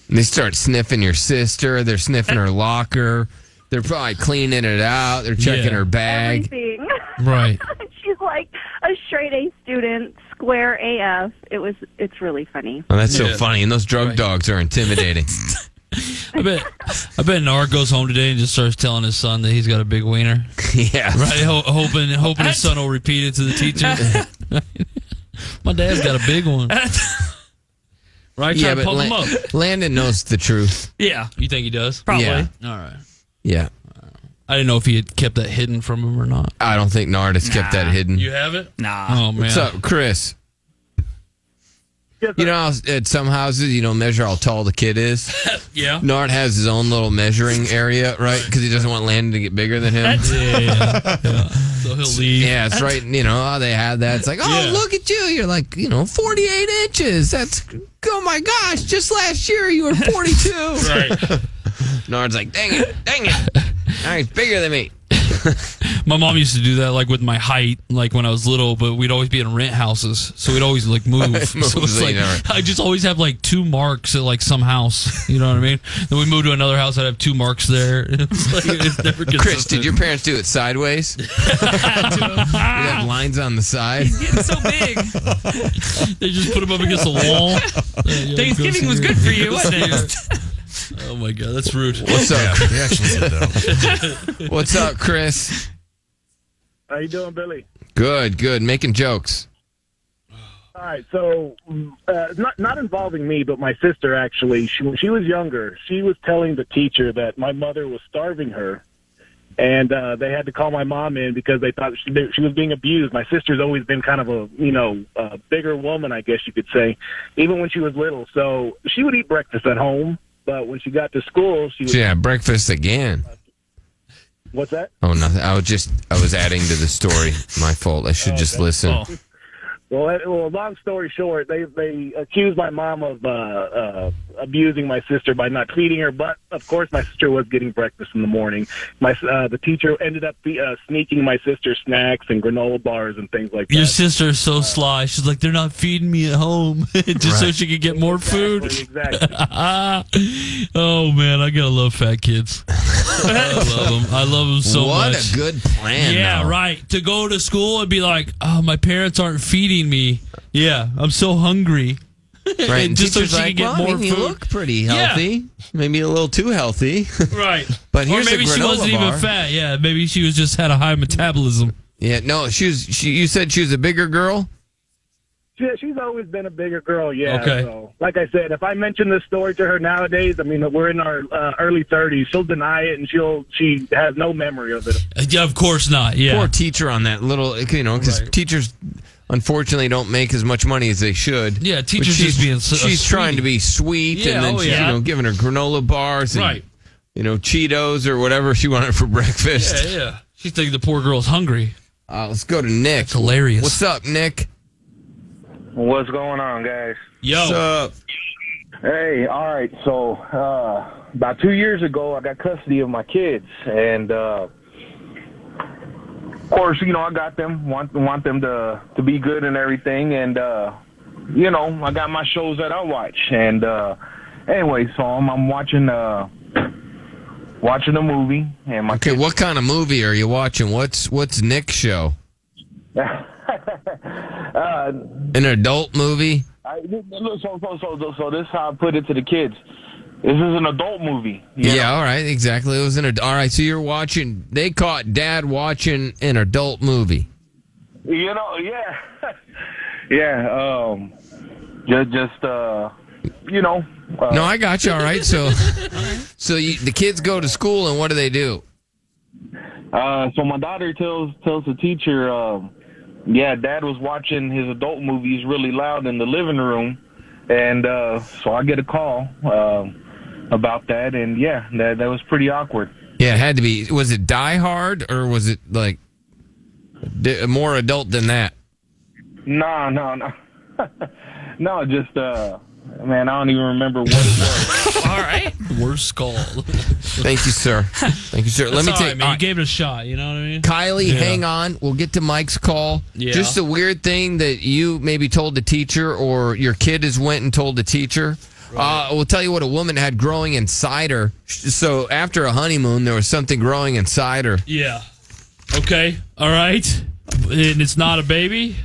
Speaker 4: They start sniffing your sister. They're sniffing her locker. They're probably cleaning it out. They're checking
Speaker 28: Yeah.
Speaker 4: her bag.
Speaker 28: Everything. <laughs>
Speaker 4: Right.
Speaker 28: She's like a straight A student, square AF. It was it's really funny.
Speaker 4: Oh, that's so funny. And those drug dogs are intimidating.
Speaker 10: I bet. I bet Nar goes home today and just starts telling his son that he's got a big wiener.
Speaker 4: <laughs> Yeah.
Speaker 10: Right. Ho- hoping,
Speaker 4: <laughs>
Speaker 10: hoping his son will repeat it to the teacher. <laughs> <laughs> My dad's got a big one. <laughs> Right. Try to
Speaker 4: but
Speaker 10: pull him
Speaker 4: Lan-
Speaker 10: up.
Speaker 4: Landon knows the truth.
Speaker 10: Yeah. You think he does?
Speaker 4: Probably.
Speaker 10: All right.
Speaker 4: Yeah.
Speaker 10: I didn't know if he had kept that hidden from him or not.
Speaker 4: I don't think Nard has kept that hidden.
Speaker 10: You have it? Nah. Oh man.
Speaker 4: What's up, Chris? You know, how s- at some houses, you don't measure how tall the kid is.
Speaker 10: <laughs> Yeah.
Speaker 4: Nard has his own little measuring area, right? Because he doesn't want Landon to get bigger than him.
Speaker 10: Yeah, <laughs> yeah, So he'll leave.
Speaker 4: Yeah, it's right. You know, how they had that. It's like, oh,
Speaker 10: Yeah.
Speaker 4: look at you. You're like, you know, 48 inches. That's, oh my gosh, just last year you were 42.
Speaker 10: <laughs> Right.
Speaker 4: Nard's like, dang it, dang
Speaker 3: <laughs>
Speaker 4: it. Now he's bigger than me.
Speaker 10: <laughs> My mom used to do that, like with my height, like when I was little. But we'd always be in rent houses, so we'd always like
Speaker 4: <laughs>
Speaker 10: move.
Speaker 4: Move,
Speaker 10: so <laughs> it's
Speaker 4: so
Speaker 10: like
Speaker 4: you never-
Speaker 10: I just always have like two marks at like some house. <laughs> You know what I mean? Then we moved to another house. I'd have two marks there. <laughs> It's like, it's never
Speaker 4: Chris, did
Speaker 10: consistent.
Speaker 4: your parents do it
Speaker 10: <laughs>
Speaker 4: sideways? you have lines on the side.
Speaker 10: <laughs> They just put him
Speaker 4: <laughs>
Speaker 10: up against the wall.
Speaker 3: <laughs> Thanksgiving was good for you, wasn't it?
Speaker 10: <laughs> oh my god, that's rude.
Speaker 4: What's
Speaker 10: <laughs>
Speaker 4: up?
Speaker 10: Yeah, <laughs>
Speaker 4: What's up, Chris?
Speaker 21: How you doing, Billy?
Speaker 4: Good, good. Making jokes.
Speaker 21: All right, so uh, not not involving me, but my sister actually. She when she was younger, she was telling the teacher that my mother was starving her, and uh, they had to call my mom in because they thought she she was being abused. My sister's always been kind of a you know a bigger woman, I guess you could say, even when she was little. So she would eat breakfast at home, but when she got to school, she was
Speaker 4: Yeah, breakfast again.
Speaker 21: what's that?
Speaker 4: Oh, nothing. I was just I was adding to the story. My fault. I should just listen.
Speaker 10: Oh,
Speaker 21: Well, it- well, long story short, they they accused my mom of uh, uh, abusing my sister by not feeding her. But of course, my sister was getting breakfast in the morning. My uh, the teacher ended up uh, sneaking my sister snacks and granola bars and things like that.
Speaker 10: Your sister is so sly. She's like, they're not feeding me at home <laughs> just so
Speaker 21: Right.
Speaker 10: she could get more food. Exactly. <laughs> oh man, I gotta love
Speaker 4: <laughs>
Speaker 10: fat kids. I love them. I love them so
Speaker 4: What a
Speaker 10: much.
Speaker 4: good plan,
Speaker 10: Yeah,
Speaker 4: though.
Speaker 10: right. To go to school and be like, oh, my parents aren't feeding me. Yeah, I'm so hungry. <laughs>
Speaker 4: Right, and
Speaker 10: just so
Speaker 4: teachers
Speaker 10: she
Speaker 4: like,
Speaker 10: could get
Speaker 4: "Well, I
Speaker 10: more
Speaker 4: mean,
Speaker 10: food.
Speaker 4: you look pretty
Speaker 10: Yeah.
Speaker 4: healthy. Maybe a little too healthy. <laughs>
Speaker 10: Right.
Speaker 4: But here's
Speaker 10: or maybe
Speaker 4: a
Speaker 10: she
Speaker 4: granola
Speaker 10: wasn't
Speaker 4: bar.
Speaker 10: even fat. Yeah, maybe she was just had a high metabolism.
Speaker 4: Yeah, no, she was. She, you said she was a bigger girl.
Speaker 21: She, she's always been a bigger girl, yeah.
Speaker 4: Okay.
Speaker 21: So, like I said, if I mention this story to her nowadays, I mean we're in our uh, early thirties. She'll deny it, and she'll she has no memory of it.
Speaker 10: Uh, Yeah, of course not. Yeah.
Speaker 4: Poor teacher on that little, you know, because teachers unfortunately don't make as much money as they should.
Speaker 10: Yeah,
Speaker 4: But
Speaker 10: teachers
Speaker 4: she's,
Speaker 10: just being so-
Speaker 4: she's
Speaker 10: sweet.
Speaker 4: trying to be sweet,
Speaker 10: Yeah,
Speaker 4: and then
Speaker 10: oh,
Speaker 4: she's
Speaker 10: yeah.
Speaker 4: you know giving her granola bars, and,
Speaker 10: Right.
Speaker 4: You know, Cheetos or whatever she wanted for <laughs> breakfast.
Speaker 10: Yeah, yeah. She's thinking the poor girl's hungry.
Speaker 4: Uh, let's go to Nick. That's
Speaker 10: hilarious.
Speaker 4: What's up, Nick?
Speaker 14: What's going on, guys?
Speaker 10: Yo.
Speaker 4: What's up?
Speaker 14: Hey, all right. So, uh, about two years ago, I got custody of my kids, and uh, of course, you know, I got them want want them to to be good and everything, and uh, you know, I got my shows that I watch, and uh, anyway, so I'm, I'm watching uh, watching a movie, and my
Speaker 4: Okay, what kind of movie are you watching? What's What's Nick's show?
Speaker 14: <laughs> uh,
Speaker 4: An adult movie?
Speaker 14: I, look, so, so, so, so this is how I put it to the kids. This is an adult movie.
Speaker 4: Yeah, all right, exactly. It was an ad- all right. So you're watching. They caught Dad watching an adult movie.
Speaker 14: You know, yeah, <laughs> yeah. Um, just, just, uh, you know. Uh,
Speaker 4: no, I got you. All right,
Speaker 14: <laughs>
Speaker 4: so <laughs> so you, the kids go to school, and what do they do?
Speaker 14: Uh, so my daughter tells tells the teacher, um, yeah, dad was watching his adult movies really loud in the living room, and uh, so I get a call um, about that, and yeah, that that was pretty awkward.
Speaker 4: Yeah, it had to be. Was it Die Hard, or was it like di- more adult than that?
Speaker 14: No, no, no, <laughs> no. Just, uh, man, I don't even remember what it was.
Speaker 10: All right. Worst <laughs> call.
Speaker 4: Thank you,
Speaker 10: <laughs>
Speaker 4: sir. Thank you, sir. Let
Speaker 10: That's
Speaker 4: me
Speaker 10: all
Speaker 4: take.
Speaker 10: right, man. You gave it a shot. You know what I mean?
Speaker 4: Kylie,
Speaker 10: Yeah.
Speaker 4: hang on. We'll get to Mike's call.
Speaker 10: Yeah.
Speaker 4: Just a weird thing that you maybe told the teacher or your kid has went and told the teacher. Uh, we'll tell you what a woman had growing inside her. So after a honeymoon, there was something growing inside her.
Speaker 10: Yeah. Okay. All right. And it's not a baby.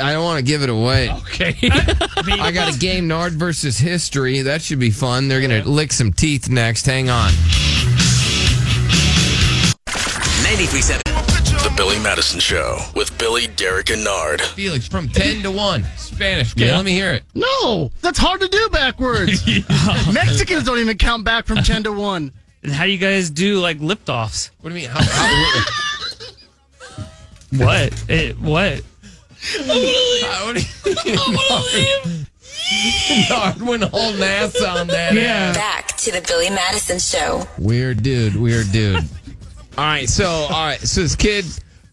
Speaker 4: I don't want to give it away.
Speaker 10: Okay.
Speaker 4: <laughs> I got a game Nard versus history. That should be fun. They're going to lick some teeth next. Hang on.
Speaker 5: 937. The Billy Madison Show with Billy, Derek, and Nard.
Speaker 4: Felix, from 10 to 1. Spanish. Okay,
Speaker 5: Yeah.
Speaker 4: let me hear it.
Speaker 34: No, that's hard to do backwards.
Speaker 10: <laughs>
Speaker 34: <laughs> Mexicans don't even count back from 10 to 1.
Speaker 3: And how do you guys do like lift offs?
Speaker 4: What do you mean? How,
Speaker 34: <laughs>
Speaker 4: how,
Speaker 3: What? It, what?
Speaker 34: Oh,
Speaker 10: <laughs> Oh,
Speaker 4: <laughs> Nard went all NASA on that. ass.
Speaker 7: Back to the Billy Madison Show.
Speaker 4: Weird dude, weird dude. <laughs> all right, so all right, so this kid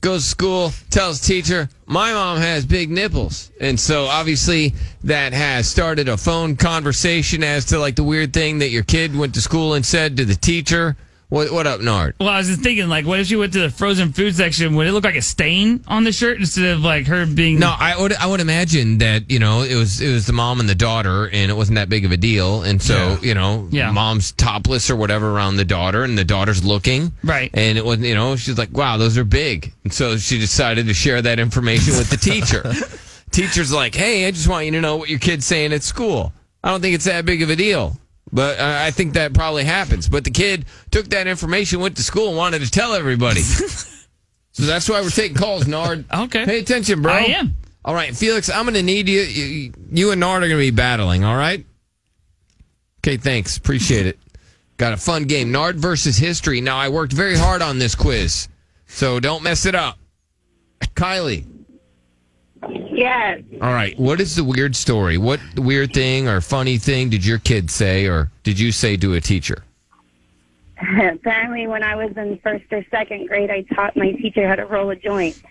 Speaker 4: goes to school, tells teacher, "My mom has big nipples," and so obviously that has started a phone conversation as to like the weird thing that your kid went to school and said to the teacher. What what up, Nard?
Speaker 3: Well, I was just thinking, like, what if she went to the frozen food section? Would it look like a stain on the shirt instead of like her being?
Speaker 4: No, I would I would imagine that you know it was it was the mom and the daughter, and it wasn't that big of a deal, and so you know, mom's topless or whatever around the daughter, and the daughter's looking right, and it wasn't you know she's like, wow, those are big, and so she decided to share that information with the teacher. Teacher's like, hey, I just want you to know what your kid's saying at school. I don't think it's that big of a deal. But uh, I think that probably happens. But the kid took that information, went to school, and wanted
Speaker 3: <laughs>
Speaker 4: to tell everybody. so that's why we're taking calls, Nard. Okay. Pay attention, bro.
Speaker 3: I am.
Speaker 4: All right, Felix, I'm going to need you. you. You and Nard are going to be battling, all right? Okay, thanks. Appreciate it. Got a fun game. Nard versus history. Now, I worked very hard on this quiz, so don't mess it up. Kylie.
Speaker 1: Yes. <laughs>
Speaker 4: All right. What is the weird story? What weird thing or funny thing did your kid say or did you say to a teacher?
Speaker 1: Apparently, when I was in first or second grade, I taught my teacher how to roll a joint.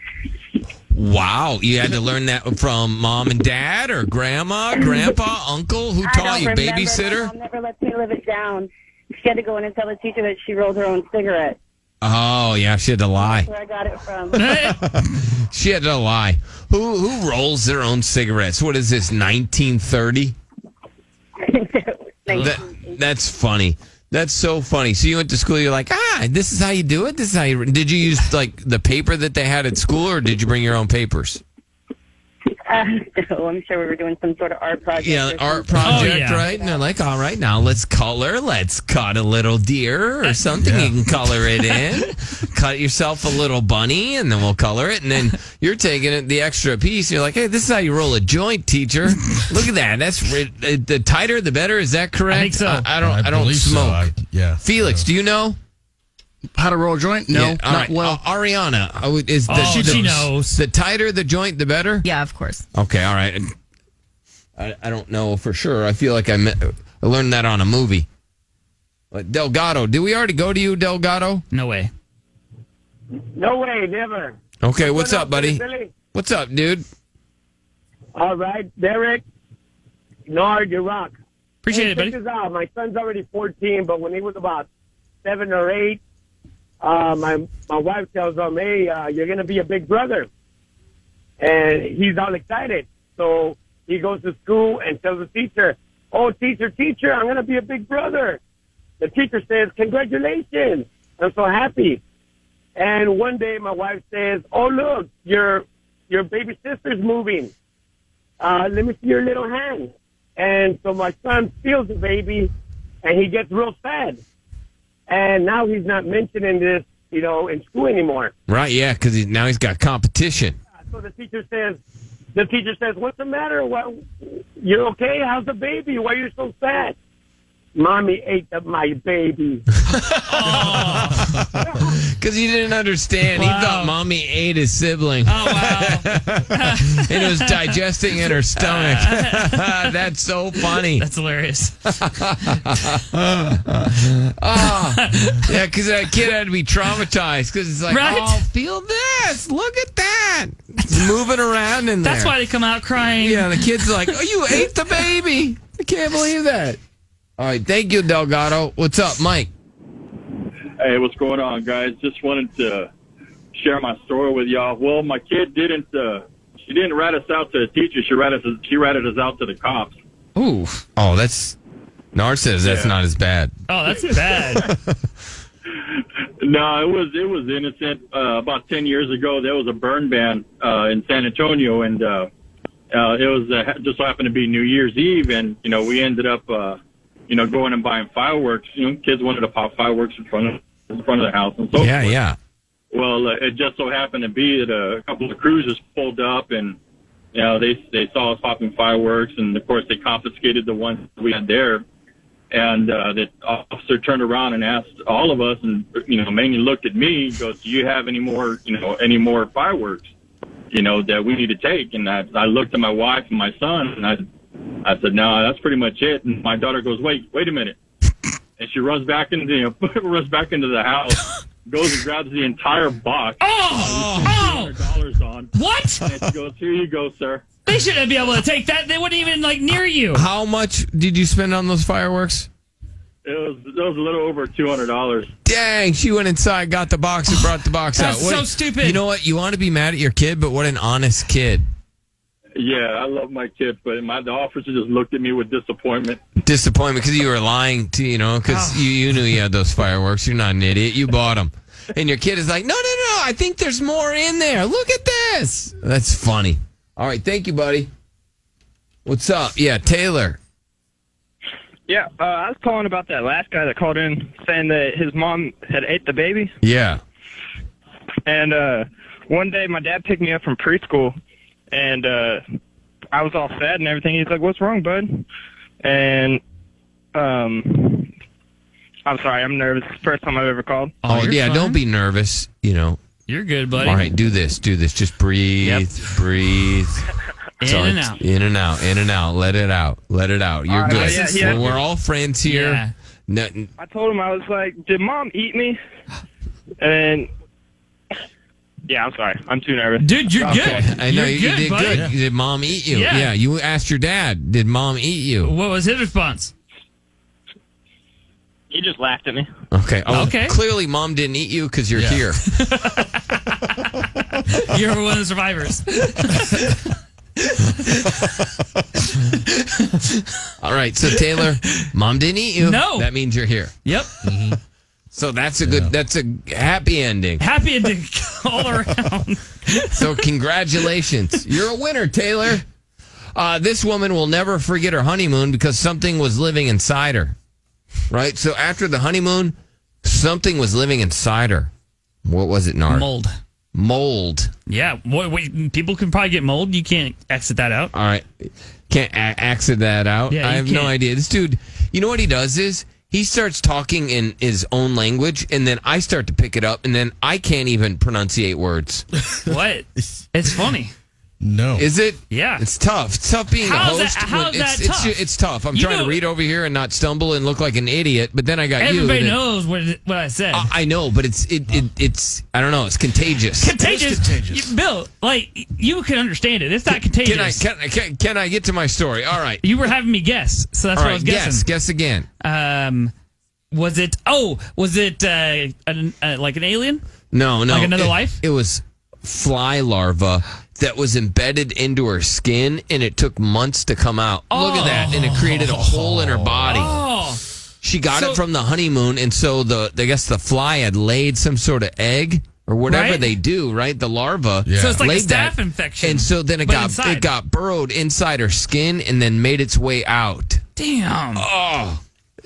Speaker 4: Wow. You had to learn that from mom and dad or grandma, grandpa, uncle? Who
Speaker 1: I
Speaker 4: taught
Speaker 1: don't
Speaker 4: you?
Speaker 1: remember.
Speaker 4: Babysitter?
Speaker 1: My mom never lets me live it down. She had to go in and tell the teacher that she rolled her own cigarette.
Speaker 4: Oh, yeah. She had to lie.
Speaker 1: That's where I got it from.
Speaker 4: She had to lie. Who who rolls their own cigarettes? What is this?
Speaker 1: <laughs>
Speaker 4: Nineteen thirty. that's funny. That's so funny. So you went to school. You're like, ah, this is how you do it. This is how you. Did you use like the paper that they had at school, or did you bring your own papers?
Speaker 28: <laughs>
Speaker 1: uh, no, I'm sure we were doing some sort of art project.
Speaker 4: Yeah,
Speaker 1: or
Speaker 4: art
Speaker 28: Oh,
Speaker 1: something.
Speaker 4: project, right? And they're like, all right, now let's color. Let's cut a little deer or something. You can color it in. cut yourself a little bunny, and then we'll color it. And then you're taking it the extra piece. And you're like, hey, this is how you roll a joint, teacher. Look at that. That's ri- uh, the tighter the better. Is that correct?
Speaker 15: I think so.
Speaker 4: I, I don't. I,
Speaker 15: I
Speaker 4: don't
Speaker 15: believe so.
Speaker 4: smoke.
Speaker 15: I- yeah.
Speaker 4: Felix, do you know?
Speaker 6: How to roll a joint? No,
Speaker 4: Yeah, all
Speaker 6: not
Speaker 4: right.
Speaker 6: well.
Speaker 4: Uh, Ariana uh, is the,
Speaker 6: Oh,
Speaker 4: the-
Speaker 6: she
Speaker 3: knows.
Speaker 4: The tighter the joint, the better.
Speaker 14: Yeah, of course.
Speaker 4: Okay, all right. I, I don't know for sure. I feel like I, me- I learned that on a movie. But Delgado, did we already go to you, Delgado?
Speaker 3: No way.
Speaker 13: No way, never.
Speaker 4: Okay, what's up, buddy?
Speaker 13: Billy?
Speaker 4: What's up, dude?
Speaker 13: All right, Derek. Nard, you rock.
Speaker 3: Appreciate
Speaker 13: hey,
Speaker 3: it, buddy.
Speaker 13: check this out. My son's already 14, but when he was about seven or eight, uh, my my wife tells him, "Hey, uh, you're gonna be a big brother," and he's all excited. So he goes to school and tells the teacher, "Oh, teacher, teacher, I'm gonna be a big brother." The teacher says, "Congratulations! I'm so happy." And one day, my wife says, "Oh, look, your your baby sister's moving. Uh, let me see your little hand." And so my son feels the baby, and he gets real sad. And now he's not mentioning this, you know, in school anymore.
Speaker 4: Right, yeah, because he, now he's got competition.
Speaker 13: So the teacher says, the teacher says, "What's the matter? What, you're okay? How's the baby? Why are you so sad?" Mommy ate up my baby.
Speaker 4: Because he didn't understand. He thought mommy ate his sibling. Oh, wow. <laughs> and it was digesting in her stomach. <laughs> That's so <laughs> funny.
Speaker 3: <laughs>
Speaker 4: That's
Speaker 3: hilarious.
Speaker 4: oh, yeah, because that kid had to be traumatized. Because it's like,
Speaker 3: Right?
Speaker 4: oh, feel this. Look at that. It's moving around in there.
Speaker 3: That's why they come out crying.
Speaker 4: Yeah, the kid's like, oh, you ate the baby. I can't believe that. All right, thank you, Delgado. What's up, Mike?
Speaker 17: Hey, what's going on, guys? Just wanted to share my story with y'all. Well, my kid didn't. Uh, she didn't rat us out to the teacher. She ratted us. She ratted us out to the cops.
Speaker 4: Ooh. Oh, that's. Nard says that's not as bad.
Speaker 3: Oh, that's bad.
Speaker 17: <laughs> no, it was it was innocent. Uh, about ten years ago, there was a burn ban uh, in San Antonio, and uh, uh, it was uh, just so happened to be New Year's Eve, and you know we ended up uh, you know going and buying fireworks. You know, kids wanted to pop fireworks in front of in front of the house and
Speaker 10: Oh,
Speaker 17: so
Speaker 4: Yeah, yeah.
Speaker 17: Well, uh, it just so happened to be that a couple of cruisers pulled up, and you know they they saw us popping fireworks, and of course they confiscated the ones we had there. And uh, the officer turned around and asked all of us, and you know mainly looked at me, goes, "Do you have any more, you know, any more fireworks, you know, that we need to take?" And I I looked at my wife and my son, and I I said, "No, that's pretty much it." And my daughter goes, "Wait, wait a minute." And she runs back into you know, runs back into the <laughs> house, goes and grabs the entire box.
Speaker 3: Oh,
Speaker 17: dollars on.
Speaker 3: What?
Speaker 17: And
Speaker 10: <laughs>
Speaker 17: she goes, "Here you go, sir."
Speaker 3: They shouldn't be able to take that. They wouldn't even like near you.
Speaker 4: How much did you spend on those fireworks?
Speaker 17: It was it was a little over two hundred dollars.
Speaker 4: Dang, she went inside, got the box, and brought the box
Speaker 17: That's
Speaker 4: out. What-
Speaker 17: so stupid.
Speaker 4: You know what? You want to be mad at your kid, but what an honest kid.
Speaker 17: Yeah, I love my kid, but my the officer just looked at me with disappointment.
Speaker 4: Disappointment because you were lying to, you know, because you, you knew you had those fireworks. You're not an idiot. You bought them. And your kid is like, no, no, no, I think there's more in there. Look at this. That's funny. All right, thank you, buddy. What's up? Yeah, Taylor.
Speaker 23: Yeah, uh, I was calling about that last guy that called in saying that his mom had ate the baby.
Speaker 4: Yeah.
Speaker 23: And uh, one day my dad picked me up from preschool, and uh, I was all sad and everything. He's like, "What's wrong, bud?" And um, I'm sorry, I'm nervous. First time I've ever called.
Speaker 4: Oh, yeah, don't be nervous. You know,
Speaker 3: you're good, buddy.
Speaker 4: All right, do this, do this. Just breathe, breathe.
Speaker 3: In
Speaker 4: Sorry,
Speaker 3: and
Speaker 4: it's
Speaker 3: out.
Speaker 4: in and out, in and out. Let it out, let it out. You're
Speaker 23: All right,
Speaker 4: good.
Speaker 23: yeah, yeah.
Speaker 4: Well, we're all friends here.
Speaker 23: Yeah.
Speaker 4: No,
Speaker 23: I told him I was like, "Did mom eat me?" And yeah, I'm sorry, I'm too nervous.
Speaker 3: Dude, you're good.
Speaker 4: I know you
Speaker 3: You're good,
Speaker 4: did
Speaker 3: buddy.
Speaker 4: good.
Speaker 3: Yeah.
Speaker 4: Did mom eat you?
Speaker 3: Yeah.
Speaker 4: yeah. You asked your dad. Did mom eat you?
Speaker 3: What was his response?
Speaker 23: He just laughed at me.
Speaker 4: Okay. Oh,
Speaker 3: Okay.
Speaker 4: Clearly, mom didn't eat you because you're here.
Speaker 3: <laughs> You're one of the survivors.
Speaker 4: <laughs> All right. So Taylor, mom didn't eat you.
Speaker 3: No.
Speaker 4: That means you're here. Mm-hmm.
Speaker 3: Yep.
Speaker 4: So that's a good. That's a happy ending.
Speaker 3: Happy ending <laughs> all around.
Speaker 4: so congratulations, you're a winner, Taylor. Uh, this woman will never forget her honeymoon because something was living inside her. Right. So after the honeymoon, something was living inside her. What was it, Nard?
Speaker 3: Mold.
Speaker 4: Mold.
Speaker 3: Yeah, what, what, people can probably get mold. You can't exit that out.
Speaker 4: All right. Can't a- exit that out.
Speaker 3: Yeah,
Speaker 4: Oh, I
Speaker 3: you
Speaker 4: have no
Speaker 3: can't.
Speaker 4: idea. This dude, you know what he does is he starts talking in his own language, and then I start to pick it up, and then I can't even pronunciate words.
Speaker 3: What? It's funny.
Speaker 4: No. Is it?
Speaker 3: Yeah.
Speaker 4: It's tough. It's tough being
Speaker 3: How's
Speaker 4: a
Speaker 3: that-
Speaker 4: host.
Speaker 3: how's
Speaker 4: when it's,
Speaker 3: that
Speaker 4: it's,
Speaker 3: tough?
Speaker 4: it's tough. I'm
Speaker 3: You
Speaker 4: trying
Speaker 3: know-
Speaker 4: to read over here and not stumble and look like an idiot, but then I got you.
Speaker 3: Everybody
Speaker 4: that- Uh,
Speaker 3: knows what, it- what I said.
Speaker 4: I- I know, but it's it, it it's I don't know. It's contagious.
Speaker 3: contagious. You- Bill, like y- you can understand it. It's not contagious.
Speaker 4: Can I can, I- can can I get to my story? All right.
Speaker 3: you were having me guess, so that's
Speaker 4: All
Speaker 3: what
Speaker 4: right,
Speaker 3: I was
Speaker 4: Guess
Speaker 3: guessing.
Speaker 4: guess again.
Speaker 3: Um, was it? Oh, was it uh, an, uh, like an alien?
Speaker 4: No, no.
Speaker 3: Like another
Speaker 4: it,
Speaker 3: life?
Speaker 4: It was fly larva that was embedded into her skin and it took months to come out. Look at that. And it created a hole in her body.
Speaker 3: Oh.
Speaker 4: She got
Speaker 3: So-
Speaker 4: it from the honeymoon and so the I guess the fly had laid some sort of egg or whatever
Speaker 3: Right?
Speaker 4: they do, right? The larva.
Speaker 3: So it's like a
Speaker 4: laid that,
Speaker 3: staph infection,
Speaker 4: And so then it
Speaker 3: but
Speaker 4: got
Speaker 3: inside.
Speaker 4: it got <laughs> burrowed inside her skin and then made its way out.
Speaker 3: Damn.
Speaker 4: Oh.
Speaker 3: Oh.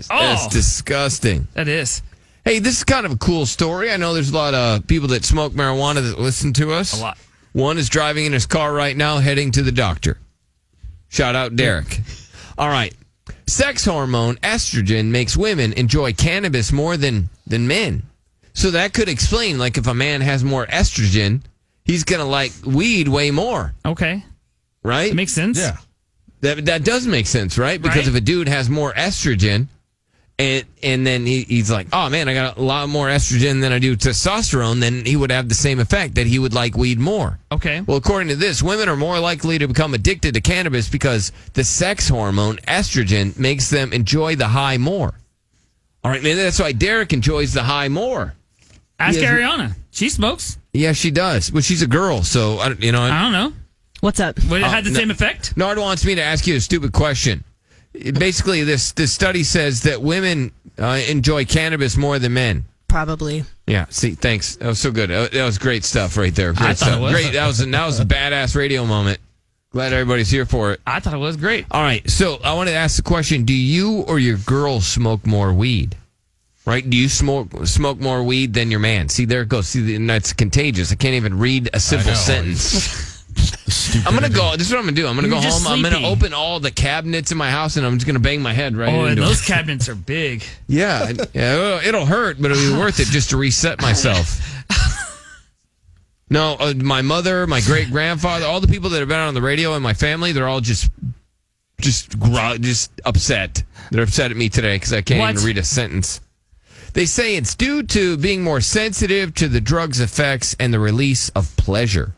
Speaker 4: That's disgusting.
Speaker 3: That is.
Speaker 4: Hey, this is kind of a cool story. I know there's a lot of people that smoke marijuana that listen to us. A lot. One is driving in his car right now, heading to the doctor. Shout out
Speaker 3: <laughs>
Speaker 4: Derek. All right. Sex hormone estrogen makes women enjoy cannabis more than than men. So that could explain like if a man has more estrogen, he's going to like weed way more.
Speaker 3: Okay.
Speaker 4: Right?
Speaker 3: makes sense. Yeah.
Speaker 4: That that does make sense, right? Because if a dude has more estrogen and and then he, he's like, "Oh man, I got a lot more estrogen than I do testosterone," then he would have the same effect that he would like weed more.
Speaker 3: Okay.
Speaker 4: Well, according to this, women are more likely to become addicted to cannabis because the sex hormone estrogen makes them enjoy the high more. All right, man, that's why Derek enjoys the high more.
Speaker 3: Ask
Speaker 4: He has-
Speaker 3: Ariana. She smokes.
Speaker 4: Yeah, she does. Well, she's a girl, so I don't, you know.
Speaker 3: I don't know.
Speaker 14: What's up?
Speaker 3: Would it
Speaker 4: Oh,
Speaker 3: had the
Speaker 4: no.
Speaker 3: same effect?
Speaker 4: Nard wants me to ask you a stupid question. It- Basically, this this study says that women uh, enjoy cannabis more than men.
Speaker 14: Probably.
Speaker 4: Yeah. See, thanks. That was so good. Uh, That was great stuff right there. Great
Speaker 3: I thought it
Speaker 4: stuff.
Speaker 3: was.
Speaker 4: Great. That was a, that was a badass radio moment. Glad everybody's here for it.
Speaker 3: I thought it was great.
Speaker 4: All right. So I want to ask the question: Do you or your girl smoke more weed? Right? Do you smoke smoke more weed than your man? See, there it goes. See, the- and that's contagious. I can't even read a simple
Speaker 11: know.
Speaker 3: <laughs>
Speaker 4: sentence. I'm gonna go. This is what I'm gonna do. I'm gonna
Speaker 3: You're
Speaker 4: go home.
Speaker 3: just
Speaker 4: I'm gonna
Speaker 3: sleepy.
Speaker 4: open all the cabinets in my house, and I'm just gonna bang my head right
Speaker 3: oh, and
Speaker 4: into
Speaker 3: those
Speaker 4: it.
Speaker 3: cabinets are big.
Speaker 4: yeah, and- yeah. it'll- It'll hurt, but it'll be worth it just to reset myself. No, uh, my mother, my great grandfather, all the people that have been on the radio, and my family, they're all just, just, gro- just upset. They're upset at me today because I can't
Speaker 3: What?
Speaker 4: even read a sentence. They say it's due to being more sensitive to the drug's effects and the release of pleasure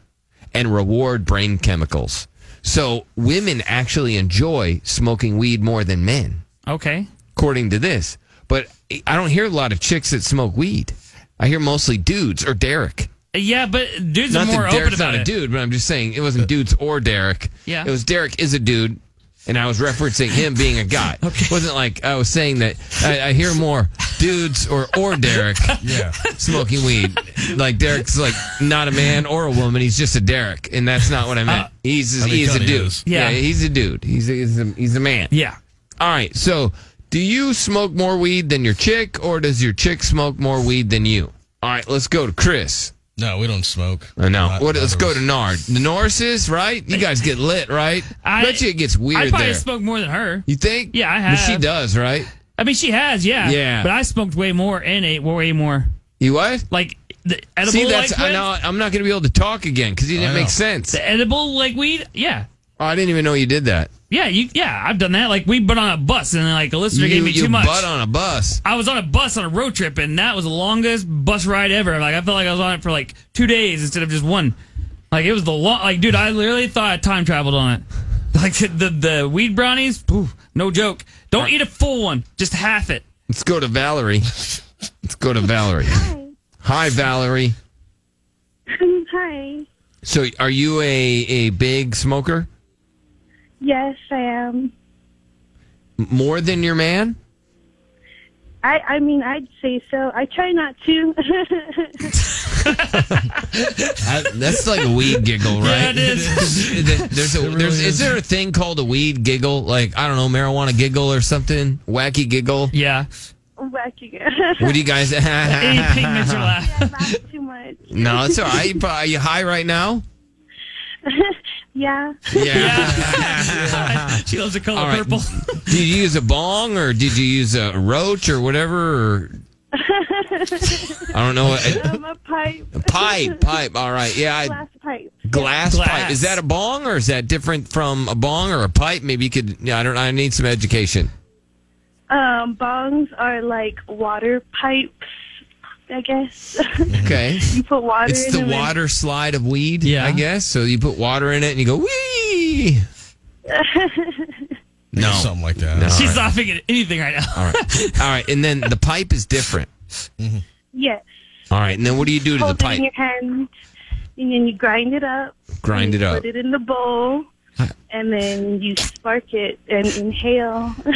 Speaker 4: and reward brain chemicals. So women actually enjoy smoking weed more than men,
Speaker 3: Okay.
Speaker 4: according to this. But I don't hear a lot of chicks that smoke weed. I hear mostly dudes or Derek.
Speaker 3: Yeah, but dudes
Speaker 4: Not
Speaker 3: are more
Speaker 4: that
Speaker 3: open
Speaker 4: Derek's
Speaker 3: about
Speaker 4: not
Speaker 3: it.
Speaker 4: a dude, but I'm just saying it wasn't dudes or Derek.
Speaker 3: Yeah.
Speaker 4: it was Derek is a dude, and I was referencing him being a
Speaker 3: <laughs>
Speaker 4: guy. okay. wasn't like I was saying that I, I hear more dudes or or
Speaker 3: <laughs>
Speaker 4: Derek. yeah, smoking weed. Like Derek's like not a man or a woman. He's just a Derek, and that's not what I meant.
Speaker 3: Uh,
Speaker 4: he's
Speaker 3: I mean,
Speaker 4: he's a
Speaker 3: kinda
Speaker 4: dude.
Speaker 3: is. Yeah.
Speaker 4: he's a dude. He's a, he's a, he's a man.
Speaker 3: Yeah.
Speaker 4: All right, so. Do you smoke more weed than your chick, or does your chick smoke more weed than you? All right, let's go to Chris. No, we don't smoke. I know.
Speaker 35: Not-
Speaker 4: what,
Speaker 35: not
Speaker 4: let's
Speaker 35: of
Speaker 4: go
Speaker 35: us.
Speaker 4: to Nard. Norris's, right? You guys get lit, right? I bet you it gets
Speaker 3: I
Speaker 4: weird
Speaker 3: probably
Speaker 4: there.
Speaker 3: smoked more than her.
Speaker 4: you think?
Speaker 3: Yeah, I
Speaker 4: But
Speaker 3: have.
Speaker 4: she does, right?
Speaker 3: I mean, she has, yeah.
Speaker 4: Yeah.
Speaker 3: But I smoked way more and ate way more.
Speaker 4: You what?
Speaker 3: Like the edible
Speaker 4: See, that's
Speaker 3: like
Speaker 4: I
Speaker 3: weed?
Speaker 4: know, I'm not going to be able to talk again because you
Speaker 3: I
Speaker 4: didn't make
Speaker 3: know.
Speaker 4: sense.
Speaker 3: The edible like weed, yeah.
Speaker 4: Oh, I didn't even know you did that.
Speaker 3: Yeah, you. Yeah, I've done that. Like we butt on a bus, and then like a listener
Speaker 4: you
Speaker 3: gave me
Speaker 4: you
Speaker 3: too much.
Speaker 4: butt on a bus.
Speaker 3: I was on a bus on a road trip, and that was the longest bus ride ever. Like I felt like I was on it for like two days instead of just one. Like it was the long. Like dude, I literally thought I time traveled on it. <laughs> Like the the weed brownies, poof, no joke. Don't eat a full one, just half it.
Speaker 4: Let's go to Valerie. <laughs> Let's go to Valerie. Hi, Valerie.
Speaker 28: <laughs> Um, Hi.
Speaker 4: So, are you a, a big smoker?
Speaker 28: Yes, I am.
Speaker 4: M- More than your man?
Speaker 28: I I mean, I'd say so. I try not to. <laughs>
Speaker 4: I, that's like a weed giggle, right?
Speaker 3: <laughs> Yeah, it is.
Speaker 4: <laughs>
Speaker 3: <laughs>
Speaker 4: there's a, there's, is there a thing called a weed giggle? Like I don't know, marijuana giggle or something? Wacky giggle?
Speaker 3: Yeah.
Speaker 28: Wacky.
Speaker 4: What do
Speaker 28: <laughs>
Speaker 4: you guys? <laughs>
Speaker 28: Anything makes her laugh. I laugh too much.
Speaker 4: No, it's all right. You pro- Are you high right
Speaker 3: <laughs>
Speaker 4: now?
Speaker 28: <laughs>
Speaker 4: <laughs>
Speaker 28: yeah.
Speaker 4: Yeah.
Speaker 3: she loves the color
Speaker 4: purple. <laughs> Did you use a bong or did you use a roach or whatever? Or I don't know.
Speaker 28: I'm Um, a pipe.
Speaker 4: A pipe, pipe. All right. Yeah. I,
Speaker 28: Glass pipe.
Speaker 4: glass,
Speaker 28: Glass.
Speaker 4: pipe. Is that a bong or is that different from a bong or a pipe? Maybe you could. Yeah, I don't. I need some education.
Speaker 28: Um, bongs are like water pipes, I guess. <laughs>
Speaker 4: Okay.
Speaker 28: you put water.
Speaker 4: it's
Speaker 28: in
Speaker 4: the
Speaker 28: them and-
Speaker 4: water slide of weed, yeah. I guess. So you put water in it and you go wee. No, something like that.
Speaker 3: She's laughing at anything right now.
Speaker 4: All right, all right, and then the pipe is different.
Speaker 28: yes.
Speaker 4: All right, and then what do you do to the
Speaker 28: Hold it in
Speaker 4: pipe?
Speaker 28: your hand, and then you grind it up.
Speaker 4: Grind
Speaker 28: <laughs>
Speaker 4: it up.
Speaker 28: Put it in the
Speaker 4: <laughs>
Speaker 28: bowl, and then you spark it and inhale.
Speaker 4: <laughs>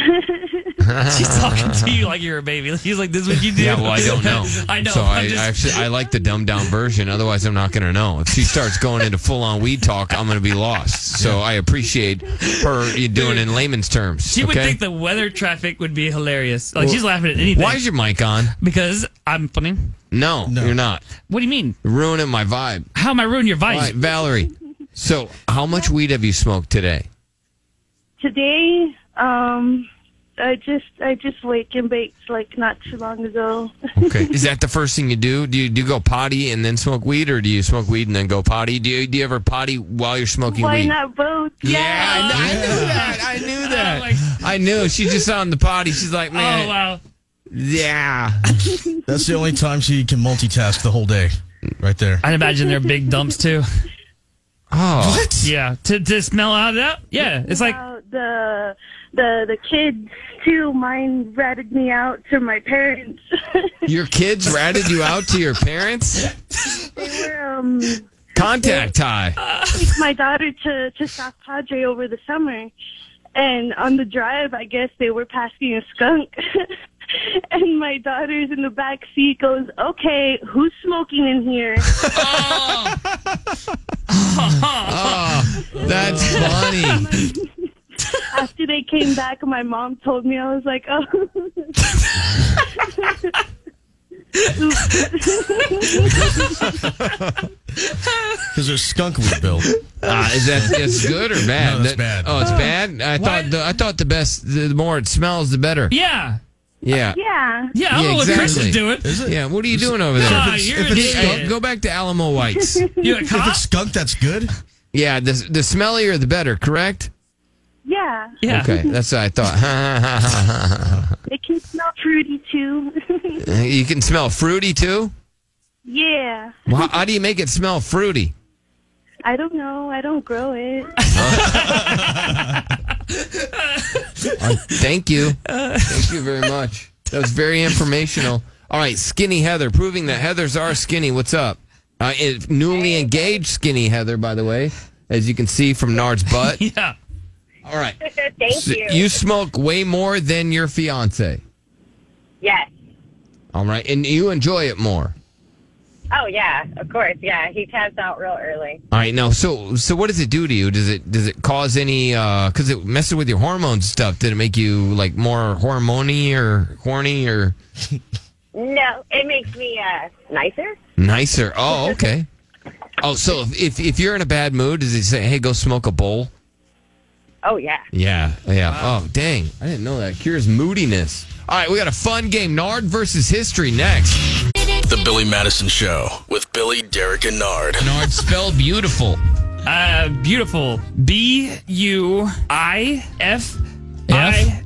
Speaker 3: <laughs> She's talking to you like you're a baby. She's like, "This is what you do."
Speaker 4: Yeah, well, I don't know.
Speaker 3: <laughs> I know.
Speaker 4: So
Speaker 3: I'm
Speaker 4: I,
Speaker 3: just-
Speaker 4: actually I like the dumbed down version. Otherwise, I'm not going to know. If she starts going into full on weed talk, I'm going to be lost. So I appreciate her you doing it in layman's terms.
Speaker 3: she
Speaker 4: okay?
Speaker 3: would think the weather traffic would be hilarious. Like she's
Speaker 4: Well,
Speaker 3: laughing at anything.
Speaker 4: Why is your mic on?
Speaker 3: Because I'm funny.
Speaker 4: No, you're not.
Speaker 3: What do you mean?
Speaker 4: Ruining my vibe.
Speaker 3: How am I ruining your vibe?
Speaker 4: All right, Valerie. So, how much weed have you smoked today?
Speaker 28: Today, um, I just I just wake and baked like not too long ago.
Speaker 4: Okay. Is that the first thing you do? Do you do you go potty and then smoke weed, or do you smoke weed and then go potty? Do you, do you ever potty while you're smoking
Speaker 28: Why
Speaker 4: weed?
Speaker 28: not both?
Speaker 4: Yeah, I know- I knew that.
Speaker 28: <laughs>
Speaker 4: I knew that. I knew. She's just on the potty. She's like, man.
Speaker 3: Oh, wow.
Speaker 4: Yeah.
Speaker 5: That's the only time she can multitask the whole day. Right there.
Speaker 3: I'd imagine they're big dumps
Speaker 4: <laughs>
Speaker 3: too.
Speaker 4: Oh.
Speaker 5: What?
Speaker 3: Yeah. To to smell out of that. Yeah. It's like
Speaker 28: Wow, the the the kids too. Mine ratted me out to my parents.
Speaker 4: Your kids ratted you out to your parents?
Speaker 28: they were um
Speaker 4: Contact high.
Speaker 28: <laughs> took my daughter to to South Padre over the summer, and on the drive, I guess they were passing a skunk. <laughs> And my daughter's in the back seat goes, okay, who's smoking
Speaker 36: <laughs>
Speaker 28: in here?
Speaker 4: Oh, that's funny.
Speaker 28: After they came back, my mom told me, I was like, oh. <laughs>
Speaker 5: Because there's skunk weed, Bill.
Speaker 4: Uh, is that
Speaker 5: <laughs>
Speaker 4: that's good or bad?
Speaker 5: No, that's
Speaker 4: That-
Speaker 5: bad.
Speaker 4: Oh,
Speaker 3: Uh,
Speaker 4: it's bad. I
Speaker 5: Why-
Speaker 4: thought the, I thought the best, the more it smells, the better.
Speaker 3: yeah.
Speaker 4: Yeah.
Speaker 28: Yeah.
Speaker 3: Yeah. I don't know what Chris is doing.
Speaker 4: Yeah, what are you doing over there?
Speaker 3: Nah, you're an idiot.
Speaker 4: go, go back to Alamo Whites.
Speaker 3: <laughs> You a cop?
Speaker 4: skunk, that's good. Yeah, the the smellier the better, correct?
Speaker 28: yeah.
Speaker 4: Okay, that's what I thought. <laughs>
Speaker 28: It can smell fruity too. <laughs>
Speaker 4: you can smell fruity too.
Speaker 28: yeah.
Speaker 4: Well, how, how do you make it smell fruity?
Speaker 28: I don't know. I don't grow it.
Speaker 4: Uh, thank you, thank you very much. That was very informational. All right, skinny Heather, proving that Heathers are skinny. What's up? Uh, it- newly engaged skinny Heather, by the way, as you can see from Nard's
Speaker 36: <laughs>
Speaker 4: butt.
Speaker 3: yeah.
Speaker 4: All right.
Speaker 36: <laughs> Thank
Speaker 4: So
Speaker 36: you.
Speaker 4: you smoke way more than your fiance.
Speaker 36: Yes.
Speaker 4: All right, and you enjoy it more.
Speaker 36: Oh yeah, of course. Yeah, he taps out real early.
Speaker 4: All right, now, so so what does it do to you? Does it does it cause any? Because it messes with your hormones stuff. Did it make you like more hormony or horny or
Speaker 36: No, it makes me uh nicer.
Speaker 4: Nicer. Oh, okay. Oh, so if, if if you're in a bad mood, does he say, "Hey, go smoke a bowl"?
Speaker 28: Oh yeah.
Speaker 4: Yeah, yeah. Oh, dang! I didn't know that cures moodiness. All right, we got a fun game: Nard versus history next.
Speaker 5: The Billy Madison Show with Billy, Derek, and Nard.
Speaker 4: Nard spelled beautiful.
Speaker 3: Uh, beautiful. B U I F I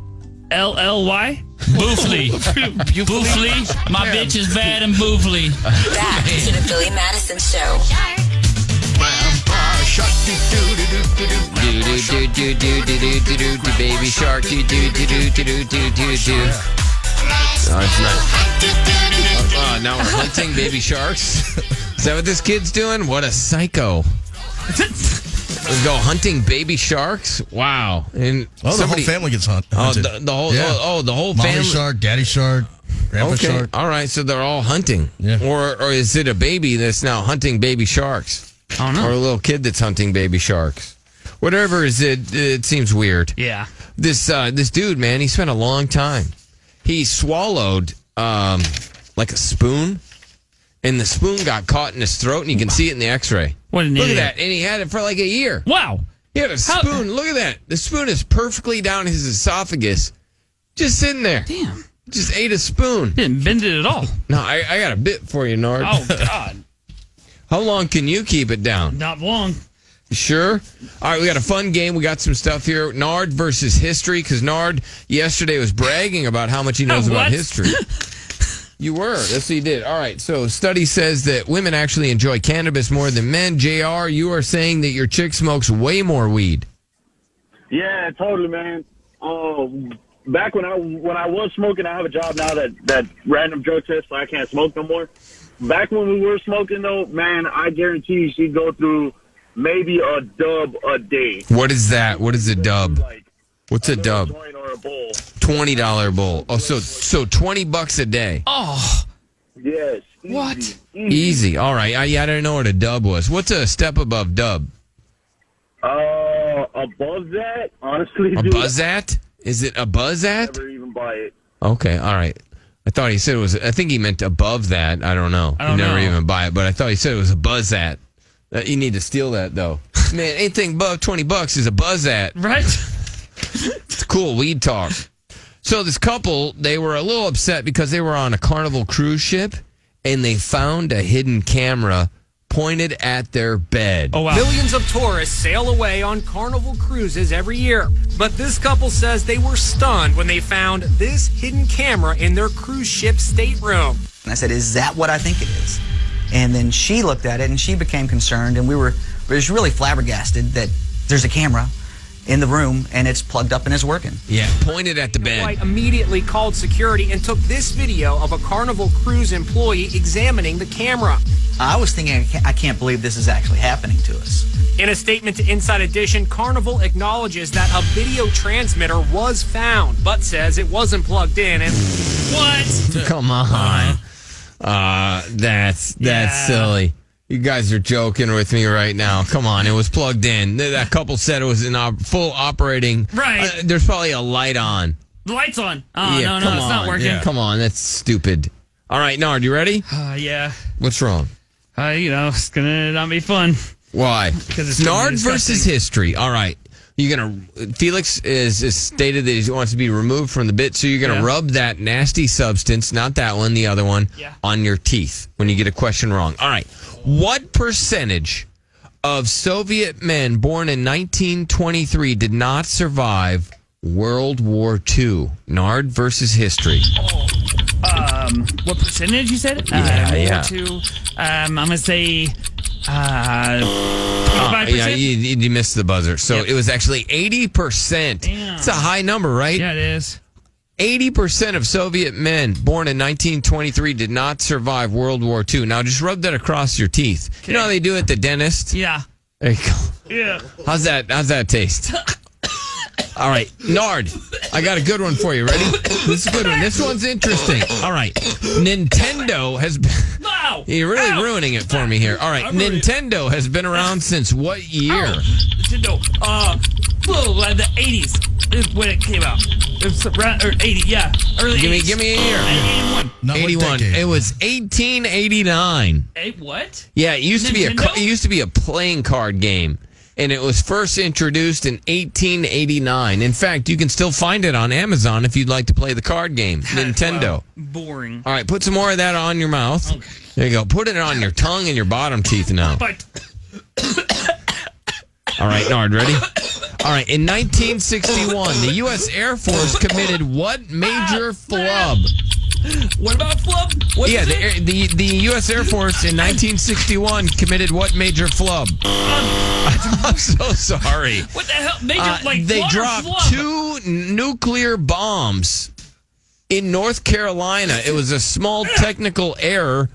Speaker 3: L L Y.
Speaker 4: <laughs>
Speaker 10: Boofly. Boofly. My bitch is bad and
Speaker 4: <laughs>
Speaker 10: boofly.
Speaker 7: Back to the Billy Madison Show.
Speaker 4: Do do do do do do do do do do baby shark. Do do do do do do do do do. No, it's not. Oh, now we're hunting baby sharks. Is that what this kid's doing? What a psycho! We go hunting baby sharks. Wow! And
Speaker 37: Oh, the
Speaker 4: somebody-
Speaker 37: whole family gets hunt,
Speaker 4: Oh,
Speaker 37: hunted.
Speaker 4: the, the whole oh, oh, the whole
Speaker 37: Mommy
Speaker 4: family.
Speaker 37: shark, daddy shark, grandpa
Speaker 4: okay.
Speaker 37: shark.
Speaker 4: All right, so they're all hunting. Yeah. Or or is it a baby that's now hunting baby sharks? I don't know. Or a little kid that's hunting baby sharks. Whatever is it it seems weird.
Speaker 3: Yeah.
Speaker 4: This uh this dude, man, he spent a long time. He swallowed um like a spoon and the spoon got caught in his throat and you can see it in the x-ray.
Speaker 3: What an
Speaker 4: Look
Speaker 3: idiot.
Speaker 4: at that. And he had it for like a year.
Speaker 3: Wow.
Speaker 4: He had a
Speaker 3: How-
Speaker 4: spoon. Look at that. The spoon is perfectly down his esophagus. Just sitting there. Damn. Just ate a spoon.
Speaker 3: Didn't bend it at all.
Speaker 4: <laughs> No, I, I got a bit for you, Nard.
Speaker 3: Oh God.
Speaker 4: <laughs> How long can you keep it down?
Speaker 3: Not long.
Speaker 4: Sure. All right, we got a fun game. We got some stuff here. Nard versus history, because Nard yesterday was bragging about how much he knows about
Speaker 3: What? <laughs>
Speaker 4: history. You were. That's what you did. All right. So, study says that women actually enjoy cannabis more than men. Jr., you are saying that your chick smokes way more weed.
Speaker 21: Yeah, totally, man. Um, back when I when I was smoking, I have a job now that that random drug test, so I can't smoke no more. Back when we were smoking, though, man, I guarantee she'd go through maybe a dub a day
Speaker 4: What is that? What is a dub? What's a dub? Twenty dollar bowl. Oh, so so twenty bucks a day.
Speaker 3: Oh.
Speaker 21: Yes.
Speaker 3: What?
Speaker 4: Easy. All right. I, yeah, I didn't know what a dub was. What's a step above dub?
Speaker 21: Uh, above that, honestly,
Speaker 4: A
Speaker 21: dude,
Speaker 4: buzz at? Is it a buzz
Speaker 21: I
Speaker 4: at?
Speaker 21: never even buy it.
Speaker 4: Okay. All right. I thought he said it was. I think he meant above that. I don't know.
Speaker 21: I don't
Speaker 4: You never
Speaker 21: know.
Speaker 4: even buy it, but I thought he said it was a buzz at. Uh, you need to steal that though, <laughs> man. Anything above twenty bucks is a buzz at, <laughs>
Speaker 3: right?
Speaker 4: it's cool weed talk. So this couple, they were a little upset because they were on a Carnival cruise ship and they found a hidden camera pointed at their bed. Oh
Speaker 18: Millions of tourists sail away on carnival cruises every year. But this couple says they were stunned when they found this hidden camera in their cruise ship stateroom.
Speaker 33: And I said, Is that what I think it is? And then she looked at it and she became concerned, and we were we was really flabbergasted that there's a camera in the room and it's plugged up and it's working.
Speaker 4: Yeah, pointed at the bed.
Speaker 18: White immediately called security and took this video of a carnival cruise employee examining the camera.
Speaker 33: I was thinking, I can't, I can't believe this is actually happening to us.
Speaker 18: In a statement to Inside Edition, Carnival acknowledges that a video transmitter was found, but says it wasn't plugged in and. What?
Speaker 4: <laughs> Come on. Uh, that's that's
Speaker 18: Yeah.
Speaker 4: silly. You guys are joking with me right now. Come on, it was plugged in. Th- That couple said it was in op- full operating.
Speaker 3: Right.
Speaker 4: Uh, there's probably a light on.
Speaker 3: The lights on. Oh
Speaker 4: Yeah,
Speaker 3: no, no,
Speaker 4: come
Speaker 3: it's not
Speaker 4: on.
Speaker 3: working.
Speaker 4: Yeah. Come on, that's stupid. All right, Nard, you ready? <sighs>
Speaker 3: Uh, yeah.
Speaker 4: What's wrong?
Speaker 3: Uh, you know, it's gonna not be fun.
Speaker 4: Why?
Speaker 3: Because it's gonna be
Speaker 4: Nard versus
Speaker 3: disgusting.
Speaker 4: history. All right. You're gonna Felix is, is stated that he wants to be removed from the bit, so you're gonna
Speaker 3: Yeah.
Speaker 4: rub that nasty substance, not that one, the other one, on your teeth when you get a question wrong. All right. What percentage of Soviet men born in 1923 did not survive World War II? Nard versus history.
Speaker 3: Um, what percentage you said?
Speaker 4: Yeah,
Speaker 3: uh, more
Speaker 4: yeah.
Speaker 3: To, um, I'm gonna say. Uh,
Speaker 4: Uh,
Speaker 3: 25%?
Speaker 4: yeah, you, you you missed the buzzer. So it was actually 80%. It's a high number, right? Yeah,
Speaker 3: it is.
Speaker 4: 80% of Soviet men born in 1923 did not survive World War II. Now just rub that across your teeth. You know how they do it at the dentist?
Speaker 3: Yeah.
Speaker 4: There you go.
Speaker 3: Yeah.
Speaker 4: How's that? How's that
Speaker 3: <laughs>
Speaker 4: taste? All right, Nard, I got a good one for you. Ready? This is a good one. This one's interesting. All right, Nintendo has. Been, <laughs> You're really ruining it for me here. All right,
Speaker 3: I'm ruining it. Oh,
Speaker 4: Nintendo has been around since what year?
Speaker 3: Nintendo. Uh, whoa, like the 80s is when it came out. it's around- or 80, yeah. Early
Speaker 4: Give me-
Speaker 3: 80s.
Speaker 4: give me a year.
Speaker 3: 81.
Speaker 4: Eighty-one. It was eighteen eighty-nine.
Speaker 3: Hey, what?
Speaker 4: Yeah, it used to be a
Speaker 3: Nintendo?
Speaker 4: ca- it used to be a playing card game, and it was first introduced in 1889. In fact, you can still find it on Amazon if you'd like to play the card game Nintendo.
Speaker 3: Boring.
Speaker 4: All right, put some more of that on your mouth. There you go. Put it on your tongue and your bottom teeth
Speaker 3: <laughs>
Speaker 4: now.
Speaker 3: But
Speaker 4: All right, Nard, ready? All right, in 1961, the U.S. Air Force committed what major flub?
Speaker 3: What about flub? What
Speaker 4: yeah,
Speaker 3: is
Speaker 4: the,
Speaker 3: it?
Speaker 4: Air- the the U.S. Air Force in 1961 committed what major flub? <laughs> I'm so sorry.
Speaker 3: What the hell? Major,
Speaker 4: Uh,
Speaker 3: like,
Speaker 4: they
Speaker 3: water
Speaker 4: dropped
Speaker 3: flub.
Speaker 4: two n- nuclear bombs in North Carolina. It was a small technical error,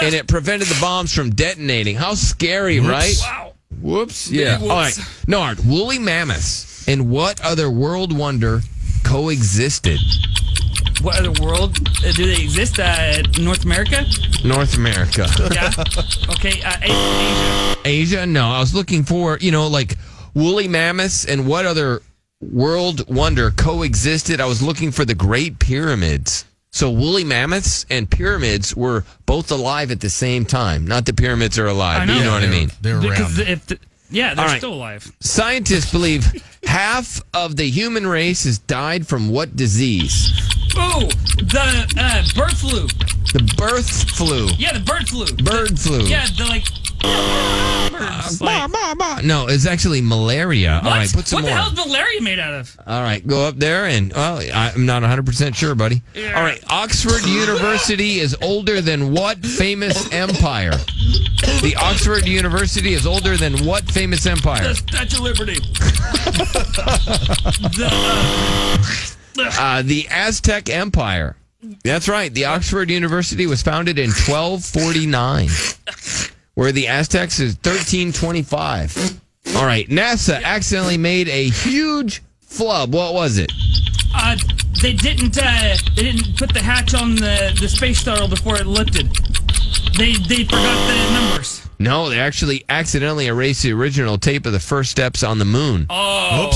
Speaker 4: and it prevented the bombs from detonating. How scary,
Speaker 16: Whoops.
Speaker 4: right?
Speaker 16: Wow.
Speaker 4: Whoops.
Speaker 16: Big
Speaker 4: Yeah.
Speaker 16: whoops.
Speaker 4: All right. Nard, woolly mammoths, and what other world wonder coexisted?
Speaker 3: What other world? Uh, do they exist? Uh, North America?
Speaker 4: <laughs> North America.
Speaker 3: Yeah. okay, uh, Asia.
Speaker 4: Asia? No, I was looking for, you know, like woolly mammoths and what other world wonder coexisted. I was looking for the Great Pyramids. So woolly mammoths and pyramids were both alive at the same time. Not the pyramids are alive. but You know what I mean?
Speaker 3: uh, Because if the, yeah, they're
Speaker 4: All right.
Speaker 3: still alive.
Speaker 4: Scientists
Speaker 3: <laughs>
Speaker 4: believe half of the human race has died from what disease?
Speaker 3: Oh, the uh, bird flu.
Speaker 4: The birth flu.
Speaker 3: Yeah, the bird flu.
Speaker 4: Bird flu.
Speaker 3: Yeah, the like. Birds, like
Speaker 4: No, it's actually malaria. All right, put some
Speaker 3: what the
Speaker 4: more.
Speaker 3: hell is malaria made out of?
Speaker 4: All right, go up there and well, I'm not 100% sure, buddy. All right, Oxford University is older than what famous empire? The Oxford University is older than what famous empire?
Speaker 10: <laughs>
Speaker 3: The Statue of Liberty. the, uh,
Speaker 4: Uh, the Aztec Empire. That's right. The Oxford University was founded in 1249, where the Aztecs is 1325. All right, NASA accidentally made a huge flub. What was it?
Speaker 3: uh, they didn't. Uh, they didn't put the hatch on the, the space shuttle before it lifted. They they forgot the numbers.
Speaker 4: No, they actually accidentally erased the original tape of the first steps on the moon.
Speaker 3: Oh,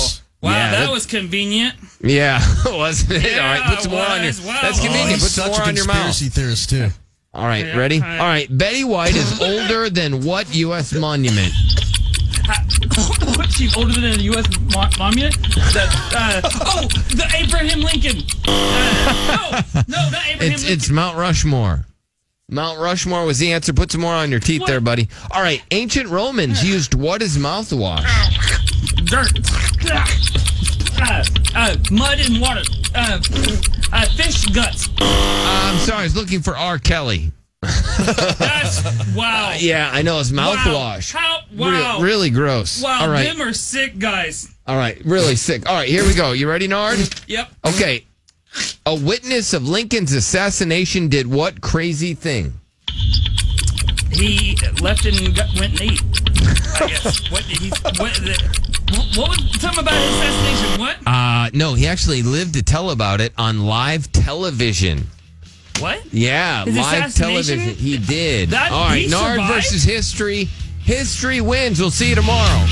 Speaker 4: Yeah,
Speaker 3: wow, that,
Speaker 4: that-
Speaker 3: was convenient.
Speaker 4: Yeah, <laughs> wasn't it? All right, put some more on your.
Speaker 3: was. Wow.
Speaker 4: That's
Speaker 15: Oh,
Speaker 4: convenient.
Speaker 15: he's
Speaker 4: put some
Speaker 15: such
Speaker 4: more
Speaker 15: a
Speaker 4: on your mouth.
Speaker 15: conspiracy theorist too.
Speaker 4: All right,
Speaker 15: Yeah,
Speaker 4: ready?
Speaker 15: all
Speaker 4: All
Speaker 15: right.
Speaker 4: right. Betty White
Speaker 3: <laughs>
Speaker 4: is older than what U.S. monument?
Speaker 3: What's she older than the U.S. mo- monument? The, uh, oh, the Abraham Lincoln. Uh, no, no, not Abraham
Speaker 4: It's
Speaker 3: Lincoln.
Speaker 4: it's Mount Rushmore. Mount Rushmore was the answer. Put some more on your teeth, there, buddy. All right, ancient Romans used what as mouthwash?
Speaker 3: dirt, uh, uh, mud and water, uh, uh, fish guts.
Speaker 4: I'm sorry, I was looking for R. Kelly.
Speaker 3: That's wow.
Speaker 4: <laughs> Yeah, I know it's
Speaker 3: Wow.
Speaker 4: mouthwash.
Speaker 3: How,
Speaker 4: Re-
Speaker 3: wow.
Speaker 4: really gross.
Speaker 3: Wow,
Speaker 4: All right.
Speaker 3: them are sick guys.
Speaker 4: All right, really sick. All right, here we go. You ready, Nard?
Speaker 3: Yep.
Speaker 4: Okay. A witness of Lincoln's assassination did what crazy thing?
Speaker 3: He left and got, went and ate. I guess. what did he? What, the, what was something about his assassination? What?
Speaker 4: Uh, no, he actually lived to tell about it on live television.
Speaker 3: What?
Speaker 4: Yeah,
Speaker 3: His
Speaker 4: live
Speaker 3: assassination?
Speaker 4: television. He did.
Speaker 3: That-
Speaker 4: All right,
Speaker 3: he
Speaker 4: Nard
Speaker 3: survived?
Speaker 4: versus history. History wins. We'll see you tomorrow.